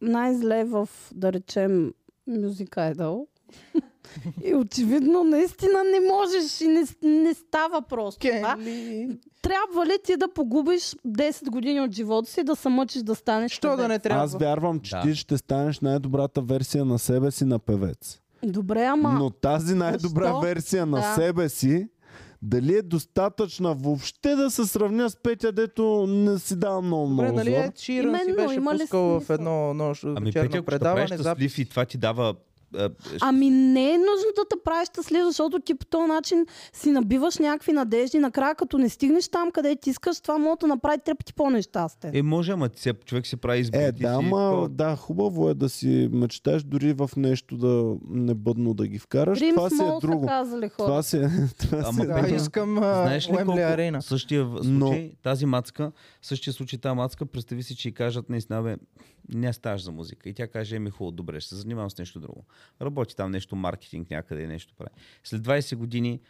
Speaker 2: най-зле в, да речем, Music Idol, и очевидно наистина не можеш и не, не става просто това. Трябва ли ти да погубиш 10 години от живота си да се мъчиш да станеш
Speaker 4: Що да
Speaker 2: певец?
Speaker 4: не трябва?
Speaker 1: Аз вярвам, че
Speaker 3: Да.
Speaker 1: ти ще станеш най-добрата версия на себе си на певец.
Speaker 2: Добре, ама...
Speaker 1: Но тази най-добра
Speaker 2: защо?
Speaker 1: версия на
Speaker 2: Да.
Speaker 1: себе си, дали е достатъчна въобще да се сравня с Петя, дето не си дава много
Speaker 4: Добре,
Speaker 1: много
Speaker 4: нали
Speaker 1: зор.
Speaker 4: е Чиран си
Speaker 2: Именно,
Speaker 4: беше
Speaker 2: има ли
Speaker 4: пускал в
Speaker 2: смисъл?
Speaker 4: едно нощ,
Speaker 3: Ами, Петя,
Speaker 4: вечерно
Speaker 3: ако ще правиш
Speaker 4: предаване,
Speaker 3: щастлив и това ти дава... А,
Speaker 2: Ами не е нужно да те правиш щастлив, защото ти по този начин си набиваш някакви надежди. Накрая, като не стигнеш там, къде ти искаш, това може да направи три пъти по-нещастен.
Speaker 3: е, може, ама ти се- човек се прави избор.
Speaker 1: Е,
Speaker 3: ти
Speaker 1: да,
Speaker 3: си
Speaker 1: ма,
Speaker 3: такова.
Speaker 1: да, хубаво е да си мечтаеш дори в нещо да небъдно да ги вкараш.
Speaker 2: Dream
Speaker 1: това си е
Speaker 2: small
Speaker 1: друго.
Speaker 2: са казали
Speaker 1: Това
Speaker 2: хора.
Speaker 1: си е... Това
Speaker 3: Ама
Speaker 1: си е
Speaker 4: Да,
Speaker 3: Петя,
Speaker 4: искам
Speaker 3: Знаеш ли колко
Speaker 4: Уембли Арена.
Speaker 3: същия в-
Speaker 1: Но-
Speaker 3: случай, тази мацка, същия случай тази мацка, представи си, че й кажат наистина, бе, не стаж за музика. И тя каже, еми хубаво, добре, ще се занимавам с нещо друго. Работи там нещо, маркетинг някъде, нещо прави. След 20 години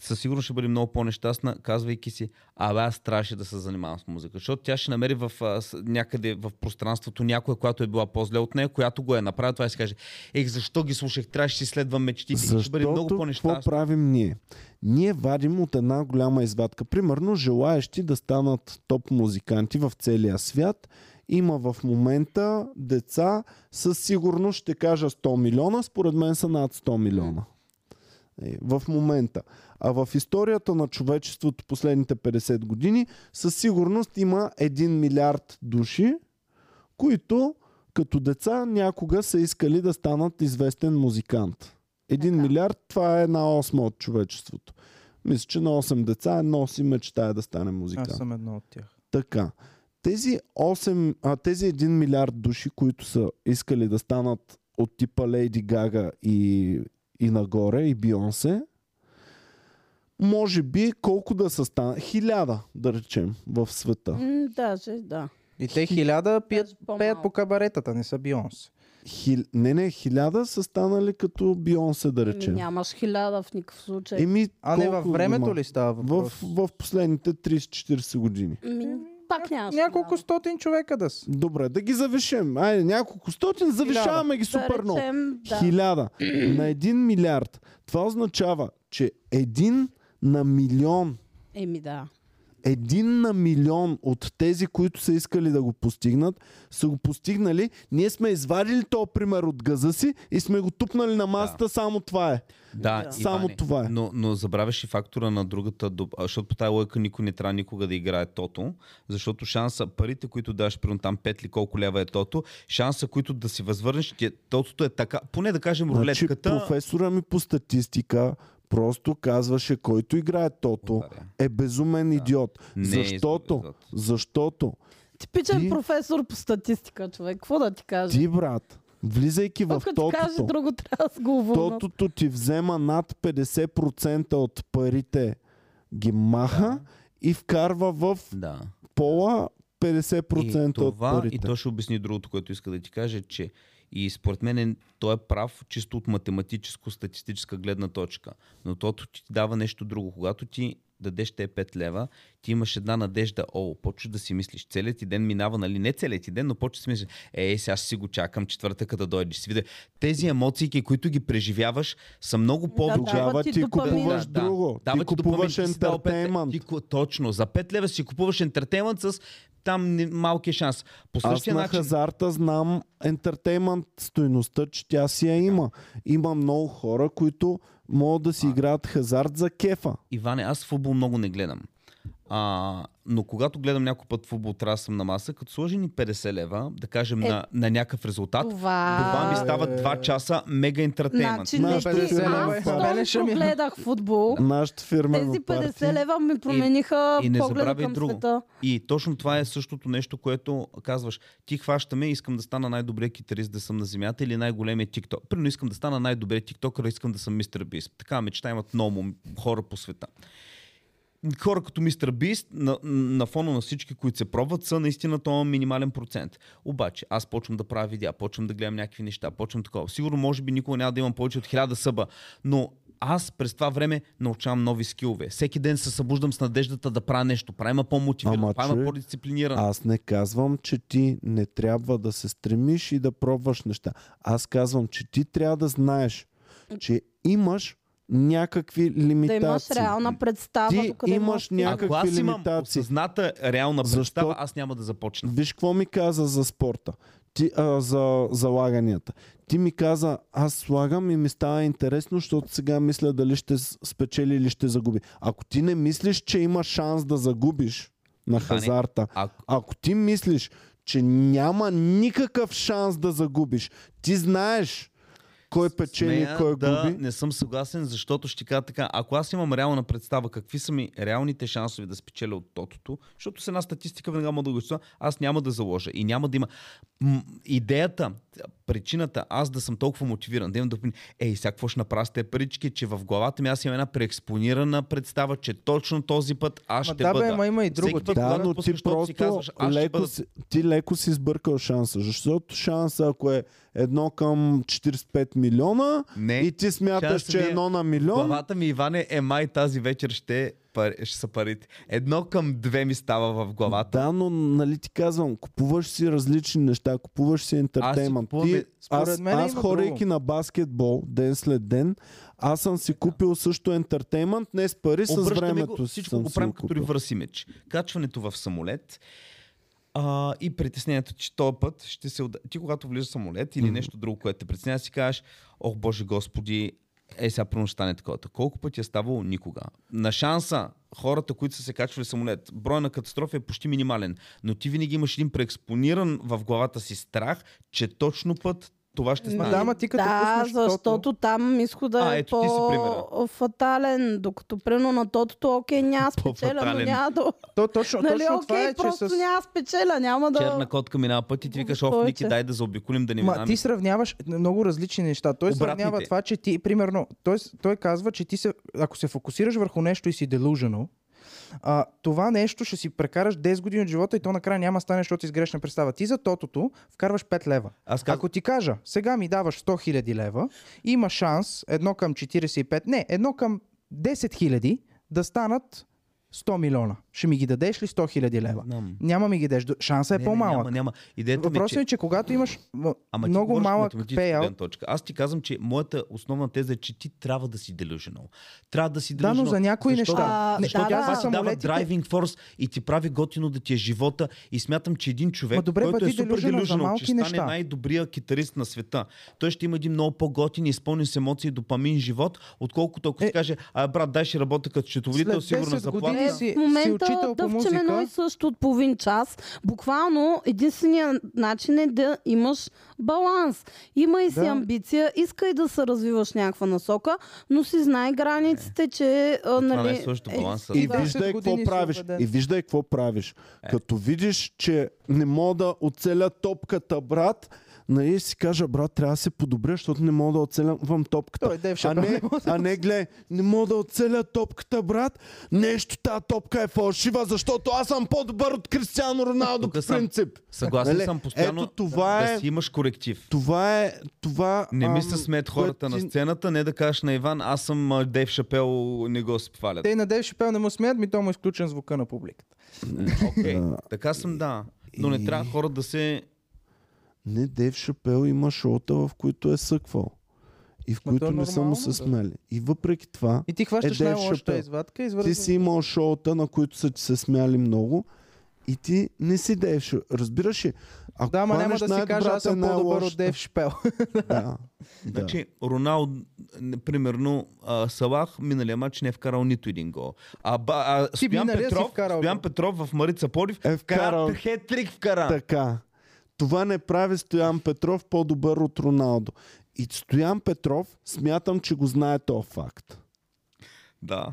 Speaker 3: със сигурност ще бъде много по-нещастна, казвайки си, абе аз трябваше да се занимавам с музика, защото тя ще намери в, а, с- някъде в пространството някоя, която е била по-зле от нея, която го е направила, това и си каже, ех, защо ги слушах, трябваше да си следвам мечтите. и ще бъде много
Speaker 1: Защото какво
Speaker 3: по-нещастна.
Speaker 1: правим ние? Ние вадим от една голяма извадка. Примерно, желаещи да станат топ музиканти в целия свят. Има в момента деца, със сигурност ще кажа 100 милиона, според мен са над 100 милиона. Е, В момента. А в историята на човечеството последните 50 години със сигурност има 1 милиард души, които като деца някога са искали да станат известен музикант. Един
Speaker 2: Така.
Speaker 1: милиард, това е една осма от човечеството. Мисля, че на 8 деца едно си мечтае да стане музикант.
Speaker 4: Аз съм едно от тях.
Speaker 1: Така. Тези, 8, а, тези 1 милиард души, които са искали да станат от типа Лейди Гага и, и нагоре, и Бионсе, може би колко да са станат? Хиляда, да речем, в света.
Speaker 2: М, Даже, да.
Speaker 4: И те хиляда пият,
Speaker 2: Даже по-малко.
Speaker 4: пеят по кабаретата, не са Бионс.
Speaker 1: Хил... Не, не, хиляда са станали като Бионсе, да
Speaker 2: Ми,
Speaker 1: речем.
Speaker 2: Ами нямаш хиляда в никакъв случай.
Speaker 1: Еми,
Speaker 4: А не във
Speaker 1: колко
Speaker 4: времето
Speaker 1: има?
Speaker 4: ли става
Speaker 1: В,
Speaker 4: въпрос?
Speaker 1: в последните 30-40 години.
Speaker 2: Ми, Ами, пак нямаш.
Speaker 4: Няколко
Speaker 2: хиляда.
Speaker 4: стотин човека да са.
Speaker 1: Добре, да ги завишем. Айде, няколко стотин, завишаваме ги
Speaker 2: Да
Speaker 1: супер много.
Speaker 2: речем, да.
Speaker 1: Хиляда на един милиард. Това означава, че един на милион
Speaker 2: Еми да.
Speaker 1: един на милион от тези, които са искали да го постигнат, са го постигнали. Ние сме извадили то пример от газа си и сме го тупнали на масата, да. само това е.
Speaker 3: Да,
Speaker 1: Да.
Speaker 3: Иване,
Speaker 1: Само това е.
Speaker 3: Но, но забравяш и фактора на другата, доб- а, защото по тази лойка никой не трябва никога да играе тото, защото шанса, парите, които даш, примерно там 5 ли колко лява е тото, шанса, които да си възвърнеш, ти, тотото е така, поне да кажем
Speaker 1: Значи,
Speaker 3: рулетката.
Speaker 1: професора ми по статистика просто казваше, който играе тото
Speaker 3: Отваря.
Speaker 1: е безумен да. идиот.
Speaker 3: Не е
Speaker 1: защото,
Speaker 3: изобретател.
Speaker 1: защото
Speaker 2: Типичен
Speaker 1: Ти-
Speaker 2: професор по статистика, човек. Какво да ти кажа?
Speaker 1: ти, брат, влизайки в
Speaker 2: Тук като каже
Speaker 1: тотото,
Speaker 2: друго, трябва да с го уволнат.
Speaker 1: тотото ти взема над 50% от парите, ги маха да. и вкарва в
Speaker 3: Да.
Speaker 1: пола
Speaker 3: и
Speaker 1: 50% от
Speaker 3: това,
Speaker 1: парите.
Speaker 3: И то ще обясни другото, което иска да ти кажа, че и според мен е- той е прав чисто от математическо-статистическа гледна точка. Но тото ти дава нещо друго. Когато ти дадеш те 5 лева, ти имаш една надежда, о, почваш да си мислиш. Целият ти ден минава, нали? Не целият ти ден, но почваш да си мислиш, е, сега ще си го чакам четвъртъка да дойдеш. Ще си видя. Тези емоции, които ги преживяваш, са много
Speaker 2: Да,
Speaker 3: повече.
Speaker 1: Тогава
Speaker 2: Дава ти
Speaker 1: ти
Speaker 2: допамин.
Speaker 1: купуваш
Speaker 3: Да, да.
Speaker 1: друго.
Speaker 3: Дава
Speaker 1: Ти
Speaker 3: ти
Speaker 1: купуваш
Speaker 3: допамин, ти си дал пет лева.
Speaker 1: ентертеймент.
Speaker 3: Ти ку- Точно, за 5 лева си купуваш ентертеймент с там не- малкия шанс. По
Speaker 1: Аз
Speaker 3: същия
Speaker 1: на
Speaker 3: начин,
Speaker 1: хазарта знам ентертеймент стойността, че тя си я има. Има много хора, които могат да си играят хазарт за кефа.
Speaker 3: Иване, аз футбол много не гледам. А, но когато гледам някой път футбол, трябва да съм на маса, като сложи ни 50 лева, да кажем,
Speaker 2: Е,
Speaker 3: е, на, на някакъв резултат,
Speaker 2: Това...
Speaker 3: това ми става 2 часа мега ентертеймент.
Speaker 2: Значи, не,
Speaker 1: Наш
Speaker 2: ти,
Speaker 1: петдесет лева е
Speaker 2: аз
Speaker 4: хвалене,
Speaker 2: точно
Speaker 4: шамия.
Speaker 2: гледах футбол.
Speaker 1: Нашата фирма
Speaker 2: Тези
Speaker 1: на парти.
Speaker 2: 50 лева ми промениха
Speaker 3: и не
Speaker 2: погледа
Speaker 3: забравяй
Speaker 2: към
Speaker 3: друго.
Speaker 2: света.
Speaker 3: И точно това е същото нещо, което казваш. Ти хващаме, искам да стана най-добрия китарист, да съм на земята или най-големия тикток. Примерно искам да стана най-добрия тиктокър, искам да съм мистер Бисп. Така мечта имат много мом- хора по света. Хора като мистер Бист на, на фона на всички, които се пробват, са наистина този минимален процент. Обаче, аз почвам да правя видеа, почвам да гледам някакви неща, почвам такова. Сигурно, може би никога няма да имам повече от 1000 съба, но аз през това време научавам нови скилове. Всеки ден се събуждам с надеждата да правя нещо. Правя по-мотивиран,
Speaker 1: Ама,
Speaker 3: правя
Speaker 1: човек,
Speaker 3: по-дисциплиниран.
Speaker 1: Аз не казвам, че ти не трябва да се стремиш и да пробваш неща. Аз казвам, че ти трябва да знаеш, че имаш някакви
Speaker 4: Е,
Speaker 2: Да
Speaker 1: лимитации.
Speaker 2: имаш реална представа.
Speaker 1: Ти
Speaker 2: докъде
Speaker 1: имаш
Speaker 2: можеш да
Speaker 1: някакви
Speaker 3: Ако аз имам
Speaker 1: лимитации.
Speaker 3: осъзната реална
Speaker 1: Защо?
Speaker 3: представа, Защо? аз няма да започна.
Speaker 1: Виж какво ми каза за спорта. Ти, а, за залаганията. Ти ми каза, аз слагам и ми става интересно, защото сега мисля дали ще с- спечели или ще загуби. Ако ти не мислиш, че има шанс да загубиш на
Speaker 3: Иване,
Speaker 1: хазарта,
Speaker 3: А,
Speaker 1: ако ти мислиш, че няма никакъв шанс да загубиш, ти знаеш кой печели и
Speaker 3: Смея
Speaker 1: кой е
Speaker 3: да
Speaker 1: губи.
Speaker 3: не съм съгласен, защото ще ти кажа така. Ако аз имам реална представа какви са ми реалните шансове да спечеля от тотото, защото с една статистика веднага мога да го изчисля, аз няма да заложа и няма да има... М- идеята, причината аз да съм толкова мотивиран, да имам да ей, сега какво ще направя с тези парички, че в главата ми аз имам една преекспонирана представа, че точно този път аз
Speaker 4: Ма
Speaker 3: ще
Speaker 4: да, бе,
Speaker 3: бъда.
Speaker 4: ма има и
Speaker 3: Всеки
Speaker 4: другото.
Speaker 3: път,
Speaker 1: Да,
Speaker 3: когато
Speaker 1: но ти
Speaker 3: пуснеш тото,
Speaker 1: просто
Speaker 3: си казваш, аз ще
Speaker 1: леко
Speaker 3: бъда
Speaker 1: си, ти леко си сбъркал шанса, защото шанса, ако е едно към 45 милиона
Speaker 3: Не.
Speaker 1: и ти смяташ,
Speaker 3: Шанса
Speaker 1: че
Speaker 3: ми
Speaker 1: е
Speaker 3: е
Speaker 1: едно на милион,
Speaker 3: Главата ми, Иване, е май тази вечер ще, пар... ще са парите. Едно към две ми става в главата.
Speaker 1: да, но нали ти казвам, купуваш си различни неща, купуваш си ентертеймент.
Speaker 3: купувам
Speaker 1: Ти-
Speaker 3: и-
Speaker 1: Аз, аз,
Speaker 4: Според мен има
Speaker 1: хорейки
Speaker 4: друго.
Speaker 1: на баскетбол ден след ден, аз съм си купил също ентертеймент, не с пари, с
Speaker 3: Обръщаме
Speaker 1: времето
Speaker 3: го,
Speaker 1: си
Speaker 3: всичко
Speaker 1: съм
Speaker 3: го
Speaker 1: си
Speaker 3: правим като
Speaker 1: купил.
Speaker 3: ревърс имидж. Качването в самолет а, и притеснението, че този път ще се... отда- Ти когато влизаш в самолет или нещо друго, което те притеснява, си кажеш, ох боже господи, е сега пръвно ще стане такова. Колко пъти е ставало? Никога. На шанса хората, които са се качвали в самолет, броя на катастрофи е почти минимален, но ти винаги имаш един преекспониран в главата си страх, че точно път това ще
Speaker 4: Ма
Speaker 3: стане.
Speaker 4: да, ама ти като
Speaker 2: да,
Speaker 4: пуснеш
Speaker 2: защото
Speaker 4: тото,
Speaker 2: там изхода
Speaker 3: А,
Speaker 2: е
Speaker 3: ето ти си
Speaker 2: по-фатален, докато прено на тотото, окей, няма спечеля, но
Speaker 3: По-фатален.
Speaker 2: няма да...
Speaker 4: то точно,
Speaker 2: Нали,
Speaker 4: точно това
Speaker 2: окей,
Speaker 4: е, че
Speaker 2: просто
Speaker 4: с...
Speaker 2: няма спечеля, няма да...
Speaker 3: Черна котка минава път и ти викаш,
Speaker 2: Той
Speaker 3: оф,
Speaker 2: е
Speaker 3: Ники,
Speaker 2: че-
Speaker 3: дай да заобиколим да ни
Speaker 4: Ма ти
Speaker 3: минаваме.
Speaker 4: сравняваш много различни неща. Той
Speaker 3: Ами, Обратните.
Speaker 4: сравнява това, че ти, примерно, той, с- той казва, че ти се, ако се фокусираш върху нещо и си delusional, А, това нещо ще си прекараш 10 години от живота и то накрая няма да стане, защото изгрешна представа. Ти за тотото вкарваш 5 лева.
Speaker 3: Аз
Speaker 4: Как...
Speaker 3: как...
Speaker 4: Ако ти кажа, сега ми даваш 100 000 лева, има шанс едно към 45, не, едно към 10 000 да станат 100 милиона. Ще ми ги дадеш ли 100 000 лева?
Speaker 3: Знам.
Speaker 4: Няма ми ги дадеш. Шанса е
Speaker 3: Не, не,
Speaker 4: по-малък.
Speaker 3: Няма, няма. Идеята ми е,
Speaker 4: Въпросът
Speaker 3: че...
Speaker 4: е, че когато имаш м,
Speaker 3: Ама ти
Speaker 4: много
Speaker 3: говориш от
Speaker 4: малък
Speaker 3: математическа гледна
Speaker 4: пеял,
Speaker 3: точка. Аз ти казвам, че моята основна теза е, че ти трябва да си delusional. Трябва да си delusional.
Speaker 4: да, но за някои
Speaker 3: защото-
Speaker 4: неща.
Speaker 2: А,
Speaker 4: не,
Speaker 2: да,
Speaker 4: защото
Speaker 2: да.
Speaker 4: аз
Speaker 3: Това
Speaker 2: Аз
Speaker 3: ти дава
Speaker 4: самолетите-
Speaker 3: driving force и ти прави готино да ти е живота и смятам, че един човек,
Speaker 4: Ма добре,
Speaker 3: който
Speaker 4: бъди
Speaker 3: е супер
Speaker 4: delusional за
Speaker 3: делюжен,
Speaker 4: малки
Speaker 3: че стане
Speaker 4: неща.
Speaker 3: най-добрия китарист на света. Той ще има един много по-готин и изпълнен с емоции и допамин живот, отколкото ако
Speaker 4: Е.
Speaker 3: ти каже, а брат, дай ще работя като счетоводител,
Speaker 4: След
Speaker 3: сигурна
Speaker 4: 10 години
Speaker 3: заплата.
Speaker 4: си-
Speaker 2: Е, в момента
Speaker 4: си учител по
Speaker 2: дъвчем
Speaker 4: музика.
Speaker 2: едно и също от половин час. Буквално единственият начин е да имаш баланс. Има и си
Speaker 4: Да.
Speaker 2: амбиция, искай да се развиваш в някаква насока, но си знай границите, че... А,
Speaker 3: Това не е
Speaker 2: нали,
Speaker 3: също баланса.
Speaker 1: И
Speaker 4: Да,
Speaker 1: виждай
Speaker 4: след
Speaker 1: какво
Speaker 4: години си
Speaker 1: правиш.
Speaker 4: убеден.
Speaker 1: И виждай какво правиш.
Speaker 3: Е.
Speaker 1: Като видиш, че не мога да оцеля топката, брат, нали си кажа, брат, трябва да се подобря, защото не мога да оцелявам топката.
Speaker 4: Той, Дев
Speaker 1: а,
Speaker 4: Шапел,
Speaker 1: не,
Speaker 4: не може да
Speaker 1: а не, гле, не мога да оцеля топката, брат. Нещо тази топка е фалшива, защото аз съм по-добър от Кристиано Роналдо
Speaker 3: Тук
Speaker 1: по
Speaker 3: съм.
Speaker 1: принцип.
Speaker 3: Съгласен
Speaker 1: Нали?
Speaker 3: съм постоянно
Speaker 1: Ето това
Speaker 3: да
Speaker 1: е-
Speaker 3: си имаш коректив.
Speaker 1: Това е... Това,
Speaker 3: Не
Speaker 1: ам,
Speaker 3: ми се смеят
Speaker 1: което
Speaker 3: хората на
Speaker 1: ти-
Speaker 3: сцената, не да кажеш на Иван, аз съм а, Дейв Шапел, не го спвалят.
Speaker 4: Те и на Дев Шапел не му смеят, ми то му е изключен звука на публиката.
Speaker 3: Окей, така съм, да. Но не трябва хора да се...
Speaker 1: Не, Дев Шапел има шоута, в които е съквал. И в
Speaker 4: Ма то е
Speaker 1: които не са му се
Speaker 4: нормално, да.
Speaker 1: смели. И въпреки това,
Speaker 4: И ти хващаш
Speaker 1: Е, Дев
Speaker 4: най-лошата
Speaker 1: Шапел.
Speaker 4: извадка и
Speaker 1: ти
Speaker 4: извързваш.
Speaker 1: си имал шоута, на които са ти се смяли много и ти не си Дейв Шапел. Разбираш ли? Ако
Speaker 4: Да, ма няма да
Speaker 1: хванеш
Speaker 4: си кажа,
Speaker 1: най-добрата
Speaker 4: аз съм
Speaker 1: и
Speaker 4: по-добър от
Speaker 1: най-лошата-
Speaker 4: Дев Шапел.
Speaker 1: Да, да.
Speaker 3: Значи, Роналд, н- примерно, а, Салах, миналия матч не е вкарал нито един гол. А, ба, а Стоян,
Speaker 4: миналия си
Speaker 3: Петров,
Speaker 4: вкарал
Speaker 3: Стоян
Speaker 4: гол.
Speaker 3: Петров в Марица Порив
Speaker 1: Е вкарал.
Speaker 3: вкара хетрик вкара.
Speaker 1: Така. Това не прави Стоян Петров по-добър от Роналдо. И Стоян Петров, смятам, че го знае този факт.
Speaker 3: Да.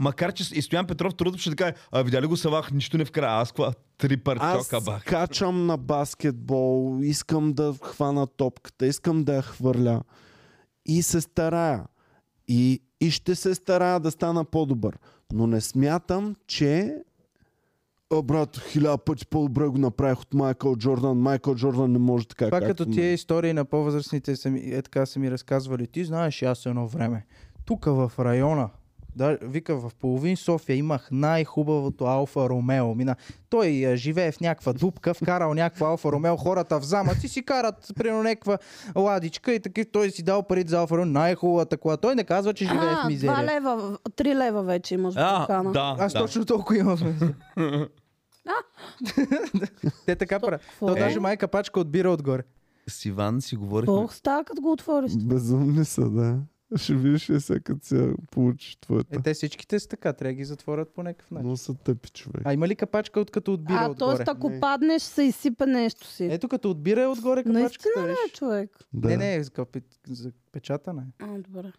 Speaker 3: Макар, че с- и Стоян Петров трудно ще да каже, а видя ли го Салах, нищо не вкара. Аз кова, три
Speaker 1: Аз
Speaker 3: парчока бах.
Speaker 1: качам на баскетбол, искам да хвана топката, искам да я хвърля и се старая. И, и ще се старая да стана по-добър. Но не смятам, че а, брат, хиляда пъти по-добре го направих от Майкъл Джордан. Майкъл Джордан не може така.
Speaker 4: Това
Speaker 1: както
Speaker 4: като е
Speaker 1: мен.
Speaker 4: тия истории на по-възрастните са ми, е така са ми разказвали. Ти знаеш, аз едно време. Тук в района, да, вика в половин София имах най-хубавото Алфа Ромео. Мина. Той а, живее в някаква дупка, вкарал някаква Алфа Ромео, хората взамат и си карат примерно някаква ладичка и такива. Той си дал пари за Алфа Ромео, най-хубавата кола. Той не казва, че живее в
Speaker 2: А, два
Speaker 4: мизерия.
Speaker 2: лева, три лева вече имаш в
Speaker 3: А,
Speaker 2: букана.
Speaker 3: да,
Speaker 4: Аз
Speaker 3: да.
Speaker 4: точно толкова имам. Те така правят.
Speaker 2: Какво
Speaker 4: То
Speaker 2: е?
Speaker 4: даже майка пачка отбира отгоре.
Speaker 3: С Иван си говорихме.
Speaker 2: Ох, става като го отвориш.
Speaker 1: Безумни са, да. Ще видиш ли сега, като се получи твоята.
Speaker 4: Е, те всичките са така, трябва да ги затворят по някакъв начин.
Speaker 1: Но са тъпи човек.
Speaker 4: А има ли капачка, от като отбира
Speaker 2: А,
Speaker 4: отгоре?
Speaker 2: т.е. ако паднеш, се изсипе нещо си.
Speaker 4: Ето като отбира е отгоре
Speaker 2: Наистина
Speaker 4: капачката, виж.
Speaker 2: Е, човек.
Speaker 1: Да.
Speaker 4: Не, не, за, капи... за печатане.
Speaker 2: А, добре.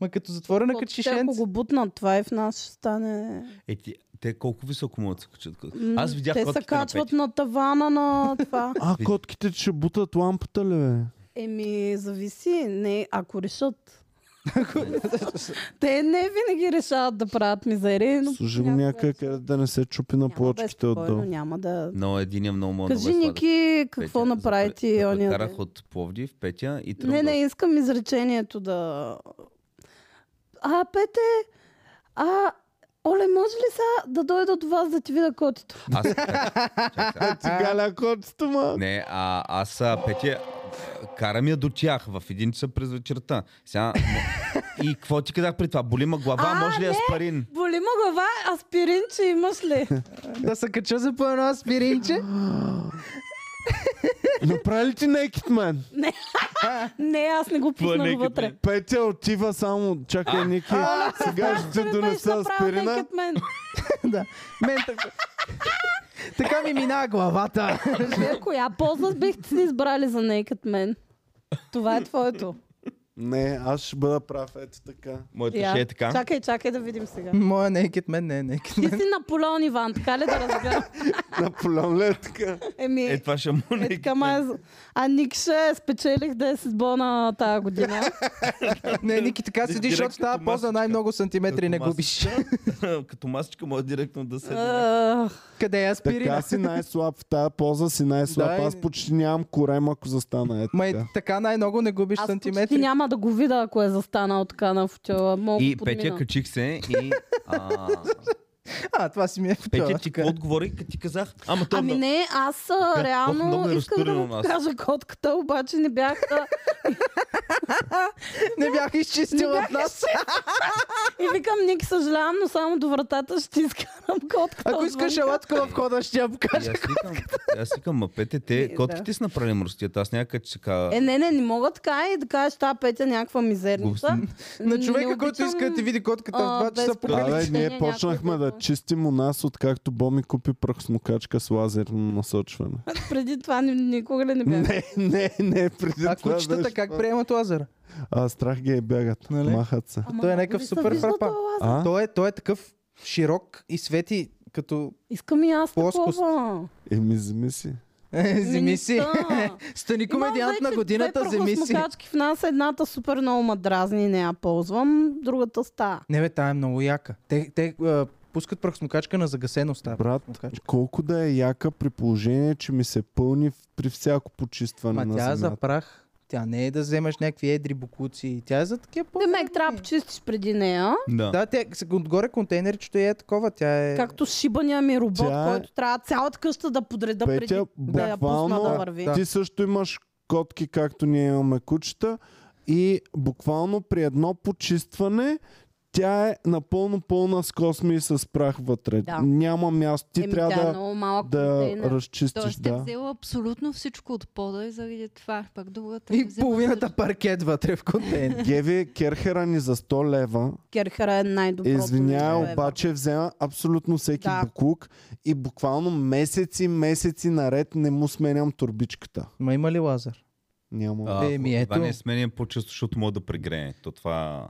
Speaker 4: Ма като затворена
Speaker 2: Защото
Speaker 4: като
Speaker 2: те, Ако
Speaker 4: шишенце.
Speaker 2: го бутнат, това и в нас ще стане...
Speaker 3: Е, ти, те колко високо могат да се качат?
Speaker 2: М,
Speaker 3: Аз видях
Speaker 2: Те се
Speaker 3: котките на
Speaker 2: качват
Speaker 3: Петя.
Speaker 2: на тавана на това.
Speaker 1: А котките ще бутат лампата ли, бе?
Speaker 2: Еми, зависи. Не, ако решат. Те не винаги решават да правят мизерии, но...
Speaker 1: Служи го
Speaker 2: понякога
Speaker 1: някъде, къде да не се чупи на
Speaker 2: няма да е
Speaker 1: плочките
Speaker 2: спокойно,
Speaker 1: отдолу.
Speaker 2: Няма да...
Speaker 3: Но един е много мога
Speaker 2: Кажи, Ники, какво направи ти ония ден?
Speaker 3: Карах от Пловдив, Петя и тръгнах.
Speaker 2: Не, не, искам изречението да... А, Пете, а, Оле, може ли сега да дойда от вас да ти видя котито?
Speaker 3: Аз... чакай, чакай.
Speaker 1: Ти галя котето, ма.
Speaker 3: Не, а аз, а, Петя, карам я до тях в един часа през вечерта. Сега... м- И какво ти казах при това? Боли ма глава,
Speaker 2: А,
Speaker 3: може ли
Speaker 2: не!
Speaker 3: аспарин?
Speaker 2: Боли му глава, аспирин, че имаш ли?
Speaker 4: да се кача за по едно аспиринче.
Speaker 1: Направи ли ти Naked Man?
Speaker 2: не, аз не го пуснах
Speaker 3: Naked
Speaker 2: вътре.
Speaker 1: Петя отива само, чакай Ники, сега ще ти
Speaker 2: Аспирин беше
Speaker 1: донеса
Speaker 2: направил
Speaker 1: аспирина.
Speaker 2: Naked Man.
Speaker 4: да. Мен така. така ми мина главата.
Speaker 2: Вие коя поза бихте си избрали за Naked Man? Това е твоето.
Speaker 1: Не, аз ще бъда прав, ето така.
Speaker 3: Моето
Speaker 2: Я.
Speaker 3: ще е така.
Speaker 2: Чакай, чакай да видим сега.
Speaker 4: Моя некит мен не е некит.
Speaker 2: Ти си Наполеон Иван, така ли да разбирам?
Speaker 1: Наполеон ли е така?
Speaker 2: Еми,
Speaker 3: Е, това ще му
Speaker 2: е,
Speaker 3: не
Speaker 2: така, ма, е- а Никше спечелих 10 бона тази година.
Speaker 4: не, Ники, така седиш,
Speaker 3: Директно
Speaker 4: защото става
Speaker 3: масичка.
Speaker 4: поза най-много сантиметри не
Speaker 3: Като
Speaker 4: губиш.
Speaker 3: Като масичка може директно да се...
Speaker 2: Ах,
Speaker 4: Къде е
Speaker 1: Така
Speaker 4: аспирина?
Speaker 1: си най-слаб в тази поза си най-слаб.
Speaker 4: Да, и-
Speaker 1: Аз почти нямам корем, ако застана е
Speaker 4: Май,
Speaker 1: така.
Speaker 4: така най-много не губиш
Speaker 2: Аз почти
Speaker 4: сантиметри.
Speaker 2: няма да го видя, ако е застанал така на футела. Мога
Speaker 3: И
Speaker 2: го
Speaker 3: Петя
Speaker 2: подмина.
Speaker 3: качих се и... а,
Speaker 4: А, това си ми е
Speaker 3: Петя,
Speaker 4: това,
Speaker 3: ти
Speaker 4: така.
Speaker 3: какво отговори, като ти казах? Ама
Speaker 2: Ами
Speaker 3: тъмна.
Speaker 2: не, аз а,
Speaker 3: Как- ох, много
Speaker 2: реално
Speaker 3: ме
Speaker 2: исках да
Speaker 3: разтурила
Speaker 2: му
Speaker 3: нас.
Speaker 2: покажа котката, обаче не бях... а,
Speaker 4: Не бях изчистил от нас.
Speaker 2: И викам, Ник, съжалявам, но само до вратата ще изкарам котката.
Speaker 4: Ако
Speaker 2: отвън.
Speaker 4: искаш елатко в хода, ще я
Speaker 3: И
Speaker 4: покажа.
Speaker 3: Аз викам, аз викам, ма Петя, те
Speaker 2: Да.
Speaker 3: котките са направили мръстията. Аз някак че ка...
Speaker 2: Е, не, не, не мога така и да кажеш, та Петя е някаква мизерница.
Speaker 4: На
Speaker 2: Не
Speaker 4: човека, който
Speaker 2: обичам-
Speaker 4: иска да ти види котката
Speaker 2: а,
Speaker 4: в 2 часа
Speaker 2: без
Speaker 4: по
Speaker 2: права.
Speaker 4: прилича.
Speaker 1: Абе,
Speaker 2: Прилича
Speaker 1: ние
Speaker 2: Ами, някой
Speaker 1: почнахме да
Speaker 2: друг.
Speaker 1: чистим у нас, откакто Боми купи пръхсмокачка с лазерно насочване.
Speaker 2: Преди това ни- никога ли не бях?
Speaker 1: Не, не, не, преди
Speaker 4: А
Speaker 1: това
Speaker 4: кучетата
Speaker 1: беше
Speaker 4: как
Speaker 1: това.
Speaker 4: приемат лазера?
Speaker 1: А, страх ги е бягат,
Speaker 4: Нали?
Speaker 1: махат се.
Speaker 2: Ама
Speaker 4: Той е
Speaker 2: много
Speaker 4: някакъв
Speaker 2: ли се
Speaker 4: супер
Speaker 2: вижда
Speaker 4: фрапа.
Speaker 2: този лазер?
Speaker 1: А?
Speaker 4: Той е, той е такъв широк и свети като...
Speaker 2: Искам и аз
Speaker 4: Плоскост.
Speaker 2: такова.
Speaker 1: Еми, вземи си.
Speaker 4: Е, Земи
Speaker 2: не
Speaker 4: си.
Speaker 2: са.
Speaker 4: Стани
Speaker 2: Имам
Speaker 4: комедиант на
Speaker 2: вече
Speaker 4: годината,
Speaker 2: две
Speaker 4: земи си.
Speaker 2: прахосмокачки в нас, едната супер много ма дразни и не я ползвам, другата ста.
Speaker 4: Не бе, тая е много яка. Те, те а, пускат прахосмокачка на загасено става.
Speaker 1: Брат,
Speaker 4: прахосмокачка.
Speaker 1: колко да е яка при положение, че ми се пълни в- при всяко почистване
Speaker 4: Ма
Speaker 1: на
Speaker 4: тя е
Speaker 1: земята.
Speaker 4: за прах. Тя не е да вземаш някакви едри букуци. Тя е за такива по...
Speaker 2: Демек, трябва да почистиш преди нея,
Speaker 3: Да.
Speaker 4: Да, тя, с- отгоре контейнерчето е такова. Тя е...
Speaker 2: както шибания ми робот,
Speaker 1: Тя е-
Speaker 2: който трябва цялата къща да подреда преди
Speaker 1: Петя,
Speaker 2: да я пусна да
Speaker 1: буквално
Speaker 2: върви.
Speaker 4: Да.
Speaker 1: ти също имаш котки, както ние имаме кучета. И буквално при едно почистване тя е напълно пълна с косми и с прах вътре.
Speaker 2: Да.
Speaker 1: Няма място. Ти
Speaker 2: Еми,
Speaker 1: трябва
Speaker 2: тя е
Speaker 1: да,
Speaker 2: много малък
Speaker 1: да
Speaker 2: контейнер.
Speaker 1: разчистиш.
Speaker 6: Тоест, да. е
Speaker 1: Да.
Speaker 6: взела абсолютно всичко от пода и заради това. Пак другата е
Speaker 4: И
Speaker 6: взела
Speaker 4: половината паркет вътре в контейнер.
Speaker 1: Геви Керхера ни за 100 лева.
Speaker 2: Керхера е най-доброто. нещо,
Speaker 1: Извинявай,
Speaker 2: е.
Speaker 1: обаче взема абсолютно всеки
Speaker 2: Да.
Speaker 1: буклук и буквално месеци, месеци наред не му сменям турбичката.
Speaker 4: Ма има ли лазер?
Speaker 1: Няма.
Speaker 3: А,
Speaker 4: Еми,
Speaker 3: Това
Speaker 4: ето.
Speaker 3: не е сменя по-често, защото мога да прегрее. То това...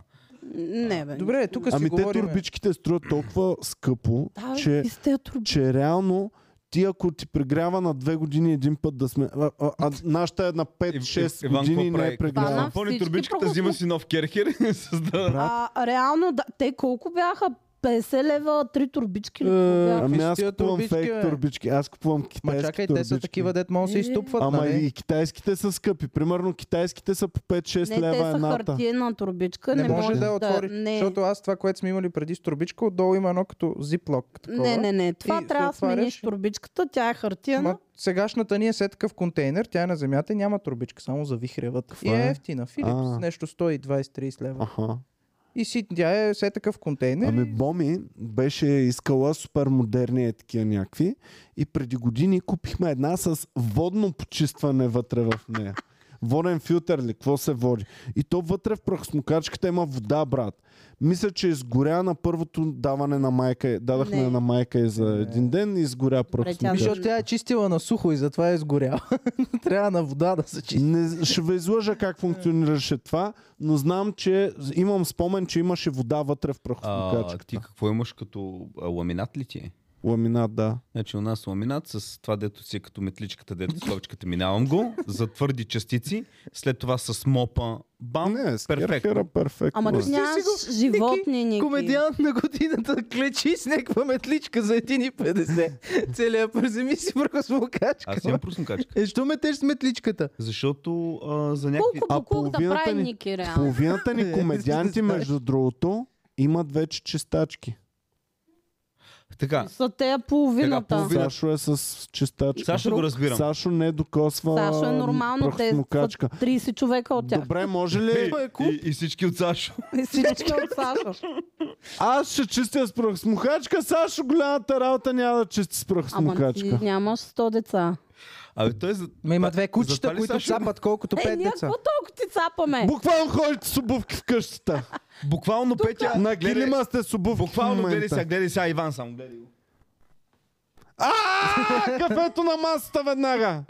Speaker 2: Не, бе.
Speaker 4: Добре, тук си
Speaker 1: Ами те
Speaker 4: говорим.
Speaker 1: турбичките струват толкова скъпо,
Speaker 2: Да, бе,
Speaker 1: че
Speaker 2: и сте я труби.
Speaker 1: че реално ти ако ти прегрява на две години един път да сме... А, а, а нашата е на
Speaker 3: Ив-
Speaker 1: 5-6
Speaker 3: Иван,
Speaker 1: години и
Speaker 3: какво
Speaker 1: не е
Speaker 3: прави?
Speaker 2: Пана?
Speaker 1: прегрява.
Speaker 3: Пълни
Speaker 2: всички
Speaker 3: турбичката,
Speaker 2: прахосмо-
Speaker 3: взима си нов керхер и създава...
Speaker 2: А, реално, да, те колко бяха? 50 лева, три турбички ли?
Speaker 4: Е,
Speaker 2: какво бяха?
Speaker 1: Ами
Speaker 4: Какви
Speaker 1: аз
Speaker 4: са тия
Speaker 1: купувам
Speaker 4: турбички,
Speaker 1: фейк
Speaker 4: бе?
Speaker 1: турбички. Аз купувам
Speaker 4: Ма
Speaker 1: китайски
Speaker 4: чакай, те
Speaker 1: турбички.
Speaker 4: са такива, дет могат да се
Speaker 2: Е.
Speaker 4: изтупват,
Speaker 1: Ама
Speaker 4: нали?
Speaker 1: и китайските са скъпи. Примерно китайските са по 5-6
Speaker 2: Не, те
Speaker 1: лева
Speaker 2: са
Speaker 1: едната.
Speaker 2: хартиена турбичка.
Speaker 4: Не, може да я отвориш,
Speaker 2: не.
Speaker 4: защото аз това, което сме имали преди с турбичка, отдолу има едно като зиплок. е Такова.
Speaker 2: Не, не, не. Това
Speaker 4: се
Speaker 2: трябва да смениш
Speaker 4: отваряш и-
Speaker 2: турбичката, тя е хартиена.
Speaker 4: Ма, сегашната ни е все такъв контейнер, тя е на земята и няма турбичка, само за вихря вътре. И
Speaker 1: е?
Speaker 4: е ефтина. Филипс,
Speaker 1: А.
Speaker 4: нещо 120-30 лева.
Speaker 1: Аха.
Speaker 4: И си, тя е все такъв контейнер.
Speaker 1: Ами
Speaker 4: Ами...
Speaker 1: Боми беше искала супер модерни е такива някакви и преди години купихме една с водно почистване вътре в нея. Воден филтър ли, какво се води? И то вътре в прахосмокачката има вода, брат. Мисля, че изгоря на първото даване на майка. й. Дадахме
Speaker 2: Не.
Speaker 1: я на майка и за един ден и изгоря
Speaker 2: тя
Speaker 1: прахосмокачката.
Speaker 4: Защото тя е чистила на сухо и затова е изгоряла. Трябва на вода да се чисти.
Speaker 1: Не, ще ви излъжа как функционираше това, но знам, че имам спомен, че имаше вода вътре в
Speaker 3: А, ти
Speaker 1: прахосмокачката.
Speaker 3: какво имаш като а, ламинат ли ти е?
Speaker 1: Ламинат, да.
Speaker 3: Значи у нас ламинат с това, дето си е като метличката, дето с ловичката минавам го, за твърди частици, след това с мопа, бам,
Speaker 1: Не, с
Speaker 3: перфектно.
Speaker 1: перфектно. перфектно.
Speaker 2: Ама
Speaker 1: е.
Speaker 2: ти нямаш животни, Ники.
Speaker 4: Комедиант на годината клечи с някаква метличка за 1,50. Целият проземи си върху смокачка.
Speaker 3: Аз имам просмокачка.
Speaker 4: Е, що метеш с метличката?
Speaker 3: Защото а, за някакви...
Speaker 2: Колко
Speaker 1: А
Speaker 2: буклук да
Speaker 1: половината
Speaker 2: прави
Speaker 1: ни-
Speaker 2: Ники, реално?
Speaker 1: Половината ни комедианти, между другото, имат вече чистачки.
Speaker 3: Така,
Speaker 2: Са те половината.
Speaker 3: половина-
Speaker 1: Сашо е с чистачка.
Speaker 3: Сашо го разбирам.
Speaker 1: Сашо не докосва
Speaker 2: Сашо е нормално, те са
Speaker 1: прахосмокачка.
Speaker 2: 30 човека от тях.
Speaker 1: Добре, може ли?
Speaker 4: Той е
Speaker 3: И,
Speaker 4: клуб.
Speaker 3: и, и всички от Сашо.
Speaker 2: Всички от Сашо.
Speaker 1: Аз ще чистя с прахосмокачка, Сашо голямата работа няма да чисти с
Speaker 2: Ама ти
Speaker 1: прахосмокачка.
Speaker 2: нямаш 100 деца.
Speaker 3: Абе, той за...
Speaker 4: Ма има две
Speaker 3: Затова
Speaker 4: кучета,
Speaker 3: ли,
Speaker 4: които
Speaker 3: Сашо?
Speaker 4: цапат колкото
Speaker 2: Е,
Speaker 4: пет
Speaker 2: ние
Speaker 4: деца.
Speaker 2: какво толкова ти цапаме?
Speaker 1: Буквално ходите с обувки в къщата.
Speaker 3: Буквално Петя...
Speaker 4: е.
Speaker 1: На
Speaker 3: гледай-
Speaker 1: килима сте с обувки в
Speaker 3: Буквално гледай
Speaker 1: момента.
Speaker 3: сега, гледай сега Иван само, гледай го.
Speaker 1: е А, кафето на масата веднага!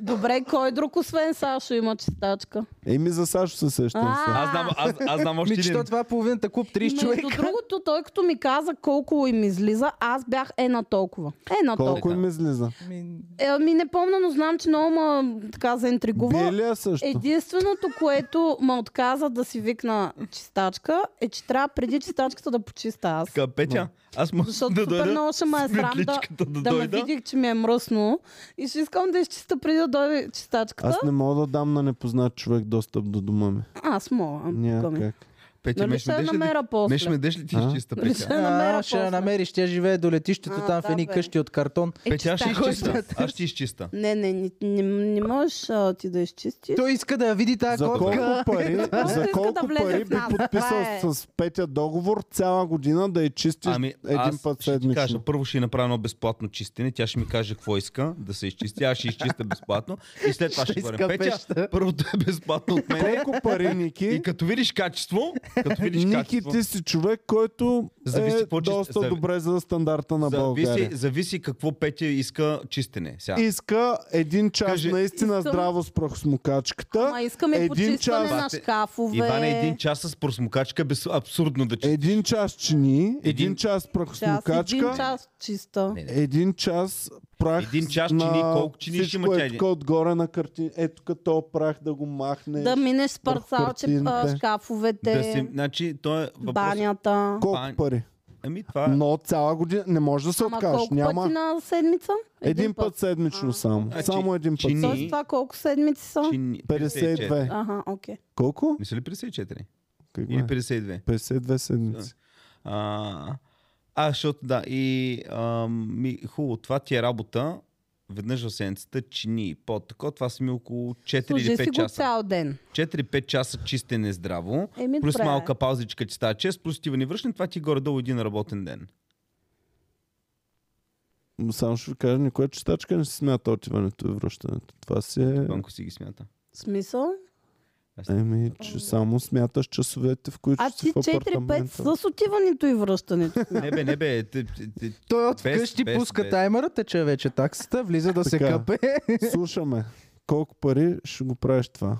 Speaker 2: Добре, кой друг освен Сашо има чистачка?
Speaker 1: Еми за Сашо се сещам. сега.
Speaker 3: Аз знам, аз, аз знам още
Speaker 4: Ми, че
Speaker 3: един.
Speaker 4: то това е половината клуб, 30
Speaker 2: Между
Speaker 4: човека.
Speaker 2: другото, той като ми каза колко им излиза, аз бях е на толкова. Е на
Speaker 1: Колко
Speaker 2: толкова.
Speaker 1: им излиза?
Speaker 4: Ми,
Speaker 2: Е, ми не помня, но знам, че много ма така заинтригува.
Speaker 1: Бие ли я също?
Speaker 2: Единственото, което ме отказа да си викна чистачка, е, че трябва преди чистачката да почиста аз.
Speaker 3: Така, Петя, аз мога
Speaker 2: Защото
Speaker 3: да
Speaker 2: супер
Speaker 3: дойда
Speaker 2: много ще ме е
Speaker 3: с
Speaker 2: срам да,
Speaker 3: метличката да
Speaker 2: да ме
Speaker 3: дойда.
Speaker 2: видих, че ми е мръсно. И ще искам да изчиста преди да дойде чистачката.
Speaker 1: Аз не мога да дам на непознат човек достъп до дома ми.
Speaker 2: Аз мога.
Speaker 1: Няма
Speaker 2: Боми.
Speaker 1: как.
Speaker 3: Петя,
Speaker 2: Нали
Speaker 3: ме ще
Speaker 2: ще я
Speaker 3: дадеш ли
Speaker 2: намеря
Speaker 3: ти- ме
Speaker 2: после?
Speaker 3: ще ме дадеш ли ти
Speaker 1: А?
Speaker 3: изчиста,
Speaker 2: Нали ще
Speaker 3: Петя?
Speaker 2: я намеря
Speaker 4: а, ще я
Speaker 2: после?
Speaker 4: намериш, тя живее до летището
Speaker 2: А,
Speaker 4: там в
Speaker 2: да,
Speaker 4: едни
Speaker 2: бе.
Speaker 4: къщи от картон.
Speaker 6: Е,
Speaker 3: Петя, аз ще
Speaker 6: чистачка.
Speaker 3: изчиста. Аз ще изчиста.
Speaker 2: Не, не, не, не, не можеш а, ти да изчистиш.
Speaker 4: Той иска да я види тази
Speaker 1: За
Speaker 4: котка.
Speaker 1: колко пари,
Speaker 2: Просто иска
Speaker 1: за
Speaker 2: да
Speaker 1: колко
Speaker 2: влезе
Speaker 1: пари
Speaker 2: в
Speaker 1: би
Speaker 2: нас.
Speaker 1: подписал
Speaker 2: Това е.
Speaker 1: с Петя договор цяла година да я чистиш
Speaker 3: Ами,
Speaker 1: един
Speaker 3: аз
Speaker 1: път
Speaker 3: ще ти кажа,
Speaker 1: седмично?
Speaker 3: първо ще й направя едно безплатно чистене, тя ще ми каже какво иска да се изчисти, аз ще изчистя безплатно и след това ще
Speaker 4: Ще
Speaker 3: говорим.
Speaker 4: иска
Speaker 3: Петя,
Speaker 4: пеща.
Speaker 3: първото е безплатно от мене.
Speaker 1: Колко пари, Ники?
Speaker 3: И като видиш качество, като видиш
Speaker 1: Е? Ники,
Speaker 3: качество,
Speaker 1: ти си човек, който
Speaker 3: Зависи
Speaker 1: е
Speaker 3: какво чист-
Speaker 1: доста
Speaker 3: зави-
Speaker 1: добре за стандарта на
Speaker 3: зависи,
Speaker 1: България.
Speaker 3: зависи какво Петя иска чистене. Сега.
Speaker 1: Иска един час
Speaker 3: Кажи-
Speaker 1: наистина
Speaker 2: Искам-
Speaker 1: здраво с прахосмукачката.
Speaker 2: Ама искаме
Speaker 1: един
Speaker 2: почистване
Speaker 1: час-
Speaker 2: на шкафове.
Speaker 3: Иване, един час с просмокачка е без... абсурдно да чисти.
Speaker 1: Един час чини,
Speaker 3: Един-
Speaker 1: един час
Speaker 2: час, един
Speaker 1: прахосмукачка,
Speaker 2: час чиста.
Speaker 3: Не, не.
Speaker 1: един час прах
Speaker 3: Един час
Speaker 1: на
Speaker 3: чини, колко чини ще има
Speaker 1: всичко
Speaker 3: тя
Speaker 1: е
Speaker 3: един?
Speaker 1: тук отгоре на картина. Ето като прах да го махне.
Speaker 2: Да минеш с
Speaker 1: върху
Speaker 2: парцалче а,
Speaker 1: картините.
Speaker 2: шкафовете,
Speaker 1: Е,
Speaker 3: Да си, значи, то е въпрос...
Speaker 2: банята.
Speaker 1: Колко
Speaker 3: Бан-
Speaker 1: пари?
Speaker 3: Ами, това е...
Speaker 1: Но цяла година не можеш да се
Speaker 2: Ама
Speaker 1: откажеш.
Speaker 2: колко
Speaker 1: Няма.
Speaker 2: пъти на седмица?
Speaker 1: Един, път, седмично
Speaker 2: А.
Speaker 1: само.
Speaker 3: Значи,
Speaker 1: само един път.
Speaker 3: чини-
Speaker 2: Тоест това колко седмици са?
Speaker 3: Чини...
Speaker 1: 52.
Speaker 2: Ага, окей.
Speaker 1: Колко?
Speaker 3: Мисля ли 54?
Speaker 1: Какво
Speaker 3: Или
Speaker 1: е?
Speaker 3: 52?
Speaker 1: 52 седмици.
Speaker 3: А, а, защото да, и а, ми, хубаво, това ти е работа. Веднъж в седмицата чини по тако, това са ми около 4
Speaker 2: Служи
Speaker 3: или
Speaker 2: си
Speaker 3: 5
Speaker 2: го
Speaker 3: часа.
Speaker 2: цял ден.
Speaker 3: 4-5 часа чистене здраво,
Speaker 2: Еми,
Speaker 3: плюс
Speaker 2: добре.
Speaker 3: малка паузичка, че става 6, плюс ти не връщане, това ти е горе-долу един работен ден.
Speaker 1: М, Само ще ви кажа, никоя чистачка не се смята отиването и връщането. Това си е...
Speaker 3: Банко си ги смята.
Speaker 2: Смисъл?
Speaker 1: Еми, че само смяташ часовете, в които
Speaker 2: А
Speaker 1: си
Speaker 2: ти
Speaker 1: в
Speaker 2: 4-5
Speaker 1: апартамента.
Speaker 2: с отиването и връщането.
Speaker 3: Не бе, не бе. Те, те, те,
Speaker 4: Той от
Speaker 3: Без,
Speaker 4: къщи
Speaker 3: без,
Speaker 4: пуска
Speaker 3: без.
Speaker 4: таймера, тече вече таксата, влиза да се
Speaker 1: Така.
Speaker 4: къпе.
Speaker 1: Слушаме. Колко пари ще го правиш това?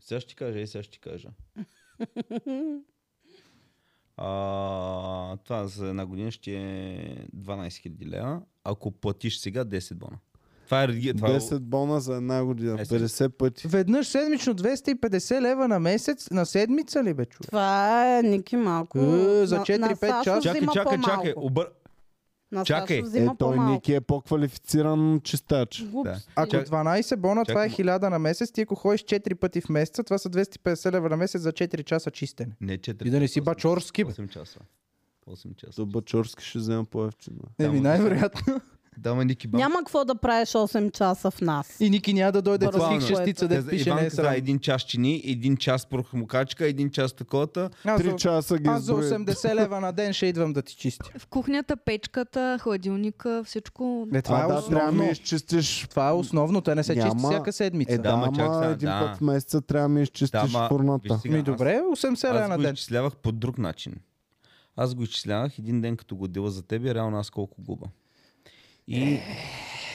Speaker 3: сега ще ти кажа, и сега ще ти кажа. А, това за една година ще е 12 000 лева, ако платиш сега 10 бона. Това е, реги- това е
Speaker 1: 10 бона за една година.
Speaker 3: Е, сега.
Speaker 1: 50 пъти.
Speaker 4: Веднъж седмично 250 лева на месец, на седмица ли бе, човек?
Speaker 2: Това е Ники малко.
Speaker 4: Е, за
Speaker 2: На-
Speaker 4: 4-5
Speaker 2: на Сашо
Speaker 4: часа.
Speaker 3: Чакай,
Speaker 2: взима
Speaker 3: чакай,
Speaker 2: по-малко.
Speaker 3: чакай. Обър...
Speaker 2: На
Speaker 3: чакай.
Speaker 2: Сашо
Speaker 1: Е,
Speaker 2: взима
Speaker 1: той
Speaker 2: по-малко.
Speaker 1: Ники е по-квалифициран чистач.
Speaker 2: Глупости.
Speaker 4: Ако
Speaker 3: Чак-
Speaker 4: 12 бона, това е
Speaker 3: чакай
Speaker 4: 1000 на месец, ти ако ходиш 4 пъти в месеца, това са 250 лева на месец за 4 часа чистене.
Speaker 3: Не, 4.
Speaker 4: И да не си бачорски, бе.
Speaker 3: 8 часа. 8 часа.
Speaker 1: До Бачорски ще взема по-евчина.
Speaker 4: Еми
Speaker 3: да.
Speaker 4: най-вероятно.
Speaker 3: Да, ма Ники Бам.
Speaker 2: Няма какво да правиш 8 часа в нас.
Speaker 4: И Ники няма да дойде с
Speaker 3: Буквално.
Speaker 4: хих шестица,
Speaker 3: Те
Speaker 4: да
Speaker 3: за-
Speaker 4: пише
Speaker 3: Иван
Speaker 4: не е
Speaker 3: каза
Speaker 4: срам.
Speaker 3: един час чини, един час прохмокачка, един час таковата.
Speaker 4: Аз за-
Speaker 1: Три часа ги
Speaker 4: Аз за
Speaker 1: изброи.
Speaker 4: 80 лева на ден ще идвам да ти чистя.
Speaker 6: В кухнята, печката, хладилника, всичко.
Speaker 4: Не, това
Speaker 1: а,
Speaker 4: е
Speaker 1: да, трябва да
Speaker 4: основно.
Speaker 1: ми изчистиш
Speaker 4: Това е основно, те не се чисти
Speaker 1: Няма-
Speaker 4: всяка седмица.
Speaker 1: Е, да,
Speaker 3: Да, ма
Speaker 1: ама
Speaker 3: чак сега,
Speaker 1: един
Speaker 3: да.
Speaker 1: път в месеца трябва да ми изчистиш
Speaker 3: ма,
Speaker 1: да, фурната.
Speaker 3: виж сега,
Speaker 4: Ми
Speaker 3: аз-
Speaker 4: Ами добре, 80 лева
Speaker 3: Аз
Speaker 4: на
Speaker 3: го
Speaker 4: ден.
Speaker 3: изчислявах по друг начин. Аз го изчислявах един ден, като го дела за тебе, реално аз колко губа. И,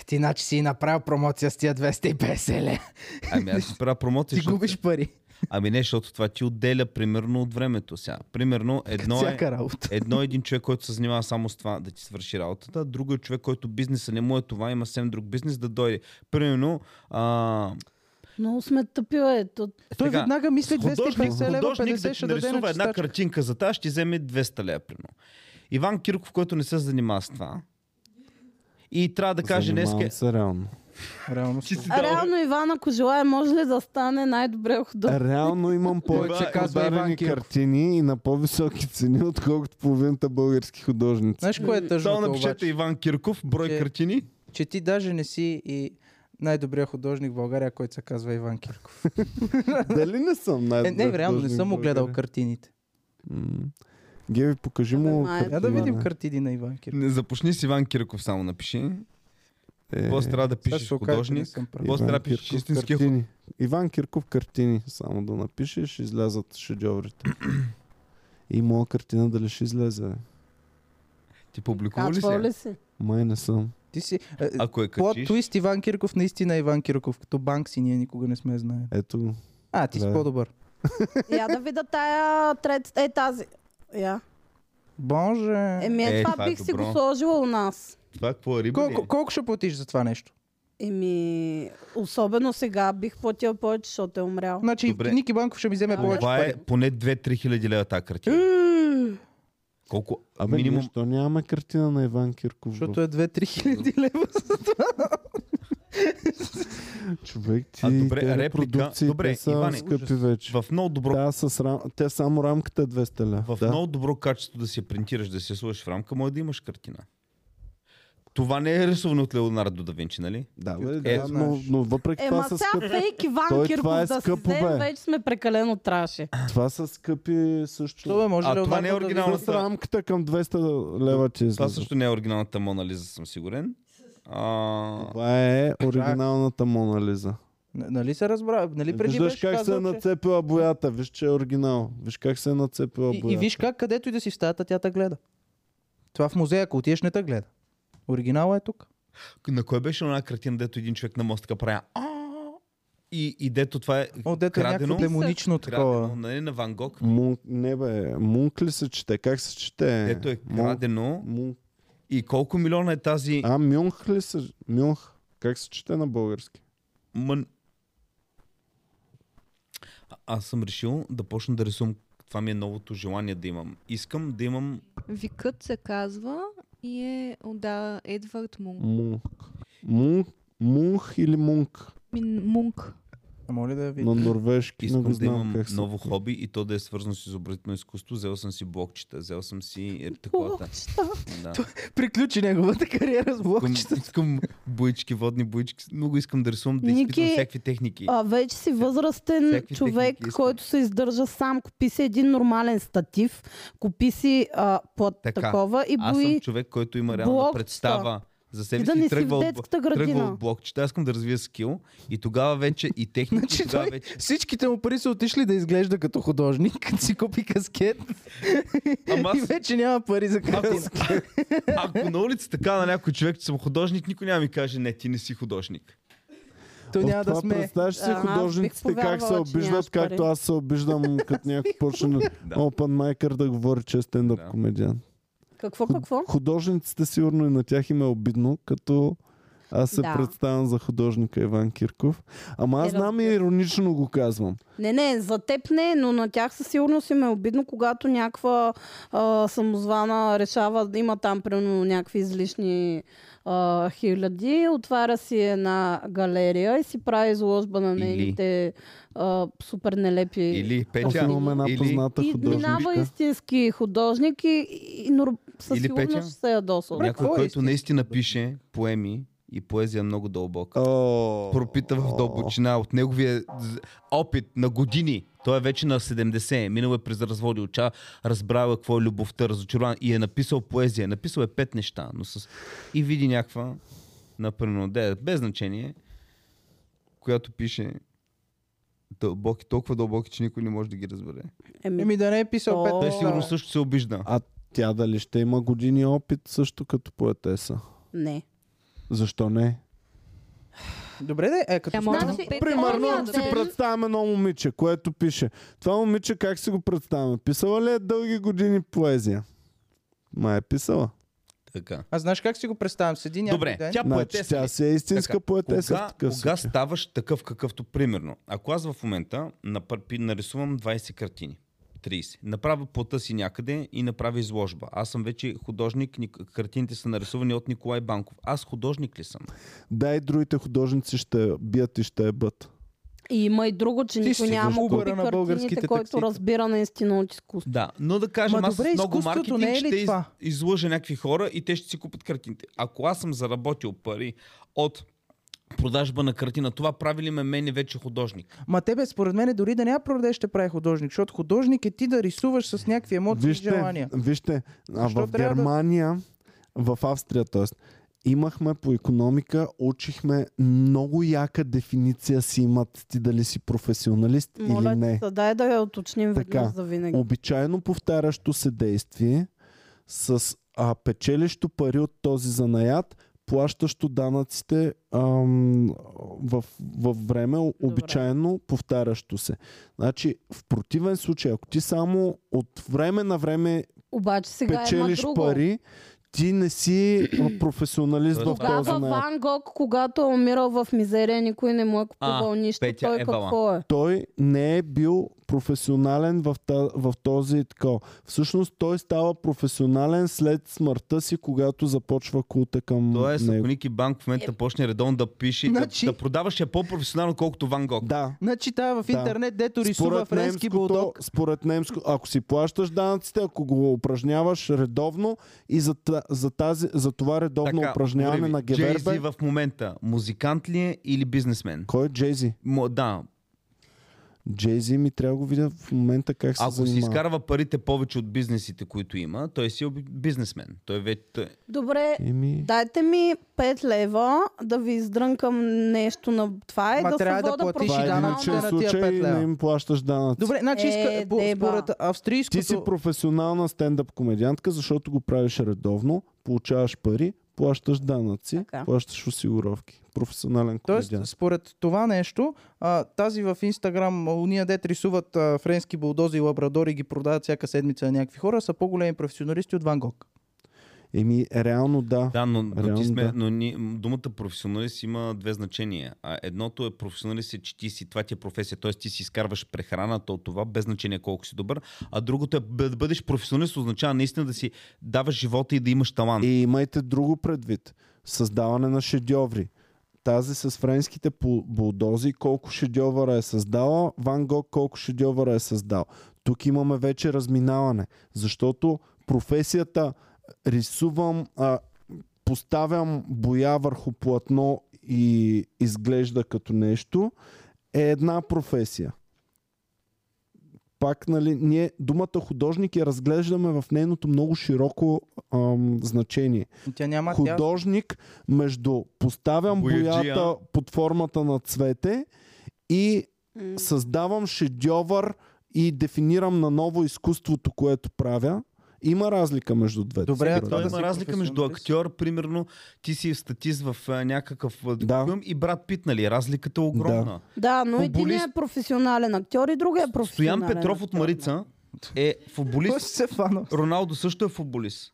Speaker 4: Ти значи си направил промоция с тия 250 лева.
Speaker 3: ами аз ще правя промоция.
Speaker 4: Ти
Speaker 3: защото-
Speaker 4: губиш пари.
Speaker 3: Ами не, защото това ти отделя примерно от времето сега. Примерно едно е...
Speaker 4: Всяка работа.
Speaker 3: Едно е един човек, който се занимава само с това да ти свърши работата, друго е човек, който бизнеса не му е това, има съвсем друг бизнес да дойде. Примерно, а,
Speaker 2: Много сме тъпи, бе. То-
Speaker 4: Той
Speaker 3: Сега,
Speaker 4: веднага мисли
Speaker 3: художник,
Speaker 4: 250 лева,
Speaker 3: художник
Speaker 4: 50
Speaker 3: да ти
Speaker 4: ще даде
Speaker 3: нарисува една
Speaker 4: на чистачка.
Speaker 3: картинка за тази, ще ти вземе 200 лева, примерно. Иван Кирков, който не се занимава с това, и трябва да каже днес...
Speaker 1: Занимавам се реално.
Speaker 4: Реално си.
Speaker 2: А Реално, Иван, ако желая, може ли да стане най-добре художник?
Speaker 1: Реално имам повече
Speaker 4: се е казва
Speaker 1: продадени
Speaker 4: Иван Кирков.
Speaker 1: картини и на по-високи цени, отколкото половината български художници.
Speaker 4: Знаеш кое е
Speaker 3: Само
Speaker 4: тъжното
Speaker 3: напишете
Speaker 4: обаче?
Speaker 3: Иван Кирков, брой
Speaker 4: Че-
Speaker 3: картини.
Speaker 4: Че ти даже не си и най-добрият художник в България, който се казва Иван Кирков.
Speaker 1: Дали не съм най
Speaker 4: Е, не, реално не съм му гледал
Speaker 1: картини.
Speaker 4: картините.
Speaker 1: Геви, покажи
Speaker 2: Абе,
Speaker 1: му
Speaker 2: май.
Speaker 1: картина.
Speaker 4: Я Е, да видим картини на Иван Кирков.
Speaker 3: Не започни с Иван Кирков, само напиши.
Speaker 1: Е,
Speaker 3: После трябва да
Speaker 4: Сега
Speaker 3: пишеш
Speaker 4: ще окаже, че не
Speaker 3: художник.
Speaker 4: съм прав.
Speaker 3: После трябва да пишеш
Speaker 1: Кирков
Speaker 3: истинския художник.
Speaker 1: картини. Иван Кирков картини, само да напишеш, излязат шедьоврите. И моя картина дали ще излезе? бе?
Speaker 3: Ти публикува ли си?
Speaker 2: Качвал
Speaker 3: я?
Speaker 2: ли си?
Speaker 1: Май не съм.
Speaker 4: Ти си... е,
Speaker 3: Ако я
Speaker 4: Плод
Speaker 3: качиш,
Speaker 4: твист Иван Кирков наистина е Иван Кирков. Като банк си ние никога не сме знаели.
Speaker 1: Ето го.
Speaker 4: А, ти си
Speaker 1: Да.
Speaker 4: по-добър.
Speaker 2: Я да видя тая трет... Е, тази. Я.
Speaker 4: Боже.
Speaker 2: Еми, е,
Speaker 3: Е,
Speaker 2: това,
Speaker 3: това е
Speaker 2: бих си
Speaker 3: добро.
Speaker 2: го сложила у нас.
Speaker 3: това какво е риба ли? е?
Speaker 4: Колко, колко ще платиш за това нещо?
Speaker 2: Еми, особено сега бих платила повече, защото е умрял.
Speaker 4: Значи
Speaker 3: Добре.
Speaker 4: Ники Банков ще ми вземе повече
Speaker 3: Това е
Speaker 4: пари. Е!
Speaker 3: поне 2-3 хиляди лева тази картина.
Speaker 2: М,
Speaker 3: Колко?
Speaker 1: Абе,
Speaker 3: минимум...
Speaker 1: Защо нямаме картина на Иван Кирков?
Speaker 4: Защото
Speaker 1: бе?
Speaker 4: е 2-3 хиляди лева.
Speaker 1: Човек ти
Speaker 3: А, добре,
Speaker 1: те
Speaker 3: реплика.
Speaker 1: репродукции,
Speaker 3: Добре,
Speaker 1: те са
Speaker 3: Иване,
Speaker 1: скъпи вече.
Speaker 3: В много добро
Speaker 1: Да, с рам... Те само рамката е 200 ля.
Speaker 3: В
Speaker 1: да.
Speaker 3: да. много добро качество да си я принтираш, да си я сложиш в рамка, може да имаш картина. Това не е рисувано от Леонардо да Винчи, нали?
Speaker 1: Да, бе,
Speaker 3: Е,
Speaker 1: да, но, но въпреки
Speaker 2: Ема
Speaker 1: това са
Speaker 2: сега
Speaker 1: скъпи.
Speaker 2: Е, фейк Иван
Speaker 1: Той
Speaker 2: Кирков
Speaker 1: това е
Speaker 2: да
Speaker 1: скъпо,
Speaker 2: си вземе,
Speaker 1: бе.
Speaker 2: вече сме прекалено траши.
Speaker 1: Това са скъпи също.
Speaker 4: Що бе, може
Speaker 3: А,
Speaker 4: ли
Speaker 3: това
Speaker 4: Леонардо
Speaker 3: не е
Speaker 4: да ви-
Speaker 3: оригинално.
Speaker 1: С рамката към 200 лева ти
Speaker 3: Това
Speaker 1: излиза.
Speaker 3: също не е оригиналната Мона Лиза, съм сигурен. А,
Speaker 1: Това е оригиналната Мона Лиза.
Speaker 4: Н- Нали се разбра? Нали преди
Speaker 1: Виждаш
Speaker 4: беше
Speaker 1: как се е
Speaker 4: казал, че-
Speaker 1: нацепила боята. Виж, че е оригинал. Виж как се е нацепила
Speaker 4: И,
Speaker 1: боята.
Speaker 4: и виж как където и да си в стаята, тя те гледа. Това в музея, ако отидеш, не те гледа. Оригинала е тук.
Speaker 3: на кой беше една картина, дето един човек на мостка прави а и, и дето това е
Speaker 4: О, дето е някакво
Speaker 3: крадено,
Speaker 4: демонично
Speaker 3: крадено
Speaker 4: такова.
Speaker 3: нали, на Ван Гог,
Speaker 1: Мун... Не бе, Мунк ли се чете? Как се чете?
Speaker 3: дето е
Speaker 1: Мун-
Speaker 3: крадено.
Speaker 1: Мун...
Speaker 3: И колко милиона е тази
Speaker 1: А, Мюнх ли се? Мюнх. Как се чете на български?
Speaker 3: Мън... А- Аз съм решил да почна да рисувам. Това ми е новото желание да имам. Искам да имам...
Speaker 6: Викът се казва и е отдава Едвард Мунк.
Speaker 1: Мунк. Мунк. Мунх или Мунк?
Speaker 6: Мин- Мунк.
Speaker 4: А моля да я видя.
Speaker 1: На норвежки не
Speaker 3: Искам
Speaker 1: го
Speaker 3: да
Speaker 1: знам
Speaker 3: имам
Speaker 1: как се.
Speaker 3: ново хоби и то да е свързано с изобретно изкуство. Взел съм си блокчета, взел съм си е, таковата. Да.
Speaker 2: е
Speaker 4: Приключи неговата кариера с блокчета.
Speaker 3: Искам, искам боички, водни боички. Много искам да рисувам, да
Speaker 2: Ники,
Speaker 3: изпитвам всякакви техники.
Speaker 2: А, вече си възрастен
Speaker 3: всякакви
Speaker 2: човек,
Speaker 3: техники искам.
Speaker 2: който се издържа сам. Купи си един нормален статив, купи си а, плат
Speaker 3: Така,
Speaker 2: такова и
Speaker 3: Аз
Speaker 2: бои.
Speaker 3: съм човек, който има реална
Speaker 2: блокчета.
Speaker 3: представа за себе
Speaker 2: И да
Speaker 3: си
Speaker 2: не си в
Speaker 3: тръгва, от,
Speaker 2: детската
Speaker 3: бл- тръгва
Speaker 2: градина.
Speaker 3: от блокчета. Аз искам да развия скил и тогава вече и техники,
Speaker 4: Значи
Speaker 3: и тогава
Speaker 4: той-
Speaker 3: вече...
Speaker 4: Всичките му пари са отишли да изглежда като художник, като си купи каскет
Speaker 3: Ама
Speaker 4: и
Speaker 3: аз
Speaker 4: вече няма пари за картина.
Speaker 3: Ако на улица така на някой човек, че съм художник, никой няма ми каже, не, ти не си художник.
Speaker 4: Той
Speaker 1: О,
Speaker 4: няма да
Speaker 1: това
Speaker 4: сме.
Speaker 1: Представяш си
Speaker 2: Да, аз бих
Speaker 1: художниците как се
Speaker 2: повярвала, че нямаш
Speaker 1: обиждат,
Speaker 2: пари.
Speaker 1: както аз се обиждам, като някой почне
Speaker 3: Да.
Speaker 1: Open Майкър да говори, че е стендъп
Speaker 3: Да.
Speaker 1: комедиан.
Speaker 2: Какво, какво?
Speaker 1: Художниците сигурно и на тях им е обидно, като аз се
Speaker 2: Да.
Speaker 1: представям за художника Иван Кирков. Ама аз
Speaker 2: Е,
Speaker 1: знам и
Speaker 2: разбира се.
Speaker 1: иронично го казвам.
Speaker 2: Не, не, за теб не, но на тях със сигурност им е обидно, когато някаква а, самозвана решава да има там примерно някакви излишни а, хиляди, отваря си една галерия и си прави изложба на
Speaker 3: Или-
Speaker 2: нейните а, супер нелепи.
Speaker 3: Или
Speaker 1: Аз
Speaker 3: Петя,
Speaker 1: имам една
Speaker 3: или-
Speaker 1: позната
Speaker 2: И минава
Speaker 1: художничка.
Speaker 2: истински художник и, и, и нор... със
Speaker 3: Или
Speaker 2: сигурност
Speaker 3: Петя?
Speaker 2: ще се ядосва.
Speaker 4: Добре.
Speaker 3: някой,
Speaker 4: какво е
Speaker 3: който
Speaker 4: истински
Speaker 3: наистина
Speaker 4: художник?
Speaker 3: пише поеми и поезия много дълбока.
Speaker 1: О,
Speaker 3: Пропита в дълбочина от неговия з- опит на години. Той е вече на 70, минал е през разводи оча, разбрал е какво е любовта, разочарован и е написал поезия. Написал е пет неща, но с... И види някаква, например, де, без значение, която пише дълбоки, толкова дълбоки, че никой не може да ги разбере.
Speaker 2: Еми,
Speaker 4: Еми да не е писал пет.
Speaker 2: Той
Speaker 3: Той
Speaker 2: О.
Speaker 3: сигурно също се обижда.
Speaker 1: А тя дали ще има години опит също като поетеса?
Speaker 2: не.
Speaker 1: Защо не?
Speaker 4: Добре, де, е,
Speaker 6: Тя
Speaker 4: като
Speaker 6: може
Speaker 4: стана-
Speaker 6: да
Speaker 2: Значи,
Speaker 6: пее
Speaker 1: Примерно
Speaker 2: Оня
Speaker 1: си
Speaker 2: ден-
Speaker 1: представяме едно момиче, което пише. Това момиче как си го представяме? Писала ли е дълги години поезия? Ма е писала.
Speaker 3: Така.
Speaker 4: А знаеш как си го представям? Седи някой
Speaker 3: Добре,
Speaker 4: ден.
Speaker 3: тя
Speaker 1: Значи
Speaker 3: поетеса.
Speaker 1: тя
Speaker 3: ли?
Speaker 1: си е истинска
Speaker 3: Така,
Speaker 1: поетеса.
Speaker 3: Кога,
Speaker 1: в такъв
Speaker 3: кога
Speaker 1: случай.
Speaker 3: ставаш такъв какъвто, примерно, ако аз в момента напър- пи- нарисувам 20 картини, 30, направя плата си някъде и направя изложба. Аз съм вече художник, ни- картините са нарисувани от Николай Банков. Аз художник ли съм?
Speaker 1: Да, и другите художници ще бият и ще е бът.
Speaker 2: И има и друго, че
Speaker 4: Ти
Speaker 2: никой
Speaker 4: си
Speaker 2: няма
Speaker 4: Uber-а
Speaker 2: купи
Speaker 4: на
Speaker 2: картините,
Speaker 4: българските
Speaker 2: който
Speaker 4: таксита.
Speaker 2: разбира наистина от изкуство.
Speaker 3: Да, но да кажем,
Speaker 4: Ма
Speaker 3: аз
Speaker 4: добре,
Speaker 3: с много
Speaker 4: изкуството
Speaker 3: маркетинг
Speaker 4: не е ли
Speaker 3: ще из,
Speaker 4: това?
Speaker 3: излъжа някакви хора и те ще си купят картините. Ако аз съм заработил пари от продажба на картина, това прави ли ме мене вече художник?
Speaker 4: Ма тебе, според мен, дори да няма продаж, ще прави художник, защото художник е ти да рисуваш с някакви емоции и
Speaker 1: Вижте,
Speaker 4: желания.
Speaker 1: вижте а
Speaker 4: Защо
Speaker 1: в
Speaker 4: трябва да-
Speaker 1: Германия, в Австрия, т.е. Имахме по економика, учихме много яка дефиниция си имат ти дали си професионалист
Speaker 2: Моля
Speaker 1: или не.
Speaker 2: Ти, се, дай да я уточним
Speaker 1: Така.
Speaker 2: веднъж за винаги.
Speaker 1: Е, обичайно повтарящо се действие с а, печелещо пари от този занаят плащащо данъците ам, в, във време, обичайно повтарящо се. Значи, в противен случай, ако ти само от време на време
Speaker 2: Обаче сега има
Speaker 1: печелиш
Speaker 2: е друго.
Speaker 1: пари, ти не си а, професионалист в
Speaker 3: Тоест,
Speaker 1: този
Speaker 2: Тогава
Speaker 1: наем.
Speaker 2: Ван Гог, когато е умирал в мизерия, никой не му е купувал
Speaker 3: А,
Speaker 2: нищо.
Speaker 3: Петя
Speaker 2: Той
Speaker 3: Ебала.
Speaker 2: какво е?
Speaker 1: той не е бил професионален в, та, в този така. Всъщност той става професионален след смъртта си, когато започва култа към
Speaker 3: Тоест,
Speaker 1: него.
Speaker 3: ако Ники Банк в момента почне редовно да пише,
Speaker 4: Значи-
Speaker 3: значи... да, да продаваше по-професионално, колкото Ван Гог.
Speaker 1: Да.
Speaker 4: Значи тая в
Speaker 1: Да.
Speaker 4: интернет, дето рисува френски
Speaker 1: немското-
Speaker 4: булдог.
Speaker 1: според немско, ако си плащаш данъците, ако го упражняваш редовно и за, та- за, тази, за това редовно
Speaker 3: Така,
Speaker 1: упражняване
Speaker 3: говори ми,
Speaker 1: на
Speaker 3: Jay-Z
Speaker 1: Гевербе...
Speaker 3: в момента, музикант ли е или бизнесмен?
Speaker 1: Кой е Джейзи?
Speaker 3: Мо, да,
Speaker 1: Джейзи ми трябва да го видя в момента как се
Speaker 3: ако си
Speaker 1: занимава.
Speaker 3: изкарва парите повече от бизнесите, които има, той си е оби- бизнесмен. Той вече... Той...
Speaker 2: Добре,
Speaker 1: Еми,
Speaker 2: дайте ми 5 лева да ви издрънкам нещо на това и
Speaker 4: Ма
Speaker 2: да се
Speaker 4: трябва да
Speaker 2: вода
Speaker 4: платиш и
Speaker 1: това е
Speaker 4: данъци
Speaker 1: един личен
Speaker 2: професионално.
Speaker 4: на тия
Speaker 1: случай
Speaker 4: пет
Speaker 1: и
Speaker 4: лева.
Speaker 1: не им плащаш данъци.
Speaker 4: Добре, значи
Speaker 2: Е,
Speaker 4: иска, по,
Speaker 2: деба.
Speaker 4: според австрийското...
Speaker 1: Ти си професионална стендъп комедиантка, защото го правиш редовно, получаваш пари, плащаш данъци,
Speaker 2: Така.
Speaker 1: плащаш осигуровки. Професионален
Speaker 4: Тоест,
Speaker 1: комедиант.
Speaker 4: според това нещо, а, тази в Инстаграм, уния дет рисуват а, френски булдози и лабрадори и ги продават всяка седмица на някакви хора, са по-големи професионалисти от Ван Гог.
Speaker 1: Еми, реално да.
Speaker 3: Да, но, но,
Speaker 1: Реално
Speaker 3: ти сме,
Speaker 1: да.
Speaker 3: да. но ни, м, думата професионалист има две значения. А едното е професионалист, е, че ти си, това ти е професия, т.е. ти си изкарваш прехраната от това, без значение колко си добър. А другото е б- да бъдеш професионалист, означава наистина да си даваш живота и да имаш талант.
Speaker 1: И имайте друго предвид. Създаване на шедьоври. Тази с френските бу- булдози, колко шедьовъра е създала, Ван Гог колко шедьовъра е създал. Тук имаме вече разминаване, защото професията рисувам, а, поставям боя върху платно и изглежда като нещо, е една професия. Пак, нали, ние думата художник я разглеждаме в нейното много широко ам, значение.
Speaker 4: Тя няма тя...
Speaker 1: Художник между поставям
Speaker 3: Бояджия.
Speaker 1: боята под формата на цвете и създавам шедьовър и дефинирам наново изкуството, което правя. Има разлика между двете.
Speaker 4: Добре,
Speaker 1: според
Speaker 4: а
Speaker 3: Той
Speaker 1: мен.
Speaker 3: има
Speaker 4: да си
Speaker 3: разлика между
Speaker 4: професионалист.
Speaker 3: актьор, примерно, ти си статист в а, някакъв а,
Speaker 1: Да.
Speaker 3: филм и брат Пит, нали? Разликата е огромна.
Speaker 2: Да, но един
Speaker 3: Футболист-
Speaker 2: е професионален актьор и другия е професионален
Speaker 3: Стоян Петров от
Speaker 2: актьор, да.
Speaker 3: Марица е
Speaker 4: Кой
Speaker 3: футболист.
Speaker 4: си се фанал?
Speaker 3: Роналдо също е футболист.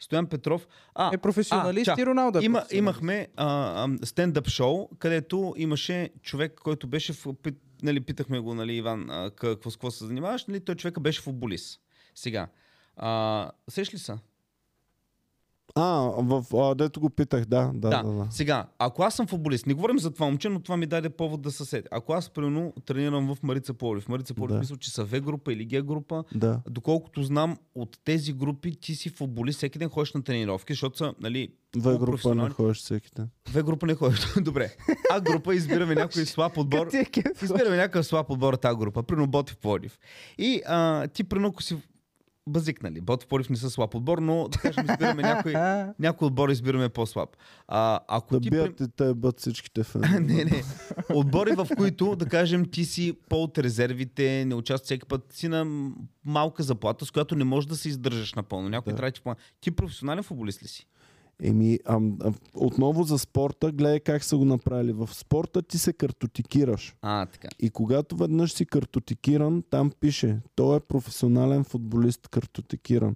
Speaker 3: Стоян Петров. А,
Speaker 4: Е професионалист
Speaker 3: а, чак.
Speaker 4: и Роналдо е
Speaker 3: Има,
Speaker 4: професионалист.
Speaker 3: имахме а, ам, стендъп шоу, където имаше човек, който беше в, пи- нали, питахме го, нали, Иван, а, к- какво, с какво се занимаваш, нали, той човека беше футболист. Сега, а, сеш ли са?
Speaker 1: А, в, а, дето го питах, да. Да, да, да. да.
Speaker 3: Сега, ако аз съм футболист, не говорим за това момче, но това ми даде повод да се сетя. Ако аз, примерно, тренирам в Марица Полив, Марица Полив
Speaker 1: Да.
Speaker 3: мисля, че са В група или Г група,
Speaker 1: да.
Speaker 3: Доколкото знам, от тези групи ти си футболист, всеки ден ходиш на тренировки, защото са, нали,
Speaker 1: В група
Speaker 3: професионални.
Speaker 1: не ходиш всеки ден.
Speaker 3: Две група не ходиш. Добре. А група избираме някой слаб отбор.
Speaker 4: Ти е кеф.
Speaker 3: Избираме някакъв слаб отбор от тази група. Прино Ботев Плодив. И а, ти прино, ако си базик, нали? Ботев Плодив не са слаб отбор, но да кажем, избираме някой,
Speaker 4: А,
Speaker 3: някой отбор, избираме по-слаб. А, ако
Speaker 1: Да
Speaker 3: ти...
Speaker 1: бият и те бъдат всичките фен.
Speaker 3: не, не. Отбори, в които, да кажем, ти си по от резервите, не участваш всеки път, си на м- малка заплата, с която не можеш да се издържаш напълно. Някой
Speaker 1: Да.
Speaker 3: трябва да ти помага. Ти професионален футболист ли си?
Speaker 1: Еми, ам, а, отново за спорта, гледай как са го направили. В спорта ти се картотикираш.
Speaker 3: А, така.
Speaker 1: И когато веднъж си картотикиран, там пише, той е професионален футболист картотикиран.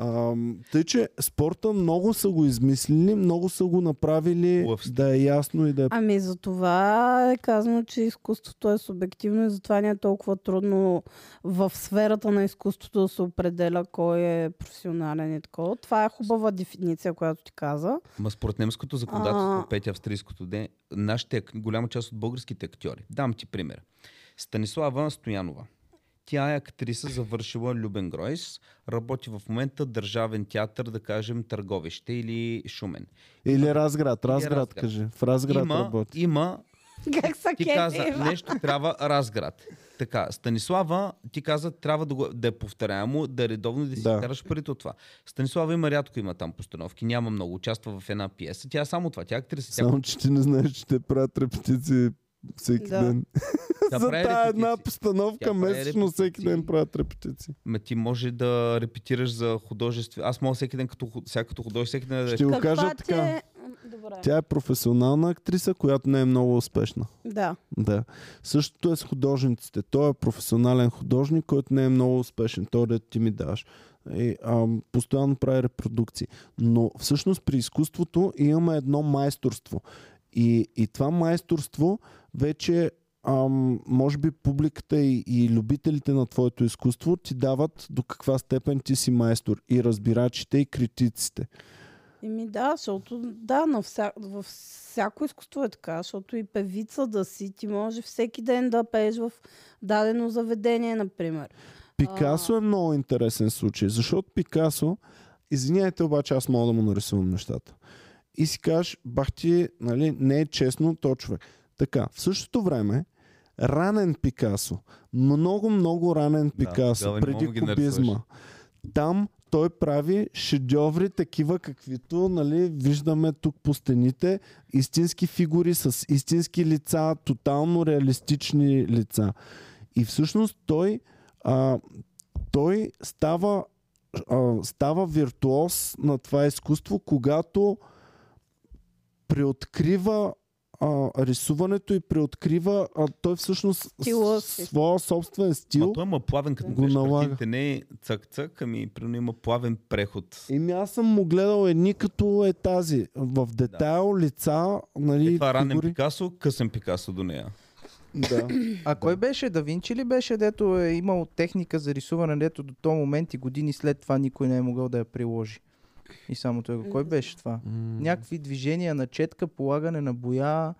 Speaker 1: Ам, тъй, че спорта много са го измислили, много са го направили
Speaker 3: Хубав стил.
Speaker 1: да е ясно и да е...
Speaker 2: Ами за това е казано, че изкуството е субективно и затова не е толкова трудно в сферата на изкуството да се определя кой е професионален и такова. Това е хубава дефиниция, която ти каза.
Speaker 3: Ма според немското законодателство,
Speaker 2: А.
Speaker 3: пети австрийското де, нашите, ак- голяма част от българските актьори. Дам ти пример. Станислава Стоянова. Тя е актриса, завършила Любен Гройс, работи в момента държавен театър, да кажем Търговище или Шумен.
Speaker 1: Или Разград, Разград,
Speaker 3: Разград.
Speaker 1: кажи. В Разград
Speaker 3: Има,
Speaker 1: работи.
Speaker 3: има
Speaker 2: Как са
Speaker 3: ти
Speaker 2: кефи,
Speaker 3: каза,
Speaker 2: Иван?
Speaker 3: нещо трябва Разград. Така, Станислава, ти каза, трябва да, го, да е повторяемо, да е редовно и да си
Speaker 1: Да.
Speaker 3: да. караш парите от това. Станислава има рядко има там постановки, няма много, участва в една пиеса. Тя е само това, тя е актриса. Тя
Speaker 1: Само, че ти не знаеш, че те правят репетиции всеки
Speaker 2: Да.
Speaker 1: ден.
Speaker 3: Тя
Speaker 1: за
Speaker 3: прави
Speaker 1: тая една
Speaker 3: репетиции. Тя
Speaker 1: постановка
Speaker 3: прави
Speaker 1: месечно всеки
Speaker 3: репетиции.
Speaker 1: ден правят репетиции.
Speaker 3: Ме ти може да репетираш за художество. Аз мога всеки ден като, ху- сега като художник, всеки ден да
Speaker 1: Ще го кажа
Speaker 2: ти
Speaker 1: така.
Speaker 2: е... Добре.
Speaker 1: Тя е професионална актриса, която не е много успешна.
Speaker 2: Да.
Speaker 1: Да. Същото е с художниците. Той е професионален художник, който не е много успешен. Той да ти ми даваш. И, ам, постоянно прави репродукции. Но всъщност при изкуството имаме едно майсторство. И, и това майсторство вече ам, може би публиката и, и любителите на твоето изкуство ти дават до каква степен ти си майстор. И разбирачите, и критиците.
Speaker 2: Еми да, защото да, на вся... във всяко изкуство е така, защото и певица да си, ти може всеки ден да пееш в дадено заведение, например.
Speaker 1: Пикасо е много интересен случай, защото Пикасо, извиняйте, обаче аз мога да му нарисувам нещата. И си кажеш, бах ти, нали, не е честно, то човек. Така, в същото време, ранен Пикасо, много, много ранен Пикасо,
Speaker 3: тогава не мога
Speaker 1: преди
Speaker 3: ги нарисуваш.
Speaker 1: кубизма, там той прави шедьоври такива, каквито нали, виждаме тук по стените. Истински фигури с истински лица, тотално реалистични лица. И всъщност той, а, той става, а, става виртуоз на това изкуство, когато преоткрива а, рисуването и преоткрива а, той всъщност
Speaker 2: Стила
Speaker 1: с-
Speaker 2: си.
Speaker 1: своя собствен стил.
Speaker 3: Ма той има плавен, като
Speaker 1: Го
Speaker 3: го
Speaker 1: налага.
Speaker 3: картините, не е цък-цък, ами примерно има плавен преход.
Speaker 1: Еми аз съм му гледал едни като е тази. В детайл лица, нали,
Speaker 3: Е, това е ранен
Speaker 1: фигури.
Speaker 3: Пикасо, късен Пикасо до нея.
Speaker 1: Да.
Speaker 4: А кой беше? Да Винчи ли беше, дето е имал техника за рисуване, дето до този момент и години след това никой не е могъл да я приложи? И само той го. Кой беше това? Някакви движения на четка, полагане на боя.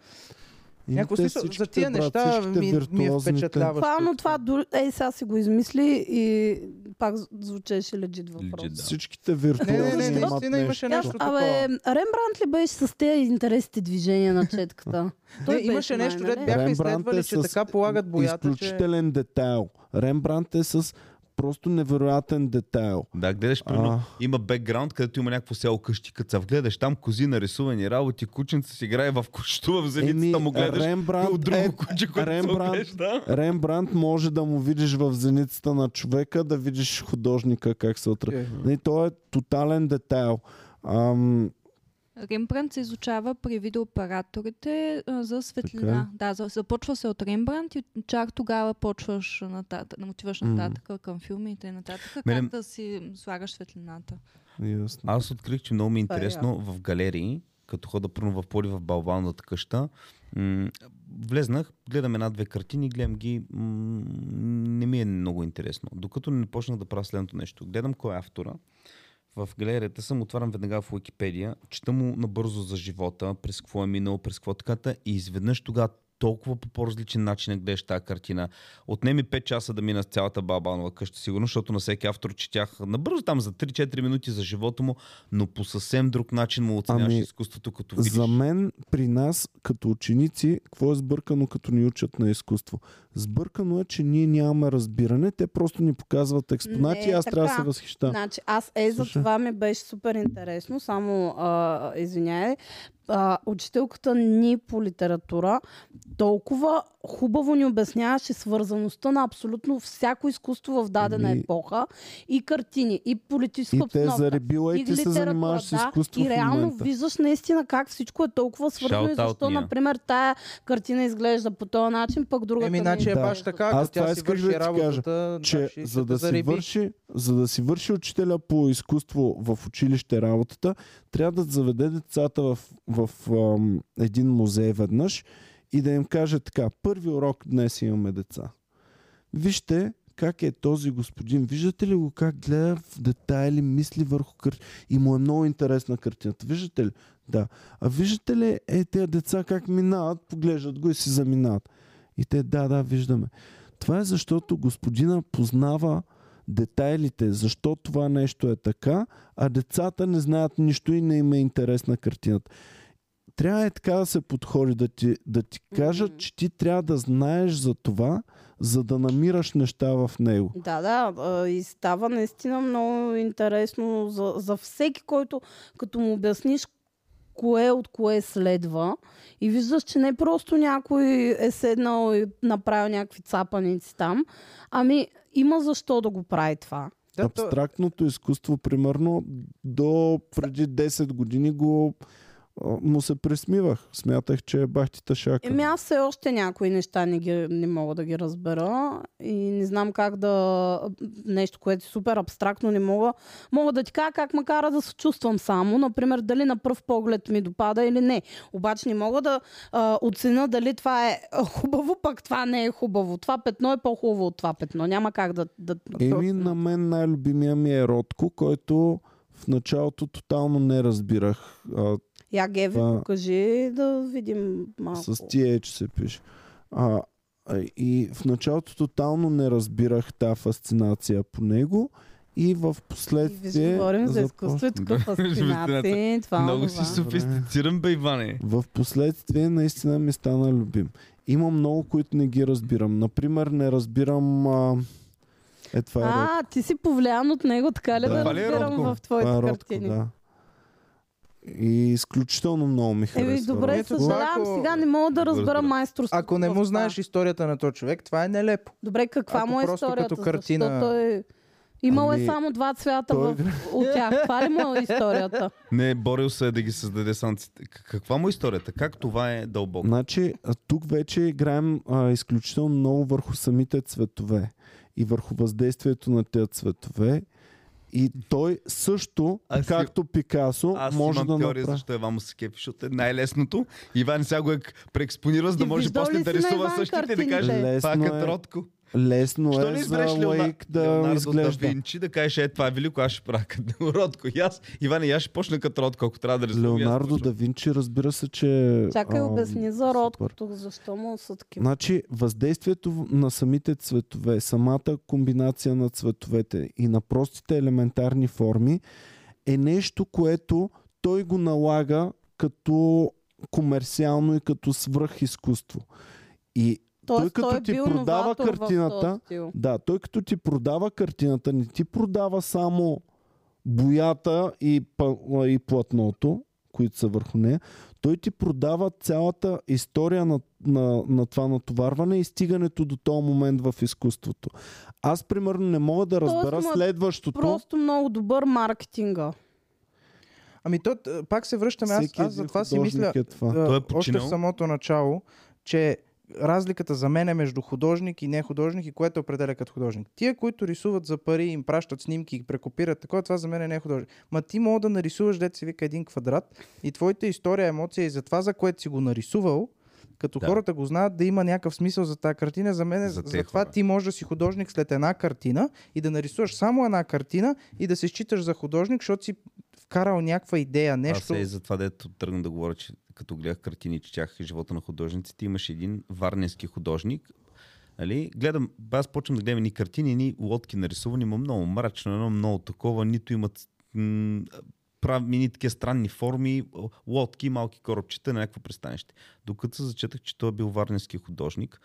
Speaker 1: Еми,
Speaker 4: Някакво
Speaker 1: те
Speaker 4: смисъл, за
Speaker 1: всичките,
Speaker 4: тия
Speaker 1: брат,
Speaker 4: неща
Speaker 1: всичките
Speaker 4: ми, ми е
Speaker 1: виртуозни
Speaker 4: впечатляващо.
Speaker 2: Това, но това, дори- ей, сега си го измисли и пак звучеше легит въпрос.
Speaker 3: Legit, да.
Speaker 1: Всичките
Speaker 4: Не,
Speaker 1: виртуозни
Speaker 4: не, не,
Speaker 1: имат
Speaker 4: наистина имаше
Speaker 2: Аз,
Speaker 4: нещо
Speaker 2: абе,
Speaker 4: такова.
Speaker 2: Рембрандт ли беше с тези интересните движения на четката? Той
Speaker 4: Не,
Speaker 2: беше
Speaker 4: имаше
Speaker 2: май,
Speaker 4: нещо,
Speaker 2: нали?
Speaker 4: дето бяха
Speaker 1: Рембрандт е
Speaker 4: изследвали, че
Speaker 1: с
Speaker 4: така полагат боята, че...
Speaker 1: изключителен детайл. Рембрандт е с просто невероятен детайл.
Speaker 3: Да, гледаш,
Speaker 1: А.
Speaker 3: примерно, има бекграунд, където има някакво село къщи, като се вгледаш там кози нарисувани работи, кученца си играе в кущу, в зеницата му гледаш.
Speaker 1: Рембрандт
Speaker 3: от друго
Speaker 1: е-
Speaker 3: куче, което се
Speaker 1: Рембрандт-
Speaker 3: оглежда.
Speaker 1: Рембрандт може да му видиш в зеницата на човека, да видиш художника как се отра.
Speaker 4: Е.
Speaker 1: Нали, то е тотален детайл. Ам,
Speaker 6: Рембрандт се изучава при видеооператорите а, за светлина.
Speaker 4: е.
Speaker 6: Да, за- започва се от Рембрандт и чак тогава почваш нататък, отиваш нататък към филми и т.н.
Speaker 3: Мене-
Speaker 6: Как да си слагаш светлината?
Speaker 1: ясно.
Speaker 3: Аз открих, че много ми е
Speaker 2: Това е
Speaker 3: интересно в галерии, като хода първо в Поли в Балбалната къща. М- влезнах, гледам една-две картини, гледам ги. М- не ми е много интересно. Докато не почнах да правя следното нещо. Гледам кой е автора. В галерията съм, отварям веднага в Уикипедия, чета му набързо за живота, през какво е минал, през какво така, и изведнъж тогава толкова по по-различен начин я гледаш тази картина. Отнеми 5 часа да мина с цялата Балбанова къща, сигурно, защото на всеки автор четях набързо там за 3-4 минути за живота му, но по съвсем друг начин му оценяваш
Speaker 1: Ами,
Speaker 3: изкуството, като видиш.
Speaker 1: За мен, при нас, като ученици, какво е сбъркано, като ни учат на изкуство? Сбъркано е, че ние нямаме разбиране, те просто ни показват експонати
Speaker 2: Не
Speaker 1: и
Speaker 2: е
Speaker 1: аз трябва да се
Speaker 2: така.
Speaker 1: възхищавам.
Speaker 2: Значи, аз е, за
Speaker 1: Слушай.
Speaker 2: това ми беше супер интересно, само а, извиняй. А, учителката ни по литература толкова хубаво ни обясняваше свързаността на абсолютно всяко изкуство в дадена
Speaker 1: Ами-
Speaker 2: епоха и картини, и политическа
Speaker 1: И те
Speaker 2: обстановка.
Speaker 1: заребила и ти се
Speaker 2: литература,
Speaker 1: занимаваш с изкуство
Speaker 2: И
Speaker 1: в
Speaker 2: реално
Speaker 1: момента.
Speaker 2: виждаш наистина как всичко е толкова свързано и
Speaker 3: Shout out
Speaker 2: защо,
Speaker 3: Ния.
Speaker 2: например, тая картина изглежда по този начин, пък другата
Speaker 4: Еми,
Speaker 2: не
Speaker 4: иначе е
Speaker 1: Да.
Speaker 4: баш така,
Speaker 1: Аз
Speaker 4: ако
Speaker 1: това
Speaker 4: тя си
Speaker 1: исках да
Speaker 4: върши
Speaker 1: ти кажа,
Speaker 4: работата,
Speaker 1: че
Speaker 4: значи
Speaker 1: за
Speaker 4: ще
Speaker 1: да,
Speaker 4: те
Speaker 1: си
Speaker 4: зареби.
Speaker 1: върши, за да си върши учителя по изкуство в училище работата, трябва да заведе децата в, в ам, един музей веднъж и да им каже така, първи урок днес имаме деца. Вижте как е този господин. Виждате ли го как гледа в детайли, мисли върху картина? И му е много интересна картината. Виждате ли? Да. А виждате ли е тези деца как минават, поглеждат го и си заминават? И те, да, да, виждаме. Това е защото господина познава детайлите, защо това нещо е така, а децата не знаят нищо и не им е интересна картината. Трябва е така да се подходи, да ти, да ти кажат,
Speaker 2: Мгм.
Speaker 1: че ти трябва да знаеш за това, за да намираш неща в него.
Speaker 2: Да, да, а, и става наистина много интересно за, за всеки, който като му обясниш кое от кое следва. И виждаш, че не просто някой е седнал и направил някакви цапаници там, ами има защо да го прави това.
Speaker 4: Да, то-
Speaker 1: Абстрактното изкуство, примерно, до преди 10 години го а, му се присмивах. Смятах, че е бахтита шака.
Speaker 2: Еми аз все още някои неща не, ги, не мога да ги разбера и не знам как да... Нещо, което е супер абстрактно не мога. Мога да ти кажа как ме кара да се чувствам само. Например, дали на пръв поглед ми допада или не. Обаче не мога да а, оценя дали това е а, хубаво, пък това не е хубаво. Това петно е по-хубаво от това петно. Няма как да... да...
Speaker 1: Еми, на мен най-любимия ми е Ротко, който в началото тотално не разбирах. А,
Speaker 2: Я, Геви,
Speaker 1: Това-
Speaker 2: покажи да видим малко.
Speaker 1: с TH се пише. А, а, и в началото тотално не разбирах тази фасцинация по него. и в
Speaker 2: И виж,
Speaker 1: последствие...
Speaker 2: говорим за изкуство и тук фасцинации. Това, е
Speaker 3: Много
Speaker 2: онова.
Speaker 3: си софистициран, бе, Иване.
Speaker 1: В последствие наистина ми стана любим. Има много, които не ги разбирам. Например, не разбирам... А... Е, това е Ротко.
Speaker 2: А, ти си повлиян от него, така ли
Speaker 1: Да.
Speaker 2: да,
Speaker 3: Това ли е
Speaker 2: разбирам
Speaker 3: Ротко?
Speaker 2: в
Speaker 1: Това
Speaker 2: твоите
Speaker 1: е Ротко,
Speaker 2: картини?
Speaker 1: да. И изключително много ми харесва.
Speaker 2: Еми, добре,
Speaker 1: Ротко.
Speaker 4: Ето това,
Speaker 2: съжалявам,
Speaker 4: ако-
Speaker 2: сега не мога да разбера
Speaker 3: разбирам.
Speaker 2: майсторството.
Speaker 4: Ако не
Speaker 2: в
Speaker 4: му
Speaker 2: това.
Speaker 4: знаеш историята на този човек, това е нелепо.
Speaker 2: Добре, каква
Speaker 4: ако
Speaker 2: му е
Speaker 4: просто
Speaker 2: историята?
Speaker 4: като картина-
Speaker 2: Защо той... Имал е
Speaker 1: Ами,
Speaker 2: само два цвята
Speaker 1: той-
Speaker 2: в... от тях. Това ли му е историята?
Speaker 3: Не, борил се е да ги създаде слънците. Каква му е историята? Как това е дълбоко?
Speaker 1: Значи, а, тук вече играем а, изключително много върху самите цветове и върху въздействието на тези цветове. И той също,
Speaker 3: Аз си-
Speaker 1: както Пикасо,
Speaker 3: Аз
Speaker 1: може
Speaker 3: имам
Speaker 1: да
Speaker 3: теория
Speaker 1: направи.
Speaker 3: защо Иван му се кефи, защото е най-лесното. Иван сега го е преекспонира, за да
Speaker 2: Ти
Speaker 3: може
Speaker 2: виждал
Speaker 3: после
Speaker 2: ли
Speaker 3: да
Speaker 2: си на
Speaker 3: рисува
Speaker 2: Иван
Speaker 3: същите и да
Speaker 2: картините?
Speaker 3: каже
Speaker 1: Лесно
Speaker 3: това е
Speaker 1: е.
Speaker 3: като Ротко.
Speaker 1: Лесно
Speaker 3: Що
Speaker 1: е
Speaker 3: не
Speaker 1: за
Speaker 3: избереш
Speaker 1: лайк да
Speaker 3: Леонардо да
Speaker 1: изглежда.
Speaker 3: Винчи, да кажеш, е, това е велико, аз ще правя като Ротко. И аз, Иван, и аз ще почна като Ротко, ако трябва да рисувам. и аз
Speaker 1: Леонардо
Speaker 3: почвам.
Speaker 1: да Винчи, разбира се, че... е,
Speaker 2: Чакай,
Speaker 1: ам,
Speaker 2: обясни за
Speaker 1: супер.
Speaker 2: родкото, защо му са такива.
Speaker 1: Значи, въздействието в- на самите цветове, самата комбинация на цветовете и на простите елементарни форми е нещо, което той го налага като комерциално и като свръхизкуство. И
Speaker 2: Тоест,
Speaker 1: като
Speaker 2: той, е
Speaker 1: ти
Speaker 2: бил
Speaker 1: продава
Speaker 2: новатор в този
Speaker 1: картината,
Speaker 2: стил.
Speaker 1: да, той като ти продава картината, не ти продава само боята и, па- и платното, които са върху нея, той ти продава цялата история на, на, на това натоварване и стигането до този момент в изкуството. Аз, примерно, не мога да
Speaker 2: Тоест,
Speaker 1: разбера
Speaker 2: ма,
Speaker 1: следващото.
Speaker 2: Просто много добър маркетинга.
Speaker 4: Ами то, т- пак се връщаме, ами, аз,
Speaker 1: Всеки
Speaker 4: аз за
Speaker 1: един
Speaker 4: това си
Speaker 1: художник
Speaker 4: мисля,
Speaker 1: е това.
Speaker 4: а,
Speaker 3: Той е
Speaker 4: още в
Speaker 3: починал.
Speaker 4: самото начало, че разликата за мен е между художник и не художник и което определя като художник. Тия, които рисуват за пари, им пращат снимки и прекопират такова, това за мен е не е художник. Ма ти мога да нарисуваш, дете си вика един квадрат и твоята история, емоция и за това, за което си го нарисувал, като
Speaker 3: Да.
Speaker 4: да. хората го знаят, да има някакъв смисъл за тази картина. За мен е
Speaker 3: За
Speaker 4: за,
Speaker 3: тези
Speaker 4: за това
Speaker 3: хора.
Speaker 4: ти можеш да си художник след една картина и да нарисуваш само една картина и да се считаш за художник, защото си вкарал някаква идея,
Speaker 3: Нещо... Аз
Speaker 4: нещо.
Speaker 3: се е и за това, дето тръгна да говоря, че като гледах картини, четях живота на художниците, имаше един варненски художник. Али? Гледам, аз почвам да гледам ни картини, ни лодки нарисувани, има много мрачно, едно много такова, нито имат м- прави ни такива странни форми, л- лодки, малки корабчета на някакво пристанище. Докато се зачетах, че той е бил варненски художник,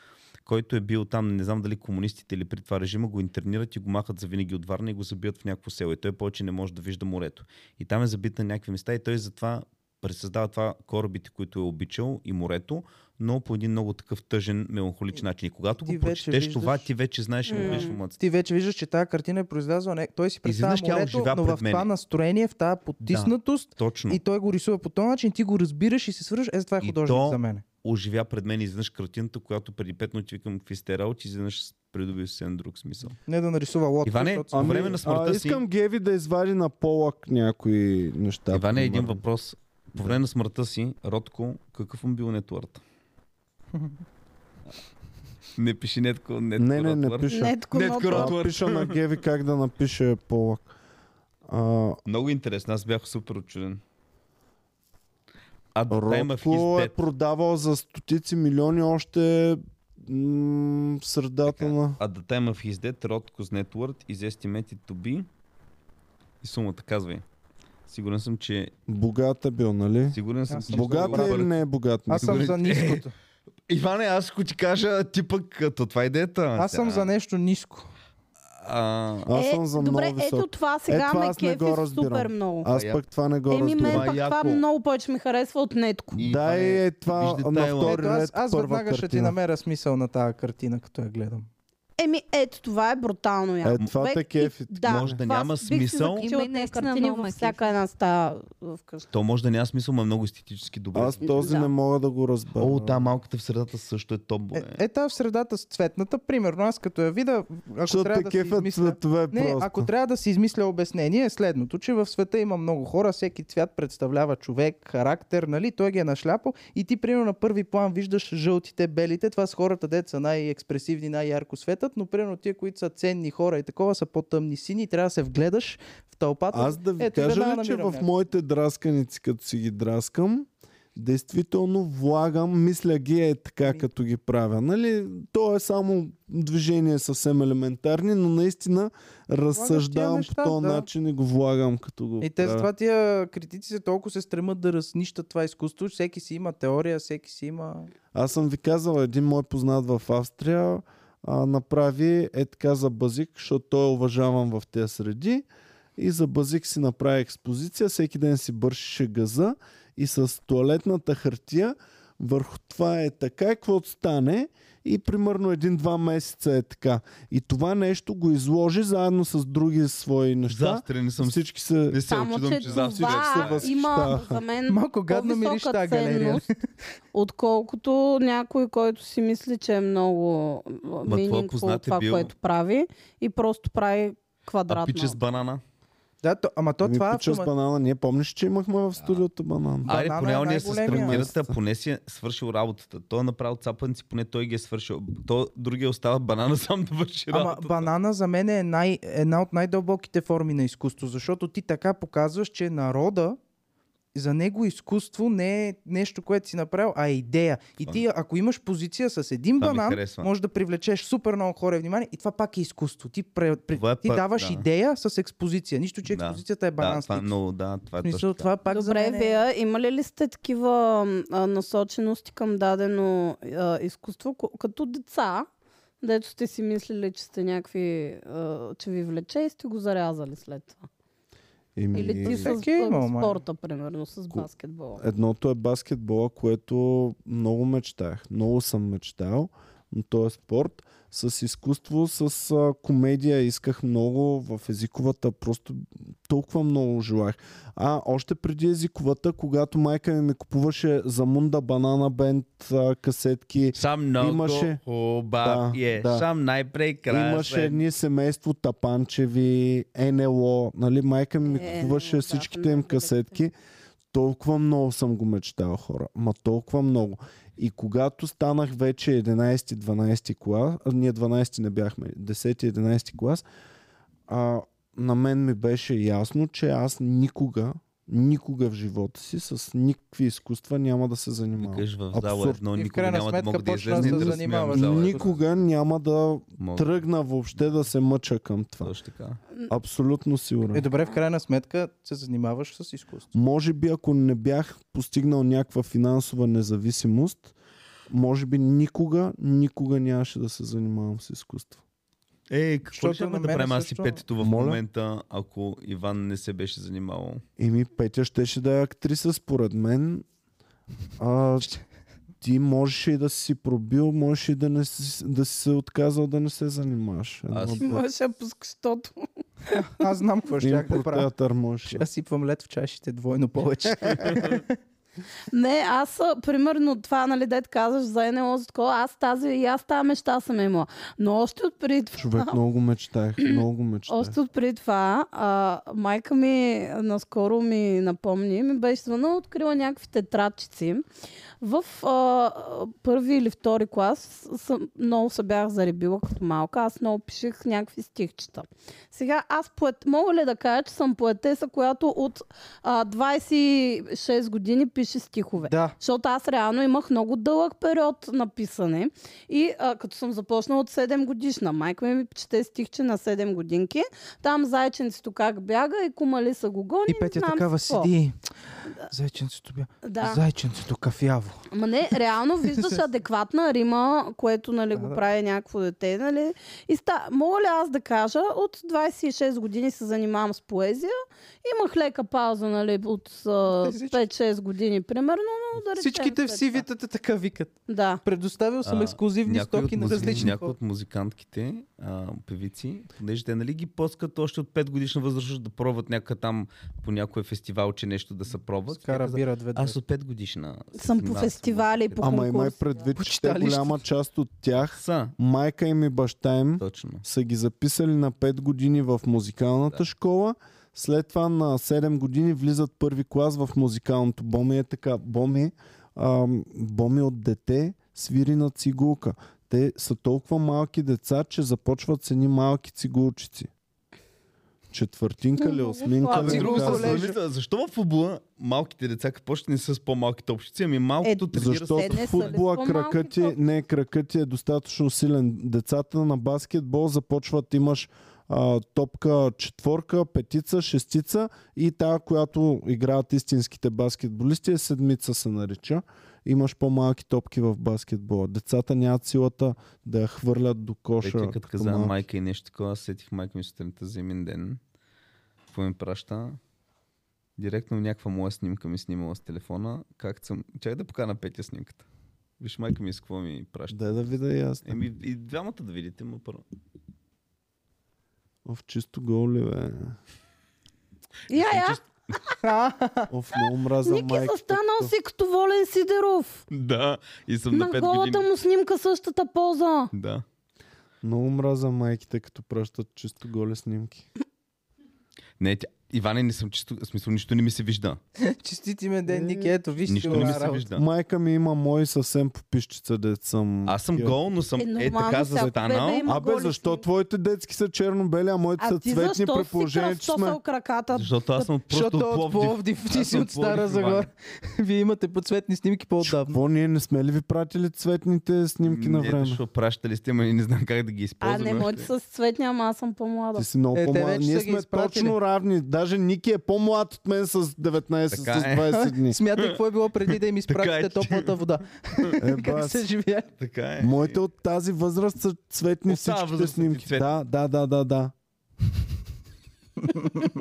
Speaker 3: който е бил там, не знам дали комунистите или при това режима го интернират и го махат завинаги от Варна и го забият в някакво село. И той повече не може да вижда морето. И там е забит на някакви места и той затова пресъздава това корабите, които е обичал и морето, но по един много такъв тъжен, меланхоличен начин. И когато
Speaker 4: Ти
Speaker 3: го
Speaker 4: вече
Speaker 3: прочетеш това,
Speaker 4: виждаш-
Speaker 3: ти вече знаеш, че
Speaker 2: М.
Speaker 3: му беше в младостта.
Speaker 4: ти вече виждаш, че тази картина е произлязла. Не, той си представя
Speaker 3: Изведнъж тя
Speaker 4: морето,
Speaker 3: оживя
Speaker 4: но в
Speaker 3: пред
Speaker 4: това
Speaker 3: мене.
Speaker 4: настроение, в тази потиснатост
Speaker 3: Точно.
Speaker 4: и той го рисува по този начин, ти го разбираш и се свържеш. Е, това е
Speaker 3: И
Speaker 4: художник
Speaker 3: то-
Speaker 4: за мен.
Speaker 3: Оживя пред мен изведнъж картината, която преди 5 минути викам какви сте работи, изведнъж придоби съвсем друг смисъл.
Speaker 4: Не да нарисува лодка.
Speaker 3: Иване,
Speaker 4: защото-
Speaker 3: По ами- време на смъртта
Speaker 1: а,
Speaker 3: си-
Speaker 1: искам Геви да извади на полък някои неща.
Speaker 3: Да, Иван е един
Speaker 1: примерно.
Speaker 3: въпрос. По време на смъртта си, Ротко, какъв му бил нетворта? не пиши нетко, нетко
Speaker 1: Не, не, не
Speaker 3: Ротвард.
Speaker 1: пиша.
Speaker 2: Нетко,
Speaker 3: Нетко
Speaker 2: нотко.
Speaker 3: Ротко.
Speaker 1: Аз
Speaker 3: Отвър-
Speaker 1: пиша на Геви как да напише полък. А,
Speaker 3: Много интересно, аз бях супер очуден. А Time of
Speaker 1: Ротко
Speaker 3: His
Speaker 1: е
Speaker 3: Death.
Speaker 1: продавал за стотици милиони още м- в средата на...
Speaker 3: At the time of his death, Rotko's net worth is estimated to be... И сумата, казвай. Сигурен съм, че...
Speaker 1: Богат е бил, нали?
Speaker 3: Сигурен съм,
Speaker 4: Аз
Speaker 3: че...
Speaker 4: съм
Speaker 1: Богат
Speaker 4: сигурен.
Speaker 1: е или не е богат?
Speaker 4: Ами, Аз съм за
Speaker 3: Добре.
Speaker 4: ниското.
Speaker 3: Иване, аз ако ти кажа, ти пък, като това е идеята.
Speaker 4: Аз съм за нещо ниско.
Speaker 3: А,
Speaker 1: Аз съм за
Speaker 2: Е, добре,
Speaker 1: много висок.
Speaker 2: ето това сега
Speaker 1: Ето
Speaker 2: ме
Speaker 1: аз не
Speaker 2: кефи
Speaker 1: го разбирам.
Speaker 2: супер много.
Speaker 1: Аз
Speaker 3: А, я-
Speaker 1: пък това не го
Speaker 2: Еми, мен
Speaker 1: разбирам.
Speaker 3: това
Speaker 2: пък
Speaker 3: е
Speaker 2: това
Speaker 3: яко.
Speaker 2: много повече ми харесва от нетко.
Speaker 3: и
Speaker 1: Да,
Speaker 3: това
Speaker 1: е това
Speaker 3: вижди
Speaker 1: на
Speaker 3: Тайланд.
Speaker 1: втори
Speaker 4: Ето, аз,
Speaker 1: ред,
Speaker 4: аз
Speaker 1: първа
Speaker 4: веднага ще ти
Speaker 1: картина.
Speaker 4: намеря смисъл на тази картина, като я гледам.
Speaker 2: Еми, ето това е брутално яко.
Speaker 1: Е, това
Speaker 2: Човек,
Speaker 1: те
Speaker 2: и-
Speaker 1: кефи.
Speaker 2: Да,
Speaker 3: Може да
Speaker 2: това
Speaker 3: няма
Speaker 2: бих си
Speaker 3: смисъл.
Speaker 2: закачила
Speaker 6: Има и
Speaker 2: тези
Speaker 6: наистина
Speaker 2: картини
Speaker 6: много ме
Speaker 2: във
Speaker 6: кефи.
Speaker 2: всяка една стая вкъщи.
Speaker 3: То може да няма смисъл, но е много естетически добре.
Speaker 1: Аз този
Speaker 2: Да.
Speaker 1: не мога да го разбера.
Speaker 3: О, та малката в средата също е топ. бе.
Speaker 4: Е, е тази в средата с цветната, примерно, аз като я видя, ако
Speaker 1: Защото
Speaker 4: трябва
Speaker 1: те
Speaker 4: да си
Speaker 1: кефят
Speaker 4: измисля...
Speaker 1: цветове
Speaker 4: Не,
Speaker 1: просто.
Speaker 4: ако трябва да си измисля обяснение, е следното, че в света има много хора, всеки цвят представлява човек, характер, нали, той ги е нашляпал и ти, примерно, на първи план виждаш жълтите, белите, това са хората, дето са най-експресивни, най-ярко светът, но, примерно, тия, които са ценни хора и такова, са по-тъмни сини и трябва да се вгледаш в тълпата.
Speaker 1: Аз да ви
Speaker 4: Ето,
Speaker 1: кажа
Speaker 4: веднага
Speaker 1: ли, че
Speaker 4: намирам
Speaker 1: в
Speaker 4: някой.
Speaker 1: моите драсканици, като си ги драскам, действително влагам, мисля ги е така,
Speaker 4: Ми.
Speaker 1: като ги правя. Нали? То е само движение съвсем елементарни, но наистина разсъждавам
Speaker 4: неща,
Speaker 1: по този
Speaker 4: да.
Speaker 1: начин и го влагам, като го
Speaker 4: И те
Speaker 1: правя.
Speaker 4: затова тия критици толкова се стремат да разнищат това изкуство, че всеки си има теория, всеки си има...
Speaker 1: Аз съм ви казал, един мой познат в Австрия а, направи е така за базик, защото той е уважаван в тези среди. И за базик си направи експозиция, всеки ден си бършеше газа и с туалетната хартия върху това е така, и каквото стане и примерно един-два месеца е така. И това нещо го изложи заедно с други свои неща.
Speaker 3: Заастрен Е, съм.
Speaker 1: Всички се...
Speaker 3: Не се
Speaker 2: Само,
Speaker 3: очудвам,
Speaker 2: че
Speaker 3: че завтра
Speaker 2: това
Speaker 1: се
Speaker 2: има
Speaker 1: възхищаваха.
Speaker 2: за мен
Speaker 4: Малко гадно мириш
Speaker 2: по-висока
Speaker 4: тази галерия.
Speaker 2: ценност, отколкото някой, който си мисли, че е много
Speaker 3: твой
Speaker 2: мининко това,
Speaker 3: познат е
Speaker 2: това
Speaker 3: бил-
Speaker 2: което прави и просто прави
Speaker 3: А пиче
Speaker 2: квадратно.
Speaker 3: с банана.
Speaker 4: Да, то, ама то
Speaker 1: Еми,
Speaker 4: това
Speaker 1: пича с
Speaker 4: автомат...
Speaker 1: банана. Ние помниш, че имахме в студиото банан.
Speaker 3: Аре,
Speaker 4: Банана
Speaker 3: поне
Speaker 4: е
Speaker 3: ония с
Speaker 4: най-големия.
Speaker 3: тренирата, поне си е свършил работата. Той е направил цапаници, поне той ги е свършил. То другия остава банана сам да върши
Speaker 4: Ама
Speaker 3: работата.
Speaker 4: банана за мен е най, една от най-дълбоките форми на изкуство, защото ти така показваш, че народа за него изкуство не е нещо, което си направил, а е идея. И
Speaker 3: Това
Speaker 4: ти, ако имаш позиция с един
Speaker 3: Това ми
Speaker 4: банан,
Speaker 3: харесва.
Speaker 4: може да привлечеш супер много хора и внимание и това пак е изкуство. Ти, пре, пре,
Speaker 3: Това е
Speaker 4: ти
Speaker 3: пак-
Speaker 4: даваш
Speaker 3: да.
Speaker 4: идея с експозиция. Нищо, че
Speaker 3: Да.
Speaker 4: експозицията е
Speaker 3: да,
Speaker 4: банан.
Speaker 3: това е
Speaker 4: стик.
Speaker 3: много, да, това е
Speaker 4: В смисъл,
Speaker 3: точно.
Speaker 4: това пак за
Speaker 2: Добре,
Speaker 4: мен е...
Speaker 2: вие имали ли сте такива м, а, насочености към дадено а, изкуство, ко- като деца, дето сте си мислили, че сте някакви, а, че ви влече и сте го зарязали след това?
Speaker 1: Еми,
Speaker 2: Или ти с
Speaker 4: Всеки е
Speaker 2: а,
Speaker 4: имал, май.
Speaker 2: спорта, примерно, с
Speaker 1: Ко-
Speaker 2: баскетбола?
Speaker 1: Едното е баскетбола, което много мечтаях. Много съм мечтал. Но то е спорт. С изкуство, с а, комедия исках много в езиковата. Просто толкова много желах. А още преди езиковата, когато майка ми ми купуваше за Мунда Банана Бенд а, касетки,
Speaker 3: Сам много
Speaker 1: Имаше-
Speaker 3: хубав
Speaker 1: Да,
Speaker 3: е.
Speaker 1: да.
Speaker 3: Сам най-прекрасен.
Speaker 1: имаше едни семейство Тапанчеви, НЛО, нали, майка ми ми
Speaker 2: Е,
Speaker 1: купуваше
Speaker 2: NLO, да,
Speaker 1: всичките
Speaker 2: много
Speaker 1: им
Speaker 2: добре.
Speaker 1: касетки. Толкова много съм го мечтал, хора. Ма толкова много. И когато станах вече 11-12 клас, а, ние 12 не бяхме, 10-11 клас, а, на мен ми беше ясно, че аз никога, никога в живота си с никакви изкуства няма да се занимавам.
Speaker 3: Викаш в зала
Speaker 1: Абсурд.
Speaker 3: едно,
Speaker 4: И в
Speaker 3: никога
Speaker 4: крайна
Speaker 3: няма да
Speaker 4: сметка
Speaker 3: мога да
Speaker 4: почна
Speaker 3: излезна и
Speaker 4: да се
Speaker 3: да разсмявам в
Speaker 4: занимаваш.
Speaker 3: зала.
Speaker 1: Никога няма да
Speaker 3: Мога.
Speaker 1: тръгна въобще да се мъча към това.
Speaker 3: е Точно така.
Speaker 1: Абсолютно
Speaker 4: Е,
Speaker 1: сигурен.
Speaker 4: добре, в крайна сметка се занимаваш с изкуство.
Speaker 1: Може би, ако не бях постигнал някаква финансова независимост, може би никога, никога нямаше да се занимавам с изкуство.
Speaker 3: Е,
Speaker 4: Защото
Speaker 3: какво ще
Speaker 4: на
Speaker 3: да
Speaker 4: мене
Speaker 3: правим аз и
Speaker 4: също-
Speaker 3: петето в
Speaker 1: Моля?
Speaker 3: момента, ако Иван не се беше занимавал?
Speaker 1: Еми, Петя щеше да е актриса, според мен. А, ти можеше и да си си пробил, можеше и да, не си, да си се отказал да не се занимаваш. Едно
Speaker 3: Аз-
Speaker 1: от двете.
Speaker 2: Можеше пускащото.
Speaker 4: Аз знам какво ще да правя.
Speaker 1: Импротеатър можеше.
Speaker 4: Ще аз сипвам лед в чашите двойно повече.
Speaker 2: Не, аз, а, примерно, това, нали, дед казваш за НЛО, за такова, аз тази и аз тази мечта съм имала. Но още от преди това,
Speaker 1: Човек, много мечтаях, много мечтаях.
Speaker 2: още от преди това а, майка ми наскоро ми напомни, ми беше звънала, открила някакви тетрадчици. В а, а, първи или втори клас съм, много се бях заребила като малка. Аз много пишех някакви стихчета. Сега аз поет... мога ли да кажа, че съм поетеса, която от а, 26 години пише пише стихове.
Speaker 4: Да.
Speaker 2: Защото аз реално имах много дълъг период на писане. И а, като съм започнала от 7 годишна, майка ми ми чете стихче на 7 годинки. Там зайченцето как бяга и кумали са го гони.
Speaker 4: И
Speaker 2: не
Speaker 4: Петя
Speaker 2: знам
Speaker 4: такава
Speaker 2: си какво.
Speaker 4: седи. Зайченцето бя.
Speaker 2: Да.
Speaker 4: Зайченцето кафяво.
Speaker 2: Ма не, реално виждаш адекватна рима, което нали, го
Speaker 4: да.
Speaker 2: прави някакво дете. Нали. И ста... Мога ли аз да кажа, от 26 години се занимавам с поезия. Имах лека пауза нали, от а,
Speaker 4: всички-
Speaker 2: 5-6 години, примерно. Но, да речем,
Speaker 4: Всичките в
Speaker 2: след това.
Speaker 4: CV-тата така викат.
Speaker 2: Да.
Speaker 4: Предоставил съм
Speaker 3: А,
Speaker 4: ексклюзивни
Speaker 3: някои
Speaker 4: стоки
Speaker 3: от
Speaker 4: на
Speaker 3: музи-
Speaker 4: различни
Speaker 3: Някои
Speaker 4: хора.
Speaker 3: от музикантките, а, певици, понеже те нали ги пускат още от 5 годишна възраст за да пробват някъде там по някой фестивал, че нещо да се пробват. Тя
Speaker 4: Скара
Speaker 3: каза,
Speaker 4: бира две
Speaker 3: Аз от 5 годишна. се
Speaker 2: Съм по
Speaker 3: занимавам с
Speaker 2: фестивали,
Speaker 3: музика».
Speaker 2: по-
Speaker 1: Ама има и
Speaker 2: конкурс.
Speaker 1: предвид, че те
Speaker 4: Почиталище.
Speaker 1: голяма част от тях,
Speaker 3: Са,
Speaker 1: майка им и баща им,
Speaker 3: точно.
Speaker 1: са ги записали на 5 години в музикалната да. школа, след това на 7 години влизат първи клас в музикалното. Боми е така. Боми, ам, боми от дете свири на цигулка. Те са толкова малки деца, че започват с едни малки цигулчици. Четвъртинка ли,
Speaker 2: Много
Speaker 1: осминка
Speaker 2: слабо.
Speaker 1: ли?
Speaker 3: Друго
Speaker 4: друго
Speaker 1: да,
Speaker 4: колежо.
Speaker 3: се замисля, защо в футбола малките деца, като почне не са с по-малките общици, ами малкото
Speaker 2: Е,
Speaker 3: тренира
Speaker 1: Защото в
Speaker 2: Те не са ли с
Speaker 1: футбола
Speaker 2: по-малки
Speaker 1: кракът ти,
Speaker 2: топки?
Speaker 1: не, кракът ти е достатъчно силен. Децата на баскетбол започват, имаш а, топка четворка, петица, шестица и тая, която играят истинските баскетболисти е седмица се нарича. Имаш по-малки топки в баскетбола. Децата нямат силата да я хвърлят до коша.
Speaker 3: Петя, като
Speaker 1: като
Speaker 3: каза
Speaker 1: малки.
Speaker 3: майка и нещо такова, аз сетих майка ми сутринта за имен ден. Какво ми праща? Директно някаква моя снимка ми снимала с телефона. Как съм... Чакай да покана Петя снимката. Виж майка ми с какво ми праща.
Speaker 1: Дай да видя и аз.
Speaker 3: Еми, и двамата да видите, ма първо.
Speaker 2: Е,
Speaker 1: Оф, чисто гол ли, бе?
Speaker 2: Я, я,
Speaker 1: Оф, много мраза
Speaker 2: Ники
Speaker 1: майка.
Speaker 2: са станал е си като Волен Сидеров.
Speaker 3: Да, и съм на
Speaker 2: На
Speaker 3: 5
Speaker 2: голата
Speaker 3: години.
Speaker 2: му снимка същата поза.
Speaker 3: Да.
Speaker 1: Много мраза майките, като пращат чисто голи снимки.
Speaker 3: Не, тя... Иване, не съм чисто, в смисъл, нищо не ми се вижда.
Speaker 4: Честити ме ден, Ники. Ето, виж
Speaker 3: Е, Нищо не ми
Speaker 4: силна
Speaker 3: се
Speaker 4: работа.
Speaker 3: вижда.
Speaker 1: Майка ми има мои съвсем попишчица, дет съм.
Speaker 3: Аз съм
Speaker 1: такива.
Speaker 3: гол, но съм
Speaker 2: Е,
Speaker 3: е,
Speaker 2: нормално,
Speaker 3: така
Speaker 2: всяко бебе
Speaker 3: застанал.
Speaker 2: има
Speaker 1: Абе,
Speaker 2: голи
Speaker 1: защо
Speaker 2: снимки.
Speaker 1: твоите детски са черно-бели, а моите
Speaker 2: А
Speaker 1: са
Speaker 2: ти
Speaker 1: цветни
Speaker 2: защо
Speaker 1: при
Speaker 2: си
Speaker 1: положение, че сме...
Speaker 2: кръстосал краката?
Speaker 3: Защото аз съм
Speaker 4: Защото
Speaker 3: просто
Speaker 4: от
Speaker 3: от Пловдив.
Speaker 4: Пловдив, ти
Speaker 3: Аз
Speaker 4: си
Speaker 3: съм
Speaker 4: от Стара
Speaker 3: Пловдив,
Speaker 4: Загора.
Speaker 3: Иване.
Speaker 4: Вие имате по цветни снимки по-отдавна.
Speaker 1: Какво, ние не сме ли ви пратили цветните снимки на
Speaker 3: Не,
Speaker 1: време?
Speaker 3: Защото пращали сте, ама и не знам как да ги
Speaker 2: А,
Speaker 3: използвам.
Speaker 2: не
Speaker 3: още.
Speaker 2: моите са с цветни, ама аз съм по-млада.
Speaker 1: Ти си много
Speaker 4: Е, те
Speaker 1: по-млад.
Speaker 4: вече
Speaker 1: Ние
Speaker 4: са ги
Speaker 1: сме
Speaker 4: изпратили.
Speaker 1: точно равни. Даже Ники е по-млад от мен с 19,
Speaker 3: Така
Speaker 1: с
Speaker 3: е.
Speaker 1: 20 дни.
Speaker 4: Смятай какво е било преди да им
Speaker 3: Така
Speaker 4: изпратите
Speaker 3: е, че-
Speaker 4: топлата вода.
Speaker 1: Е,
Speaker 4: Как
Speaker 1: бас.
Speaker 4: се живя?
Speaker 3: Така е.
Speaker 1: Моите от тази възраст са цветни
Speaker 3: От тази
Speaker 1: всичките
Speaker 3: възраст са ти
Speaker 1: снимки.
Speaker 3: цветни.
Speaker 1: Да, да, да, да, да. И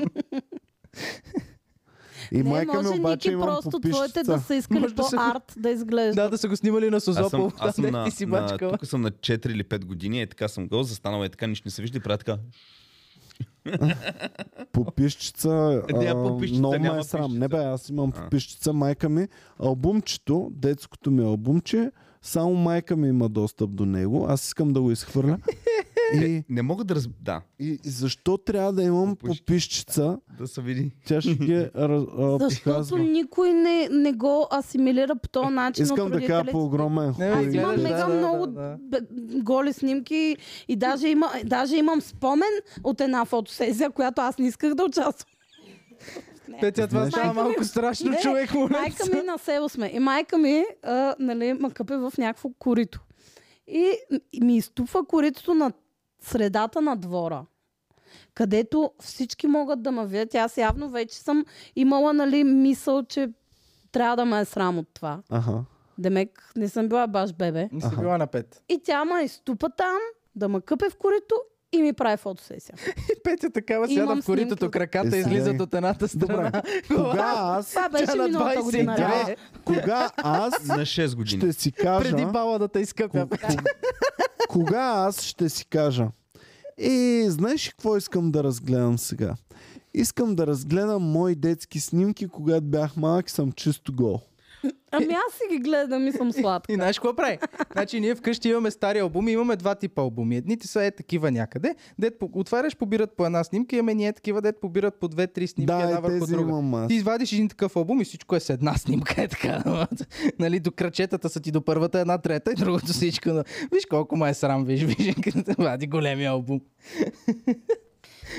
Speaker 2: не,
Speaker 1: майка
Speaker 2: може
Speaker 1: ми обаче
Speaker 2: Ники
Speaker 1: имам
Speaker 2: просто твоите да
Speaker 1: попишчица.
Speaker 2: са искали
Speaker 4: Може да са-
Speaker 2: по-арт да изглежда.
Speaker 4: Да, да са го снимали на
Speaker 3: Аз съм,
Speaker 4: Созопол.
Speaker 3: аз съм
Speaker 4: Да,
Speaker 3: на,
Speaker 4: ти си
Speaker 3: на,
Speaker 4: бачкала.
Speaker 3: тук съм на 4 или 5 години, е така съм гол, застанал е така, нищо не се вижда и правя така.
Speaker 1: Попишчица,
Speaker 3: Е, тя
Speaker 1: а,
Speaker 3: попишчица,
Speaker 1: много ме е
Speaker 3: няма
Speaker 1: срам.
Speaker 3: пишчица.
Speaker 1: Не бе, аз имам
Speaker 3: А.
Speaker 1: попишчица, майка ми. Албумчето, детското ми албумче, само майка ми има достъп до него. Аз искам да го изхвърля. И,
Speaker 3: Не мога да раз... Да,
Speaker 1: и защо трябва да имам
Speaker 3: Попишчица.
Speaker 1: попишчица?
Speaker 3: да се види.
Speaker 1: Тя ще ги раз- а,
Speaker 2: Защото
Speaker 1: показва.
Speaker 2: никой не, не го асимилира по този начин.
Speaker 1: Искам
Speaker 2: от
Speaker 1: да кажа
Speaker 2: родителите.
Speaker 1: по огромен
Speaker 4: Не,
Speaker 2: Аз
Speaker 4: Ой,
Speaker 1: хуй.
Speaker 4: гледаш,
Speaker 2: имам
Speaker 4: да,
Speaker 2: мега
Speaker 4: да,
Speaker 2: много
Speaker 4: да, да.
Speaker 2: бе- голи снимки и даже, има, даже имам спомен от една фотосесия, която аз не исках да участвам.
Speaker 4: Петя, това
Speaker 1: Знаеш
Speaker 4: става
Speaker 2: ли?
Speaker 4: малко страшно,
Speaker 2: Не,
Speaker 4: човек. моля
Speaker 2: майка
Speaker 4: се.
Speaker 2: ми на село сме. И майка ми, а, нали, ма къпе в някакво корито. И м- ми изтупва коритото на средата на двора. Където всички могат да ме видят. И Аз явно вече съм имала, нали, мисъл, че трябва да ме е срам от това.
Speaker 1: Аха.
Speaker 2: Демек, не съм била баш бебе.
Speaker 4: Не си била на пет.
Speaker 2: И тя ме изтупа там, да ме къпе в корито и ми прави фотосесия.
Speaker 4: И Петя такава сяда
Speaker 2: Имам
Speaker 4: в коритото,
Speaker 2: снимки.
Speaker 4: краката
Speaker 1: Е,
Speaker 4: излизат
Speaker 1: сега-
Speaker 4: от едната страна.
Speaker 1: Добре. Кога аз,
Speaker 2: Това
Speaker 4: Тя
Speaker 2: беше
Speaker 4: е на
Speaker 2: миналата
Speaker 4: 22.
Speaker 2: година. реално.
Speaker 4: Е,
Speaker 1: кога аз
Speaker 3: На 6 години.
Speaker 1: ще си кажа...
Speaker 4: Преди бала да те изкъпя.
Speaker 1: Ко- ко- Кога аз ще си кажа? И знаеш ли какво искам да разгледам сега? Искам да разгледам мои детски снимки, когато бях малък, и съм чисто гол.
Speaker 2: Ами аз си ги гледам и съм сладка.
Speaker 4: И знаеш какво прави? Значи ние вкъщи имаме стари албуми, имаме два типа албуми. Едните са е такива някъде, дет по... отваряш, побират по една снимка, имаме ние такива, дет побират по две-три снимки,
Speaker 1: да,
Speaker 4: една
Speaker 1: и
Speaker 4: върху
Speaker 1: тези
Speaker 4: друга.
Speaker 1: имам аз.
Speaker 4: Ти извадиш един такъв албум и всичко е с една снимка. Е така. нали, до крачетата са ти до първата, една трета и другото всичко. Но... Виж колко ма е срам, виж, виж, като вади големия албум.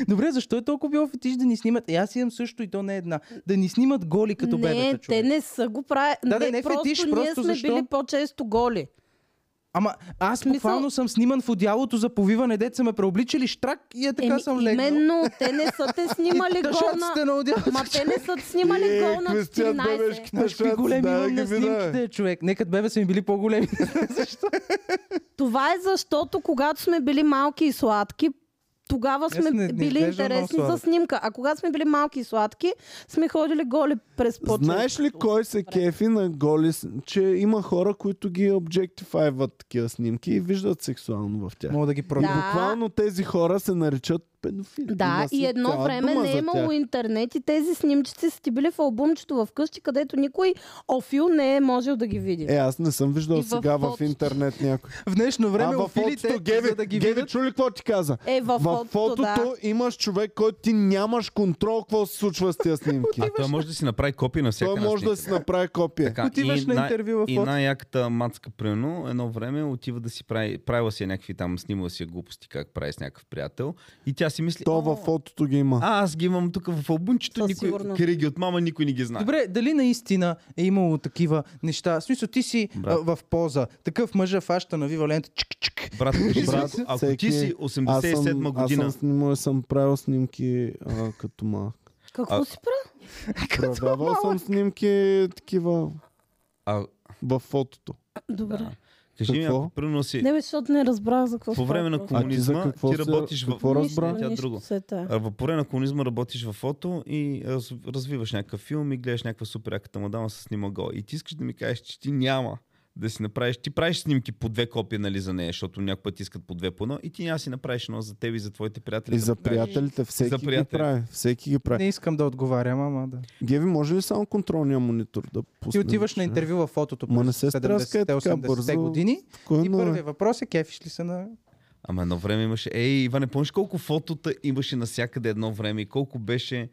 Speaker 4: Добре, защо е толкова бил фетиш да ни снимат? Е, аз имам също и то не една. Да ни снимат голи като
Speaker 2: не,
Speaker 4: бебета,
Speaker 2: те
Speaker 4: човек.
Speaker 2: не са го прави.
Speaker 4: Да, да,
Speaker 2: не,
Speaker 4: не е
Speaker 2: просто
Speaker 4: фетиш,
Speaker 2: ние
Speaker 4: просто
Speaker 2: сме
Speaker 4: защо?
Speaker 2: били по-често голи.
Speaker 4: Ама аз
Speaker 2: смисъл-
Speaker 4: буквално съм сниман в одялото за повиване, дете са ме преобличали штрак и е така
Speaker 2: Еми,
Speaker 4: съм легнал.
Speaker 2: Именно, те не са те снимали гол
Speaker 4: Тъшаците
Speaker 2: на...
Speaker 4: на Е, одялото.
Speaker 2: Ма те не са снимали гол на 14.
Speaker 1: бебешките
Speaker 4: Какви големи имам на
Speaker 1: е.
Speaker 4: снимките, човек. Нека бебе са ми били по-големи.
Speaker 2: Това е защото, когато сме били малки и сладки, тогава
Speaker 4: Аз
Speaker 2: сме
Speaker 4: не- не
Speaker 2: били
Speaker 4: изглеждам много
Speaker 2: интересни за
Speaker 4: сладък.
Speaker 2: снимка. А когато сме били малки и сладки, сме ходили голи през почва.
Speaker 1: Знаеш ли кой се кефи на голи, с- че има хора, които ги обжектифайват такива снимки и виждат сексуално в тях.
Speaker 4: Мога да ги продам.
Speaker 2: Да.
Speaker 1: Буквално тези хора се наричат педофили.
Speaker 2: Да,
Speaker 1: Има
Speaker 2: и
Speaker 1: си
Speaker 2: едно
Speaker 1: цяла
Speaker 2: време
Speaker 1: дума
Speaker 2: не е
Speaker 1: за
Speaker 2: имало
Speaker 1: тях.
Speaker 2: интернет и тези снимчици са ти били в албумчето вкъщи, където никой офил не е можел да ги види.
Speaker 1: Е, аз не съм виждал
Speaker 6: И в
Speaker 1: сега в
Speaker 6: фотото.
Speaker 1: интернет някой.
Speaker 4: В днешно време
Speaker 1: а в
Speaker 4: офилите,
Speaker 1: фотото, Геви,
Speaker 4: за да ги
Speaker 1: Геви
Speaker 4: видят,
Speaker 1: чули какво ти каза?
Speaker 2: Е, във
Speaker 1: В
Speaker 2: фотото,
Speaker 1: фотото
Speaker 2: да.
Speaker 1: имаш човек, който ти нямаш контрол какво се случва с тия снимки.
Speaker 3: А той може да си направи копия на всяка
Speaker 1: Той
Speaker 3: една
Speaker 1: може да
Speaker 3: снимка.
Speaker 1: си направи копие.
Speaker 3: Така,
Speaker 4: Отиваш
Speaker 3: и
Speaker 4: на
Speaker 3: най-
Speaker 4: интервю в
Speaker 3: И
Speaker 4: фото.
Speaker 3: най-яката мацка, примерно, едно време отива да си прави, правила си е някакви там, снимала си е глупости, как прави с някакъв приятел. И тя си мисли,
Speaker 1: То
Speaker 3: «О,
Speaker 1: във фотото ги има.
Speaker 3: а, аз ги имам тук в албунчето,
Speaker 2: Със
Speaker 3: никой,
Speaker 2: сигурност.
Speaker 3: крие ги от мама, никой не ги знае.
Speaker 4: Добре, дали наистина е имало такива неща? В смисъл, ти си а,
Speaker 3: Брат.
Speaker 4: в поза. Такъв мъжа фаща на вива лента. Чик, чик.
Speaker 3: Брат, кажи си,
Speaker 1: Брат,
Speaker 3: ако- ако
Speaker 1: всеки-
Speaker 3: ти си
Speaker 1: Аз
Speaker 3: 87-ма
Speaker 1: съм, аз
Speaker 3: година,
Speaker 1: съм снимал и съм правил снимки а, като малък.
Speaker 2: Какво
Speaker 3: А-
Speaker 2: си правил?
Speaker 1: Правявал съм снимки такива
Speaker 3: а,
Speaker 1: във фотото.
Speaker 2: Добре.
Speaker 3: Да. кажи ми,
Speaker 1: Какво?
Speaker 3: ако примерно си
Speaker 2: Не, бе, защото не разбрах за какво
Speaker 3: Е. по време на
Speaker 2: става въпрос.
Speaker 1: А ти за
Speaker 3: комунизма,
Speaker 1: какво
Speaker 3: ти
Speaker 1: се-
Speaker 3: работиш в...
Speaker 1: какво разбра?
Speaker 3: Не, тя
Speaker 2: Нищо
Speaker 3: друго.
Speaker 2: се е тая.
Speaker 3: А, В поре на комунизма работиш във фото и раз- развиваш някакъв филм и гледаш някаква супер яката мадама с снима гол. И ти искаш да ми кажеш, че ти няма да си направиш. Ти правиш снимки по две копия, нали, за нея, защото някой път искат по две по едно и ти няма да си направиш едно за теб и за твоите приятели.
Speaker 1: И
Speaker 3: да
Speaker 1: за
Speaker 3: покажеш.
Speaker 1: приятелите всеки
Speaker 3: За
Speaker 1: ги
Speaker 3: приятели.
Speaker 1: прави. Всеки ги прави.
Speaker 4: Не искам да отговарям, ама да.
Speaker 1: Геви, може ли само контролния монитор да
Speaker 4: Ти
Speaker 1: пусне?
Speaker 4: отиваш на интервю във фотото
Speaker 1: Ма не
Speaker 4: през
Speaker 1: се страскай така
Speaker 4: 70-80-те
Speaker 1: бързо.
Speaker 4: години
Speaker 1: Кой
Speaker 4: и
Speaker 1: на-
Speaker 4: първият въпрос е кефиш ли се на...
Speaker 3: Ама едно време имаше. Ей, Иване, помниш колко фотота имаше навсякъде едно време и колко беше.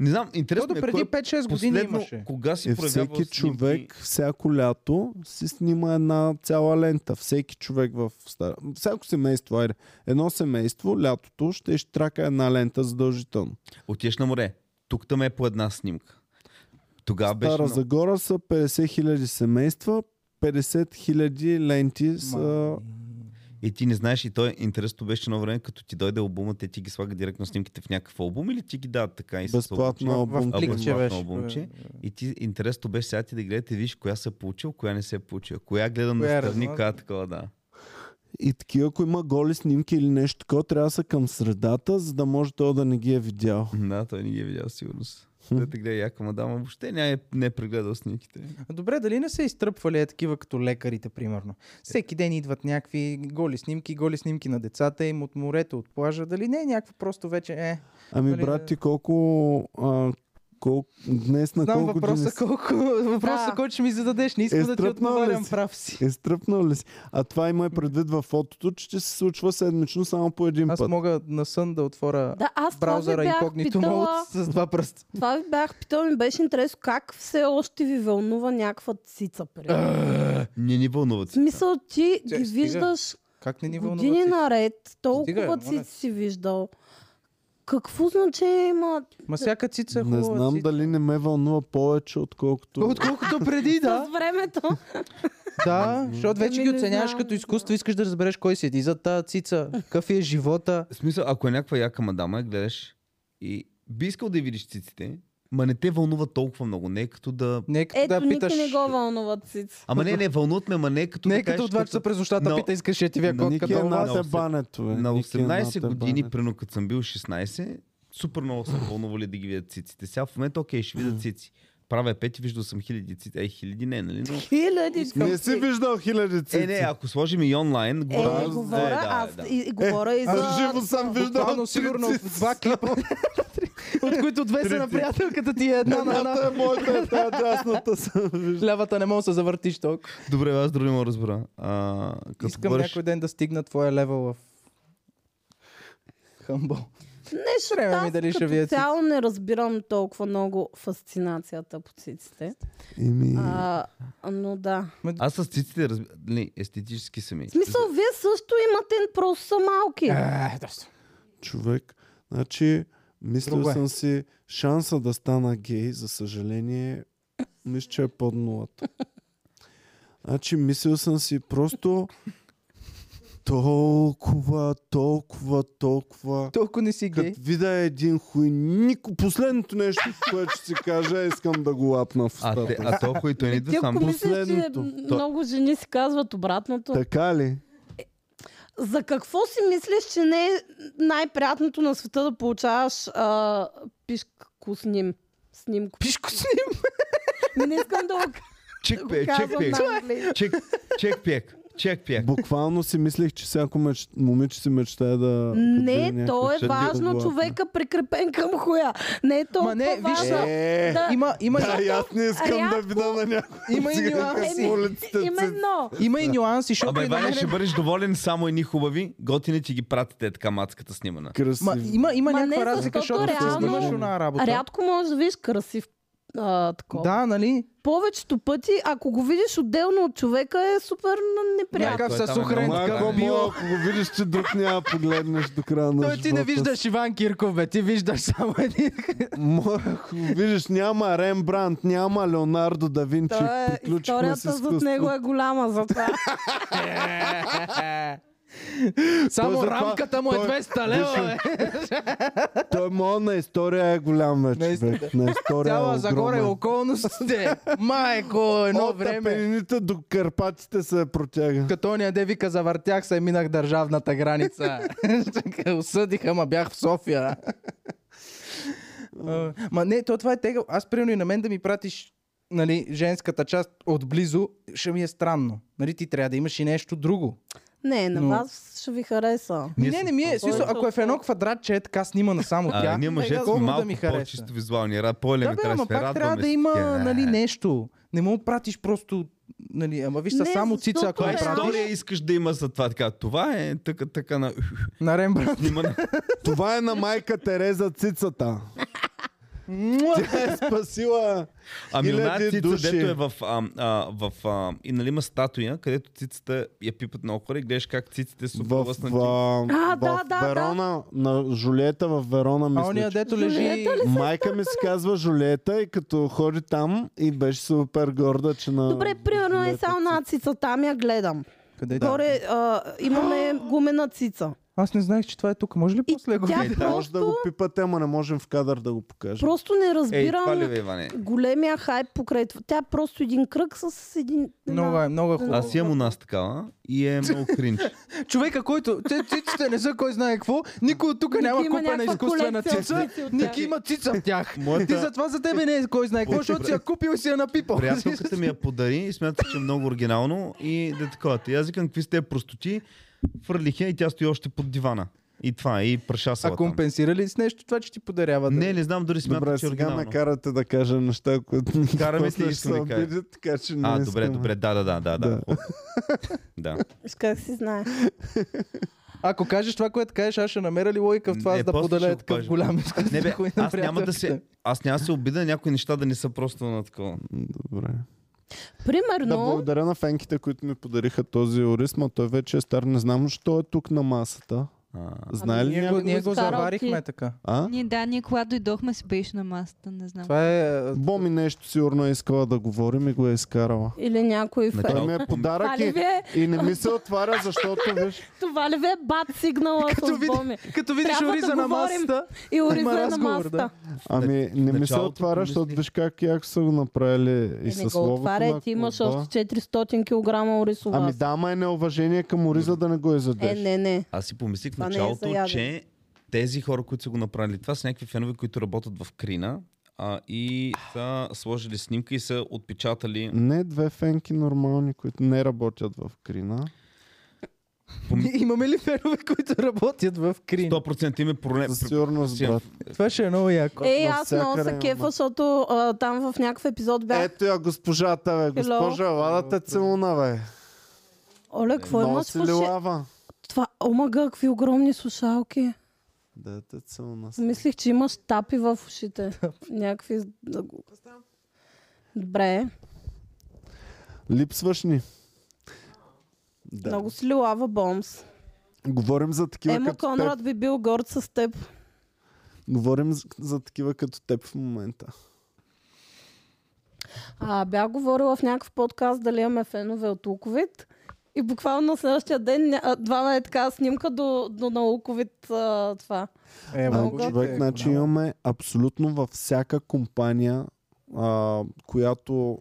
Speaker 3: Не знам,
Speaker 4: То
Speaker 3: интересно
Speaker 4: до
Speaker 3: ми е
Speaker 4: преди
Speaker 3: кой
Speaker 4: 5-6 години
Speaker 3: последно,
Speaker 4: имаше.
Speaker 3: кога си
Speaker 1: Е,
Speaker 3: проявявал
Speaker 1: всеки
Speaker 3: снимки?
Speaker 1: човек всяко лято си снима една цяла лента. Всеки човек в стара... Всяко семейство, айде. Едно семейство, лятото ще изтрака една лента задължително.
Speaker 3: Отиваш на море. Тук там е по една снимка. Тогава беше.
Speaker 1: Стара
Speaker 3: много-
Speaker 1: Загора са 50 хиляди семейства, 50 хиляди ленти са...
Speaker 3: И ти не знаеш, и той интересното беше едно време, като ти дойде албума, те ти ги слагат директно снимките в някакъв албум или ти ги дават така и с
Speaker 1: Безплатно
Speaker 3: албумче?
Speaker 1: албум.
Speaker 4: в
Speaker 3: А,
Speaker 4: пликче
Speaker 3: безплатно
Speaker 4: беше.
Speaker 3: албумче. И ти интересното беше сега ти да гледате, виж коя се е получил, коя не се е получила. Коя гледам
Speaker 4: Коя е
Speaker 3: на страни,
Speaker 4: разлад?
Speaker 3: коя такова, да.
Speaker 1: И такива, ако има голи снимки или нещо такова, трябва да са към средата, за да може той да не ги е видял.
Speaker 3: Да, той не ги е видял със сигурност. Да те гледа яка мадама, въобще не е, не е прегледал снимките.
Speaker 4: А Добре, дали не са изтръпвали е такива като лекарите, примерно? Всеки ден идват някакви голи снимки, голи снимки на децата им от морето, от плажа. Дали не е някаква просто вече е...
Speaker 1: Ами,
Speaker 4: Дали да-
Speaker 1: брат, ти колко... А, колко... Днес на
Speaker 4: Знам
Speaker 1: колко години
Speaker 4: въпроса, колко, въпроса
Speaker 2: Да.
Speaker 4: който ще ми зададеш. Не искам
Speaker 1: Е,
Speaker 4: да ти
Speaker 1: стръпнал ли
Speaker 4: отговарям
Speaker 1: си?
Speaker 4: прав си.
Speaker 1: Е, стръпнал ли си? А това има и предвид във фотото, че ще се случва седмично само по един
Speaker 4: Аз
Speaker 1: път.
Speaker 4: мога на сън да отворя
Speaker 2: Да, аз това
Speaker 4: браузъра
Speaker 2: ви бях
Speaker 4: инкогнито
Speaker 2: питала.
Speaker 4: мод с два пръста.
Speaker 2: Това ви бях питал, ми беше интересно как все още ви вълнува някаква цица. примерно.
Speaker 3: Не ни вълнуват.
Speaker 2: В смисъл, ти
Speaker 4: Тя
Speaker 2: ги
Speaker 4: стига.
Speaker 2: виждаш
Speaker 4: Как не ни
Speaker 2: години
Speaker 4: вълнува?
Speaker 2: наред,
Speaker 4: Стига,
Speaker 2: толкова
Speaker 4: моля
Speaker 2: цици
Speaker 4: те.
Speaker 2: си виждал. Какво значение има?
Speaker 4: ти? Ма всяка цица е
Speaker 1: Не
Speaker 4: хубава
Speaker 1: знам
Speaker 4: цица.
Speaker 1: дали не ме вълнува повече, отколкото...
Speaker 4: Отколкото преди,
Speaker 2: С
Speaker 4: да.
Speaker 2: времето.
Speaker 4: да, защото вече
Speaker 2: Ами
Speaker 4: ги
Speaker 2: не
Speaker 4: оценяваш
Speaker 2: знам,
Speaker 4: като
Speaker 2: не
Speaker 4: изкуство, искаш да разбереш кой седи за тази цица, какъв е живота.
Speaker 3: В смисъл, ако е някаква яка мадама, я гледаш и би искал да я видиш циците, ма не те вълнува толкова много. Не е като да
Speaker 4: Не е като
Speaker 2: Ето,
Speaker 4: да
Speaker 2: никой
Speaker 4: питаш...
Speaker 2: не го вълнува цица.
Speaker 3: Ама не, не, вълнуват ме, ма не е като
Speaker 4: Не
Speaker 3: да
Speaker 4: е като
Speaker 3: кажеш,
Speaker 4: от 2 часа през нощата
Speaker 3: Но-
Speaker 4: пита, искаш ли ти вия котка
Speaker 1: Ники е
Speaker 4: да
Speaker 1: над
Speaker 3: на осем-
Speaker 1: ебането, бе.
Speaker 3: На
Speaker 1: Ники е над
Speaker 3: 18 години,
Speaker 1: ебането.
Speaker 3: прено като съм бил 16, супер много съм вълнували да ги видят циците. Сега в момента, окей, ще видя цици. Правя пет и виждал съм хиляди цици. Ей, хиляди не, нали? Но...
Speaker 2: Хиляди
Speaker 1: Не си виждал хиляди цици.
Speaker 3: Е, не, ако сложим и онлайн,
Speaker 2: Е,
Speaker 3: говорим за-
Speaker 2: говоря,
Speaker 3: да, е,
Speaker 2: аз
Speaker 3: да.
Speaker 2: и, и
Speaker 4: Е,
Speaker 2: говоря и за...
Speaker 1: Аз живо съм виждал
Speaker 4: Буквално сигурно
Speaker 1: три цици.
Speaker 4: два клипа. от които две са на приятелката ти е една на една.
Speaker 1: Едната е моята, е тая дясната съм виждал.
Speaker 4: Лявата не мога да се завъртиш толкова.
Speaker 3: Добре, аз дори не мога да разбера. А, като
Speaker 4: Искам
Speaker 3: говориш-
Speaker 4: някой ден да стигна твоя левел в Хъмбъл.
Speaker 2: Не, ще
Speaker 4: Време ми
Speaker 2: аз
Speaker 4: Ами дали ще
Speaker 2: като
Speaker 4: вие цици.
Speaker 2: цяло не разбирам толкова много фасцинацията по циците.
Speaker 1: Еми...
Speaker 2: А, но да.
Speaker 3: Аз с циците разбира. Не, естетически сами.
Speaker 2: В смисъл, вие също имате, просто са малки.
Speaker 4: Е, доста.
Speaker 1: човек. Значи, мислил
Speaker 4: Друго е.
Speaker 1: съм си, шанса да стана гей, за съжаление, мисля, че е под нулата. Значи, мислил съм си просто толкова, толкова, толкова.
Speaker 4: Толкова не си гей.
Speaker 1: Като видя един хуй, нико... последното нещо, което ще си кажа, искам да го лапна в
Speaker 3: А,
Speaker 1: устата.
Speaker 3: те, а то, който не идва
Speaker 2: Ти ако
Speaker 3: само...
Speaker 2: мислиш, че
Speaker 1: последното.
Speaker 2: м- много жени си казват обратното.
Speaker 1: Така ли?
Speaker 2: За какво си мислиш, че не е най-приятното на света да получаваш а, пишко сним? Снимко.
Speaker 4: Пишко си ним.
Speaker 2: Не искам да го
Speaker 3: Чек
Speaker 2: го
Speaker 3: пек, чек
Speaker 2: казвам нали?
Speaker 3: пек,
Speaker 2: на английски.
Speaker 3: чек, чек пек, чек пек.
Speaker 1: Буквално си мислех, че всяко меч... момиче си мечтае да...
Speaker 2: Не, то е
Speaker 3: ще ни
Speaker 2: важно
Speaker 1: облагне.
Speaker 2: човека прикрепен към хоя. Не е толкова
Speaker 4: Ма не, виж,
Speaker 2: важно.
Speaker 1: Е,
Speaker 2: да,
Speaker 4: Има, има,
Speaker 1: да, и аз не искам да
Speaker 2: рядко-
Speaker 1: видя на някой.
Speaker 4: има и нюанси.
Speaker 1: по
Speaker 2: Е,
Speaker 1: улицата.
Speaker 2: Именно.
Speaker 4: Има и нюанси, защото
Speaker 3: Абе,
Speaker 4: и на
Speaker 3: Ваня,
Speaker 4: мен-
Speaker 3: ще бъдеш доволен само едни хубави, готини ти ги пратите така мацката снимана.
Speaker 1: Красив.
Speaker 4: Ма, има, има
Speaker 2: Ма не,
Speaker 4: някаква разлика,
Speaker 2: защото
Speaker 4: защото се
Speaker 2: реално-
Speaker 4: снимаш на работа.
Speaker 2: Рядко можеш да видиш красив а, такова.
Speaker 4: Да, нали?
Speaker 2: Повечето пъти, ако го видиш отделно от човека, е супер н- неприятно.
Speaker 4: Някакъв
Speaker 3: той
Speaker 4: с
Speaker 3: там е
Speaker 4: ухрен,
Speaker 3: много
Speaker 4: такъв
Speaker 1: Майко,
Speaker 3: гаден.
Speaker 4: бил.
Speaker 1: моя, ако го видиш, че друг няма да погледнеш до края на
Speaker 4: Той ти не
Speaker 1: живота си.
Speaker 4: виждаш Иван Кирков, бе. Ти виждаш само един.
Speaker 1: Моя, ако го видиш, няма Рембрандт, няма Леонардо да Винчи.
Speaker 2: Той е,
Speaker 1: Приключихме с
Speaker 2: историята зад
Speaker 1: изкуството.
Speaker 2: него е голяма за това.
Speaker 4: Само
Speaker 1: Той затова-
Speaker 4: рамката му е
Speaker 1: той-
Speaker 4: 200 лева, бе.
Speaker 1: Той моя на история е голям вече.
Speaker 4: Наистина.
Speaker 1: човек. На история е
Speaker 4: Цяла Загора е
Speaker 1: огромен.
Speaker 4: околностите. Майко, едно
Speaker 1: От
Speaker 4: време.
Speaker 1: Апенините до Карпатите се протяга.
Speaker 4: Като ония де вика, завъртях се, минах държавната граница. Така, Осъдиха, ма бях в София. А, ма не, то това е тега. Аз примерно и на мен да ми пратиш нали, женската част отблизо, ще ми е странно. Нали, ти трябва да имаш и нещо друго.
Speaker 2: Не, на
Speaker 4: Но-
Speaker 2: вас ще ви хареса.
Speaker 4: Ми, не, не ми е.
Speaker 2: Той е
Speaker 4: Смисъл, ако е в едно квадратче, е така снимана само
Speaker 3: А,
Speaker 4: тя.
Speaker 3: ние мъжете сме
Speaker 4: колко
Speaker 3: малко
Speaker 4: да ми хареса.
Speaker 3: по-чисто визуални, ра-
Speaker 4: Да, бе,
Speaker 3: по-елементарни
Speaker 4: ама
Speaker 3: сме,
Speaker 4: пак трябва
Speaker 3: радваме
Speaker 4: да
Speaker 3: се.
Speaker 4: има
Speaker 3: Е,
Speaker 4: нали, нещо. Не му пратиш просто нали, ама виж, са
Speaker 2: Не,
Speaker 4: само цица,
Speaker 2: защото
Speaker 4: ако
Speaker 3: Коя
Speaker 4: ми
Speaker 2: е
Speaker 4: пратиш
Speaker 3: история искаш да има за това? Така, това е така, така на...
Speaker 4: на Рембрандт.
Speaker 3: Снимана.
Speaker 1: Това е на майка Тереза Цицата. Тя е спасила
Speaker 3: Ами
Speaker 1: Хиляди
Speaker 3: онази цица,
Speaker 1: души.
Speaker 3: дето е в... А, а, в а, и нали има статуя, където цицата я пипат на хора и гледаш как циците са
Speaker 1: в, в,
Speaker 3: облъснати.
Speaker 2: А,
Speaker 1: в,
Speaker 2: да, да,
Speaker 1: Верона, на Жулиета в Верона,
Speaker 4: А
Speaker 1: мисля,
Speaker 4: ония
Speaker 1: че.
Speaker 4: дето лежи...
Speaker 1: Майка ми се казва Жулиета и като ходи там и беше супер горда, че на...
Speaker 2: Добре, примерно е
Speaker 1: Жулиета
Speaker 2: само на цица, там я гледам.
Speaker 4: Къде е? да?
Speaker 2: Горе а, имаме гумена цица.
Speaker 4: Аз не знаех, че това е тук. Може ли
Speaker 2: И
Speaker 4: после го
Speaker 2: тя
Speaker 4: видя?
Speaker 1: Цица. Може да го пипате, ама не можем в кадър да го покажем.
Speaker 2: Просто не
Speaker 3: Ей, това
Speaker 2: разбирам
Speaker 3: ли е? бе, Иване?
Speaker 2: големия хайп покрай това. Тя е просто един кръг с един...
Speaker 4: Много е, много е хубаво.
Speaker 3: Аз имам у нас такава и е много кринч.
Speaker 4: Човека, който... Те циците не са кой знае какво. Никой от тук
Speaker 2: Ники
Speaker 4: няма
Speaker 2: има
Speaker 4: купа на
Speaker 2: някаква
Speaker 4: изкуствена
Speaker 2: колекция от
Speaker 4: цица.
Speaker 2: цици от тях.
Speaker 4: Ники има цица в тях.
Speaker 1: Моята-
Speaker 4: Ти затова за тебе не е кой знае какво, защото си я купил и си я напипал.
Speaker 3: Приятелката ми я подари и смята, че е много оригинално и да е такова. И аз викам, какви сте простоти, фърлих я и тя стои още под дивана. И това, е, и
Speaker 4: А
Speaker 3: прашасала там.
Speaker 4: компенсира ли с нещо това, че ти подарява?
Speaker 3: Не, не знам, дори смятам,
Speaker 1: Добре,
Speaker 3: че е
Speaker 1: сега ме
Speaker 3: оригинално.
Speaker 1: карате да кажа неща, които ми
Speaker 3: Караме
Speaker 1: после ще
Speaker 3: те, искам
Speaker 1: се
Speaker 3: да кажа.
Speaker 1: обидят, така че не
Speaker 3: А,
Speaker 1: искам.
Speaker 3: добре, добре, да, да, да, да, да.
Speaker 1: Да.
Speaker 3: да.
Speaker 2: Как си знае?
Speaker 4: Ако кажеш това, което кажеш, аз ще намеря ли логика в това,
Speaker 3: Не,
Speaker 4: аз да
Speaker 3: после ще
Speaker 4: поделя
Speaker 3: го
Speaker 4: такъв
Speaker 3: кажа.
Speaker 4: голям изкуствен
Speaker 3: Не бе,
Speaker 4: хуй на
Speaker 3: аз няма да се...
Speaker 4: приятелката?
Speaker 3: Аз няма да се обида някои неща да не са просто на такова.
Speaker 1: Добре. Да
Speaker 2: Примерно,
Speaker 1: благодаря на фенките, които ми подариха този оризма. Той вече е стар. Не знам, що е тук на масата.
Speaker 3: А,
Speaker 1: Знае
Speaker 2: Ами
Speaker 1: ли
Speaker 4: Ние
Speaker 1: някой?
Speaker 4: го, ние го
Speaker 2: Скарал ти.
Speaker 4: заварихме така.
Speaker 1: А?
Speaker 6: Ние, да, ние когато дойдохме си беше на масата, не знам.
Speaker 4: Това е...
Speaker 1: Боми нещо сигурно е искала да говорим и го е изкарала.
Speaker 2: или някой фен.
Speaker 3: Начало.
Speaker 1: Той ми е
Speaker 2: Това
Speaker 1: подарък
Speaker 2: ли
Speaker 1: и,
Speaker 2: ви е,
Speaker 1: и не ми се отваря, защото виж,
Speaker 2: това ли ви е бат сигнала
Speaker 4: Като,
Speaker 2: с
Speaker 4: види,
Speaker 2: Боми?
Speaker 4: като видиш
Speaker 2: Трябва да
Speaker 4: ориза на
Speaker 2: говорим.
Speaker 4: масата,
Speaker 2: И
Speaker 4: Има
Speaker 2: ориза на
Speaker 4: разговор,
Speaker 2: масата.
Speaker 4: да.
Speaker 1: ами не ми се
Speaker 3: началото
Speaker 1: отваря,
Speaker 3: помисли.
Speaker 1: защото виж как яко са го направили и
Speaker 2: Е, не
Speaker 1: с
Speaker 2: го
Speaker 1: словото
Speaker 2: отваря,
Speaker 1: на
Speaker 2: ти имаш
Speaker 1: клуба.
Speaker 2: още 400 кг орисова.
Speaker 1: Ами да, ама е неуважение към ориза да не го
Speaker 2: е,
Speaker 1: изядеш.
Speaker 2: не, не.
Speaker 3: Аз си помислих в
Speaker 2: Това не е
Speaker 3: началото,
Speaker 2: заяден.
Speaker 3: че тези хора, които са го направили това, са някакви фенове, които работят в Крина а, и са сложили снимка и са отпечатали.
Speaker 1: Не две фенки нормални, които не работят в Крина.
Speaker 4: Ние Имаме ли фенове, които работят в Крин?
Speaker 3: 100% им е проблем.
Speaker 1: Със сигурност,
Speaker 3: Си-
Speaker 1: брат.
Speaker 4: Това ще е много яко.
Speaker 2: Ей, аз много
Speaker 1: навсякъде
Speaker 2: се
Speaker 1: има.
Speaker 2: кефа, защото а, там в някакъв епизод бях.
Speaker 1: Ето я госпожата, бе. Госпожа, ела да те целуна, бе.
Speaker 2: Оле, какво
Speaker 1: е, Много
Speaker 2: имаш
Speaker 1: си ли
Speaker 2: слуша?
Speaker 1: лава?
Speaker 2: Това, омага, какви огромни слушалки.
Speaker 1: Да те целуна.
Speaker 2: Мислих, че имаш тапи в ушите. Някакви... да го- Добре.
Speaker 1: Липсваш ни. Да.
Speaker 2: Много си лилава бомс.
Speaker 1: Говорим за такива
Speaker 2: Емо
Speaker 1: като
Speaker 2: Конрад би бил горд с теб.
Speaker 1: теб. Говорим за, за такива като теб в момента.
Speaker 2: А, бях говорила в някакъв подкаст дали имаме фенове от Луковит. И буквално на следващия ден ня- а, двама е така снимка до, до на Луковит а, това.
Speaker 4: Е,
Speaker 1: А,
Speaker 2: Много.
Speaker 1: човек, значи имаме абсолютно във всяка компания, а, която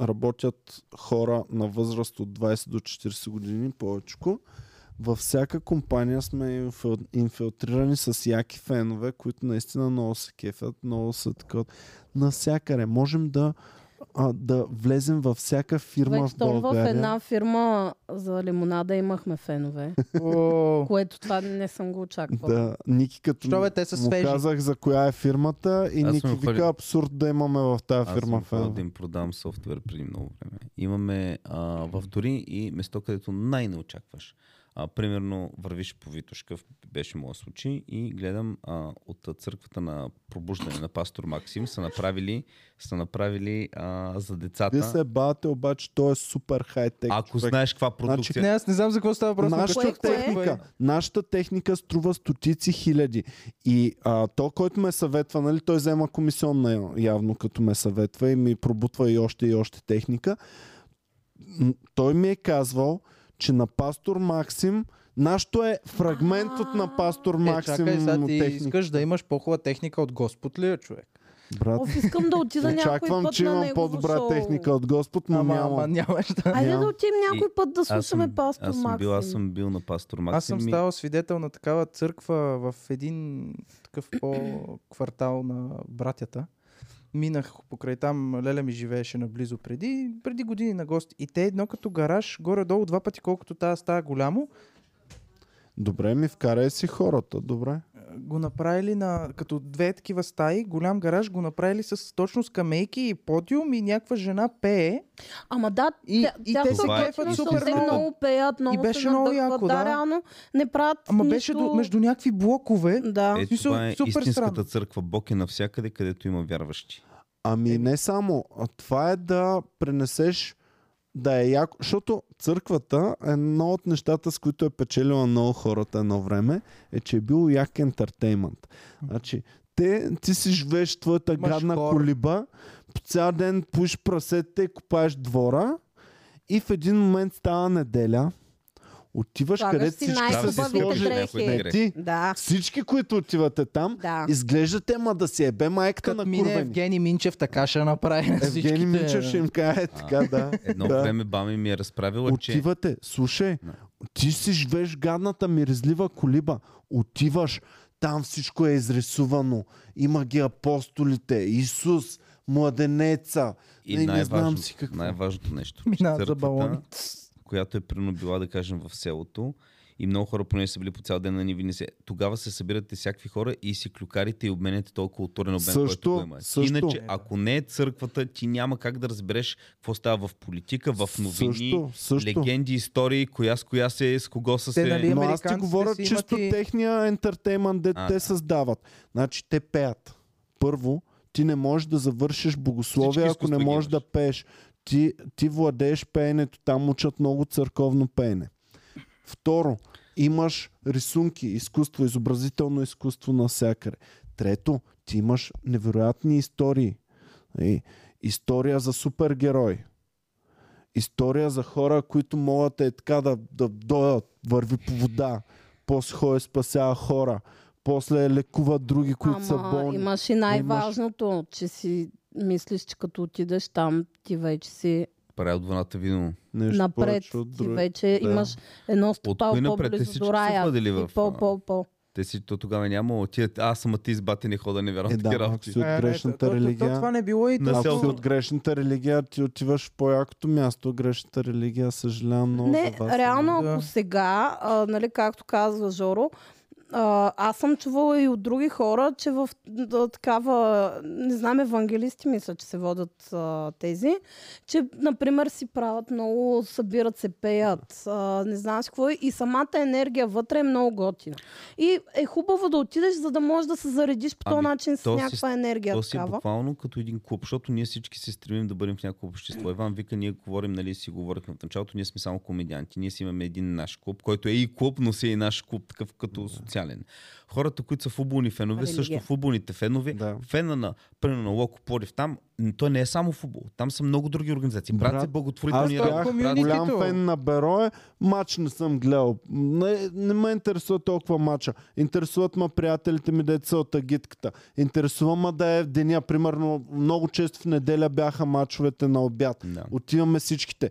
Speaker 1: работят хора на възраст от 20 до 40 години повечко. Във всяка компания сме инфил- инфилтрирани с яки фенове, които наистина много се кефят, много са така. Навсякъде можем да, а, да влезем във всяка фирма
Speaker 2: Вече
Speaker 1: в
Speaker 2: там в
Speaker 1: България.
Speaker 2: една фирма за лимонада имахме фенове,
Speaker 4: О,
Speaker 2: което това не съм го очаквала.
Speaker 1: Да, Ники като
Speaker 4: Що бе, те са
Speaker 1: му
Speaker 4: свежи.
Speaker 1: казах за коя е фирмата и
Speaker 3: Аз съм
Speaker 1: Ники
Speaker 3: ходил-
Speaker 1: вика абсурд да имаме в тази
Speaker 3: Аз
Speaker 1: фирма
Speaker 3: съм ходил
Speaker 1: фенове.
Speaker 3: да им продавам софтуер преди много време. Имаме а, в дори и место, където най-не очакваш. А, примерно вървиш по Витушка, в- беше моят случай, и гледам а, от църквата на пробуждане на пастор Максим са направили, са направили а, за
Speaker 1: Вие
Speaker 3: децата.
Speaker 1: се бавате, обаче той е супер хай-тек.
Speaker 3: Ако
Speaker 1: човек.
Speaker 3: знаеш каква
Speaker 4: не,
Speaker 3: продукция...
Speaker 4: аз не знам за какво става въпрос. но
Speaker 1: Нашата
Speaker 4: като
Speaker 2: кое-
Speaker 1: техника,
Speaker 4: Е,
Speaker 1: нашата техника струва стотици хиляди. И а, то, който ме съветва, нали, той взема комисионна явно, като ме съветва и ми пробутва и още и още техника. М, Той ми е казвал, че на пастор Максим, нашето е фрагмент от на пастор
Speaker 4: Е,
Speaker 1: Максим
Speaker 4: чакай, сега ти
Speaker 1: техника.
Speaker 4: искаш да имаш по-хубава техника от Господ ли е, човек?
Speaker 1: Брат,
Speaker 2: Оф, искам да отида някой
Speaker 1: очаквам,
Speaker 2: път
Speaker 1: че
Speaker 2: на
Speaker 1: имам
Speaker 2: негово
Speaker 1: по-добра
Speaker 2: шоу.
Speaker 1: техника от Господ, но
Speaker 4: Ама,
Speaker 1: нямам.
Speaker 4: ама нямаш да.
Speaker 2: Айде
Speaker 1: Нямам.
Speaker 2: да отидем някой път да
Speaker 3: Аз
Speaker 2: слушаме пастор
Speaker 3: аз съм
Speaker 2: Максим.
Speaker 3: бил, аз съм бил на пастор Максим.
Speaker 4: Аз съм
Speaker 3: и- е,
Speaker 4: ставал свидетел на такава църква в един такъв по-квартал на братята. Минах покрай там, Леля ми живееше наблизо преди, преди години на гости. И те едно като гараж, горе-долу два пъти, колкото тази става голямо,
Speaker 1: Добре, ми вкарай си хората, добре.
Speaker 4: го направили на, като две такива стаи, голям гараж, го направили с точно скамейки и подиум и някаква жена пее.
Speaker 2: Ама да,
Speaker 4: И-
Speaker 2: тя,
Speaker 4: и
Speaker 2: тя
Speaker 4: те
Speaker 3: се
Speaker 2: това е
Speaker 3: кефят
Speaker 2: точно,
Speaker 3: супер
Speaker 2: те
Speaker 3: много.
Speaker 2: много пеят, много
Speaker 4: беше
Speaker 2: се
Speaker 4: много
Speaker 2: надъхват.
Speaker 4: яко, да.
Speaker 2: да. реално не правят
Speaker 4: Ама
Speaker 2: нищо...
Speaker 4: беше до, между някакви блокове.
Speaker 2: Да.
Speaker 3: Е,
Speaker 4: Смисъл,
Speaker 3: това е
Speaker 4: супер
Speaker 3: истинската
Speaker 4: странно.
Speaker 3: църква. Бог е навсякъде, където има вярващи.
Speaker 1: Ами не само, а това е да пренесеш да е яко, защото църквата е едно от нещата, с които е печелила много хората едно време, е, че е бил як ентертеймент. Значи, те, ти си живееш в твоята
Speaker 4: Имаш
Speaker 1: гадна
Speaker 4: хора.
Speaker 1: колиба, по цял ден пуш прасетите, купаеш двора и в един момент става неделя, отиваш
Speaker 2: Слагаш
Speaker 1: където
Speaker 2: си
Speaker 1: всички
Speaker 3: Трябва
Speaker 1: са
Speaker 3: да
Speaker 1: си
Speaker 3: се
Speaker 2: най-хубавите
Speaker 1: сложили.
Speaker 2: дрехи.
Speaker 3: сложи някой да
Speaker 1: Не,
Speaker 3: играе.
Speaker 1: ти,
Speaker 2: Да.
Speaker 1: всички, които отивате там,
Speaker 2: Да.
Speaker 1: изглеждате, ма да си ебе майката
Speaker 4: Като
Speaker 1: на
Speaker 4: мине
Speaker 1: курвени.
Speaker 4: Евгений Минчев, така ще направи на всичките.
Speaker 1: Евгений Минчев ще им каже, е, така да.
Speaker 3: Едно
Speaker 1: да.
Speaker 3: време баба ми ми е разправила, че...
Speaker 1: Отивате, слушай,
Speaker 3: Да.
Speaker 1: ти си живееш гадната миризлива колиба. Отиваш, там всичко е изрисувано. Има ги апостолите, Исус, младенеца.
Speaker 3: И
Speaker 1: не, не знам
Speaker 3: най-важното,
Speaker 1: си какво.
Speaker 3: най-важното нещо. че
Speaker 4: Минават за
Speaker 3: църквата,
Speaker 4: балони.
Speaker 3: Която е прино била, да кажем, в селото. И много хора, поне са били по цял ден на ниви, не се. Тогава се събирате всякакви хора и си клюкарите и обменяте толкова културен обмен, който
Speaker 1: Също,
Speaker 3: го има.
Speaker 1: също.
Speaker 3: Иначе, ако не е църквата, ти няма как да разбереш какво става в политика, в новини,
Speaker 1: Също, също.
Speaker 3: легенди, истории, коя с коя се е, с кого са
Speaker 4: Те,
Speaker 3: се...
Speaker 4: нали,
Speaker 1: Но аз ти
Speaker 4: Американците
Speaker 1: говоря
Speaker 4: си имат
Speaker 1: чисто
Speaker 4: и-
Speaker 1: техния ентертеймент, де
Speaker 3: А,
Speaker 1: те
Speaker 3: да.
Speaker 1: създават. Значи те пеят. Първо, ти не можеш да завършиш
Speaker 3: Всички
Speaker 1: богословие, ако
Speaker 3: изкуства
Speaker 1: не
Speaker 3: ги
Speaker 1: можеш да
Speaker 3: имаш.
Speaker 1: пееш. Ти, ти владееш пеенето, там учат много църковно пеене. Второ, имаш рисунки, изкуство, изобразително изкуство навсякъде. Трето, ти имаш невероятни истории. И, Нали? история за супергерой. История за хора, които могат е така да, да дойдат, върви по вода, после ходи спасява хора, после лекува други, които са
Speaker 2: Ама
Speaker 1: болни.
Speaker 2: имаш и най-важното, че си мислиш, че като отидеш там, ти вече си
Speaker 3: Прави от вълната вино.
Speaker 1: Нещо
Speaker 2: напред.
Speaker 1: повече от
Speaker 2: Ти
Speaker 1: друго.
Speaker 2: вече
Speaker 1: Да.
Speaker 2: имаш едно стопало
Speaker 3: кой напред? Те
Speaker 2: по-близо
Speaker 3: всички
Speaker 2: до
Speaker 3: са
Speaker 2: рая.
Speaker 3: ходили
Speaker 2: И
Speaker 3: в-
Speaker 2: по, по, по.
Speaker 3: Те си, то тогава няма отидат. Аз съм ти избати, не хода, не вярвам
Speaker 1: Е,
Speaker 3: в такива
Speaker 1: да,
Speaker 3: работи.
Speaker 1: ако си от
Speaker 4: Е, не,
Speaker 1: грешната
Speaker 4: то- то- то-
Speaker 1: религия.
Speaker 4: То, това не било и
Speaker 3: На
Speaker 4: то-
Speaker 1: Ако си
Speaker 3: селото.
Speaker 1: от грешната религия, ти отиваш в по-якото място. Грешната религия, съжалявам много
Speaker 2: Не,
Speaker 1: за вас.
Speaker 2: реално,
Speaker 3: нали?
Speaker 4: да.
Speaker 2: ако сега, а, нали, както казва Жоро, а, аз съм чувала и от други хора, че в да, такава, не знам, евангелисти мисля, че се водят а, тези, че, например, си правят много, събират се, пеят, а, не знам си какво е, и самата енергия вътре е много готина. И е хубаво да отидеш, за да можеш да се заредиш по този
Speaker 3: Ами,
Speaker 2: начин с
Speaker 3: то си-
Speaker 2: някаква енергия.
Speaker 3: То си е
Speaker 2: такава.
Speaker 3: буквално като един клуб, защото ние всички се стремим да бъдем в някакво общество. Иван вика, ние говорим, нали си говорихме в началото, ние сме само комедианти, ние си имаме един наш клуб, който е и клуб, но си е и наш клуб, такъв като радикален. Хората, които са футболни фенове,
Speaker 2: Религия.
Speaker 3: също футболните фенове,
Speaker 1: Да.
Speaker 3: фена на, примерно на Локо Плодив, там н- той не е само футбол, там са много други организации. Брат се
Speaker 1: Брат,
Speaker 3: благотворителни
Speaker 1: аз бях
Speaker 2: е
Speaker 3: работи, правят-
Speaker 4: комюнити-
Speaker 1: Голям
Speaker 4: Никито.
Speaker 1: фен на Берое, матч не съм гледал. Не, не ме интересува толкова матча. Интересуват ме приятелите ми деца от агитката. Интересува ме да е в деня. Примерно много често в неделя бяха матчовете на обяд.
Speaker 3: Да.
Speaker 1: Отиваме всичките.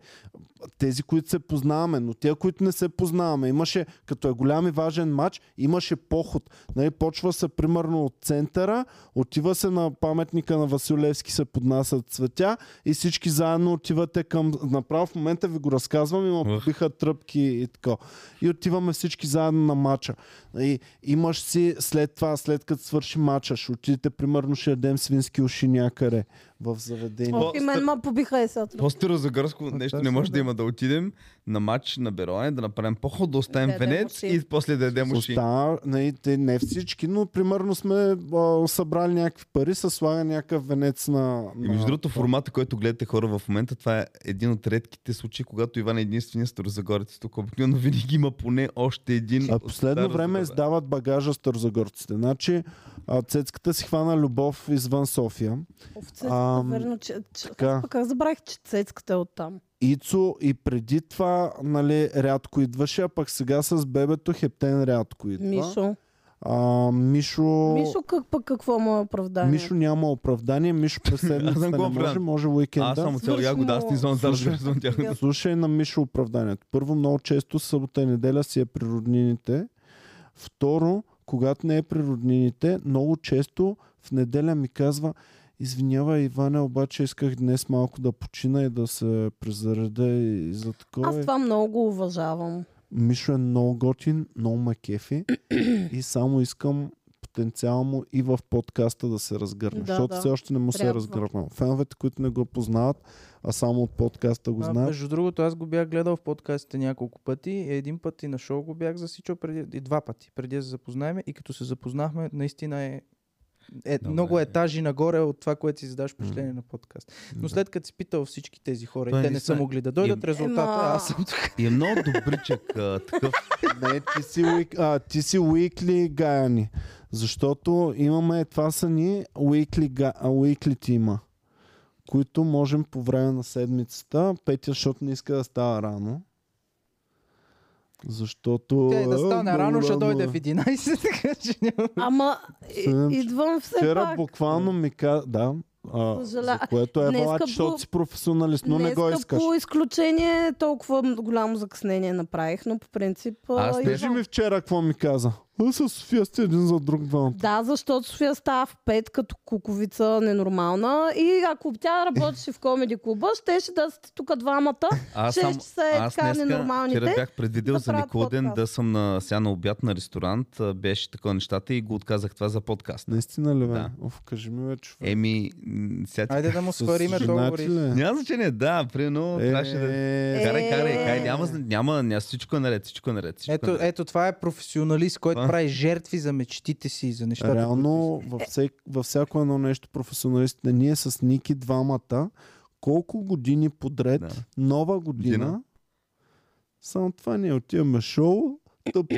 Speaker 1: Тези, които се познаваме, но тези, които не се познаваме. Имаше, като е голям и важен матч, имаше поход. Нали, почва се примерно от центъра, отива се на паметника на Васил Левски, се поднасят цветя и всички заедно отивате към... Направо в момента ви го разказвам, има
Speaker 3: Ух.
Speaker 1: биха тръпки и така. И отиваме всички заедно на матча. И имаш си след това, след като свърши матча, ще отидете примерно, ще ядем свински уши някъде в заведение.
Speaker 2: Ох, и мен ма побиха и сега.
Speaker 3: По-стира за гърско нещо не може да има да отидем на матч на Бероя, да направим поход, да оставим
Speaker 2: Да ядем
Speaker 3: венец
Speaker 2: уши.
Speaker 3: и после да ядем уши.
Speaker 1: Остава, не, те, не всички, но примерно сме а, събрали някакви пари, се слага някакъв венец на...
Speaker 3: И
Speaker 1: на...
Speaker 3: между другото, формата, който гледате хора в момента, това е един от редките случаи, когато Иван е единствения старозагорец. Тук обикновено винаги има поне още един.
Speaker 1: а
Speaker 3: от
Speaker 1: последно
Speaker 3: Стара
Speaker 1: време
Speaker 3: Загора.
Speaker 1: издават багажа старозагорците. Значи а, цецката си хвана любов извън София.
Speaker 2: Овцецката,
Speaker 1: Ам,
Speaker 2: верно, че... че
Speaker 1: така.
Speaker 2: аз пък аз забравих, че цецката е оттам.
Speaker 1: Ицо и преди това нали, рядко идваше, а пък сега с бебето Хептен рядко идва.
Speaker 2: Мишо.
Speaker 1: А, Мишо...
Speaker 2: Мишо как, пък какво му е оправдание?
Speaker 1: Мишо няма оправдание, Мишо през
Speaker 3: Аз
Speaker 1: седмицата
Speaker 3: съм
Speaker 1: не
Speaker 3: го
Speaker 1: може,
Speaker 3: оправдан.
Speaker 1: може
Speaker 3: Аз
Speaker 1: уикенда.
Speaker 3: само цял
Speaker 2: Свърши
Speaker 3: ягода, аз
Speaker 2: му-
Speaker 3: не знам за
Speaker 1: Слушай.
Speaker 3: разбирам тях.
Speaker 1: Слушай на Мишо оправданието. Първо, много често събота и неделя си е при роднините. Второ, когато не е при роднините, много често в неделя ми казва Извинявай, Иване, обаче исках днес малко да почина и да се презареда и за такова.
Speaker 2: Аз
Speaker 1: е.
Speaker 2: това много го уважавам.
Speaker 1: Мишо е много готин, много ме кефи и само искам потенциално и в подкаста да се разгърне,
Speaker 2: Да,
Speaker 1: защото
Speaker 2: да.
Speaker 1: все още не му се е
Speaker 2: Трябва.
Speaker 1: разгърнал. Феновете, които не го познават, а само от подкаста го
Speaker 4: А,
Speaker 1: знаят,
Speaker 4: Между другото, аз го бях гледал в подкастите няколко пъти. Един път и на шоу го бях засичал преди, и два пъти, преди да се запознаем. И като се запознахме, наистина е, е
Speaker 3: Добре.
Speaker 4: много етажи нагоре от това, което си задаш впечатление на подкаст. Но след като си питал всички тези хора
Speaker 3: Той
Speaker 4: и те не са
Speaker 3: наистина е-
Speaker 4: могли да дойдат,
Speaker 3: Ем-
Speaker 4: резултата е
Speaker 2: Ема.
Speaker 4: аз съм тук.
Speaker 3: И е много добричък а, такъв.
Speaker 1: Не, ти си, уик, а, ти си weekly гаяни. Защото имаме, това са ни weekly, га- а, weekly тима, които можем по време на седмицата. Петя, защото не иска да става рано. Защото...
Speaker 4: Тя и да
Speaker 1: е,
Speaker 4: стане
Speaker 1: много
Speaker 4: рано, ще
Speaker 1: рано
Speaker 4: дойде
Speaker 1: е.
Speaker 4: в 11, така че няма.
Speaker 2: Ама и-
Speaker 1: Седем часа.
Speaker 2: идвам все
Speaker 1: Вчера
Speaker 2: пак.
Speaker 1: буквално ми каза... Да, а, за
Speaker 2: Съжаля-
Speaker 1: което е
Speaker 2: Днеска
Speaker 1: вала,
Speaker 2: по-
Speaker 1: защото си професионалист, но не го
Speaker 2: Днеска
Speaker 1: искаш.
Speaker 2: по изключение толкова м- голямо закъснение направих, но по принцип... а,
Speaker 3: Аз не-
Speaker 1: Кажи
Speaker 2: идвам.
Speaker 1: ми вчера какво ми каза. Аз с София сте един за друг двамата.
Speaker 2: Да, защото София става в пет като куковица ненормална и ако тя работеше в комеди клуба, щеше да сте тук двамата.
Speaker 3: Аз,
Speaker 2: Ще
Speaker 3: сам,
Speaker 2: са е
Speaker 3: аз
Speaker 2: така
Speaker 3: днеска,
Speaker 2: ненормалните,
Speaker 3: вчера бях предвидел
Speaker 2: да
Speaker 3: за
Speaker 2: правят
Speaker 3: Николай ден
Speaker 2: подкаст.
Speaker 3: да съм на, сега на обяд на ресторант. а, Беше такова нещата и го отказах това за подкаст.
Speaker 1: Наистина ли, бе?
Speaker 3: Да.
Speaker 1: Оф, кажи ми вече.
Speaker 4: Е,
Speaker 3: Еми, м, сега ти
Speaker 4: Айде да му
Speaker 1: С
Speaker 4: свариме
Speaker 1: женати
Speaker 4: договори.
Speaker 1: ли?
Speaker 3: Няма значение, да, примерно
Speaker 1: Е,
Speaker 3: трябваше да...
Speaker 1: е,
Speaker 3: Карай, карай,
Speaker 2: Е.
Speaker 3: карай, няма, няма, няма, всичко е наред, всичко е наред. Всичко е
Speaker 4: Ето,
Speaker 3: наред.
Speaker 4: ето, това е професионалист, който
Speaker 3: Това.
Speaker 4: прави жертви за мечтите си, и за нещата.
Speaker 1: Реално, във, всек, във всяко едно нещо професионалистите, ние с Ники двамата, колко години подред, да.
Speaker 3: Да.
Speaker 1: нова година,
Speaker 3: Година.
Speaker 1: само това ние отиваме шоу,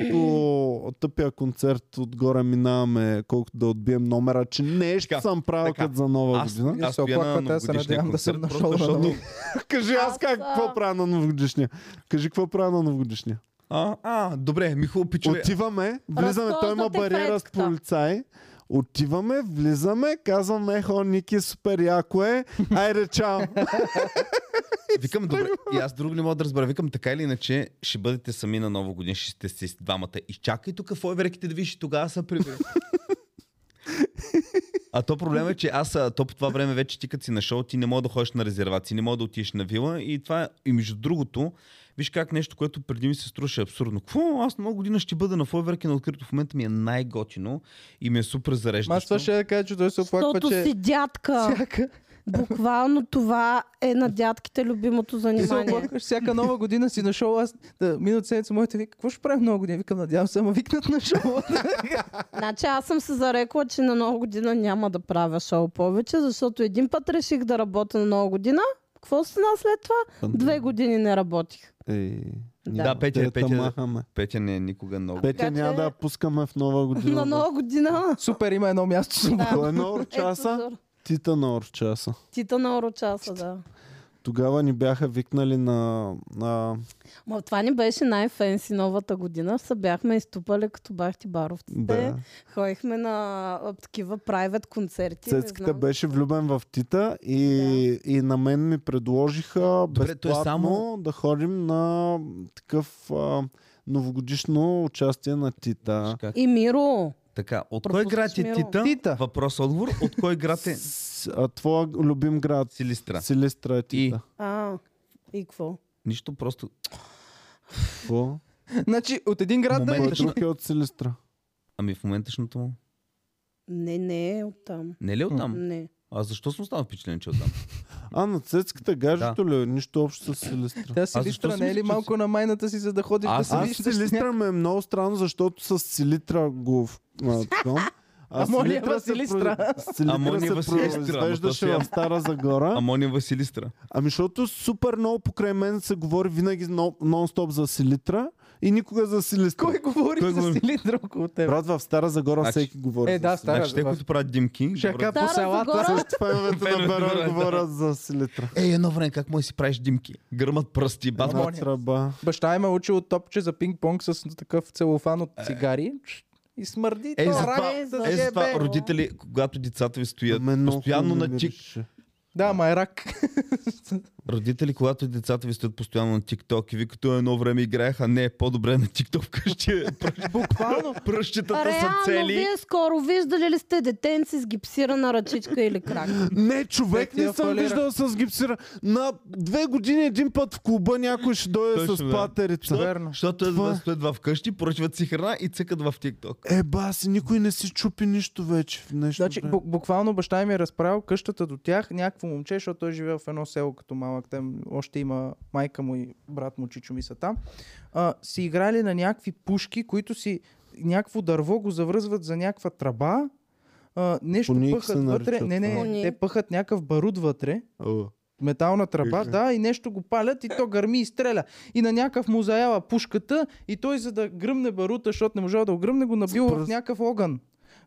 Speaker 1: тъпото, тъпия концерт отгоре минаваме, колкото да отбием номера, че нещо
Speaker 3: Така,
Speaker 1: съм правил
Speaker 3: така.
Speaker 1: като за нова
Speaker 3: Аз,
Speaker 1: година.
Speaker 4: Ние
Speaker 3: аз
Speaker 4: се
Speaker 3: стоя на
Speaker 4: оплаквате, аз се
Speaker 3: новогодишния
Speaker 4: надявам да съм
Speaker 3: концерт,
Speaker 4: нашъл
Speaker 3: просто
Speaker 4: на
Speaker 3: защото...
Speaker 1: Кажи аз,
Speaker 2: Аз,
Speaker 1: как,
Speaker 2: а-
Speaker 1: какво правя на новогодишния? Кажи какво правя на новогодишния.
Speaker 3: А, а, добре, Михо Пичове.
Speaker 1: Отиваме, влизаме, той има
Speaker 2: Ами, Разхождате
Speaker 1: бариера с
Speaker 2: фетката.
Speaker 1: полицай. Отиваме, влизаме, казваме, хо, Ники, супер яко е, айде чао.
Speaker 3: Викам, добре, и аз друго не мога да разбера. Викам, така или иначе, ще бъдете сами на ново година, ще сте си с двамата. И чакай тук фойверките да видиш, и тогава са прибери. А то проблема е, че аз а, то по това време вече ти като си на шоу, ти не мога да ходиш на резервации, не мога да отидеш на вила и това е. И между другото, виж как нещо, което преди ми се струваше абсурдно. Какво? Аз много година ще бъда на фойверки на открито. В момента ми е най-готино и ми е супер зареждащо.
Speaker 4: Аз това ще да кажа, че той се оплаква,
Speaker 2: Защото
Speaker 1: е
Speaker 4: че...
Speaker 2: си дядка.
Speaker 4: Всяка,
Speaker 2: Буквално това е на дядките любимото
Speaker 4: ти се
Speaker 2: занимание.
Speaker 4: оплакваш, всяка нова година си на шоу. Аз да, миналата седмица моите вика, какво ще правим нова година? Викам, надявам се, ама викнат на шоу.
Speaker 2: Значи аз съм се зарекла, че на нова година няма да правя шоу повече, защото един път реших да работя на нова година. Какво стана след това? Две години не работих.
Speaker 1: Ей,
Speaker 3: Да, да Петя, е,
Speaker 1: Те
Speaker 3: Петя,
Speaker 1: махаме.
Speaker 3: Петя не е никога много.
Speaker 1: Петя
Speaker 2: Така
Speaker 1: няма
Speaker 2: че-
Speaker 1: да я пускаме в нова
Speaker 2: На
Speaker 1: година.
Speaker 2: нова година.
Speaker 4: Супер, има едно място свободно.
Speaker 1: Кой е на
Speaker 2: Ето,
Speaker 1: часа?
Speaker 2: зор.
Speaker 1: Тита на часа.
Speaker 2: Тита на Орочаса, да.
Speaker 1: Тогава ни бяха викнали на... на...
Speaker 2: Ма това ни беше най-фенси новата година. Се бяхме изтупали като бахти баровците.
Speaker 1: Да.
Speaker 2: Ходихме на а, такива private концерти. не
Speaker 1: Цецката
Speaker 2: знам.
Speaker 1: беше влюбен в Тита и, да. и на мен ми предложиха
Speaker 3: Добре, той е
Speaker 1: безплатно
Speaker 3: само-
Speaker 1: да ходим на такъв а, новогодишно участие на Тита.
Speaker 3: Как?
Speaker 2: И Миро.
Speaker 3: Така, от кой
Speaker 2: Пропускаш
Speaker 3: град е
Speaker 2: Миро.
Speaker 3: Тита?
Speaker 4: Тита.
Speaker 3: Въпрос отговор. От кой град е
Speaker 1: С, а, твоя любим град
Speaker 3: Силистра?
Speaker 1: Силистра е Тита.
Speaker 2: А, и какво?
Speaker 3: Нищо просто.
Speaker 1: Какво?
Speaker 4: Значи от един град да
Speaker 3: Момент.
Speaker 1: Кой
Speaker 4: ни...
Speaker 3: Точно.
Speaker 1: друг е от Силистра?
Speaker 3: Ами в моменташното му.
Speaker 2: Не, не е оттам.
Speaker 3: Не ли е оттам?
Speaker 2: Не.
Speaker 3: А защо съм останал впечатлен, че е оттам?
Speaker 1: А, на Цецката гаджето ли? е? Нищо общо с Силистра.
Speaker 4: Тя
Speaker 3: защо
Speaker 4: си листра,
Speaker 3: си
Speaker 4: не е ли
Speaker 3: мисля, че
Speaker 4: малко на майната си, за да ходиш
Speaker 3: Аз
Speaker 4: да
Speaker 1: Аз
Speaker 4: се виждаш с
Speaker 1: Силистра
Speaker 4: някой?
Speaker 1: ме е много странно, защото с Силитра го вкъм.
Speaker 4: А моля,
Speaker 3: е
Speaker 4: Василистра.
Speaker 3: Ама не
Speaker 1: Силистра се
Speaker 3: Василистра, е ама
Speaker 1: произвеждаше
Speaker 3: то си е.
Speaker 1: в Стара Загора.
Speaker 3: Амония Василистра.
Speaker 1: Ами защото супер много покрай мен се говори винаги но- нон-стоп за Силитра и никога за Силистра.
Speaker 4: Кой говори
Speaker 3: Кой
Speaker 4: с
Speaker 3: говори?
Speaker 4: Силиндра около теб?
Speaker 1: Брат, в Стара Загора
Speaker 3: Значи-
Speaker 1: всеки говори
Speaker 4: Е,
Speaker 1: за
Speaker 4: да,
Speaker 1: Значи
Speaker 4: Стара
Speaker 3: Значи те,
Speaker 4: Загора.
Speaker 3: които правят димки.
Speaker 4: Ще я
Speaker 3: добре.
Speaker 4: кажа
Speaker 2: Стара
Speaker 4: по селата.
Speaker 2: Загора?
Speaker 1: Също е феновете на
Speaker 3: Феновете,
Speaker 1: Бера
Speaker 3: да.
Speaker 1: говорят за Силитра.
Speaker 3: Е, едно време, как му си правиш димки? Гърмат пръсти, бат.
Speaker 1: Една
Speaker 4: Амония.
Speaker 1: тръба.
Speaker 4: Баща им е учил от топче за пинг-понг с такъв целофан от цигари. И смърди.
Speaker 3: Е,
Speaker 4: то,
Speaker 3: за
Speaker 4: рак.
Speaker 3: това,
Speaker 2: е, за
Speaker 3: е, за това
Speaker 2: тебе.
Speaker 3: родители, когато децата ви стоят,
Speaker 1: Ме много
Speaker 3: постоянно
Speaker 1: хубаво
Speaker 3: на тик.
Speaker 1: мирише.
Speaker 4: Да, ма е рак.
Speaker 3: Родители, когато децата ви стоят постоянно на TikTok и викат, «О, едно време играеха, не, по-добре е на TikTok вкъщи. Буквално.
Speaker 2: А
Speaker 3: Пръщетата са
Speaker 2: реално,
Speaker 3: цели.
Speaker 2: вие скоро виждали ли сте детенци с гипсирана ръчичка или крак?
Speaker 4: Е,
Speaker 1: Не, човек
Speaker 4: Те ти
Speaker 1: не съм
Speaker 4: фалира.
Speaker 1: виждал с гипсира. На две години един път в клуба някой ще дойде
Speaker 3: Точно,
Speaker 1: с
Speaker 3: да.
Speaker 1: патерица.
Speaker 4: Верно.
Speaker 3: Защото
Speaker 1: Това
Speaker 3: едва
Speaker 1: е.
Speaker 3: стоят в къщи, поръчват си храна и цъкат в TikTok.
Speaker 1: Е, баси, никой не си чупи нищо вече. в Нещо
Speaker 4: Значи,
Speaker 1: време.
Speaker 4: бу- буквално баща ми е разправил къщата до тях, някакво момче, защото той живее в едно село като малък, там още има майка му и брат му, чичо ми са там, а, си играли на някакви пушки, които си някакво дърво го завръзват за някаква тръба, а, нещо
Speaker 1: Поник се
Speaker 4: пъхат
Speaker 1: нарича
Speaker 4: вътре, не,
Speaker 1: това.
Speaker 4: не, те
Speaker 2: Поник.
Speaker 4: пъхат някакъв барут вътре,
Speaker 1: О.
Speaker 4: метална тръба,
Speaker 1: Виждам.
Speaker 4: да, и нещо го палят и то гърми и стреля. И на някакъв му заява пушката и той за да гръмне барута, защото не можал да го гръмне, го набил в
Speaker 1: пръст.
Speaker 4: някакъв огън.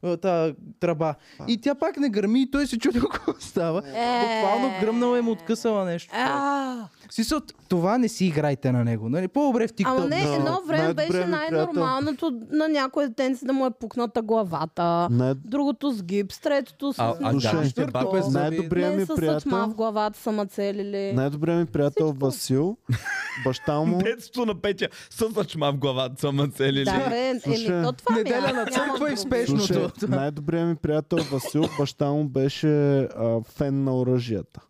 Speaker 4: а, Та тръба. И тя пак не гърми и той се чуди какво става.
Speaker 2: Е.
Speaker 4: Буквално гръмнала и му откъсала нещо.
Speaker 2: А,
Speaker 4: Смисъл, това не си играйте на него. Нали? По-добре в
Speaker 2: Ама
Speaker 4: TikTok.
Speaker 2: не,
Speaker 1: да.
Speaker 2: едно време
Speaker 1: Най-добре е
Speaker 2: беше
Speaker 1: ми
Speaker 2: най-нормалното на някои детенци да му е пукната главата.
Speaker 1: Най-
Speaker 2: другото с гипс, третото с...
Speaker 3: А, а
Speaker 1: Слушай,
Speaker 3: да, ще
Speaker 4: четвърто.
Speaker 3: бабе
Speaker 4: Най-
Speaker 1: Най-добрият ми е
Speaker 2: Мен с съчма
Speaker 1: приятел...
Speaker 2: в главата са ма целили.
Speaker 1: Най-добрият ми приятел Васил, баща му...
Speaker 3: Детството на Петя с зачма в главата са ма целили.
Speaker 2: Да, бе,
Speaker 1: Слушай,
Speaker 2: еми, то това ми е,
Speaker 4: неделя на
Speaker 2: няма
Speaker 4: църква
Speaker 2: друго.
Speaker 4: и в спешно.
Speaker 1: Слушай,
Speaker 4: Точното.
Speaker 1: най-добрият ми приятел Васил, баща му беше а, фен на оръжията.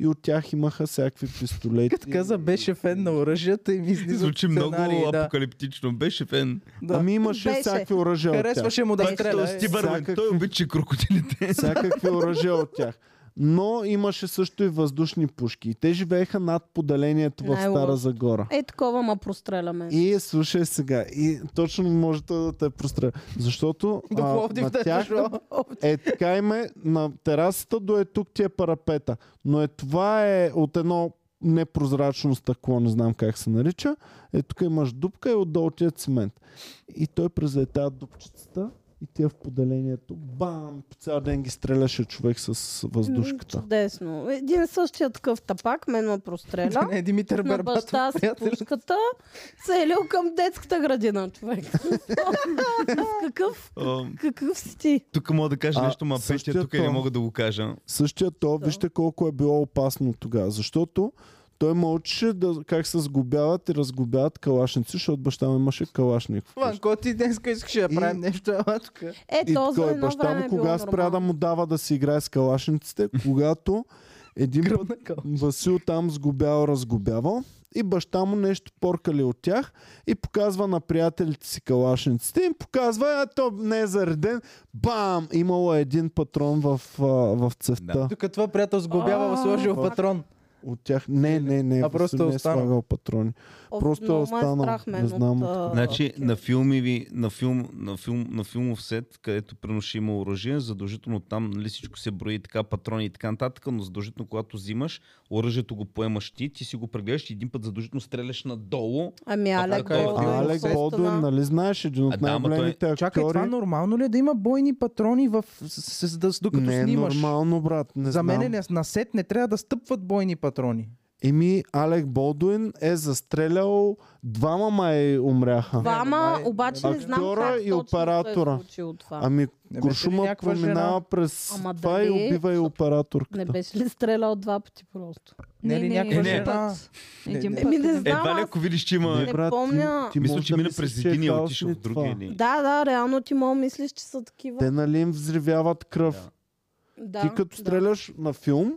Speaker 1: И от тях имаха всякакви пистолети.
Speaker 4: Като каза, беше фен на оръжията и ми излиза
Speaker 3: Звучи много
Speaker 4: да.
Speaker 3: апокалиптично. Беше фен.
Speaker 4: да.
Speaker 1: Ами имаше
Speaker 2: Беше.
Speaker 1: всякакви оръжия от тях.
Speaker 4: Харесваше му да
Speaker 3: Той
Speaker 4: стреля. е.
Speaker 3: Стив Ирвин,
Speaker 1: Всякакви.
Speaker 3: Той обича крокодилите.
Speaker 1: Всякакви оръжия от тях. Но имаше също и въздушни пушки. И те живееха над поделението в
Speaker 2: Най-лошо.
Speaker 1: Стара Загора.
Speaker 2: Е, такова ма простреляме.
Speaker 1: И слушай сега, и точно може той да те простреля. Защото
Speaker 4: До
Speaker 1: а,
Speaker 4: Пловдив
Speaker 1: на
Speaker 4: да е
Speaker 1: тях
Speaker 4: дошло.
Speaker 1: Е, така им е, на терасата до е тук ти е парапета. Но е това е от едно непрозрачно стъкло, не знам как се нарича. Е, тук имаш дупка и отдолу ти е цимент. И той презлетя дупчицата и тия в поделението, бам, по цял ден ги стреляше човек с въздушката.
Speaker 2: Чудесно. Един същия такъв тапак мен ме простреля.
Speaker 4: Не, Димитър
Speaker 2: на
Speaker 4: Барбатов.
Speaker 2: баща с
Speaker 4: приятел.
Speaker 2: пушката целил към детската градина, човек. С какъв,
Speaker 3: Ам,
Speaker 2: какъв си ти?
Speaker 3: Тук мога да кажа
Speaker 1: А,
Speaker 3: нещо, ма Петя
Speaker 1: същия
Speaker 3: тук и не
Speaker 1: Том.
Speaker 3: мога да го кажа.
Speaker 1: Същия то, вижте колко е било опасно тогава, защото той мълчеше да, как се сгубяват и разгубяват калашници, защото баща му имаше калашник. вкъщи.
Speaker 4: Ванко, ти днес искаш да
Speaker 1: И-
Speaker 4: правим нещо, ама тук.
Speaker 2: Е,
Speaker 1: И
Speaker 2: то за
Speaker 1: така, и
Speaker 2: едно
Speaker 1: баща
Speaker 2: време е
Speaker 1: му
Speaker 2: било
Speaker 1: кога спря да
Speaker 2: нормално.
Speaker 1: му дава да си играе с калашниците, когато един път
Speaker 4: Гръбна кал.
Speaker 1: Васил там сгубял, разгубявал и баща му нещо поркали от тях и показва на приятелите си калашниците и им показва, а то не е зареден, бам! Имало е един патрон в, а, в цевта.
Speaker 3: Да.
Speaker 4: Тук това приятел сгубява,
Speaker 2: А,
Speaker 4: сложил
Speaker 1: fuck.
Speaker 4: патрон.
Speaker 1: От тях. Не, не, не.
Speaker 4: А
Speaker 1: Васил
Speaker 4: просто
Speaker 1: не е
Speaker 4: останал.
Speaker 1: слагал патрони.
Speaker 2: О,
Speaker 1: Просто
Speaker 2: много ме е
Speaker 1: останал.
Speaker 2: страх
Speaker 1: Не
Speaker 2: мен
Speaker 1: знам
Speaker 2: от,
Speaker 1: от
Speaker 2: а,
Speaker 3: Значи
Speaker 2: такива.
Speaker 3: на филмиви, на, филм, на, филм, на филмов сет, където приноши има оръжие, задължително там нали, всичко се брои така, патрони и така нататък, но задължително когато взимаш, оръжието го поемаш ти, ти си го прегледаш и един път задължително стреляш надолу.
Speaker 2: Ами Алек
Speaker 3: така е.
Speaker 2: Болдуин.
Speaker 4: Алек
Speaker 1: Алек
Speaker 2: собствена-
Speaker 1: Болдуин, нали знаеш, един
Speaker 3: А,
Speaker 1: от
Speaker 3: да, ама той-
Speaker 1: най-големите
Speaker 4: Чакай, това
Speaker 1: актьори.
Speaker 4: нормално ли е да има бойни патрони в... с, с, с, да- с, докато
Speaker 1: Не е
Speaker 4: снимаш?
Speaker 1: нормално, брат. Не
Speaker 4: За
Speaker 1: знам.
Speaker 4: мен е не- на сет не трябва да стъпват бойни патрони.
Speaker 1: Еми, Алек Болдуин е застрелял двама май умряха.
Speaker 2: Двама,
Speaker 4: май-
Speaker 2: обаче не знам
Speaker 1: Актьора
Speaker 2: как
Speaker 1: и
Speaker 2: точно
Speaker 1: оператора.
Speaker 2: се е случило това.
Speaker 1: Ами,
Speaker 4: Не беше ли
Speaker 1: куршума
Speaker 4: някаква жена?
Speaker 1: преминава през
Speaker 2: Ама
Speaker 1: това
Speaker 2: дали-
Speaker 1: и убива и
Speaker 2: Не
Speaker 1: операторката.
Speaker 2: беше ли стрелял два пъти просто?
Speaker 4: Не, е не, някаква
Speaker 6: един
Speaker 3: жена.
Speaker 6: път.
Speaker 4: Не,
Speaker 6: Един
Speaker 4: не.
Speaker 6: път.
Speaker 2: Еми не
Speaker 6: един-
Speaker 2: знам.
Speaker 3: Едва ли
Speaker 2: аз-
Speaker 3: ако видиш, че има...
Speaker 2: не помня.
Speaker 1: е, ти
Speaker 3: мисля,
Speaker 1: може
Speaker 3: че
Speaker 1: да
Speaker 3: мина
Speaker 1: мислиш,
Speaker 3: през
Speaker 1: че е
Speaker 3: един и е
Speaker 1: хаос
Speaker 3: отишъл
Speaker 1: ли
Speaker 3: в другия.
Speaker 1: това?
Speaker 3: Или...
Speaker 2: Да, да, реално ти мога мислиш, че са такива.
Speaker 1: Те нали им взривяват кръв.
Speaker 2: да,
Speaker 1: Ти като стреляш на филм,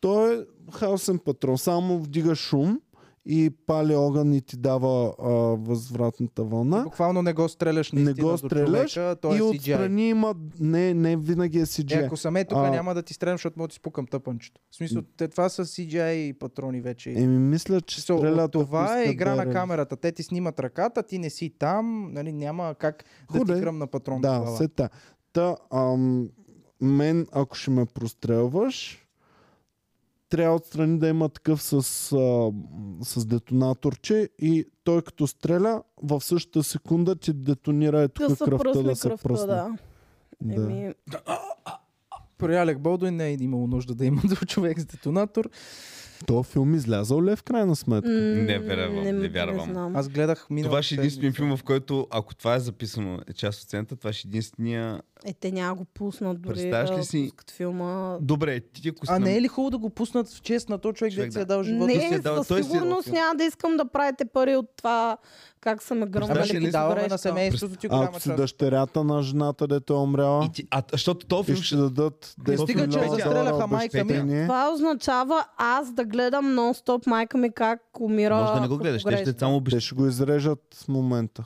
Speaker 1: то е хаосен патрон. Само вдига шум и пали огън и ти дава а, възвратната вълна.
Speaker 4: Буквално не го стреляш
Speaker 1: Не
Speaker 4: наистина
Speaker 1: го
Speaker 4: до
Speaker 1: стреляш
Speaker 4: човека, той е
Speaker 1: и
Speaker 4: CGI.
Speaker 1: отстрани има... Не, не винаги е
Speaker 4: Е,
Speaker 1: CGI.
Speaker 4: ако съм е тук,
Speaker 1: А.
Speaker 4: няма да ти стрелям, защото мога да ти спукам тъпънчето. В смисъл, те, това са CGI патрони вече.
Speaker 1: Еми, мисля, че
Speaker 4: Смисъл,
Speaker 1: стрелят... ако
Speaker 4: това е
Speaker 1: иска
Speaker 4: игра
Speaker 1: да
Speaker 4: на
Speaker 1: реализира.
Speaker 4: камерата. Те ти снимат ръката, ти не си там, нали, няма как да
Speaker 1: Хубаво
Speaker 4: ти
Speaker 1: е.
Speaker 4: кръмна патрон. в
Speaker 1: Да,
Speaker 4: глава.
Speaker 1: все та. Та, ам, мен, ако ще ме прострелваш, трябва отстрани да има такъв с, а, с детонаторче и той като стреля, в същата секунда ти детонира е тук
Speaker 2: Къса
Speaker 1: кръвта
Speaker 2: пръсне
Speaker 1: да се
Speaker 2: кръвта,
Speaker 1: пръсне.
Speaker 2: да.
Speaker 1: Да.
Speaker 2: Еми,
Speaker 4: При Алек Болдуин не е имало нужда да има друг човек с детонатор.
Speaker 1: То филм излязъл ли е в крайна сметка?
Speaker 2: м,
Speaker 3: Не вярвам, не вярвам.
Speaker 2: знам.
Speaker 4: Аз гледах миналата
Speaker 3: Това ще е единствения
Speaker 4: седмица.
Speaker 3: филм, в който, ако това е записано е част от сцената, това ще е единствения...
Speaker 2: Е, те няма го пуснат дори
Speaker 3: Представяш ли
Speaker 2: да
Speaker 3: си?
Speaker 2: пускат филма.
Speaker 3: Добре, ти ако
Speaker 4: А
Speaker 3: снем-
Speaker 4: не е ли хубаво да го пуснат в чест на то
Speaker 3: Човек,
Speaker 4: човек, човек си
Speaker 3: да.
Speaker 4: е дал живота
Speaker 2: Не,
Speaker 4: си?
Speaker 3: си е дал-
Speaker 2: със
Speaker 3: той си е дал
Speaker 2: сигурност
Speaker 3: филм.
Speaker 2: няма да искам да правите пари от това как са ме
Speaker 3: Представяш
Speaker 2: гръмнали
Speaker 3: ли
Speaker 4: Значи
Speaker 3: не
Speaker 4: ги
Speaker 3: си-
Speaker 4: даваме
Speaker 2: грешка.
Speaker 4: на семейството ти голяма
Speaker 1: Ако си
Speaker 4: част.
Speaker 1: дъщерята на жената, дето е умряла,
Speaker 3: И ти, а, защото този
Speaker 1: и
Speaker 3: филм
Speaker 1: ще
Speaker 3: ще...
Speaker 1: дадат
Speaker 4: Не
Speaker 1: 10
Speaker 4: стига, че
Speaker 1: милиона долара
Speaker 4: застреляха майка ми.
Speaker 1: обещетение.
Speaker 2: Това означава аз да гледам нон-стоп майка ми как умира.
Speaker 3: Може да не го
Speaker 2: по
Speaker 3: гледаш, те
Speaker 2: погрешка.
Speaker 3: ще само обещ...
Speaker 1: Те ще го изрежат в момента.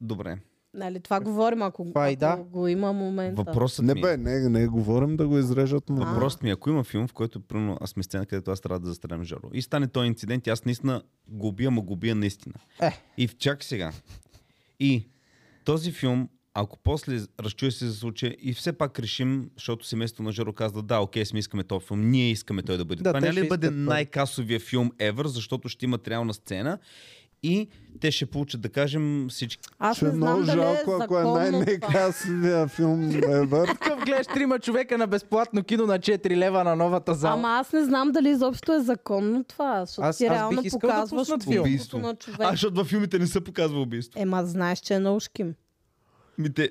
Speaker 3: Добре.
Speaker 2: Нали, това говорим, ако,
Speaker 4: Това и да.
Speaker 2: ако го има момента.
Speaker 3: Въпросът
Speaker 1: Не
Speaker 3: ми... е-
Speaker 1: бе, не, не говорим да го изрежат в момента.
Speaker 3: Въпросът ми, е, ако има филм, в който примерно аз сме сцена, където аз трябва да застрелям Жаро. И стане този инцидент, и аз наистина го убия, ма го убия наистина.
Speaker 4: Е.
Speaker 3: И в чак сега. И този филм, ако после разчуя се за случая и все пак решим, защото семейството на Жаро казва, да, окей, сме искаме този филм, ние искаме той да бъде.
Speaker 4: Да,
Speaker 3: Това
Speaker 4: те
Speaker 3: няма ли да
Speaker 4: ще
Speaker 3: бъде
Speaker 4: искат пари.
Speaker 3: най-касовия филм ever, защото ще имат реална сцена и те ще получат, да кажем, всички.
Speaker 2: Аз
Speaker 1: Ще е
Speaker 2: не знам
Speaker 1: много
Speaker 2: дали е
Speaker 1: жалко, ако е
Speaker 2: законно това.
Speaker 1: най-некрасивия филм ever.
Speaker 4: Такъв гледаш трима човека на безплатно кино на 4 лева на новата зала.
Speaker 2: Ама аз не знам дали изобщо е законно това, защото
Speaker 4: Аз-
Speaker 2: ти
Speaker 4: аз
Speaker 2: реално
Speaker 4: бих искал да
Speaker 2: показваш
Speaker 4: пуснат филм.
Speaker 2: убийството на човек.
Speaker 3: А, защото във филмите не се показва убийство.
Speaker 2: Ема знаеш, че е наушким.
Speaker 3: Ми те...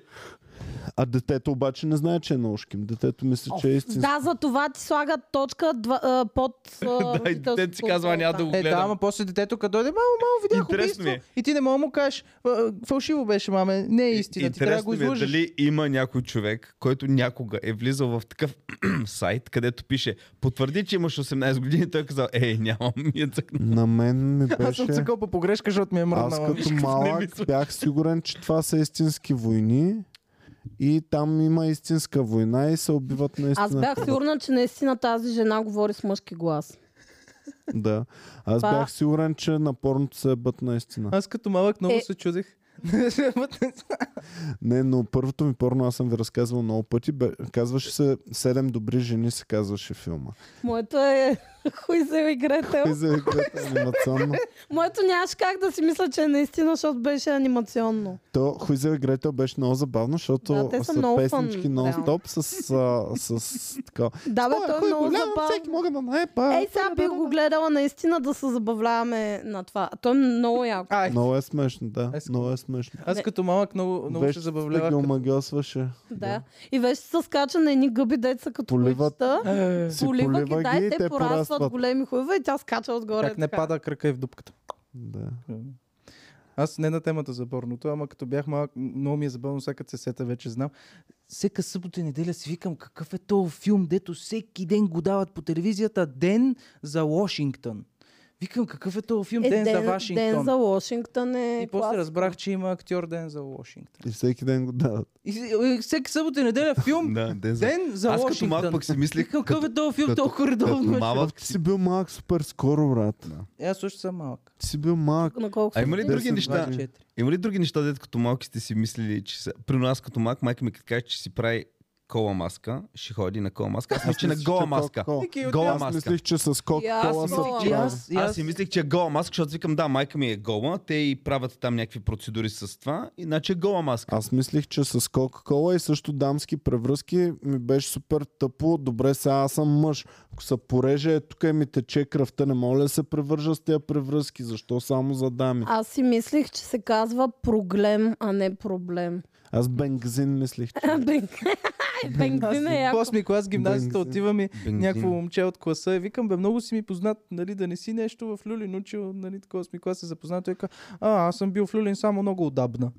Speaker 1: А детето обаче не знае, че е наушким. Детето мисли, че е истински.
Speaker 2: Да, за това ти слагат точка два, а, под а,
Speaker 3: Да, и
Speaker 2: родителското
Speaker 3: детето си казва, няма да го
Speaker 4: Е, да,
Speaker 3: гледам.
Speaker 4: ама после детето като дойде, мамо, мамо, видях
Speaker 3: Интересно
Speaker 4: убийство.
Speaker 3: ми е.
Speaker 4: И ти не мога да му кажеш, «А, фалшиво беше, маме, не е истина, ти трябва да го
Speaker 3: Интересно ми е
Speaker 4: излъжеш.
Speaker 3: дали има някой човек, който някога е влизал в такъв сайт, където пише потвърди, че имаш 18 години, той е казал, ей, нямам ми е цъкнал.
Speaker 1: На мен ми
Speaker 4: Аз съм
Speaker 1: беше...
Speaker 4: цъкал по погрешка, защото ми е
Speaker 1: Аз
Speaker 4: мръднала.
Speaker 1: като малък бях сигурен, че това са истински войни. И там има истинска война и се убиват наистина.
Speaker 2: Аз бях сигурна, че наистина тази жена говори с мъжки глас.
Speaker 1: Да. Аз
Speaker 2: Това-
Speaker 1: бях сигурен, че на порното се ебат наистина.
Speaker 4: Аз като малък много
Speaker 2: Е.
Speaker 4: се чудих.
Speaker 1: Не, но първото ми порно, аз съм ви разказвал много пъти, бе, казваше се Седем добри жени се казваше филма.
Speaker 2: Моето е хуй за
Speaker 1: И
Speaker 2: игретел.
Speaker 1: за анимационно.
Speaker 2: Моето нямаше как да си мисля, че е наистина, защото беше анимационно.
Speaker 1: То Хуизел и Гретел беше много забавно, защото
Speaker 2: Да, те са
Speaker 1: са,
Speaker 2: много
Speaker 1: песнички
Speaker 2: фън,
Speaker 1: нон-стоп с, с, с, така.
Speaker 2: Да, бе,
Speaker 1: Ой,
Speaker 2: той е
Speaker 1: хуй
Speaker 2: много
Speaker 1: голям,
Speaker 2: забавно.
Speaker 1: Всеки мога да наепа.
Speaker 2: Ей, сега бих го гледала наистина да се забавляваме на това. А то е много яко.
Speaker 4: Ай,
Speaker 1: Много е смешно, да.
Speaker 4: Е, ск-
Speaker 1: Много е смешно.
Speaker 4: аз като малък много, много се
Speaker 1: Вещицата
Speaker 4: забавлявах.
Speaker 1: ги
Speaker 4: като-
Speaker 1: омагиосваше.
Speaker 2: Да. И вече се скача на едни гъби деца като
Speaker 1: Поливат.
Speaker 4: Е,
Speaker 2: кучета.
Speaker 1: Си
Speaker 2: Полива ги, да, и те порастват
Speaker 1: порастват.
Speaker 2: големи хуйове и тя скача отгоре.
Speaker 4: Как не
Speaker 2: така.
Speaker 4: пада крака и в дупката.
Speaker 1: Да.
Speaker 4: Аз не на темата за порното, ама като бях малък, много ми е забавно, сега като се сета вече знам. Всека събота и неделя си викам какъв е този филм, дето всеки ден го дават по телевизията, ден за Вашингтон. Викам, какъв е този филм?
Speaker 2: Е,
Speaker 4: ден,
Speaker 2: ден,
Speaker 4: за Вашингтон.
Speaker 2: ден за Вашингтон е
Speaker 4: И после
Speaker 2: клас.
Speaker 4: разбрах, че има актьор Ден за Вашингтон.
Speaker 1: И всеки ден го дават.
Speaker 4: И, и всеки събота и неделя филм
Speaker 3: Да, ден за...
Speaker 4: Ден за
Speaker 3: Аз като
Speaker 4: Вашингтон.
Speaker 3: малък пък си мислих,
Speaker 4: Викам, какъв е този филм
Speaker 3: като-
Speaker 4: толкова
Speaker 3: като
Speaker 4: редовно?
Speaker 3: малък
Speaker 1: Ти си бил малък супер скоро, брат.
Speaker 4: Е, Аз също съм малък.
Speaker 1: Ти си бил малък.
Speaker 2: На колко
Speaker 3: А има ли
Speaker 2: години?
Speaker 3: други неща?
Speaker 4: 24.
Speaker 3: Има ли други неща, дет като малки сте си мислили, че са... При нас като малък, майка ми като каже, че си прави кола маска, ще ходи на кола маска. Аз мисля, че на
Speaker 1: мислих,
Speaker 3: гола
Speaker 1: че е
Speaker 3: маска.
Speaker 1: Кока-Кола.
Speaker 4: Вики, отивам.
Speaker 3: Гола
Speaker 1: Аз
Speaker 3: маска.
Speaker 1: мислих, че с Кока-Кола
Speaker 2: аз
Speaker 1: са
Speaker 2: мислих, че
Speaker 1: правили.
Speaker 4: аз- и
Speaker 3: Аз си мислих, че е гола маска, защото викам, да, майка ми е гола, те и правят там някакви процедури с това, иначе е гола маска.
Speaker 1: Аз мислих, че с Кока-Кола и също дамски превръзки ми беше супер тъпо. Добре, сега аз съм мъж. Ако се пореже, е тук и ми тече кръвта. Не мога ли да се превържа с тези превръзки? Защо само за дами?
Speaker 2: Аз си мислих, че се казва проблем, а не проблем.
Speaker 1: Аз бензин мислих, че...
Speaker 2: Бен- Бенквин е яко.
Speaker 4: Осми клас гимназията
Speaker 1: Бензин.
Speaker 4: отивам и
Speaker 3: Бензин.
Speaker 4: някакво момче от класа и викам, бе, много си ми познат, нали, да не си нещо в Люлин учил, нали, такова осми клас се запознат. Той ка, а, аз съм бил в Люлин само много отдабна.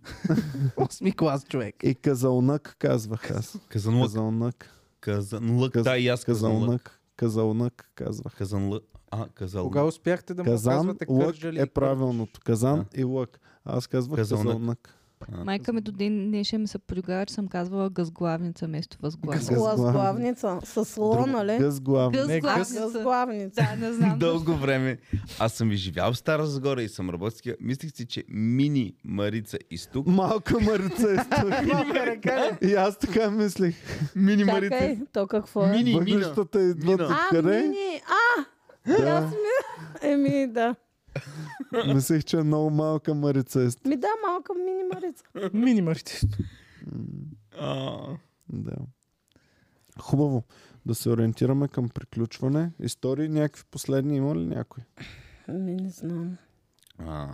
Speaker 4: осми клас, човек.
Speaker 1: И казалнък казвах аз.
Speaker 3: Казанлък.
Speaker 1: Казалнък.
Speaker 3: Казанлък.
Speaker 1: Каз-
Speaker 3: Да, и аз казанлък.
Speaker 1: Казалнък. Казалнък казвах.
Speaker 3: Казанлък. А, казалък.
Speaker 4: Кога успяхте да му
Speaker 1: Казан,
Speaker 4: казвате
Speaker 1: лък
Speaker 4: кържали?
Speaker 1: е правилното. Казан и лък. Аз казвах
Speaker 3: Казалнък.
Speaker 1: казалнък.
Speaker 6: Майка ми до ден днешен ми се подигава, че съм казвала газглавница вместо възглавница.
Speaker 2: С
Speaker 1: Газглавница.
Speaker 2: главница. С ло, нали?
Speaker 1: Гъс главно.
Speaker 4: Не, гъс.
Speaker 2: С главница.
Speaker 6: Да, не знам. защо.
Speaker 3: Дълго време. Аз съм и живял в Стара Загора и съм работил. с такива. Мислих си, че мини Марица изток.
Speaker 1: Малка марица е
Speaker 4: Малка ръка ли?
Speaker 1: И аз така мислих.
Speaker 3: Мини Марица.
Speaker 2: Чакай, то какво е?
Speaker 3: Мини, мина.
Speaker 1: Въглищата идват
Speaker 3: Мина.
Speaker 2: А,
Speaker 1: откъде?
Speaker 2: мини! А!
Speaker 1: Да.
Speaker 2: Еми, да.
Speaker 1: Мислех, че е много малка марица. е.
Speaker 2: Ми да, малка мини Марица.
Speaker 4: Минимарите.
Speaker 3: А,
Speaker 1: Да. Хубаво. Да се ориентираме към приключване. Истории някакви последни има ли някой?
Speaker 2: Ми не знам.
Speaker 3: а,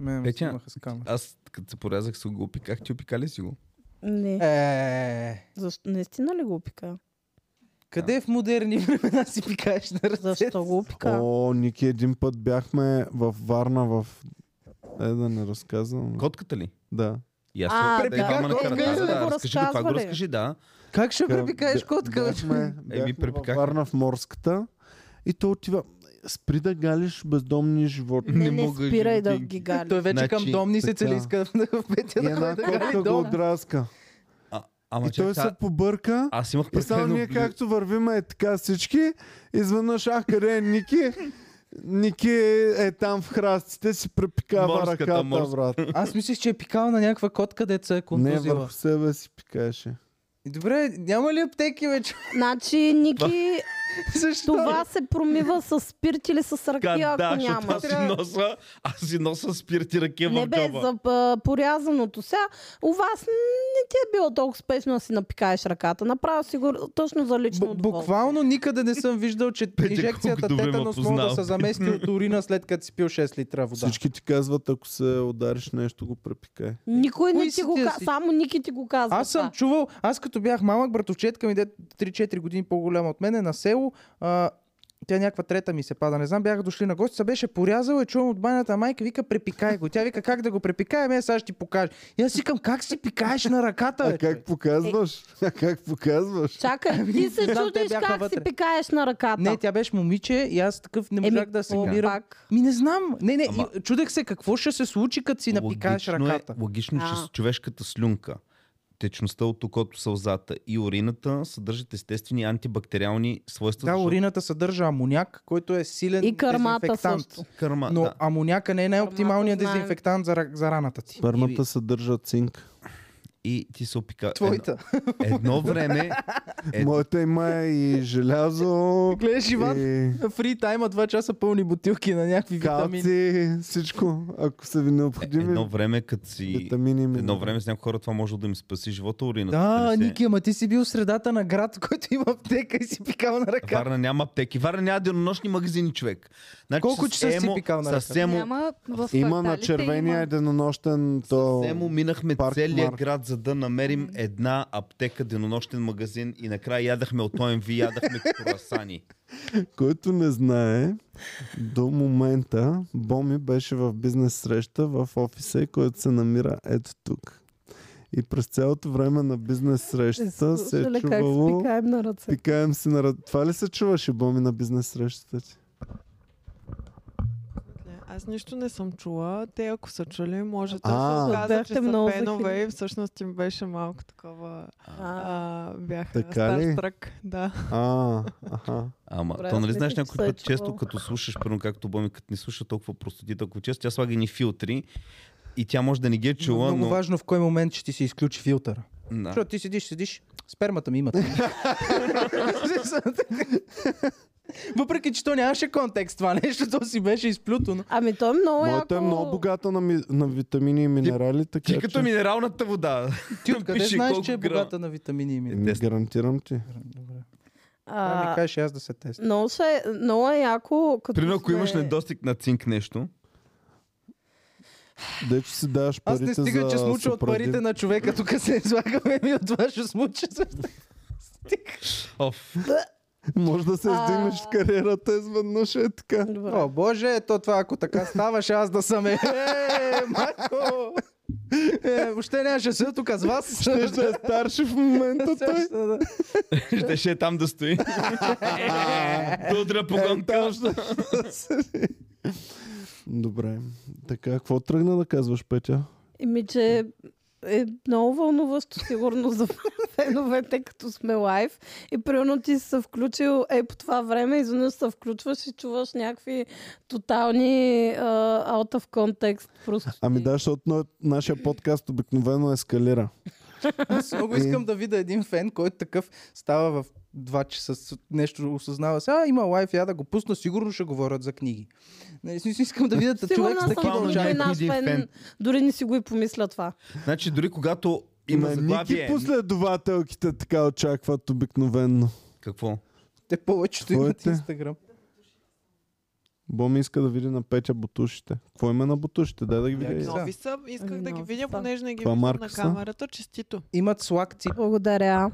Speaker 4: Ме ме
Speaker 3: Петя,
Speaker 4: снимаха с камера.
Speaker 3: Аз като се порязах се го опиках, ти опикали си го.
Speaker 2: Не.
Speaker 4: Е,
Speaker 2: Защо? Наистина ли го опика?
Speaker 4: къде в модерни времена си пикаеш на ръце?
Speaker 2: Защо го опика?
Speaker 1: О, Ники, един път бяхме в Варна в... Е, да не разказвам.
Speaker 3: Котката ли?
Speaker 1: Да.
Speaker 3: И аз
Speaker 2: А,
Speaker 3: се опитах
Speaker 2: да,
Speaker 3: двама на
Speaker 4: да,
Speaker 3: карата.
Speaker 4: да,
Speaker 3: Да,
Speaker 4: да,
Speaker 3: да,
Speaker 2: го
Speaker 3: разкажи го, това го
Speaker 2: разказвали.
Speaker 3: разкажи, да.
Speaker 4: Как ще
Speaker 1: Така,
Speaker 4: препикаеш
Speaker 1: бя-
Speaker 4: котка? бе?
Speaker 1: Бяхме, бяхме във
Speaker 3: препикахме.
Speaker 1: Варна в морската и то отива. Спри да галиш бездомни животни.
Speaker 2: Не,
Speaker 3: не
Speaker 2: не
Speaker 3: мога,
Speaker 2: спирай
Speaker 3: Жени,
Speaker 2: да
Speaker 3: ти-
Speaker 2: ги гали.
Speaker 4: Е, Той вече
Speaker 3: Значи,
Speaker 4: към домни се цели
Speaker 1: така.
Speaker 4: иска да в Петя
Speaker 1: И
Speaker 4: да
Speaker 1: една
Speaker 4: ходи да гали
Speaker 1: котка го
Speaker 4: дом.
Speaker 1: драска.
Speaker 3: А, ама
Speaker 1: И
Speaker 3: че,
Speaker 1: той се
Speaker 3: та,
Speaker 1: побърка.
Speaker 3: аз имах
Speaker 1: И само
Speaker 3: прекалено
Speaker 1: ние
Speaker 3: близо.
Speaker 1: както вървиме е така всички, изведнъж ах къде е Ники? Ники е- е там в храстите, си препикава
Speaker 3: Морската,
Speaker 1: ръката,
Speaker 3: морска.
Speaker 1: брат.
Speaker 4: Аз мислих, че е пикал на някаква котка, деца е
Speaker 1: Не,
Speaker 4: контузила.
Speaker 1: върху себе си пикаеше.
Speaker 4: И Добре, няма ли аптеки вече?
Speaker 2: Значи, Ники,
Speaker 4: Защо?
Speaker 2: това се промива с спирт или с ракия,
Speaker 3: Ка, да,
Speaker 2: ако
Speaker 3: защото
Speaker 2: няма.
Speaker 3: аз си носа, аз си носа спирти ръке в
Speaker 2: Не бе,
Speaker 3: гъба.
Speaker 2: за а, порязаното. Сега, у вас не ти е било толкова спешно да си напикаеш раката. Направо си го точно за лично
Speaker 4: Б-
Speaker 2: удоволствие.
Speaker 4: буквално никъде не съм виждал, че
Speaker 3: Петя, колко
Speaker 4: инжекцията
Speaker 3: добре ме
Speaker 4: тетанос може
Speaker 3: познава.
Speaker 4: да се замести от урина след като си пил 6 литра вода.
Speaker 1: Всички ти казват, ако се удариш нещо, го препикай.
Speaker 2: Никой
Speaker 4: Кой
Speaker 2: не
Speaker 4: си
Speaker 2: ти го
Speaker 4: ти да
Speaker 2: казва,
Speaker 4: си?
Speaker 2: само Ники ти го казва.
Speaker 4: Аз съм
Speaker 2: това.
Speaker 4: чувал, аз като бях малък, братовчетка ми, де 3-4 години по-голяма от мене, на село, а, тя някаква трета ми се пада, не знам, бяха дошли на гости, се беше порязала и чувам от банята майка, вика, препикай го. Тя вика, как да го препикаем, е, сега ще ти покажа. И аз викам, как си пикаеш на ръката, бе,
Speaker 1: А е, как показваш? А как показваш?
Speaker 2: Чакай, ти се
Speaker 4: Ами, знам, те
Speaker 2: чудиш
Speaker 4: бяха
Speaker 2: как
Speaker 4: вътре.
Speaker 2: си пикаеш на ръката.
Speaker 4: Не, тя беше момиче и аз такъв не можах да се
Speaker 2: какво
Speaker 4: мирам.
Speaker 2: пак?
Speaker 4: Ми не знам. Не, не,
Speaker 3: Ама-
Speaker 4: и чудех се какво ще се случи, като си напикаеш
Speaker 3: Логично
Speaker 4: ръката.
Speaker 3: Е, логично, че
Speaker 2: А.
Speaker 3: с човешката слюнка, течността от окото, сълзата и урината съдържат естествени антибактериални свойства.
Speaker 4: Да,
Speaker 3: защото
Speaker 4: урината съдържа амоняк, който е силен
Speaker 2: И кърмата
Speaker 4: дезинфектант.
Speaker 2: също.
Speaker 3: Кърма,
Speaker 4: Но
Speaker 3: да.
Speaker 4: амоняка не е най-оптималният
Speaker 2: Кърмата знаем.
Speaker 4: дезинфектант за, ра- за раната ти.
Speaker 1: Пърмата съдържа цинк.
Speaker 3: И ти се опика.
Speaker 4: Твоята.
Speaker 3: Едно, едно време. Е,
Speaker 1: Моята има и желязо,
Speaker 4: Гледаш, Иван,
Speaker 1: и
Speaker 4: фри тайма 2 часа пълни бутилки на някакви витамини.
Speaker 1: калци, всичко, ако са ви
Speaker 3: едно
Speaker 1: необходими.
Speaker 3: време, като си.
Speaker 1: Витамини.
Speaker 3: Едно
Speaker 1: минерали.
Speaker 3: време с някои хора това може да ми спаси живота, урината.
Speaker 4: Да,
Speaker 3: не се-
Speaker 4: Ники, ама ти си бил в средата на град, който има аптека и си пикал на ръка.
Speaker 3: Варна няма аптеки. Варна няма денонощни магазини, човек. Значи,
Speaker 4: Колко часа си пикал на ръка?
Speaker 3: съвсем,
Speaker 6: Няма в
Speaker 1: Има на
Speaker 6: кварталите,
Speaker 1: червения
Speaker 6: има-
Speaker 1: единонощен то...
Speaker 3: Семо минахме
Speaker 1: Парк
Speaker 3: целия
Speaker 1: Марк.
Speaker 3: град, за да намерим
Speaker 2: Ами.
Speaker 3: една аптека, денонощен магазин и накрая ядахме от ОМВ, ядахме курасани.
Speaker 1: Който не знае, до момента Боми беше в бизнес среща в офиса, който се намира ето тук. И през цялото време на бизнес срещата се е
Speaker 2: Слушали как
Speaker 1: чувало...
Speaker 2: спикаем на ръце.
Speaker 1: Пикаем си на ръ- Това ли се чуваше, Боми, на бизнес срещата ти?
Speaker 8: Аз нищо не съм чула. Те, ако са чули, може да
Speaker 1: А.
Speaker 8: се оказа, че
Speaker 2: Бяхте
Speaker 8: са
Speaker 2: много
Speaker 8: фенове
Speaker 2: захили.
Speaker 8: и всъщност им беше малко такова... А, бяха
Speaker 1: Така ли?
Speaker 8: Старстрък. Да.
Speaker 1: А, аха.
Speaker 3: Ама,
Speaker 2: Добре,
Speaker 3: то
Speaker 2: аз
Speaker 3: нали знаеш
Speaker 2: мисля, че
Speaker 3: някой
Speaker 2: се е
Speaker 3: път често,
Speaker 2: чувал.
Speaker 3: като слушаш, примерно както Боми, като не слуша толкова простоти, толкова често, тя слага ни филтри и тя може да не ги е чула,
Speaker 4: Много
Speaker 3: но...
Speaker 4: важно в кой момент ще ти се изключи филтъра.
Speaker 3: Да.
Speaker 4: Защото ти седиш, седиш, спермата ми имат. Въпреки, че то нямаше контекст това нещо, то си беше изплютено.
Speaker 2: Ами той е много
Speaker 1: Моята е
Speaker 2: яко.
Speaker 1: много богата на, ми, на витамини и минерали, така
Speaker 3: Ти
Speaker 1: че...
Speaker 3: като е минералната вода.
Speaker 4: Ти откъде
Speaker 3: Пише
Speaker 4: знаеш,
Speaker 3: колко
Speaker 4: че е
Speaker 3: грама.
Speaker 4: богата на витамини и минерали?
Speaker 1: Еми,
Speaker 3: Тест.
Speaker 1: Гарантирам ти.
Speaker 4: Трябва да
Speaker 1: Ами,
Speaker 4: ми
Speaker 2: А,
Speaker 4: кажеш аз да се тест.
Speaker 2: много, се, много е яко. Като
Speaker 3: Примерно, ако
Speaker 2: сме-
Speaker 3: имаш недостиг на цинк нещо,
Speaker 1: Де, че си даваш
Speaker 4: Аз
Speaker 1: парите
Speaker 4: не стига,
Speaker 1: за
Speaker 4: че смуча от
Speaker 1: съпрадив.
Speaker 4: парите на човека, тук се излагаме и от това ще смуча.
Speaker 3: оф,
Speaker 1: Може да се
Speaker 2: А.
Speaker 1: издигнеш в кариерата изведнъж е така.
Speaker 2: Добре.
Speaker 4: О, боже, то това ако така ставаш, аз да съм е. Е, Марко! Е, въобще нямаше да седя тук с вас.
Speaker 1: Щеш да е старши в момента той.
Speaker 3: ще, ще е там да стои. Да удря по
Speaker 1: Е,
Speaker 3: гонка.
Speaker 1: Добре. Така, какво тръгна да казваш, Петя?
Speaker 2: Еми, че е много вълнуващо сигурно за феновете, като сме лайв. И примерно ти си се включил, е по това време, изведнъж се включваш и чуваш някакви тотални а, out of context. Просто
Speaker 1: Ами да, защото но- нашия подкаст обикновено ескалира.
Speaker 4: Аз
Speaker 1: Е.
Speaker 4: много искам да видя един фен, който такъв става в 2 часа, с- нещо осъзнава се, а има лайф, я да го пусна, сигурно ще говорят за книги. Нали, смисъл, искам да видя човек
Speaker 2: Сигурна
Speaker 4: с
Speaker 2: съм,
Speaker 4: такива
Speaker 2: че
Speaker 4: очи.
Speaker 2: никой
Speaker 3: очаквания,
Speaker 2: наш
Speaker 3: един
Speaker 2: фен,
Speaker 3: фен.
Speaker 2: дори не си го и помисля това.
Speaker 3: Значи, дори когато има
Speaker 1: На Ники
Speaker 3: заглавие...
Speaker 1: последователките така очакват обикновенно.
Speaker 3: Какво?
Speaker 4: Те повечето имат
Speaker 1: Твоите?
Speaker 4: Инстаграм.
Speaker 1: Боми иска да види на Петя бутушите. Какво име на бутушите? Дай да ги видя.
Speaker 4: Яки
Speaker 1: и аз.
Speaker 4: са.
Speaker 8: Нови са. Исках
Speaker 2: Ами,
Speaker 8: да ги
Speaker 2: нови
Speaker 8: видя,
Speaker 2: са.
Speaker 8: понеже не ги
Speaker 1: Това
Speaker 8: виждам на
Speaker 1: марка са.
Speaker 8: камерата. Честито.
Speaker 4: Имат слаг тип,
Speaker 2: Благодаря.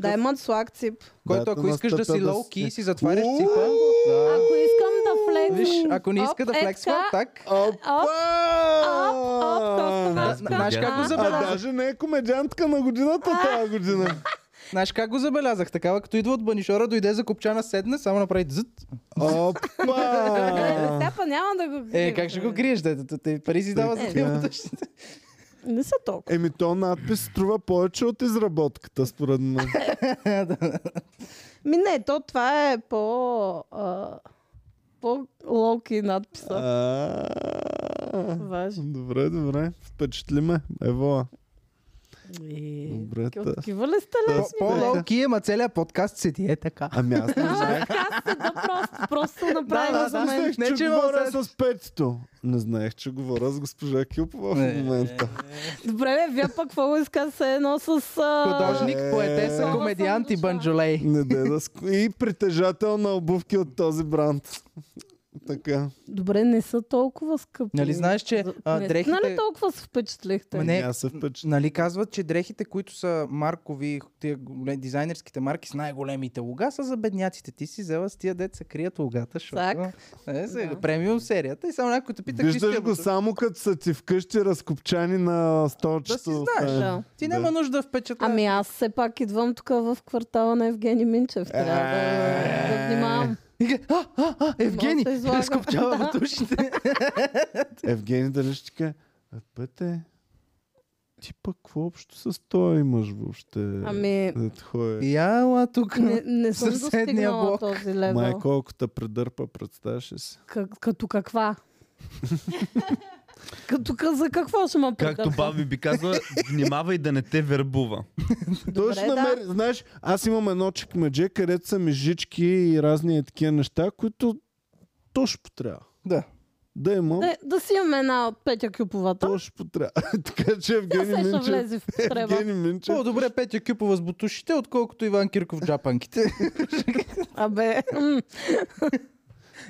Speaker 2: Да, имат слаг цип.
Speaker 4: който
Speaker 1: Да,
Speaker 4: ако
Speaker 1: на
Speaker 4: искаш да
Speaker 1: стъпя
Speaker 4: си
Speaker 1: да
Speaker 4: лоу ки,
Speaker 1: си-
Speaker 4: си затваряш
Speaker 1: Уу!
Speaker 4: ципа. Да.
Speaker 2: Ако искам да флексна...
Speaker 4: Виж, ако не
Speaker 2: е
Speaker 4: иска да флексва, так.
Speaker 1: Оп!
Speaker 2: Оп, оп, оп,
Speaker 1: А,
Speaker 2: то става.
Speaker 4: Знаеш как го
Speaker 9: А,
Speaker 1: А
Speaker 4: забелязах?
Speaker 1: даже не е комедиантка на годината тази година.
Speaker 4: Знаеш как го забелязах? Такава, като идва от банишора, дойде за копчана, седна, само направи зът.
Speaker 2: Е,
Speaker 1: Опа!
Speaker 2: Сега па няма да го
Speaker 4: Е, как ще го криеш, дето? Те пари си дава за
Speaker 2: Е.
Speaker 4: филмата.
Speaker 2: Не са толкова.
Speaker 1: Еми то надпис струва повече от изработката, според мен.
Speaker 2: Ми не, то това е по... А, по локи надписа.
Speaker 1: А.
Speaker 2: Важно.
Speaker 1: Добре, добре. Впечатли ме. Евола.
Speaker 2: И...
Speaker 1: Добре,
Speaker 2: такива-
Speaker 1: та.
Speaker 2: Такива ли сте
Speaker 1: Та,
Speaker 2: лесни? бе?
Speaker 4: По-лоу ки, ама е, целият подкаст се ти е така.
Speaker 1: Ами аз не знаех.
Speaker 2: Аз се да просто, просто съм направила
Speaker 4: Да, да,
Speaker 2: за
Speaker 4: да.
Speaker 2: мен.
Speaker 4: е Не,
Speaker 1: Не,
Speaker 4: че
Speaker 1: че
Speaker 4: говоря
Speaker 1: говоря с петито. Не знаех, че говоря с госпожа Кюпова в
Speaker 4: Не.
Speaker 1: момента.
Speaker 2: Добре, бе, вие пък какво иска се едно с... А...
Speaker 4: Художник, поетеса,
Speaker 2: Е.
Speaker 4: комедиант и банджолей.
Speaker 1: Не дай да ск... И притежател на обувки от този бранд. Така.
Speaker 2: Добре, не са толкова скъпи.
Speaker 4: Нали знаеш, че,
Speaker 2: За-
Speaker 4: а,
Speaker 2: не-
Speaker 4: дрехите-
Speaker 2: Нали толкова се впечатлихте?
Speaker 4: Ма
Speaker 1: Не.
Speaker 4: не,
Speaker 1: Ами Аз се впечатли.
Speaker 4: нали казват, че дрехите, които са маркови, тия голем- дизайнерските марки с най-големите луга, са за бедняците. Ти си взела с тия деца крият лугата, защото...
Speaker 2: Так.
Speaker 4: Е, сега,
Speaker 2: Да.
Speaker 4: премиум серията. И само някой те пита, какви са
Speaker 1: Виждаш
Speaker 4: тия
Speaker 1: го
Speaker 4: бутушки.
Speaker 1: само като са ти вкъщи разкопчани на столчето.
Speaker 4: Да си знаеш.
Speaker 2: Да.
Speaker 4: Ти
Speaker 1: Да.
Speaker 4: няма нужда да впечатляш.
Speaker 2: Ами аз все пак идвам тук в квартала на Евгений Минчев. Трябва да, да внимавам.
Speaker 4: И га- А, а, а, Евгений,
Speaker 2: се излага.
Speaker 4: скопчава
Speaker 2: Да.
Speaker 4: бутушите.
Speaker 1: Евгений дали ще ти каже, «А, пете, ти пък какво общо с този имаш въобще?
Speaker 2: Ами,
Speaker 1: Дето ходи.
Speaker 4: И ала тук.
Speaker 2: не, не съм
Speaker 4: Съседния
Speaker 2: достигнала
Speaker 4: блок.
Speaker 2: този левел.
Speaker 1: Май колко те предърпа, представяш ли си?
Speaker 2: Как, като каква? като ка- за какво ще ме
Speaker 3: Както
Speaker 2: прекъсна?
Speaker 3: Баби би казва, внимавай да не те вербува.
Speaker 1: Той ще
Speaker 2: Добре, да.
Speaker 1: намери, знаеш, аз имам едно чекмедже, където са мижички и разни такива неща, които точно потрябва.
Speaker 4: Да.
Speaker 1: Да имам,
Speaker 2: Да, да си имаме една от Петя Кюповата.
Speaker 1: точно потрябва. така че
Speaker 2: Тя
Speaker 1: Евгений
Speaker 2: се е ще
Speaker 1: Минчев,
Speaker 2: влезе в потреба.
Speaker 1: Евгений Минчев,
Speaker 4: По-добре Петя Кюпова с бутушите, отколкото Иван Кирков в джапанките.
Speaker 2: Абе, м,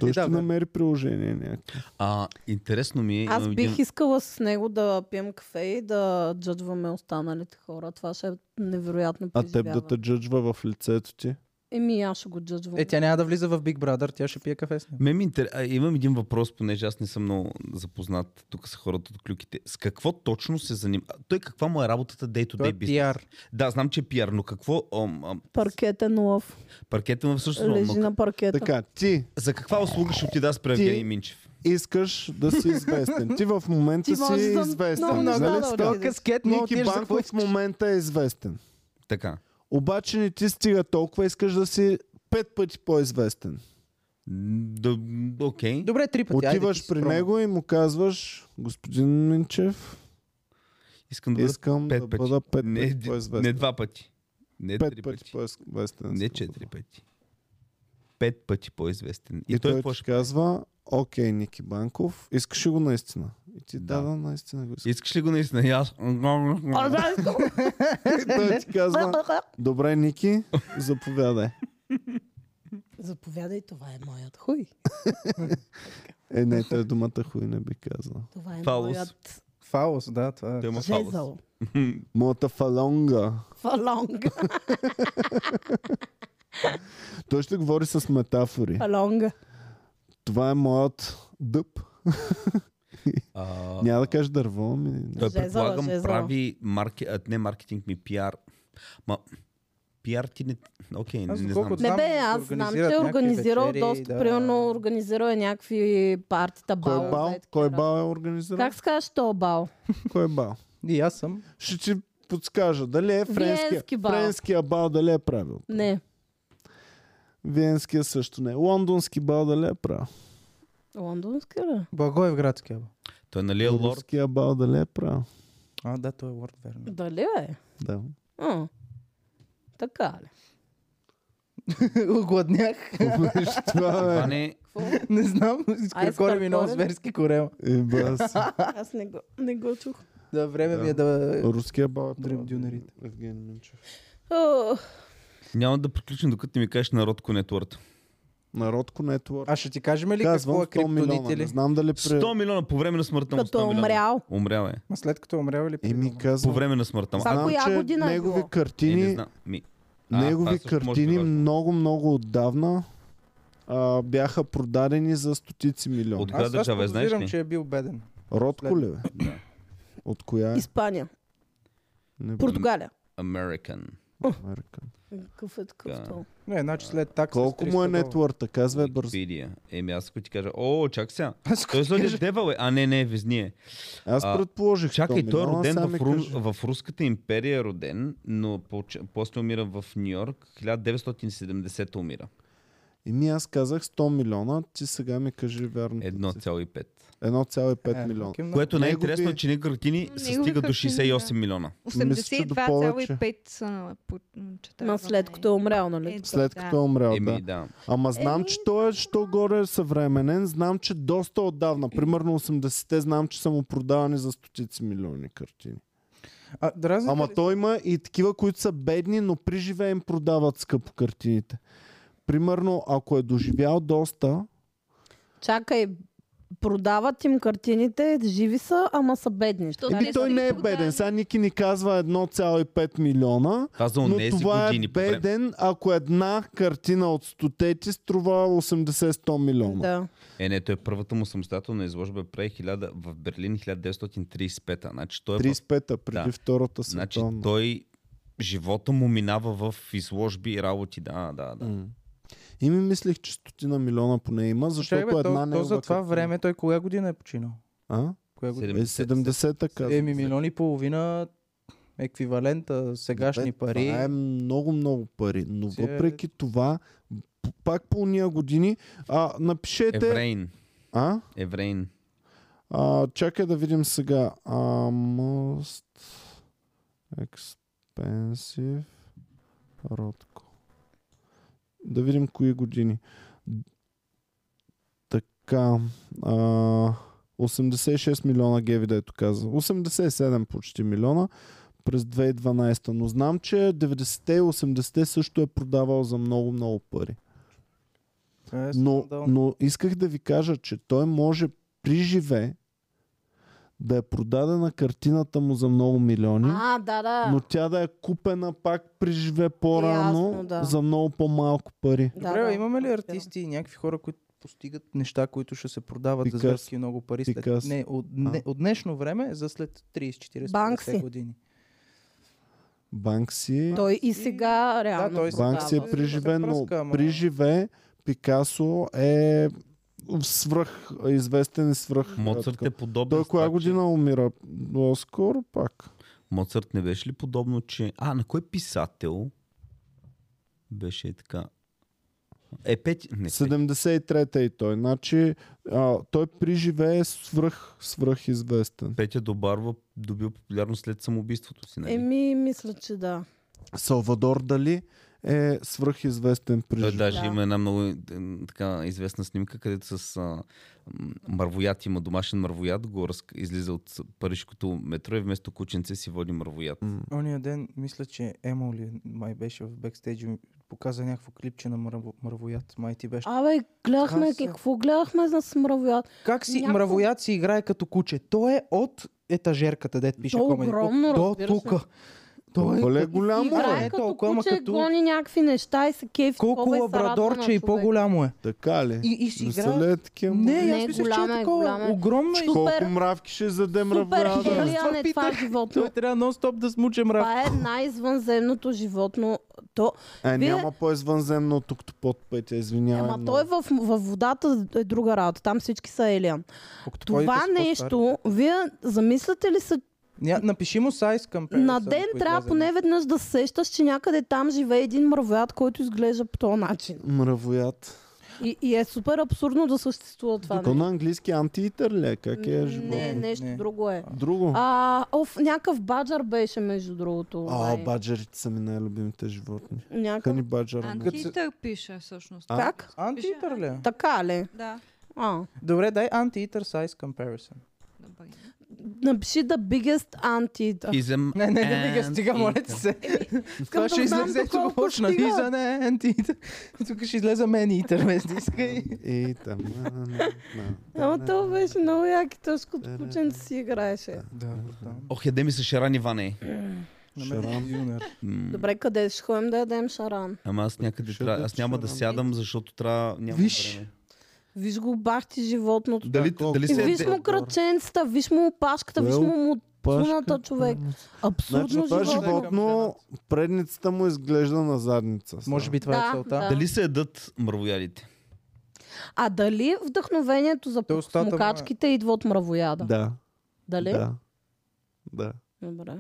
Speaker 1: той
Speaker 4: И да,
Speaker 1: ще
Speaker 4: бе.
Speaker 1: намери приложение някакво.
Speaker 3: А, интересно ми е...
Speaker 2: аз
Speaker 3: имам
Speaker 2: бих
Speaker 3: един-
Speaker 2: искала с него да пием кафе и да джъджваме останалите хора. Това ще е невероятно
Speaker 1: А теб
Speaker 2: преживяване.
Speaker 1: да те джъджва в лицето ти.
Speaker 2: Еми, аз ще го джъджвам.
Speaker 4: Е, тя няма да влиза в Big Brother, тя ще пие кафе с него.
Speaker 3: Ме ми интер... а, имам един въпрос, понеже аз не съм много запознат. Тук са хората от клюките. С какво точно се занимава? Той каква му е работата day to
Speaker 4: Това е
Speaker 3: day бизнес?
Speaker 4: пиар.
Speaker 3: Да, знам, че е пиар, но какво... Ом, ом,
Speaker 2: Паркетен лъв.
Speaker 3: паркета му всъщност...
Speaker 2: Лежи
Speaker 3: но,
Speaker 2: на паркета.
Speaker 1: Така, ти,
Speaker 3: За каква услуга ще отида аз при
Speaker 1: Ти-
Speaker 3: Евгений Минчев?
Speaker 1: искаш да си известен. Ти в момента
Speaker 2: Ти
Speaker 1: си
Speaker 2: можеш да-
Speaker 1: известен.
Speaker 2: много
Speaker 1: нали?
Speaker 2: неща да
Speaker 1: Сток-
Speaker 2: отидеш.
Speaker 4: То каскет не
Speaker 1: Ники
Speaker 4: отиваш за какво
Speaker 1: Банков в
Speaker 4: искаш.
Speaker 1: момента е известен.
Speaker 3: Така.
Speaker 1: Обаче не ти стига толкова, искаш да си пет пъти по-известен.
Speaker 3: Д- Окей.
Speaker 4: Добре, три пъти. айде, ти
Speaker 1: Отиваш
Speaker 4: си
Speaker 1: при
Speaker 4: пробвай.
Speaker 1: него и му казваш, господин Минчев,
Speaker 3: Искам да бъда
Speaker 1: искам
Speaker 3: пет
Speaker 1: да
Speaker 3: пъти.
Speaker 1: бъда пет
Speaker 3: не,
Speaker 1: пъти
Speaker 3: д- не
Speaker 1: по-известен.
Speaker 3: два пъти. Не три
Speaker 1: Пет
Speaker 3: пъти.
Speaker 1: пъти по-известен.
Speaker 3: не
Speaker 1: съм.
Speaker 3: четири пъти. Пет пъти по-известен. И,
Speaker 1: И
Speaker 3: той
Speaker 1: той е
Speaker 3: какво
Speaker 1: ти
Speaker 3: ще...
Speaker 1: казва, окей, Ники Банков, искаш ли го наистина? И ти
Speaker 3: Да.
Speaker 1: да, да, наистина го искам.
Speaker 3: Искаш ли го наистина? И аз...
Speaker 2: А, да, искам.
Speaker 1: И той ти казва, добре, Ники, заповядай.
Speaker 2: Заповядай, това е моят хуй.
Speaker 1: Е, не, той думата хуй не би казал.
Speaker 2: Това е
Speaker 3: Фалос.
Speaker 2: моят
Speaker 4: Фалос, да, това е.
Speaker 3: Той има фалос.
Speaker 2: жезъл.
Speaker 1: Моята фалонга.
Speaker 2: Фалонга.
Speaker 1: Той ще говори с метафори.
Speaker 2: Фалонга.
Speaker 1: Това е моят дъб.
Speaker 3: А,
Speaker 1: Няма да кажа дърво, ами ми...
Speaker 3: Той е,
Speaker 2: Жезъла,
Speaker 3: предполагам
Speaker 2: жезъла.
Speaker 3: прави марке... а, не маркетинг ми, пиар. Ма, пиар ти не... Окей, не,
Speaker 4: Аз
Speaker 3: не знам.
Speaker 4: доколкото
Speaker 2: Не
Speaker 4: Знам,
Speaker 2: бе,
Speaker 4: че
Speaker 2: аз знам, че
Speaker 4: организират
Speaker 2: е
Speaker 4: някакви
Speaker 2: организирал
Speaker 4: вечери,
Speaker 2: доста,
Speaker 4: да.
Speaker 2: примерно организирал е някакви партита бал.
Speaker 1: Кой е бал? Кой бал е организиран?
Speaker 2: Как се казваш то бал?
Speaker 1: Кой е бал?
Speaker 4: И аз съм.
Speaker 1: Ще ти подскажа. Дали е френския,
Speaker 2: Виенски бал.
Speaker 1: френския бал, дали е правил?
Speaker 2: Не.
Speaker 1: Виенския също не. Лондонски бал, дали е правил?
Speaker 2: Лондонски ли?
Speaker 4: Благоевградския. бе.
Speaker 3: Той нали е лорд?
Speaker 1: Руския бал, дали е правил?
Speaker 4: А, да, той е Лорд, верно.
Speaker 2: Дали е?
Speaker 1: Да.
Speaker 2: А. Така ли?
Speaker 4: Огладнях.
Speaker 1: Помниш това, бе?
Speaker 3: Иване,
Speaker 2: Какво?
Speaker 4: Не знам,
Speaker 2: Айс
Speaker 4: скоро ми е много
Speaker 2: Къркорен.
Speaker 4: зверски корел.
Speaker 1: Е, бас.
Speaker 2: Аз не го, не го чух.
Speaker 4: Да, време
Speaker 1: Да.
Speaker 4: ми е да...
Speaker 1: Руския бал е
Speaker 4: Дрим
Speaker 1: правил.
Speaker 4: дюнерите.
Speaker 1: Евгений Минчев.
Speaker 2: О,
Speaker 3: няма да приключим, докато ти ми кажеш народ конетворд.
Speaker 1: Народко нетворк.
Speaker 4: А ще ти кажем ли
Speaker 1: Казвам
Speaker 4: какво е
Speaker 1: 100 милиона.
Speaker 4: криптоните
Speaker 1: Не
Speaker 4: ли?
Speaker 1: знам дали... При...
Speaker 3: 100 милиона по време на смъртта му.
Speaker 2: като
Speaker 3: 100
Speaker 2: е
Speaker 3: милиона.
Speaker 2: умрял.
Speaker 3: Умрял е.
Speaker 4: Ма след като е умрял ли?
Speaker 1: Еми
Speaker 3: По
Speaker 1: казвам.
Speaker 3: време на смъртта му.
Speaker 2: Са-
Speaker 1: Знам,
Speaker 2: коя
Speaker 1: че
Speaker 2: година е
Speaker 1: негови
Speaker 2: било?
Speaker 3: Е,
Speaker 1: картини,
Speaker 3: не знам. Ми. А, това
Speaker 1: негови
Speaker 3: също може да е
Speaker 1: картини
Speaker 3: важно.
Speaker 1: много, много отдавна а, бяха продадени за стотици милиони.
Speaker 3: От
Speaker 1: От...
Speaker 3: коя
Speaker 4: Аз, аз
Speaker 3: държава е, знаеш
Speaker 4: подозирам,
Speaker 3: ли?
Speaker 4: че е бил беден.
Speaker 1: Ротко ли бе?
Speaker 3: Да.
Speaker 1: От коя е?
Speaker 2: Испания.
Speaker 1: Не бе,
Speaker 2: Португалия.
Speaker 3: American.
Speaker 1: Америка.
Speaker 2: Какъв е такъв
Speaker 3: Да.
Speaker 2: то?
Speaker 4: Не, значи след такса
Speaker 1: Колко му е нетворта? Казвай бързо.
Speaker 3: Wikipedia. Еми аз ако ти кажа, о, чак сега.
Speaker 4: Аз
Speaker 3: Той
Speaker 4: ще
Speaker 3: злодия
Speaker 4: кажа,
Speaker 3: девал е. А не, не, везния.
Speaker 1: Аз
Speaker 3: А,
Speaker 1: предположих.
Speaker 3: Чакай,
Speaker 1: 100
Speaker 3: той е
Speaker 1: милиона,
Speaker 3: роден
Speaker 1: Ами, сега
Speaker 3: в,
Speaker 1: ми
Speaker 3: Ру...
Speaker 1: кажи.
Speaker 3: в Руската империя е роден, но поч- после умира в Нью Йорк. 1970 умира.
Speaker 1: И ми аз казах 100 милиона, ти сега ми кажи вярно.
Speaker 3: 1,5.
Speaker 1: 1,5
Speaker 4: е,
Speaker 1: милиона.
Speaker 4: окей, много.
Speaker 3: Което
Speaker 1: Негови-
Speaker 3: най-интересно е, че не картини се
Speaker 6: Негови
Speaker 3: стига до
Speaker 6: картини,
Speaker 3: 68 милиона.
Speaker 1: Мисля, че до
Speaker 6: 82,5 са по- м, четава,
Speaker 2: Ма след
Speaker 6: не.
Speaker 2: като е умрял, нали?
Speaker 6: Е,
Speaker 1: След
Speaker 6: да.
Speaker 1: като е умрял, да.
Speaker 3: Еми, да.
Speaker 1: Ама знам, че той е, що горе е съвременен, знам, че доста отдавна, примерно 80-те, знам, че са му продавани за стотици милиони картини.
Speaker 4: А, дразните
Speaker 1: Ама
Speaker 4: ли-
Speaker 1: той има и такива, които са бедни, но при живея им продават скъпо картините. Примерно, ако е доживял доста,
Speaker 2: Чакай, продават им картините, живи са, ама са бедни.
Speaker 6: Що
Speaker 1: еми
Speaker 6: те
Speaker 1: той
Speaker 6: са
Speaker 1: не е
Speaker 6: ги продали.
Speaker 1: беден. Сега Ники ни казва 1,5 милиона,
Speaker 3: Това за
Speaker 1: но
Speaker 3: унези
Speaker 1: това е
Speaker 3: години. по време-
Speaker 1: беден, ако една картина от 100 ти струва 80-100 милиона.
Speaker 2: Да.
Speaker 3: Е, не, той първата му самостоятелна изложба прави 1000 в Берлин 1935. Значи той, е в...
Speaker 1: 35-та, преди
Speaker 3: Да.
Speaker 1: втората
Speaker 3: значи,
Speaker 1: световна.
Speaker 3: той живота му минава в изложби и работи. Да, да, да.
Speaker 1: М. И ми мислех, че стотина милиона поне има, защото
Speaker 4: Чакай, бе,
Speaker 1: една е
Speaker 4: то, то
Speaker 1: негова
Speaker 4: за това
Speaker 1: картина-
Speaker 4: време той коя година е починал?
Speaker 1: А?
Speaker 4: Коя година?
Speaker 3: Седем-
Speaker 1: Е, 70-та казвам.
Speaker 4: Еми, милион и половина еквивалента сегашни
Speaker 1: Бе,
Speaker 4: пари.
Speaker 1: Това е много, много пари. Но
Speaker 4: Си е-
Speaker 1: въпреки това, п- пак по уния години, а, напишете...
Speaker 3: Еврейн.
Speaker 1: А?
Speaker 3: Еврейн.
Speaker 1: а? Чакай да видим сега. А, most expensive Ротко. Да видим кои години. Така. А, 86 милиона геви, дето каза. 87 почти милиона през 2012. Но знам, че 90-те и 80-те също е продавал за много-много пари.
Speaker 4: Това е
Speaker 1: Но,
Speaker 4: скандал.
Speaker 1: но исках да ви кажа, че той може при живе да е продадена картината му за много милиони,
Speaker 2: А, да, да.
Speaker 1: но тя да е купена пак при живе по-рано
Speaker 2: Ясно, да.
Speaker 1: за много по-малко пари.
Speaker 2: да,
Speaker 4: Добре, да,
Speaker 2: да.
Speaker 4: имаме ли артисти и някакви хора, които постигат неща, които ще се продават за
Speaker 1: Пикас.
Speaker 4: зверски много пари след...
Speaker 1: Пикас.
Speaker 4: Не, от, не, от днешно време за след 30-40
Speaker 2: Банкси.
Speaker 4: години.
Speaker 1: Банкси,
Speaker 2: Той и сега реално
Speaker 4: той се
Speaker 2: продава.
Speaker 1: Банкси е
Speaker 4: продава.
Speaker 1: при живе, но
Speaker 4: Пръска, ама-
Speaker 1: при живе Пикасо е свръх известен и свръх.
Speaker 3: Моцарт
Speaker 1: така.
Speaker 3: е подобен.
Speaker 1: Той
Speaker 3: с
Speaker 1: коя
Speaker 3: това, че-
Speaker 1: година умира? О, Скоро пак.
Speaker 3: Моцарт не беше ли подобно, че... А, на кой писател беше и така? Е, пет... Не, пет.
Speaker 1: 73-та и той. Значи а, той при живее свръх, свръх известен.
Speaker 3: Петя Добарва добил популярност след самоубийството си. Нали?
Speaker 2: Еми, мисля, че да.
Speaker 1: Салвадор Дали е свръхизвестен при
Speaker 3: Той
Speaker 1: живее.
Speaker 3: даже има една много е, така известна снимка, където с а, м, мървоят има домашен мървоят, го раз... излиза от парижкото метро и вместо кученце си води мървоят.
Speaker 4: Ония ден, мисля, че Емо ли май беше в бекстейджа, ми показа някакво клипче на мърво, мървоят. Май ти беше.
Speaker 2: Абе, гледахме,
Speaker 4: Краса.
Speaker 2: какво гледахме за смравоят?
Speaker 4: Как си
Speaker 2: Някакво-
Speaker 4: мравоят си играе като куче? Той е от етажерката, дет пише
Speaker 2: То
Speaker 4: Comedy Club,
Speaker 2: огромно,
Speaker 4: До
Speaker 2: разбира се.
Speaker 4: тука. Той е
Speaker 1: Толкова ли е
Speaker 4: като-
Speaker 1: голямо,
Speaker 4: Играе
Speaker 1: бе?
Speaker 2: Играе като
Speaker 4: толкова, ама
Speaker 2: куче,
Speaker 4: като-
Speaker 2: гони някакви неща и се кефи.
Speaker 4: Колко
Speaker 2: такова и се радва на
Speaker 4: лабрадорче и
Speaker 2: е човек.
Speaker 4: по-голямо е.
Speaker 1: Така ли?
Speaker 4: И, и си
Speaker 1: не
Speaker 4: играе.
Speaker 1: са ли е такива?
Speaker 4: Не,
Speaker 1: Не.
Speaker 4: аз
Speaker 2: Не,
Speaker 4: мисля,
Speaker 2: голяма
Speaker 4: че е
Speaker 2: е,
Speaker 4: такова.
Speaker 2: голяма е.
Speaker 4: Огромно и...
Speaker 1: Колко мравки ще заде
Speaker 2: Супер
Speaker 1: мравоя? да?
Speaker 2: хелиан е това животно.
Speaker 4: Той трябва нон-стоп да смуче мрав.
Speaker 2: Това е най-извънземното животно. То,
Speaker 1: Е,
Speaker 2: Вие-
Speaker 1: няма по-извънземно от октопод пътя, извинявай.
Speaker 2: ама
Speaker 1: но-
Speaker 2: той е в, в водата е друга работа. Там всички са елиан.
Speaker 4: е
Speaker 2: Това нещо, вие замисляте ли се,
Speaker 4: Ня, напиши му сайз към
Speaker 2: на ден
Speaker 4: е
Speaker 2: трябва поне веднъж да се сещаш, че някъде там живее един мравоят, който изглежда по този начин.
Speaker 1: Мравоят.
Speaker 2: И, и е супер абсурдно да съществува това.
Speaker 1: То
Speaker 2: нещо.
Speaker 1: на английски антиитър ли е? Как е живот?
Speaker 2: не, нещо
Speaker 4: Не.
Speaker 2: друго е.
Speaker 1: Друго.
Speaker 2: А, оф, някакъв баджар беше, между другото.
Speaker 1: А,
Speaker 2: май.
Speaker 1: баджерите са ми най-любимите животни.
Speaker 2: Някакъв...
Speaker 1: Хани баджар.
Speaker 6: Антитър пише всъщност.
Speaker 1: А?
Speaker 2: Как?
Speaker 4: Антиитър ли? е?
Speaker 2: Така ли?
Speaker 6: Да.
Speaker 2: А.
Speaker 4: Добре, дай антиитър сайз comparison.
Speaker 6: Добре.
Speaker 2: Напиши the biggest anti.
Speaker 3: Изем...
Speaker 4: Не, не, не, не, стига, моля ти се. Това ще
Speaker 2: да знам
Speaker 4: излезе,
Speaker 2: доколко
Speaker 4: тук почна.
Speaker 2: стига.
Speaker 4: И за не, антиитър. Тук ще излезе мен итър, без да иска и...
Speaker 1: И там. на, на, на,
Speaker 2: Ама
Speaker 1: на,
Speaker 2: то
Speaker 1: на.
Speaker 2: беше много яки, тъжкото кученце си играеше.
Speaker 4: Да, там.
Speaker 3: Ох, яде ми се шаран Иване.
Speaker 4: Шарам. Юнер.
Speaker 3: М,
Speaker 2: Добре, къде ще ходим да ядем шаран?
Speaker 3: Ама аз някъде
Speaker 1: Ще
Speaker 3: трябва.
Speaker 1: да
Speaker 3: Аз няма да
Speaker 1: шаран.
Speaker 3: сядам, защото трябва. Няма
Speaker 4: Виж.
Speaker 3: време.
Speaker 2: Виж го бахти животното.
Speaker 3: Дали,
Speaker 1: колко?
Speaker 3: дали
Speaker 2: И
Speaker 3: се
Speaker 2: виж
Speaker 3: яде...
Speaker 2: му краченцата, виж му опашката,
Speaker 1: Кое
Speaker 2: виж
Speaker 1: е
Speaker 2: му му
Speaker 1: Пашка.
Speaker 2: цуната, човек.
Speaker 1: Значи
Speaker 2: Абсурдно
Speaker 1: на това
Speaker 2: животно.
Speaker 1: животно предницата му изглежда на задница. сега.
Speaker 4: Може би това е
Speaker 2: Да,
Speaker 4: целта.
Speaker 2: да.
Speaker 3: дали се ядат мървоядите?
Speaker 2: А дали вдъхновението за
Speaker 4: Те устата му е-
Speaker 2: смукачките идва от мравояда?
Speaker 1: Да.
Speaker 2: Дали?
Speaker 1: Да. Да.
Speaker 2: Добре.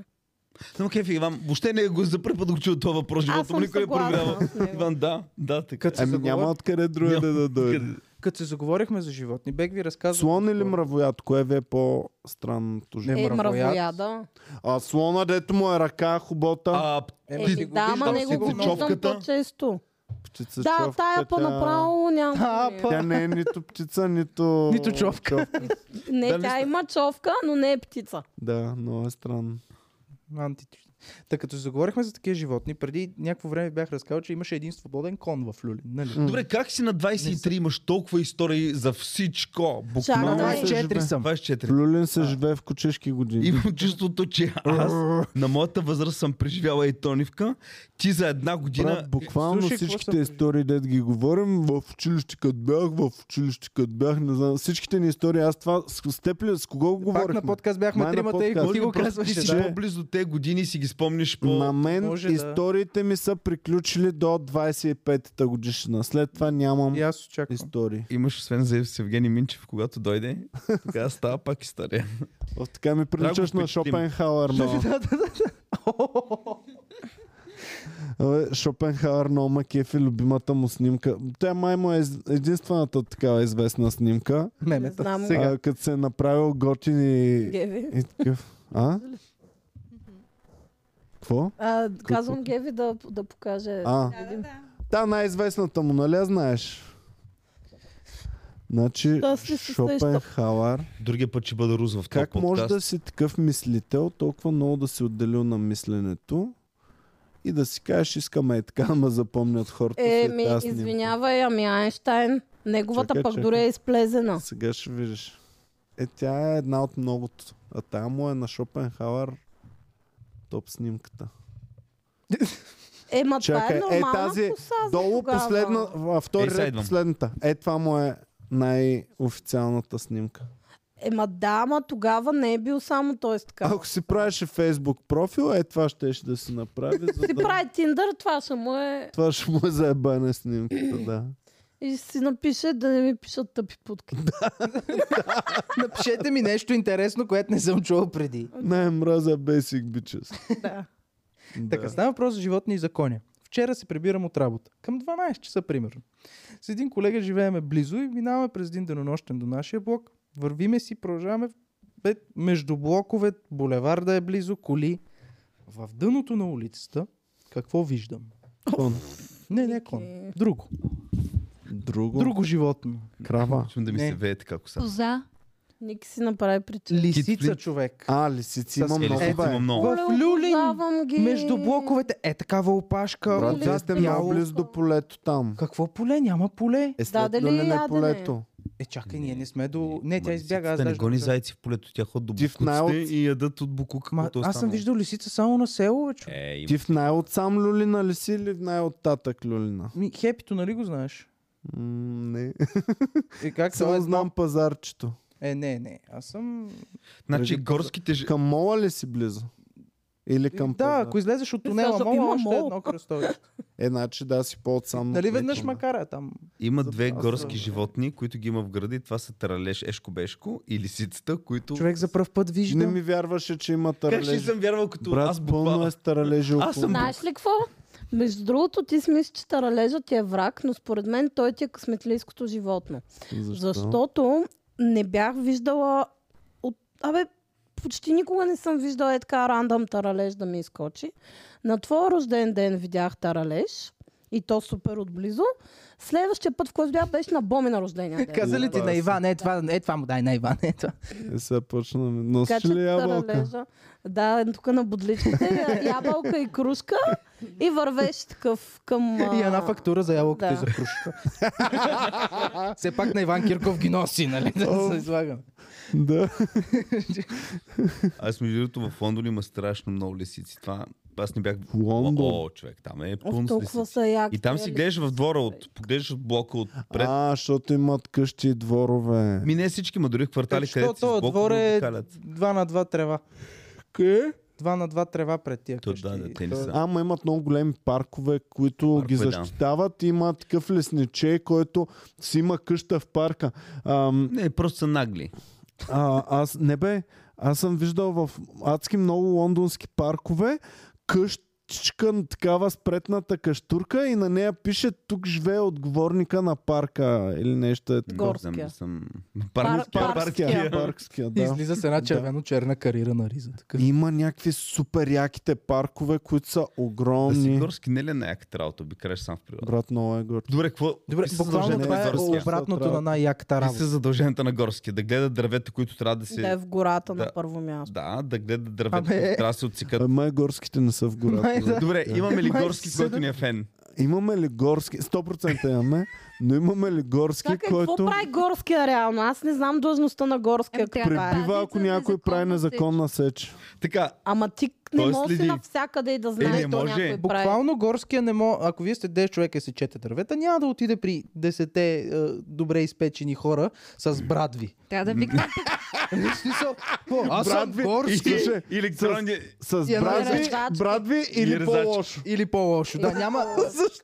Speaker 3: Но кефи, Иван, въобще не го за първи път го чуя това въпрос.
Speaker 2: Аз
Speaker 3: Живота му
Speaker 2: съм
Speaker 3: никой не е проверява.
Speaker 2: съгласна с него.
Speaker 3: Иван, да, да, така.
Speaker 4: Като се,
Speaker 1: Ами
Speaker 4: заговор...
Speaker 1: няма откъде другаде
Speaker 3: Няма е.
Speaker 1: да дойде.
Speaker 3: Къде-
Speaker 4: Като се заговорихме за животни, бег ви разказва...
Speaker 1: Слон или мравоят? Кое ви е по-странното
Speaker 4: Е,
Speaker 1: животно?
Speaker 2: Е,
Speaker 4: мравояд.
Speaker 2: мравояда.
Speaker 1: А слона, дето му е ръка, хубота,
Speaker 3: А,
Speaker 4: Еми,
Speaker 2: Е,
Speaker 4: си го
Speaker 2: да, ама
Speaker 4: виждал,
Speaker 2: не
Speaker 4: си
Speaker 2: го
Speaker 4: го
Speaker 2: виждам
Speaker 3: Човката?
Speaker 2: по-често.
Speaker 1: птица
Speaker 2: Да,
Speaker 1: човка,
Speaker 2: тая е по-направо няма.
Speaker 4: А,
Speaker 2: проблем.
Speaker 4: па.
Speaker 1: Тя не е нито птица, нито...
Speaker 4: Нито човка.
Speaker 2: Не,
Speaker 3: Да,
Speaker 2: тя
Speaker 3: мисля.
Speaker 2: има човка, но не е птица.
Speaker 1: Да, много е странно.
Speaker 4: Анти... Та като се заговорихме за такива животни, преди някакво време бях разказал, че имаше един свободен кон в Люлин. Нали?
Speaker 3: Добре, как си на 23 имаш толкова истории за всичко?
Speaker 2: Чакай.
Speaker 3: Буквално.
Speaker 1: Мама се
Speaker 4: 24
Speaker 1: живе.
Speaker 4: съм.
Speaker 3: 24.
Speaker 1: Люлин се живее в кучешки години.
Speaker 3: Имам чувството, че аз на моята възраст съм преживяла и тонивка. Ти за една година...
Speaker 1: Брат, буквално
Speaker 4: Слушай, какво
Speaker 1: всичките
Speaker 4: съм-
Speaker 1: истории, дед ги говорим, в училище като бях, в училище като бях, не знам, всичките ни истории, аз това с, с теб ли, с кого го
Speaker 4: Пак
Speaker 1: говорихме?
Speaker 4: на подкаст бяхме
Speaker 1: Май на
Speaker 4: тримата
Speaker 1: подкаст.
Speaker 4: и ти
Speaker 3: Може би
Speaker 4: го
Speaker 3: просто
Speaker 4: казваше.
Speaker 3: Ти си
Speaker 4: Да.
Speaker 3: по-близо те години и си ги спомниш по...
Speaker 1: На мен
Speaker 4: Може да.
Speaker 1: историите ми са приключили до 25-та годишна. След това нямам
Speaker 4: И аз очаквам.
Speaker 1: истории.
Speaker 3: Имаш освен за с Евгений Минчев, когато дойде, така става пак история.
Speaker 1: О, така ми приличаш на
Speaker 3: впечатлим.
Speaker 1: Шопенхауер. много.
Speaker 4: Да, да, да.
Speaker 1: Абе, Шопенхауер много ма кефи любимата му снимка. Тя май му е из- единствената такава известна снимка.
Speaker 4: Мемета.
Speaker 2: Знам.
Speaker 4: Сега.
Speaker 1: А, като се е направил готин и...
Speaker 2: Геви.
Speaker 1: И такъв. А? Какво?
Speaker 2: А, казвам Геви да, да покаже.
Speaker 1: А,
Speaker 6: Да, да, да.
Speaker 1: та най-известната му, нали я знаеш? Значи,
Speaker 2: Да, си се
Speaker 1: Шопенхауер.
Speaker 3: Другия път ще бъда руз в този
Speaker 1: Как
Speaker 3: подкаст.
Speaker 1: може да си такъв мислител, толкова много да си отделил на мисленето и да си кажеш, искаме е така, ама запомнят хората. след
Speaker 2: Еми,
Speaker 1: тази снимка.
Speaker 2: Е, извинявай, ами Айнщайн. Неговата
Speaker 1: Чакай,
Speaker 2: пък
Speaker 1: чакай.
Speaker 2: дори е изплезена.
Speaker 1: Сега ще видиш. Е, тя е една от многото. А тая му е на Шопенхауер топ снимката.
Speaker 2: Е, ма това е
Speaker 1: Чакай, е
Speaker 2: нормална
Speaker 1: тази
Speaker 2: коса за
Speaker 1: долу
Speaker 2: тогава.
Speaker 1: последна, а, втори
Speaker 3: Ей, сега
Speaker 1: ред
Speaker 3: идвам.
Speaker 1: последната. Е, това му е най-официалната снимка.
Speaker 2: Ема да, Е, ма тогава не е бил само той с така.
Speaker 1: Ако си правеше Facebook профил, е това ще да си направи. за
Speaker 2: Си
Speaker 1: да...
Speaker 2: прави Тиндър, това ще му е...
Speaker 1: Това ще му е заебане снимката, да.
Speaker 2: И си напише да не ми пишат тъпи путки.
Speaker 4: Напишете ми нещо интересно, което не съм чувал преди.
Speaker 1: Най-мраза basic bitches.
Speaker 2: да.
Speaker 4: Така, става въпрос за животни и за коня. Вчера се прибирам от работа. Към 12 часа, примерно. С един колега живееме близо и минаваме през един денонощен до нашия блок. Вървиме си, продължаваме бе- между блокове, булеварда е близо, коли. В дъното на улицата, какво виждам?
Speaker 1: Кон.
Speaker 4: Не, Е, не кон. Друго.
Speaker 1: Друго.
Speaker 4: Друго животно.
Speaker 1: Крава.
Speaker 3: Почвам да ми
Speaker 4: Не.
Speaker 3: се вее така коса.
Speaker 6: Коза.
Speaker 2: Ники си направи причина.
Speaker 4: Лисица,
Speaker 3: Китфлин.
Speaker 4: човек.
Speaker 1: А, лисици
Speaker 4: С
Speaker 1: има
Speaker 3: Е,
Speaker 1: много,
Speaker 3: лисици
Speaker 1: бе.
Speaker 3: има много.
Speaker 4: В люлин.
Speaker 2: Познавам ги.
Speaker 4: Между блоковете. Е такава опашка.
Speaker 1: Брат,
Speaker 4: отзад
Speaker 1: вие сте
Speaker 4: бяло.
Speaker 1: много близо до полето там.
Speaker 4: Какво поле? Няма поле.
Speaker 1: Е, след
Speaker 2: Даде ли
Speaker 1: люлене
Speaker 2: ядене?
Speaker 1: полето.
Speaker 4: Е, чакай, ние не сме до... Не, тя
Speaker 3: Ма,
Speaker 4: избяга. Аз
Speaker 3: лисицата не
Speaker 4: даже
Speaker 3: гони
Speaker 4: не-
Speaker 3: зайци в полето, тя ходи до
Speaker 1: Ти в
Speaker 3: букуците
Speaker 1: най-от-
Speaker 3: е и ядат от букука.
Speaker 4: Ма,
Speaker 3: което е
Speaker 4: аз съм
Speaker 3: останало.
Speaker 4: виждал лисица само на село, бе, човек.
Speaker 3: Е,
Speaker 1: Ти в най-отсам люлина ли си или в най-оттатък люлина?
Speaker 4: Ми, хепито, нали го знаеш?
Speaker 1: М, не.
Speaker 4: И как то е
Speaker 1: Само знам пазарчето.
Speaker 4: Е, не, не. Аз съм...
Speaker 3: Значи
Speaker 1: Преди-
Speaker 3: горските ж...
Speaker 1: Към мола ли си близо? Или към
Speaker 4: да,
Speaker 1: пазар?
Speaker 4: ако излезеш от
Speaker 2: Мисля,
Speaker 4: тунела,
Speaker 2: защото
Speaker 4: мога
Speaker 2: има
Speaker 4: още
Speaker 2: мол.
Speaker 4: едно кръстовище.
Speaker 1: Е, значи да, си по-отсам.
Speaker 4: нали
Speaker 1: от
Speaker 4: веднъж
Speaker 1: Летона.
Speaker 4: макара там?
Speaker 3: Има
Speaker 1: За
Speaker 3: две
Speaker 1: това
Speaker 3: горски
Speaker 1: съм.
Speaker 3: животни, които ги има в града и това са таралеж ешко-бешко и лисицата, които...
Speaker 4: Човек за пръв път
Speaker 1: Не
Speaker 4: вижда.
Speaker 1: ми вярваше, че има
Speaker 3: Как ще
Speaker 1: таралежи.
Speaker 3: съм вярвал като
Speaker 1: Брат,
Speaker 3: аз
Speaker 1: пълно
Speaker 3: буквално...
Speaker 1: е с таралежи
Speaker 3: Аз съм
Speaker 1: около.
Speaker 2: Знаеш ли какво? Между другото, ти си мислиш, че таралежът ти е враг, но според мен той ти е късметлийското животно. Защото не бях виждала... От... Абе, почти никога не съм виждала е така рандъм таралеж да ми изкочи. На твоя рожден ден видях таралеж и то супер отблизо. Следващия път, в който бях, беше на Боми на рождения ден.
Speaker 4: Каза ли ти на Иван, е това, е това му дай на Иван, е това.
Speaker 1: Е, сега почнаме.
Speaker 2: Така
Speaker 1: Носиш
Speaker 2: че
Speaker 1: ли ябълка?
Speaker 2: таралежа. Да, тук на бодличките я- ябълка и кружка и вървеш такъв към... а,
Speaker 4: И една фактура за ябълката
Speaker 2: да.
Speaker 4: и за крушка. Все пак на Иван Кирков ги носи, нали? Да се излагам.
Speaker 1: Да.
Speaker 3: Аз между другото в Лондон има страшно много лисици. Това аз не бях...
Speaker 1: В Лондон?
Speaker 3: О, човек, там е
Speaker 2: Оф,
Speaker 3: пълно с
Speaker 2: толкова
Speaker 3: лисици.
Speaker 2: са яки. нали?
Speaker 3: И там
Speaker 2: тия
Speaker 3: си гледаш в
Speaker 2: лисици,
Speaker 3: двора,
Speaker 2: бе.
Speaker 3: от, погледаш от блока отпред.
Speaker 1: А, защото имат къщи и дворове.
Speaker 3: Ми не всички, ма дори в квартали,
Speaker 4: Защото
Speaker 3: където си с
Speaker 4: този двор
Speaker 3: блокове
Speaker 4: е
Speaker 3: обикалят.
Speaker 4: два на два трева.
Speaker 1: Къде?
Speaker 4: Два на два трева пред тия
Speaker 3: То,
Speaker 4: къщи.
Speaker 3: да, да, те не са.
Speaker 1: Ама имат много големи паркове, които
Speaker 3: Паркове,
Speaker 1: ги
Speaker 3: да.
Speaker 1: защитават. Има такъв лесниче, който си има къща в парка. Ам,
Speaker 3: Не, просто са нагли.
Speaker 1: А, аз не бе, аз съм виждал в адски много лондонски паркове къщичка, такава спретната къщурка и на нея пише тук живее отговорника на парка или нещо е такова.
Speaker 2: Горския.
Speaker 3: Не знам, не съм...
Speaker 2: Пар- парк.
Speaker 3: Парк, парк.
Speaker 1: Паркския, паркския,
Speaker 4: И
Speaker 1: да.
Speaker 4: Излиза с една червено-черна кариера на риза. Така.
Speaker 1: Има някакви супер яките паркове, които са
Speaker 3: Да си
Speaker 1: огромни.
Speaker 3: горски, не ли е най-як работа, би краш сам в природа.
Speaker 1: Брат, много е горд.
Speaker 3: Добре, какво?
Speaker 4: Добре,
Speaker 3: Какви са
Speaker 4: буквално
Speaker 3: задълженията
Speaker 4: това
Speaker 3: на
Speaker 4: е
Speaker 1: Зорския.
Speaker 3: горския?
Speaker 4: обратното на най-яката
Speaker 3: Какви са
Speaker 4: работа.
Speaker 3: задълженията на горския? Да гледат дървета, които трябва
Speaker 2: Да
Speaker 3: да
Speaker 2: е
Speaker 3: се...
Speaker 2: в гората на
Speaker 3: Да.
Speaker 2: първо място.
Speaker 3: Да, да гледат дървета,
Speaker 4: Абе.
Speaker 3: които трябва да се отсекат.
Speaker 1: А, Май Е, горските не са в гората.
Speaker 4: Май да.
Speaker 3: Добре, имаме ли
Speaker 4: Май
Speaker 3: горски,
Speaker 4: седем.
Speaker 3: който ни е фен?
Speaker 1: Имаме ли горски? 100% имаме, но имаме ли горски,
Speaker 2: Чакай, какво
Speaker 1: който
Speaker 2: прави горския реално? Аз не знам длъжността на горския.
Speaker 6: Ами,
Speaker 2: Е,
Speaker 6: трябва да
Speaker 1: пребива,
Speaker 6: пази
Speaker 1: ако
Speaker 6: за
Speaker 1: някой прави
Speaker 6: незаконна сеч.
Speaker 1: незаконна сеч?
Speaker 3: Така,
Speaker 2: Ама ти не
Speaker 3: Той
Speaker 2: можеш си
Speaker 3: следи.
Speaker 2: навсякъде и да
Speaker 3: не
Speaker 2: знаеш, е,
Speaker 3: може.
Speaker 2: някой прави.
Speaker 4: Буквално горския не мога. Ако вие сте 10 човека и сечете дървета, няма да отиде при 10 е, добре изпечени хора с брадви.
Speaker 6: Трябва да викнем
Speaker 4: В смисъл, какво? аз съм
Speaker 1: Брадви
Speaker 3: и,
Speaker 4: горски.
Speaker 1: слушай,
Speaker 3: и електронни...
Speaker 1: С
Speaker 4: И една
Speaker 1: брадви,
Speaker 2: резачка.
Speaker 1: брадви или
Speaker 3: резачка.
Speaker 1: по-лошо?
Speaker 4: Или по-лошо. Да, няма.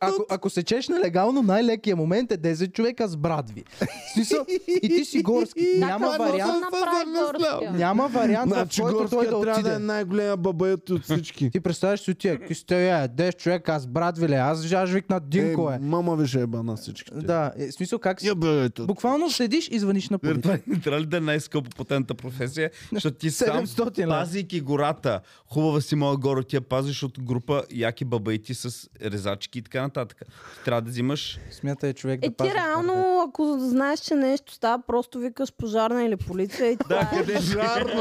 Speaker 4: ако, ако сечеш нелегално, най-лекия момент е 10 човека с брадви. В Смисъл, и ти си горски.
Speaker 2: Да,
Speaker 4: Няма
Speaker 2: какво
Speaker 4: вариант.
Speaker 2: да направи горския?
Speaker 4: Няма вариант, в
Speaker 1: Значи
Speaker 4: който той
Speaker 1: горския
Speaker 4: да
Speaker 1: трябва да
Speaker 4: отиде.
Speaker 1: е най-големия бабаят от всички.
Speaker 4: Ти представяш си отия, какви сте я, 10 човека, аз брат ви ли, аз жаж викна Динко
Speaker 1: Е,
Speaker 4: е.
Speaker 1: мама ви ще еба на всички.
Speaker 4: Да, е, в смисъл как си...
Speaker 1: Я бабаят от...
Speaker 4: Буквално седиш и звъниш на полиция.
Speaker 3: Това не трябва ли да е най-скъпо потентната професия? Защото ти сам,
Speaker 4: 700 лева.
Speaker 3: пазейки гората, хубава си моя горе, ти я пазиш от група яки бабайти с резачки и така нататък. Ти трябва да взимаш...
Speaker 4: Смятай човек
Speaker 2: Е,
Speaker 4: да пази
Speaker 2: ти реално, ако знаеш, че нещо става, просто викаш пожарна или полиция и това
Speaker 3: Да,
Speaker 2: е.
Speaker 3: къде?
Speaker 1: Жарна!